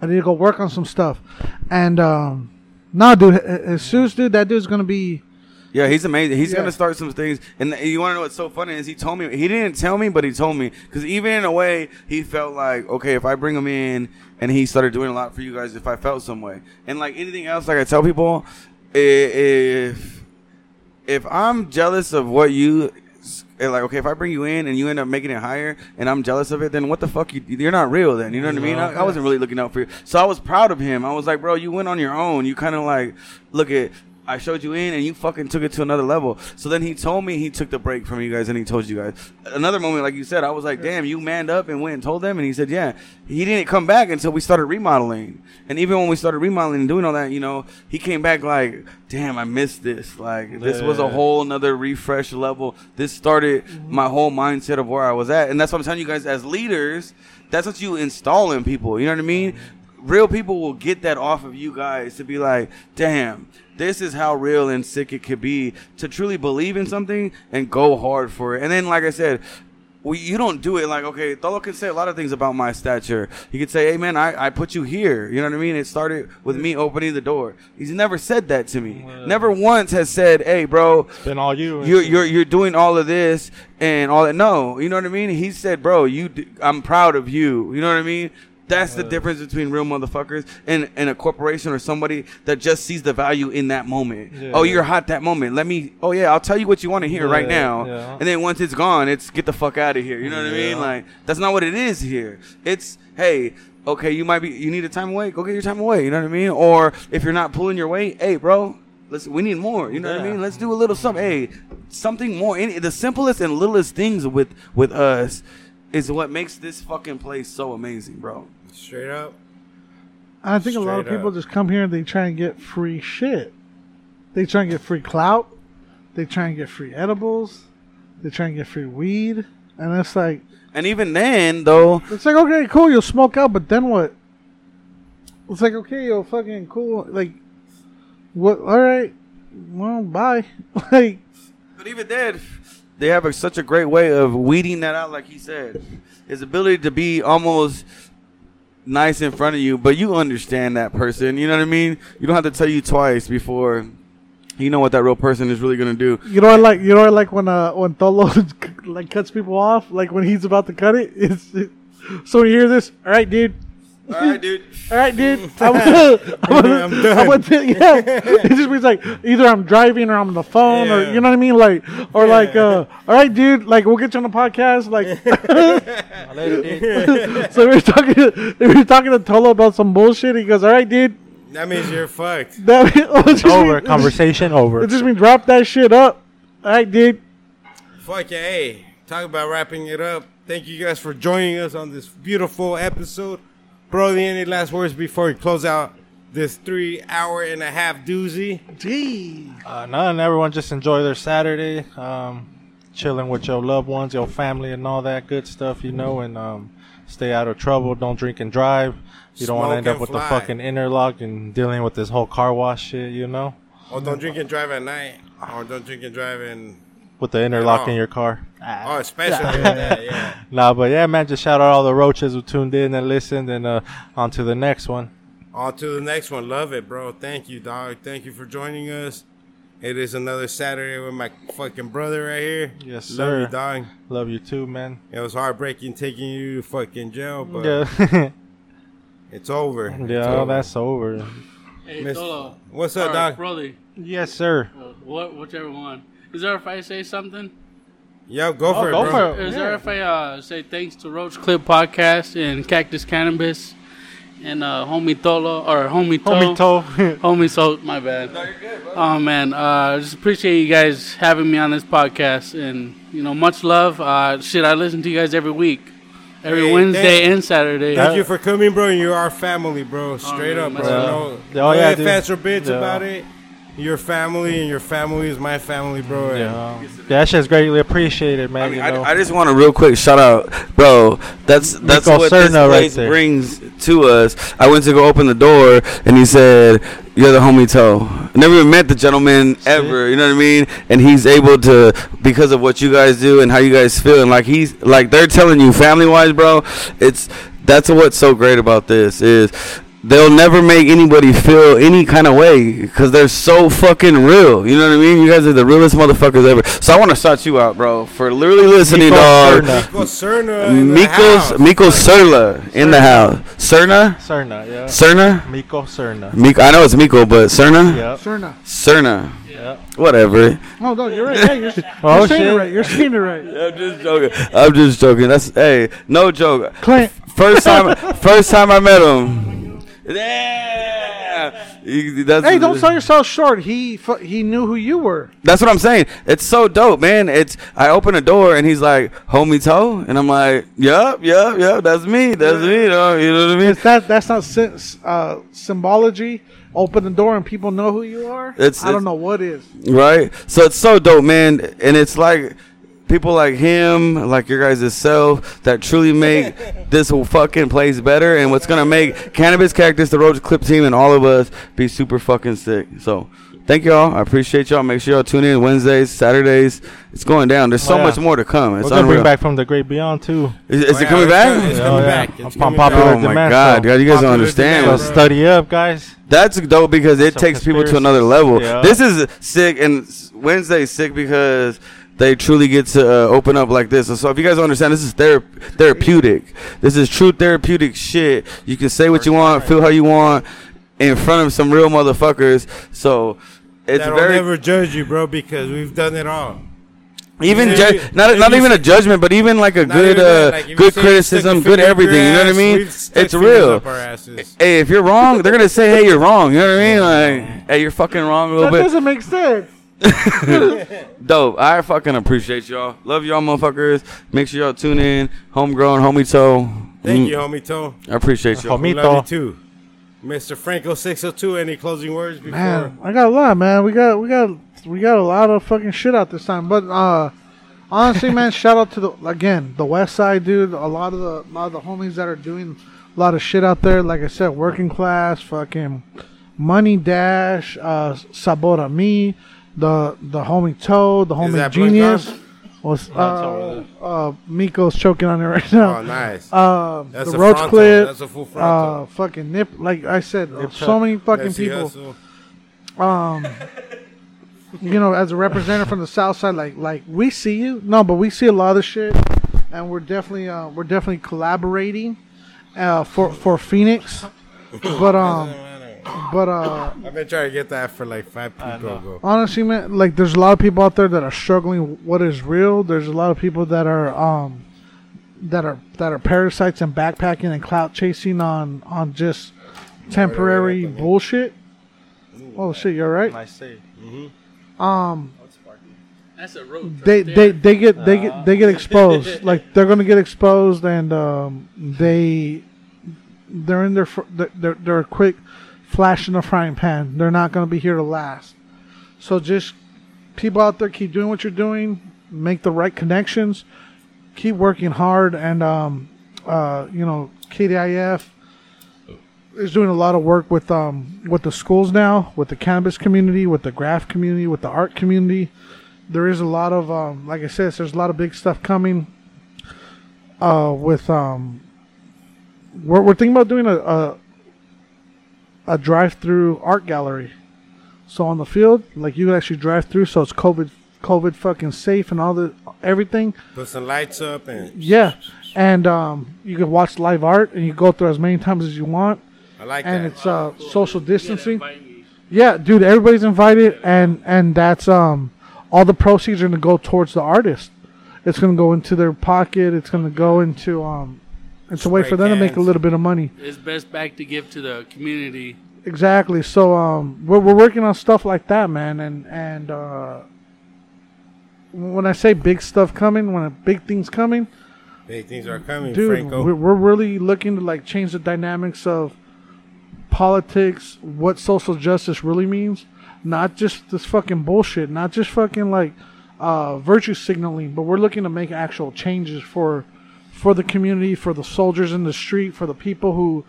S2: I need to go work on some stuff. And um, nah, dude, as soon as dude, that dude's gonna be.
S5: Yeah, he's amazing. He's
S2: Yeah.
S5: gonna start some things, and th- you want to know what's so funny is he told me he didn't tell me, but he told me because even in a way he felt like okay, if I bring him in and he started doing a lot for you guys, if I felt some way, and like anything else, like I tell people, i- if if I'm jealous of what you s- like, okay, if I bring you in and you end up making it higher, and I'm jealous of it, then what the fuck? You, you're not real, then you know what I mean? I, I wasn't really looking out for you, so I was proud of him. I was like, bro, you went on your own. You kind of like, look at. I showed you in, and you fucking took it to another level. So then he told me he took the break from you guys, and he told you guys. Another moment, like you said, I was like, "Damn, you manned up and went and told them." And he said, "Yeah." He didn't come back until we started remodeling, and even when we started remodeling and doing all that, you know, he came back like, "Damn, I missed this. Like, this was a
S3: Yeah.
S5: whole." whole nother refresh level. This started my whole mindset of where I was at. And that's what I'm telling you guys as leaders, that's what you install in people. You know what I mean? Real people will get that off of you guys to be like, damn, this is how real and sick it could be to truly believe in something and go hard for it. And then, like I said, well, you don't do it like okay. Tholo can say a lot of things about my stature. He could say, "Hey, man, I, I put you here." You know what I mean? It started with me opening the door. He's never said that to me. Never once has said, "Hey, bro,
S3: Been all you. and
S5: you're
S3: shit.
S5: you're you're doing all of this and all that. No, you know what I mean. He said, "Bro, you, d- I'm proud of you." You know what I mean. That's the difference between real motherfuckers and, and a corporation or somebody that just sees the value in that moment.
S3: Yeah.
S5: Oh, you're hot that moment. Let me. Oh yeah, I'll tell you what you want to hear right
S3: Yeah,
S5: now.
S3: yeah.
S5: And then once it's gone, it's get the fuck out of here. You know what I mean? Like that's not what it is here. It's hey. Okay, you might be. You need a time away. Go get your time away. You know what I mean? Or if you're not pulling your weight, hey, bro, let's. We need more. You know what I
S3: Yeah.
S5: mean? Let's do a little something. Hey, something more. Any, the simplest and littlest things with with us is what makes this fucking place so amazing, bro.
S1: Straight up.
S2: I think a lot of
S1: Straight
S2: people
S1: up.
S2: just come here and they try and get free shit. They try and get free clout. They try and get free edibles. They try and get free weed. And it's like,
S5: And even then, though,
S2: It's like okay, cool, you'll smoke out, but then what? It's like okay, you'll fucking cool, like what? All right, well, bye. [LAUGHS] Like
S5: But even then, they have a, such a great way of weeding that out, like he said. His ability to be almost nice in front of you, but you understand that person. You know what I mean? You don't have to tell you twice before you know what that real person is really going to do.
S2: you know, I like you know, I like when uh when Tholo [LAUGHS] like cuts people off, like when he's about to cut it. It's it, so when you hear this. All right, dude.
S5: All right, dude.
S2: All right,
S5: [LAUGHS]
S2: dude. I'm, [LAUGHS] I'm,
S1: I'm done.
S2: I'm with it, yeah. It just means like either I'm driving or I'm on the phone or
S1: Yeah.
S2: you know what I mean, like or like uh, all right, dude. Like we'll get you on the podcast.
S5: [LAUGHS]
S2: Like [LAUGHS]
S3: Later, dude.
S2: so we were talking. To, we were talking to Tolo about some bullshit. He goes, "All right, dude,
S1: That means you're fucked.
S2: that [LAUGHS] it just
S3: over.
S2: mean- it just-
S3: Conversation over.
S2: It just means drop that shit up. All right, dude.
S1: Fuck yeah. Hey, talk about wrapping it up. Thank you guys for joining us on this beautiful episode. Brody, any last words before we close out this three hour and a half doozy?
S2: Gee.
S3: Uh, none. Everyone just enjoy their Saturday, um, chilling with your loved ones, your family, and all that good stuff, you know. And um, stay out of trouble. Don't drink and drive. You don't want to
S1: Smoke
S3: end up
S1: and
S3: with
S1: fly.
S3: the fucking interlock and dealing with this whole car wash shit, you know,
S1: Or don't drink and drive at night. Or don't drink and drive in.
S3: with the interlock
S1: Oh.
S3: in your car.
S1: Oh, especially with that, yeah.
S3: Nah, but yeah, man, just shout out all the roaches who tuned in and listened, and uh, on to the next one.
S1: On to the next one. Love it, bro. Thank you, dog. Thank you for joining us. It is another Saturday with my fucking brother right here.
S3: Yes,
S1: Love
S3: sir.
S1: you, dog.
S3: Love you too, man.
S1: It was heartbreaking taking you to fucking jail, but
S3: Yeah, [LAUGHS]
S1: it's over. It's
S3: yeah, all
S1: over.
S3: that's over.
S6: Hey,
S1: Miss-
S6: Tolo.
S1: What's
S6: All
S1: up,
S6: right,
S1: dog?
S6: brother.
S3: Yes, sir.
S6: Uh, what, whichever one. Is there if I say something?
S1: Yo, go for it,
S3: Oh, go
S1: bro.
S3: for it.
S6: Is there if I uh, say thanks to Roach Clip Podcast and Cactus Cannabis and uh, Homie Tolo or Homie Toe?
S3: Homie Toe.
S6: Homie Salt, my bad. No, you're good, Oh man, uh, just appreciate you guys having me on this podcast, and you know, much love. Uh, shit, I listen to you guys every week, every
S1: Hey,
S6: Wednesday
S1: thank-
S6: and Saturday.
S1: Thank you for coming, bro. You're our family, bro. Straight
S6: Oh, man,
S1: up, bro.
S6: that's-
S1: No,
S3: Yeah.
S1: no
S3: Oh, yeah,
S1: ifs,
S3: dude.
S1: ands, or bits
S3: Yeah.
S1: about it. your family and your family is my family, bro. and-
S3: [LAUGHS] Yeah, that shit's greatly appreciated, man.
S5: I mean,
S3: you
S5: I,
S3: know,
S5: I just want to real quick shout out, bro. That's that's
S3: Nico
S5: what this
S3: Cerno right
S5: place
S3: there.
S5: brings to us. I went to go open the door, and he said, "You're the homie Toe." I never even met the gentleman ever. You know what I mean? And he's able to because of what you guys do and how you guys feel, and like he's like they're telling you family wise, bro. It's that's what's so great about this is. They'll never make anybody feel any kind of way because they're so fucking real. You know what I mean? You guys are the realest motherfuckers ever. So I want to shout you out, bro, for literally listening,
S3: Nico
S5: dog.
S3: Cerna.
S1: Well, Cerna in the house.
S5: Mikos Mikos Serla in the house. Cerna?
S3: Cerna, yeah.
S5: Cerna?
S3: Miko Cerna.
S5: Mik- I know it's Miko, but Cerna?
S3: Yep.
S2: Sure enough.
S5: Cerna.
S3: Yeah.
S5: Whatever.
S2: Oh no, you're right. Yeah, you're,
S3: [LAUGHS] Oh,
S2: you're saying it
S3: shit.
S2: right. You're saying it right.
S5: I'm just joking. I'm just joking. That's hey, no joke.
S2: Clint. [LAUGHS]
S5: First time first time I met him. Yeah. You- That's,
S2: Hey, don't sell yourself short. He fu- he knew who you were.
S5: That's what I'm saying. It's so dope, man. It's I open a door and he's like, "Homie toe," and I'm like, "Yup, yup, yup. That's me. That's me. dog." You know what I mean?"
S2: It's that that's not sy- uh, symbology. Open the door and people know who you are.
S5: It's-
S2: I
S5: it's-
S2: don't know what is.
S5: Right? So it's so dope, man. And it's like people like him, like your guys' self, that truly make this whole fucking place better and what's gonna make Cannabis Cactus, the Roach Clip team, and all of us be super fucking sick. So thank y'all. I appreciate y'all. Make sure y'all tune in Wednesdays, Saturdays. It's going down. There's so
S3: Oh, yeah.
S5: much more to come. It's
S3: We're gonna
S5: unreal.
S3: bring back from the great beyond too.
S5: Is, is it
S1: Yeah,
S5: coming
S1: it's coming-
S5: back?
S1: it's
S3: Yeah,
S1: coming
S3: yeah.
S1: back. It's
S3: Upon
S1: coming
S3: popular
S1: back.
S5: Oh my
S3: demand,
S5: god,
S3: so-
S5: God, you guys don't
S1: Popular
S5: understand.
S1: demand,
S3: So
S1: bro.
S3: study up, guys.
S5: That's dope because it
S3: Some
S5: takes people to
S3: conspiracies.
S5: another level.
S3: Yeah.
S5: This is sick, and s- Wednesday's sick because they truly get to uh, open up like this. And so, if you guys don't understand, this is thera- therapeutic. This is true therapeutic shit. You can say what you want, feel how you want, in front of some real motherfuckers. So. It's
S1: That'll
S5: very
S1: never judge you, bro, because we've done it all.
S5: even
S1: if
S5: ju-
S1: you-
S5: not
S1: if
S5: not
S1: you
S5: even a
S1: say-
S5: judgment, but even like a
S1: Not
S5: good
S1: even that,
S5: uh,
S1: like, if you
S5: good
S1: say you stick
S5: criticism,
S1: your
S5: good
S1: finger up your
S5: everything. You know what I
S1: ass,
S5: mean?
S1: we've stuck
S5: It's
S1: fingers
S5: real.
S1: up our asses.
S5: Hey, if you're wrong, they're gonna say, "Hey, you're wrong." You know what I mean? Like, hey, you're fucking wrong a little
S2: That
S1: [LAUGHS]
S5: bit.
S2: doesn't make sense.
S5: Dope. I fucking appreciate y'all. Love y'all, motherfuckers. Make sure y'all tune in. Homegrown, homie toe.
S1: Thank
S5: Mm,
S1: you, homie Tone.
S5: I appreciate y'all.
S1: We
S3: Homie
S1: love
S3: Toe.
S1: you too. Mr. Franco 602, any closing words before?
S2: Man, I got a lot, man. We got we got we got a lot of fucking shit out this time. But uh
S1: [LAUGHS]
S2: honestly, man, shout out to the again the West Side dude. A lot of the lot of the homies that are doing a lot of shit out there. Like I said, working class, fucking money dash, uh, Sabora me, the the homie Toe, the homie
S1: that Blink
S2: Genius.
S1: on?
S2: Was, uh, uh, Miko's choking on it right now.
S1: Oh, nice.
S2: Uh,
S1: That's
S2: the
S1: a
S2: Roach
S1: frontal.
S2: Clip.
S1: That's a full frontal.
S2: uh, fucking nip. Like I said, so many fucking
S1: Nipsey
S2: people
S1: Hussle.
S2: um you know as a representative from the south side like like we see you no but we see a lot of shit and we're definitely uh we're definitely collaborating uh for for phoenix but um but uh
S1: I've been trying to get that for like five people ago.
S2: honestly man like there's a lot of people out there that are struggling with what is real there's a lot of people that are um that are that are parasites and backpacking and clout chasing on on just temporary bullshit oh shit you're right
S3: I see.
S6: That's a road.
S2: they
S6: right
S2: they
S6: there.
S2: they get they get they get exposed. like they're gonna get exposed, and um, they they're in their fr- they're- they're they're a quick flash in the frying pan. They're not gonna be here to last. So just people out there, keep doing what you're doing. Make the right connections. Keep working hard, and um, uh, you know KDIF is doing a lot of work with um with the schools now, with the cannabis community, with the graph community, with the art community there is a lot of um, like I said, there's a lot of big stuff coming. Uh, with um, we're, we're thinking about doing a a, a drive-through art gallery. So on the field, like you can actually drive through, so it's COVID COVID fucking safe and all the everything.
S1: Put some lights up and
S2: Yeah, and um, you can watch live art and you go through as many times as you want,
S1: I like
S2: and
S1: that.
S2: it's uh, social distancing.
S6: Invite me.
S2: Yeah, dude, everybody's invited, and and that's um, all the proceeds are gonna go towards the artist. It's gonna go into their pocket. It's gonna go into um, it's a way for
S1: Spray
S2: them to make a
S1: cans.
S2: little bit of money.
S6: It's best back to give to the community.
S2: Exactly. So um, we're we're working on stuff like that, man, and and uh, when I say big stuff coming, when a big things coming,
S1: Big things are coming,
S2: dude,
S1: Franco.
S2: we're, we're really looking to like change the dynamics of politics, what social justice really means, not just this fucking bullshit, not just fucking like uh, virtue signaling, but we're looking to make actual changes for for the community, for the soldiers in the street, for the people who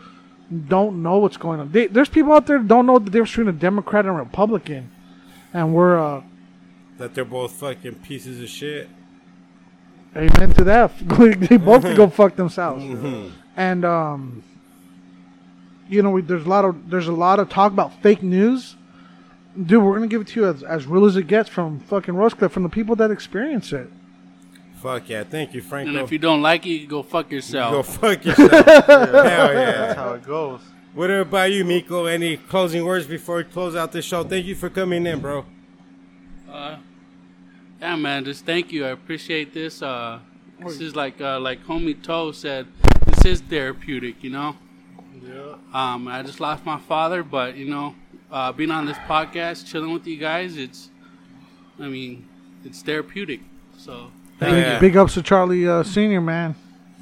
S2: don't know what's going on. They, there's people out there that don't know the difference between a Democrat and a Republican, and we're uh,
S1: That they're both fucking pieces of shit.
S2: Amen to that. [LAUGHS] they both can go fuck themselves. And um, you know, we, there's a lot of there's a lot of talk about fake news. Dude, we're gonna give it to you as, as real as it gets from fucking Rosecliff, from the people that experience it.
S1: Fuck yeah. Thank you, Franco.
S6: And if you don't like it, you go fuck
S1: Go
S6: yourself.
S1: fuck
S6: [LAUGHS]
S1: yourself. Hell
S7: That's
S1: yeah.
S7: how it goes.
S1: What about you, Miko? Any closing words before we close out this show? Thank you for coming in, bro.
S6: Yeah, man. Just thank you. I appreciate this. Uh, this is like uh, like homie Toe said. This is therapeutic, you know. Yeah. Um, I just lost my father, but you know, uh, being on this podcast, chilling with you guys, it's, I mean, it's therapeutic. So
S1: Hell yeah.
S2: Big ups to Charlie uh, Senior, man.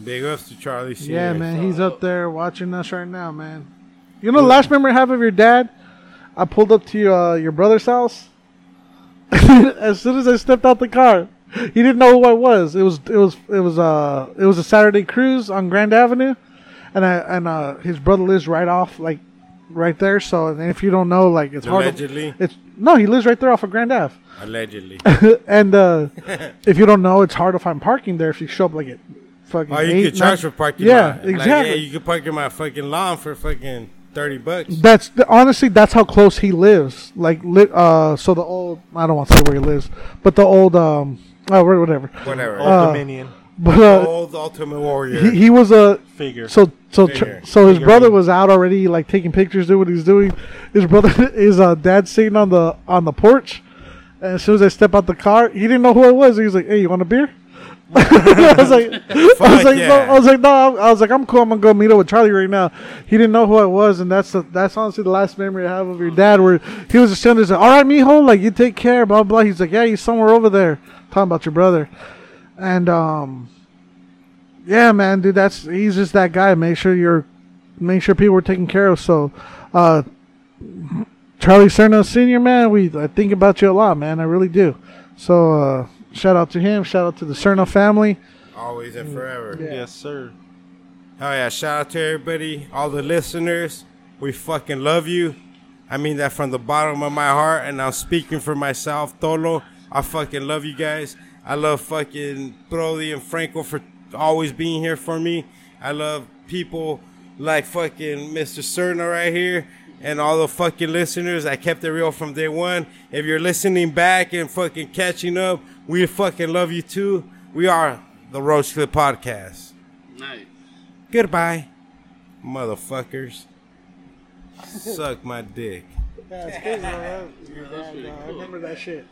S1: Big ups to Charlie Senior.
S2: Yeah, man, he's up there watching us right now, man. You know, the last memory I have of your dad, I pulled up to your, uh, your brother's house. [LAUGHS] as soon as I stepped out the car, he didn't know who I was. It was it was it was uh it was a Saturday cruise on Grand Avenue, and I and uh his brother lives right off like right there. So and if you don't know, like it's
S1: Allegedly?
S2: hard. To, it's no, he lives right there off of Grand Ave [LAUGHS]
S1: Allegedly.
S2: and
S1: [LAUGHS]
S2: uh, if you don't know, it's hard to find parking there if you show up like at fucking.
S1: Oh, you
S2: eight,
S1: could charge for
S2: nine-
S1: parking.
S2: Yeah,
S1: lot.
S2: exactly.
S1: Like, yeah, you could park in my fucking lawn for fucking thirty bucks.
S2: That's honestly that's how close he lives. Like, li- uh, so the old I don't want to say where he lives, but the old um, oh, wha- whatever.
S1: Whatever.
S7: Old Dominion
S2: But uh,
S1: Old Ultimate Warrior.
S2: he, he was a
S7: figure.
S2: so so tr-
S1: Figure.
S2: so his brother was out already like taking pictures, doing what he's doing. His brother [LAUGHS] is uh, dad sitting on the on the porch. And as soon as I step out the car, he didn't know who I was. He was like, "Hey, you want a beer?" [LAUGHS] I was like, I
S1: [LAUGHS]
S2: was
S1: Fuck
S2: like, no,
S1: yeah.
S2: I was like, no, I'm- I was like, I'm cool. I'm gonna go meet up with Charlie right now. He didn't know who I was, and that's the, that's honestly the last memory I have of your dad, where he was just sitting there saying, "All right, mijo, like you take care, blah blah." He's like, "Yeah, he's somewhere over there." Talking about your brother, and um, yeah, man, dude, that's he's just that guy. Make sure you're, make sure people are taken care of. So, uh, Charlie Cerno Senior, man, we I think about you a lot, man. I really do. So, uh, shout out to him. Shout out to the Cerno family.
S1: Always and forever.
S7: Yes, sir.
S1: Oh yeah, shout out to everybody, all the listeners. We fucking love you. I mean that from the bottom of my heart, and I'm speaking for myself, Tolo. I fucking love you guys. I love fucking Brody and Franco for always being here for me. I love people like fucking Mr. Cerna right here and all the fucking listeners. I kept it real from day one. If you're listening back and fucking catching up, we fucking love you too. We are the Roach Clip Podcast.
S6: nice.
S1: Goodbye, motherfuckers. Suck my dick.
S2: Yeah, it's crazy, man. I remember that shit.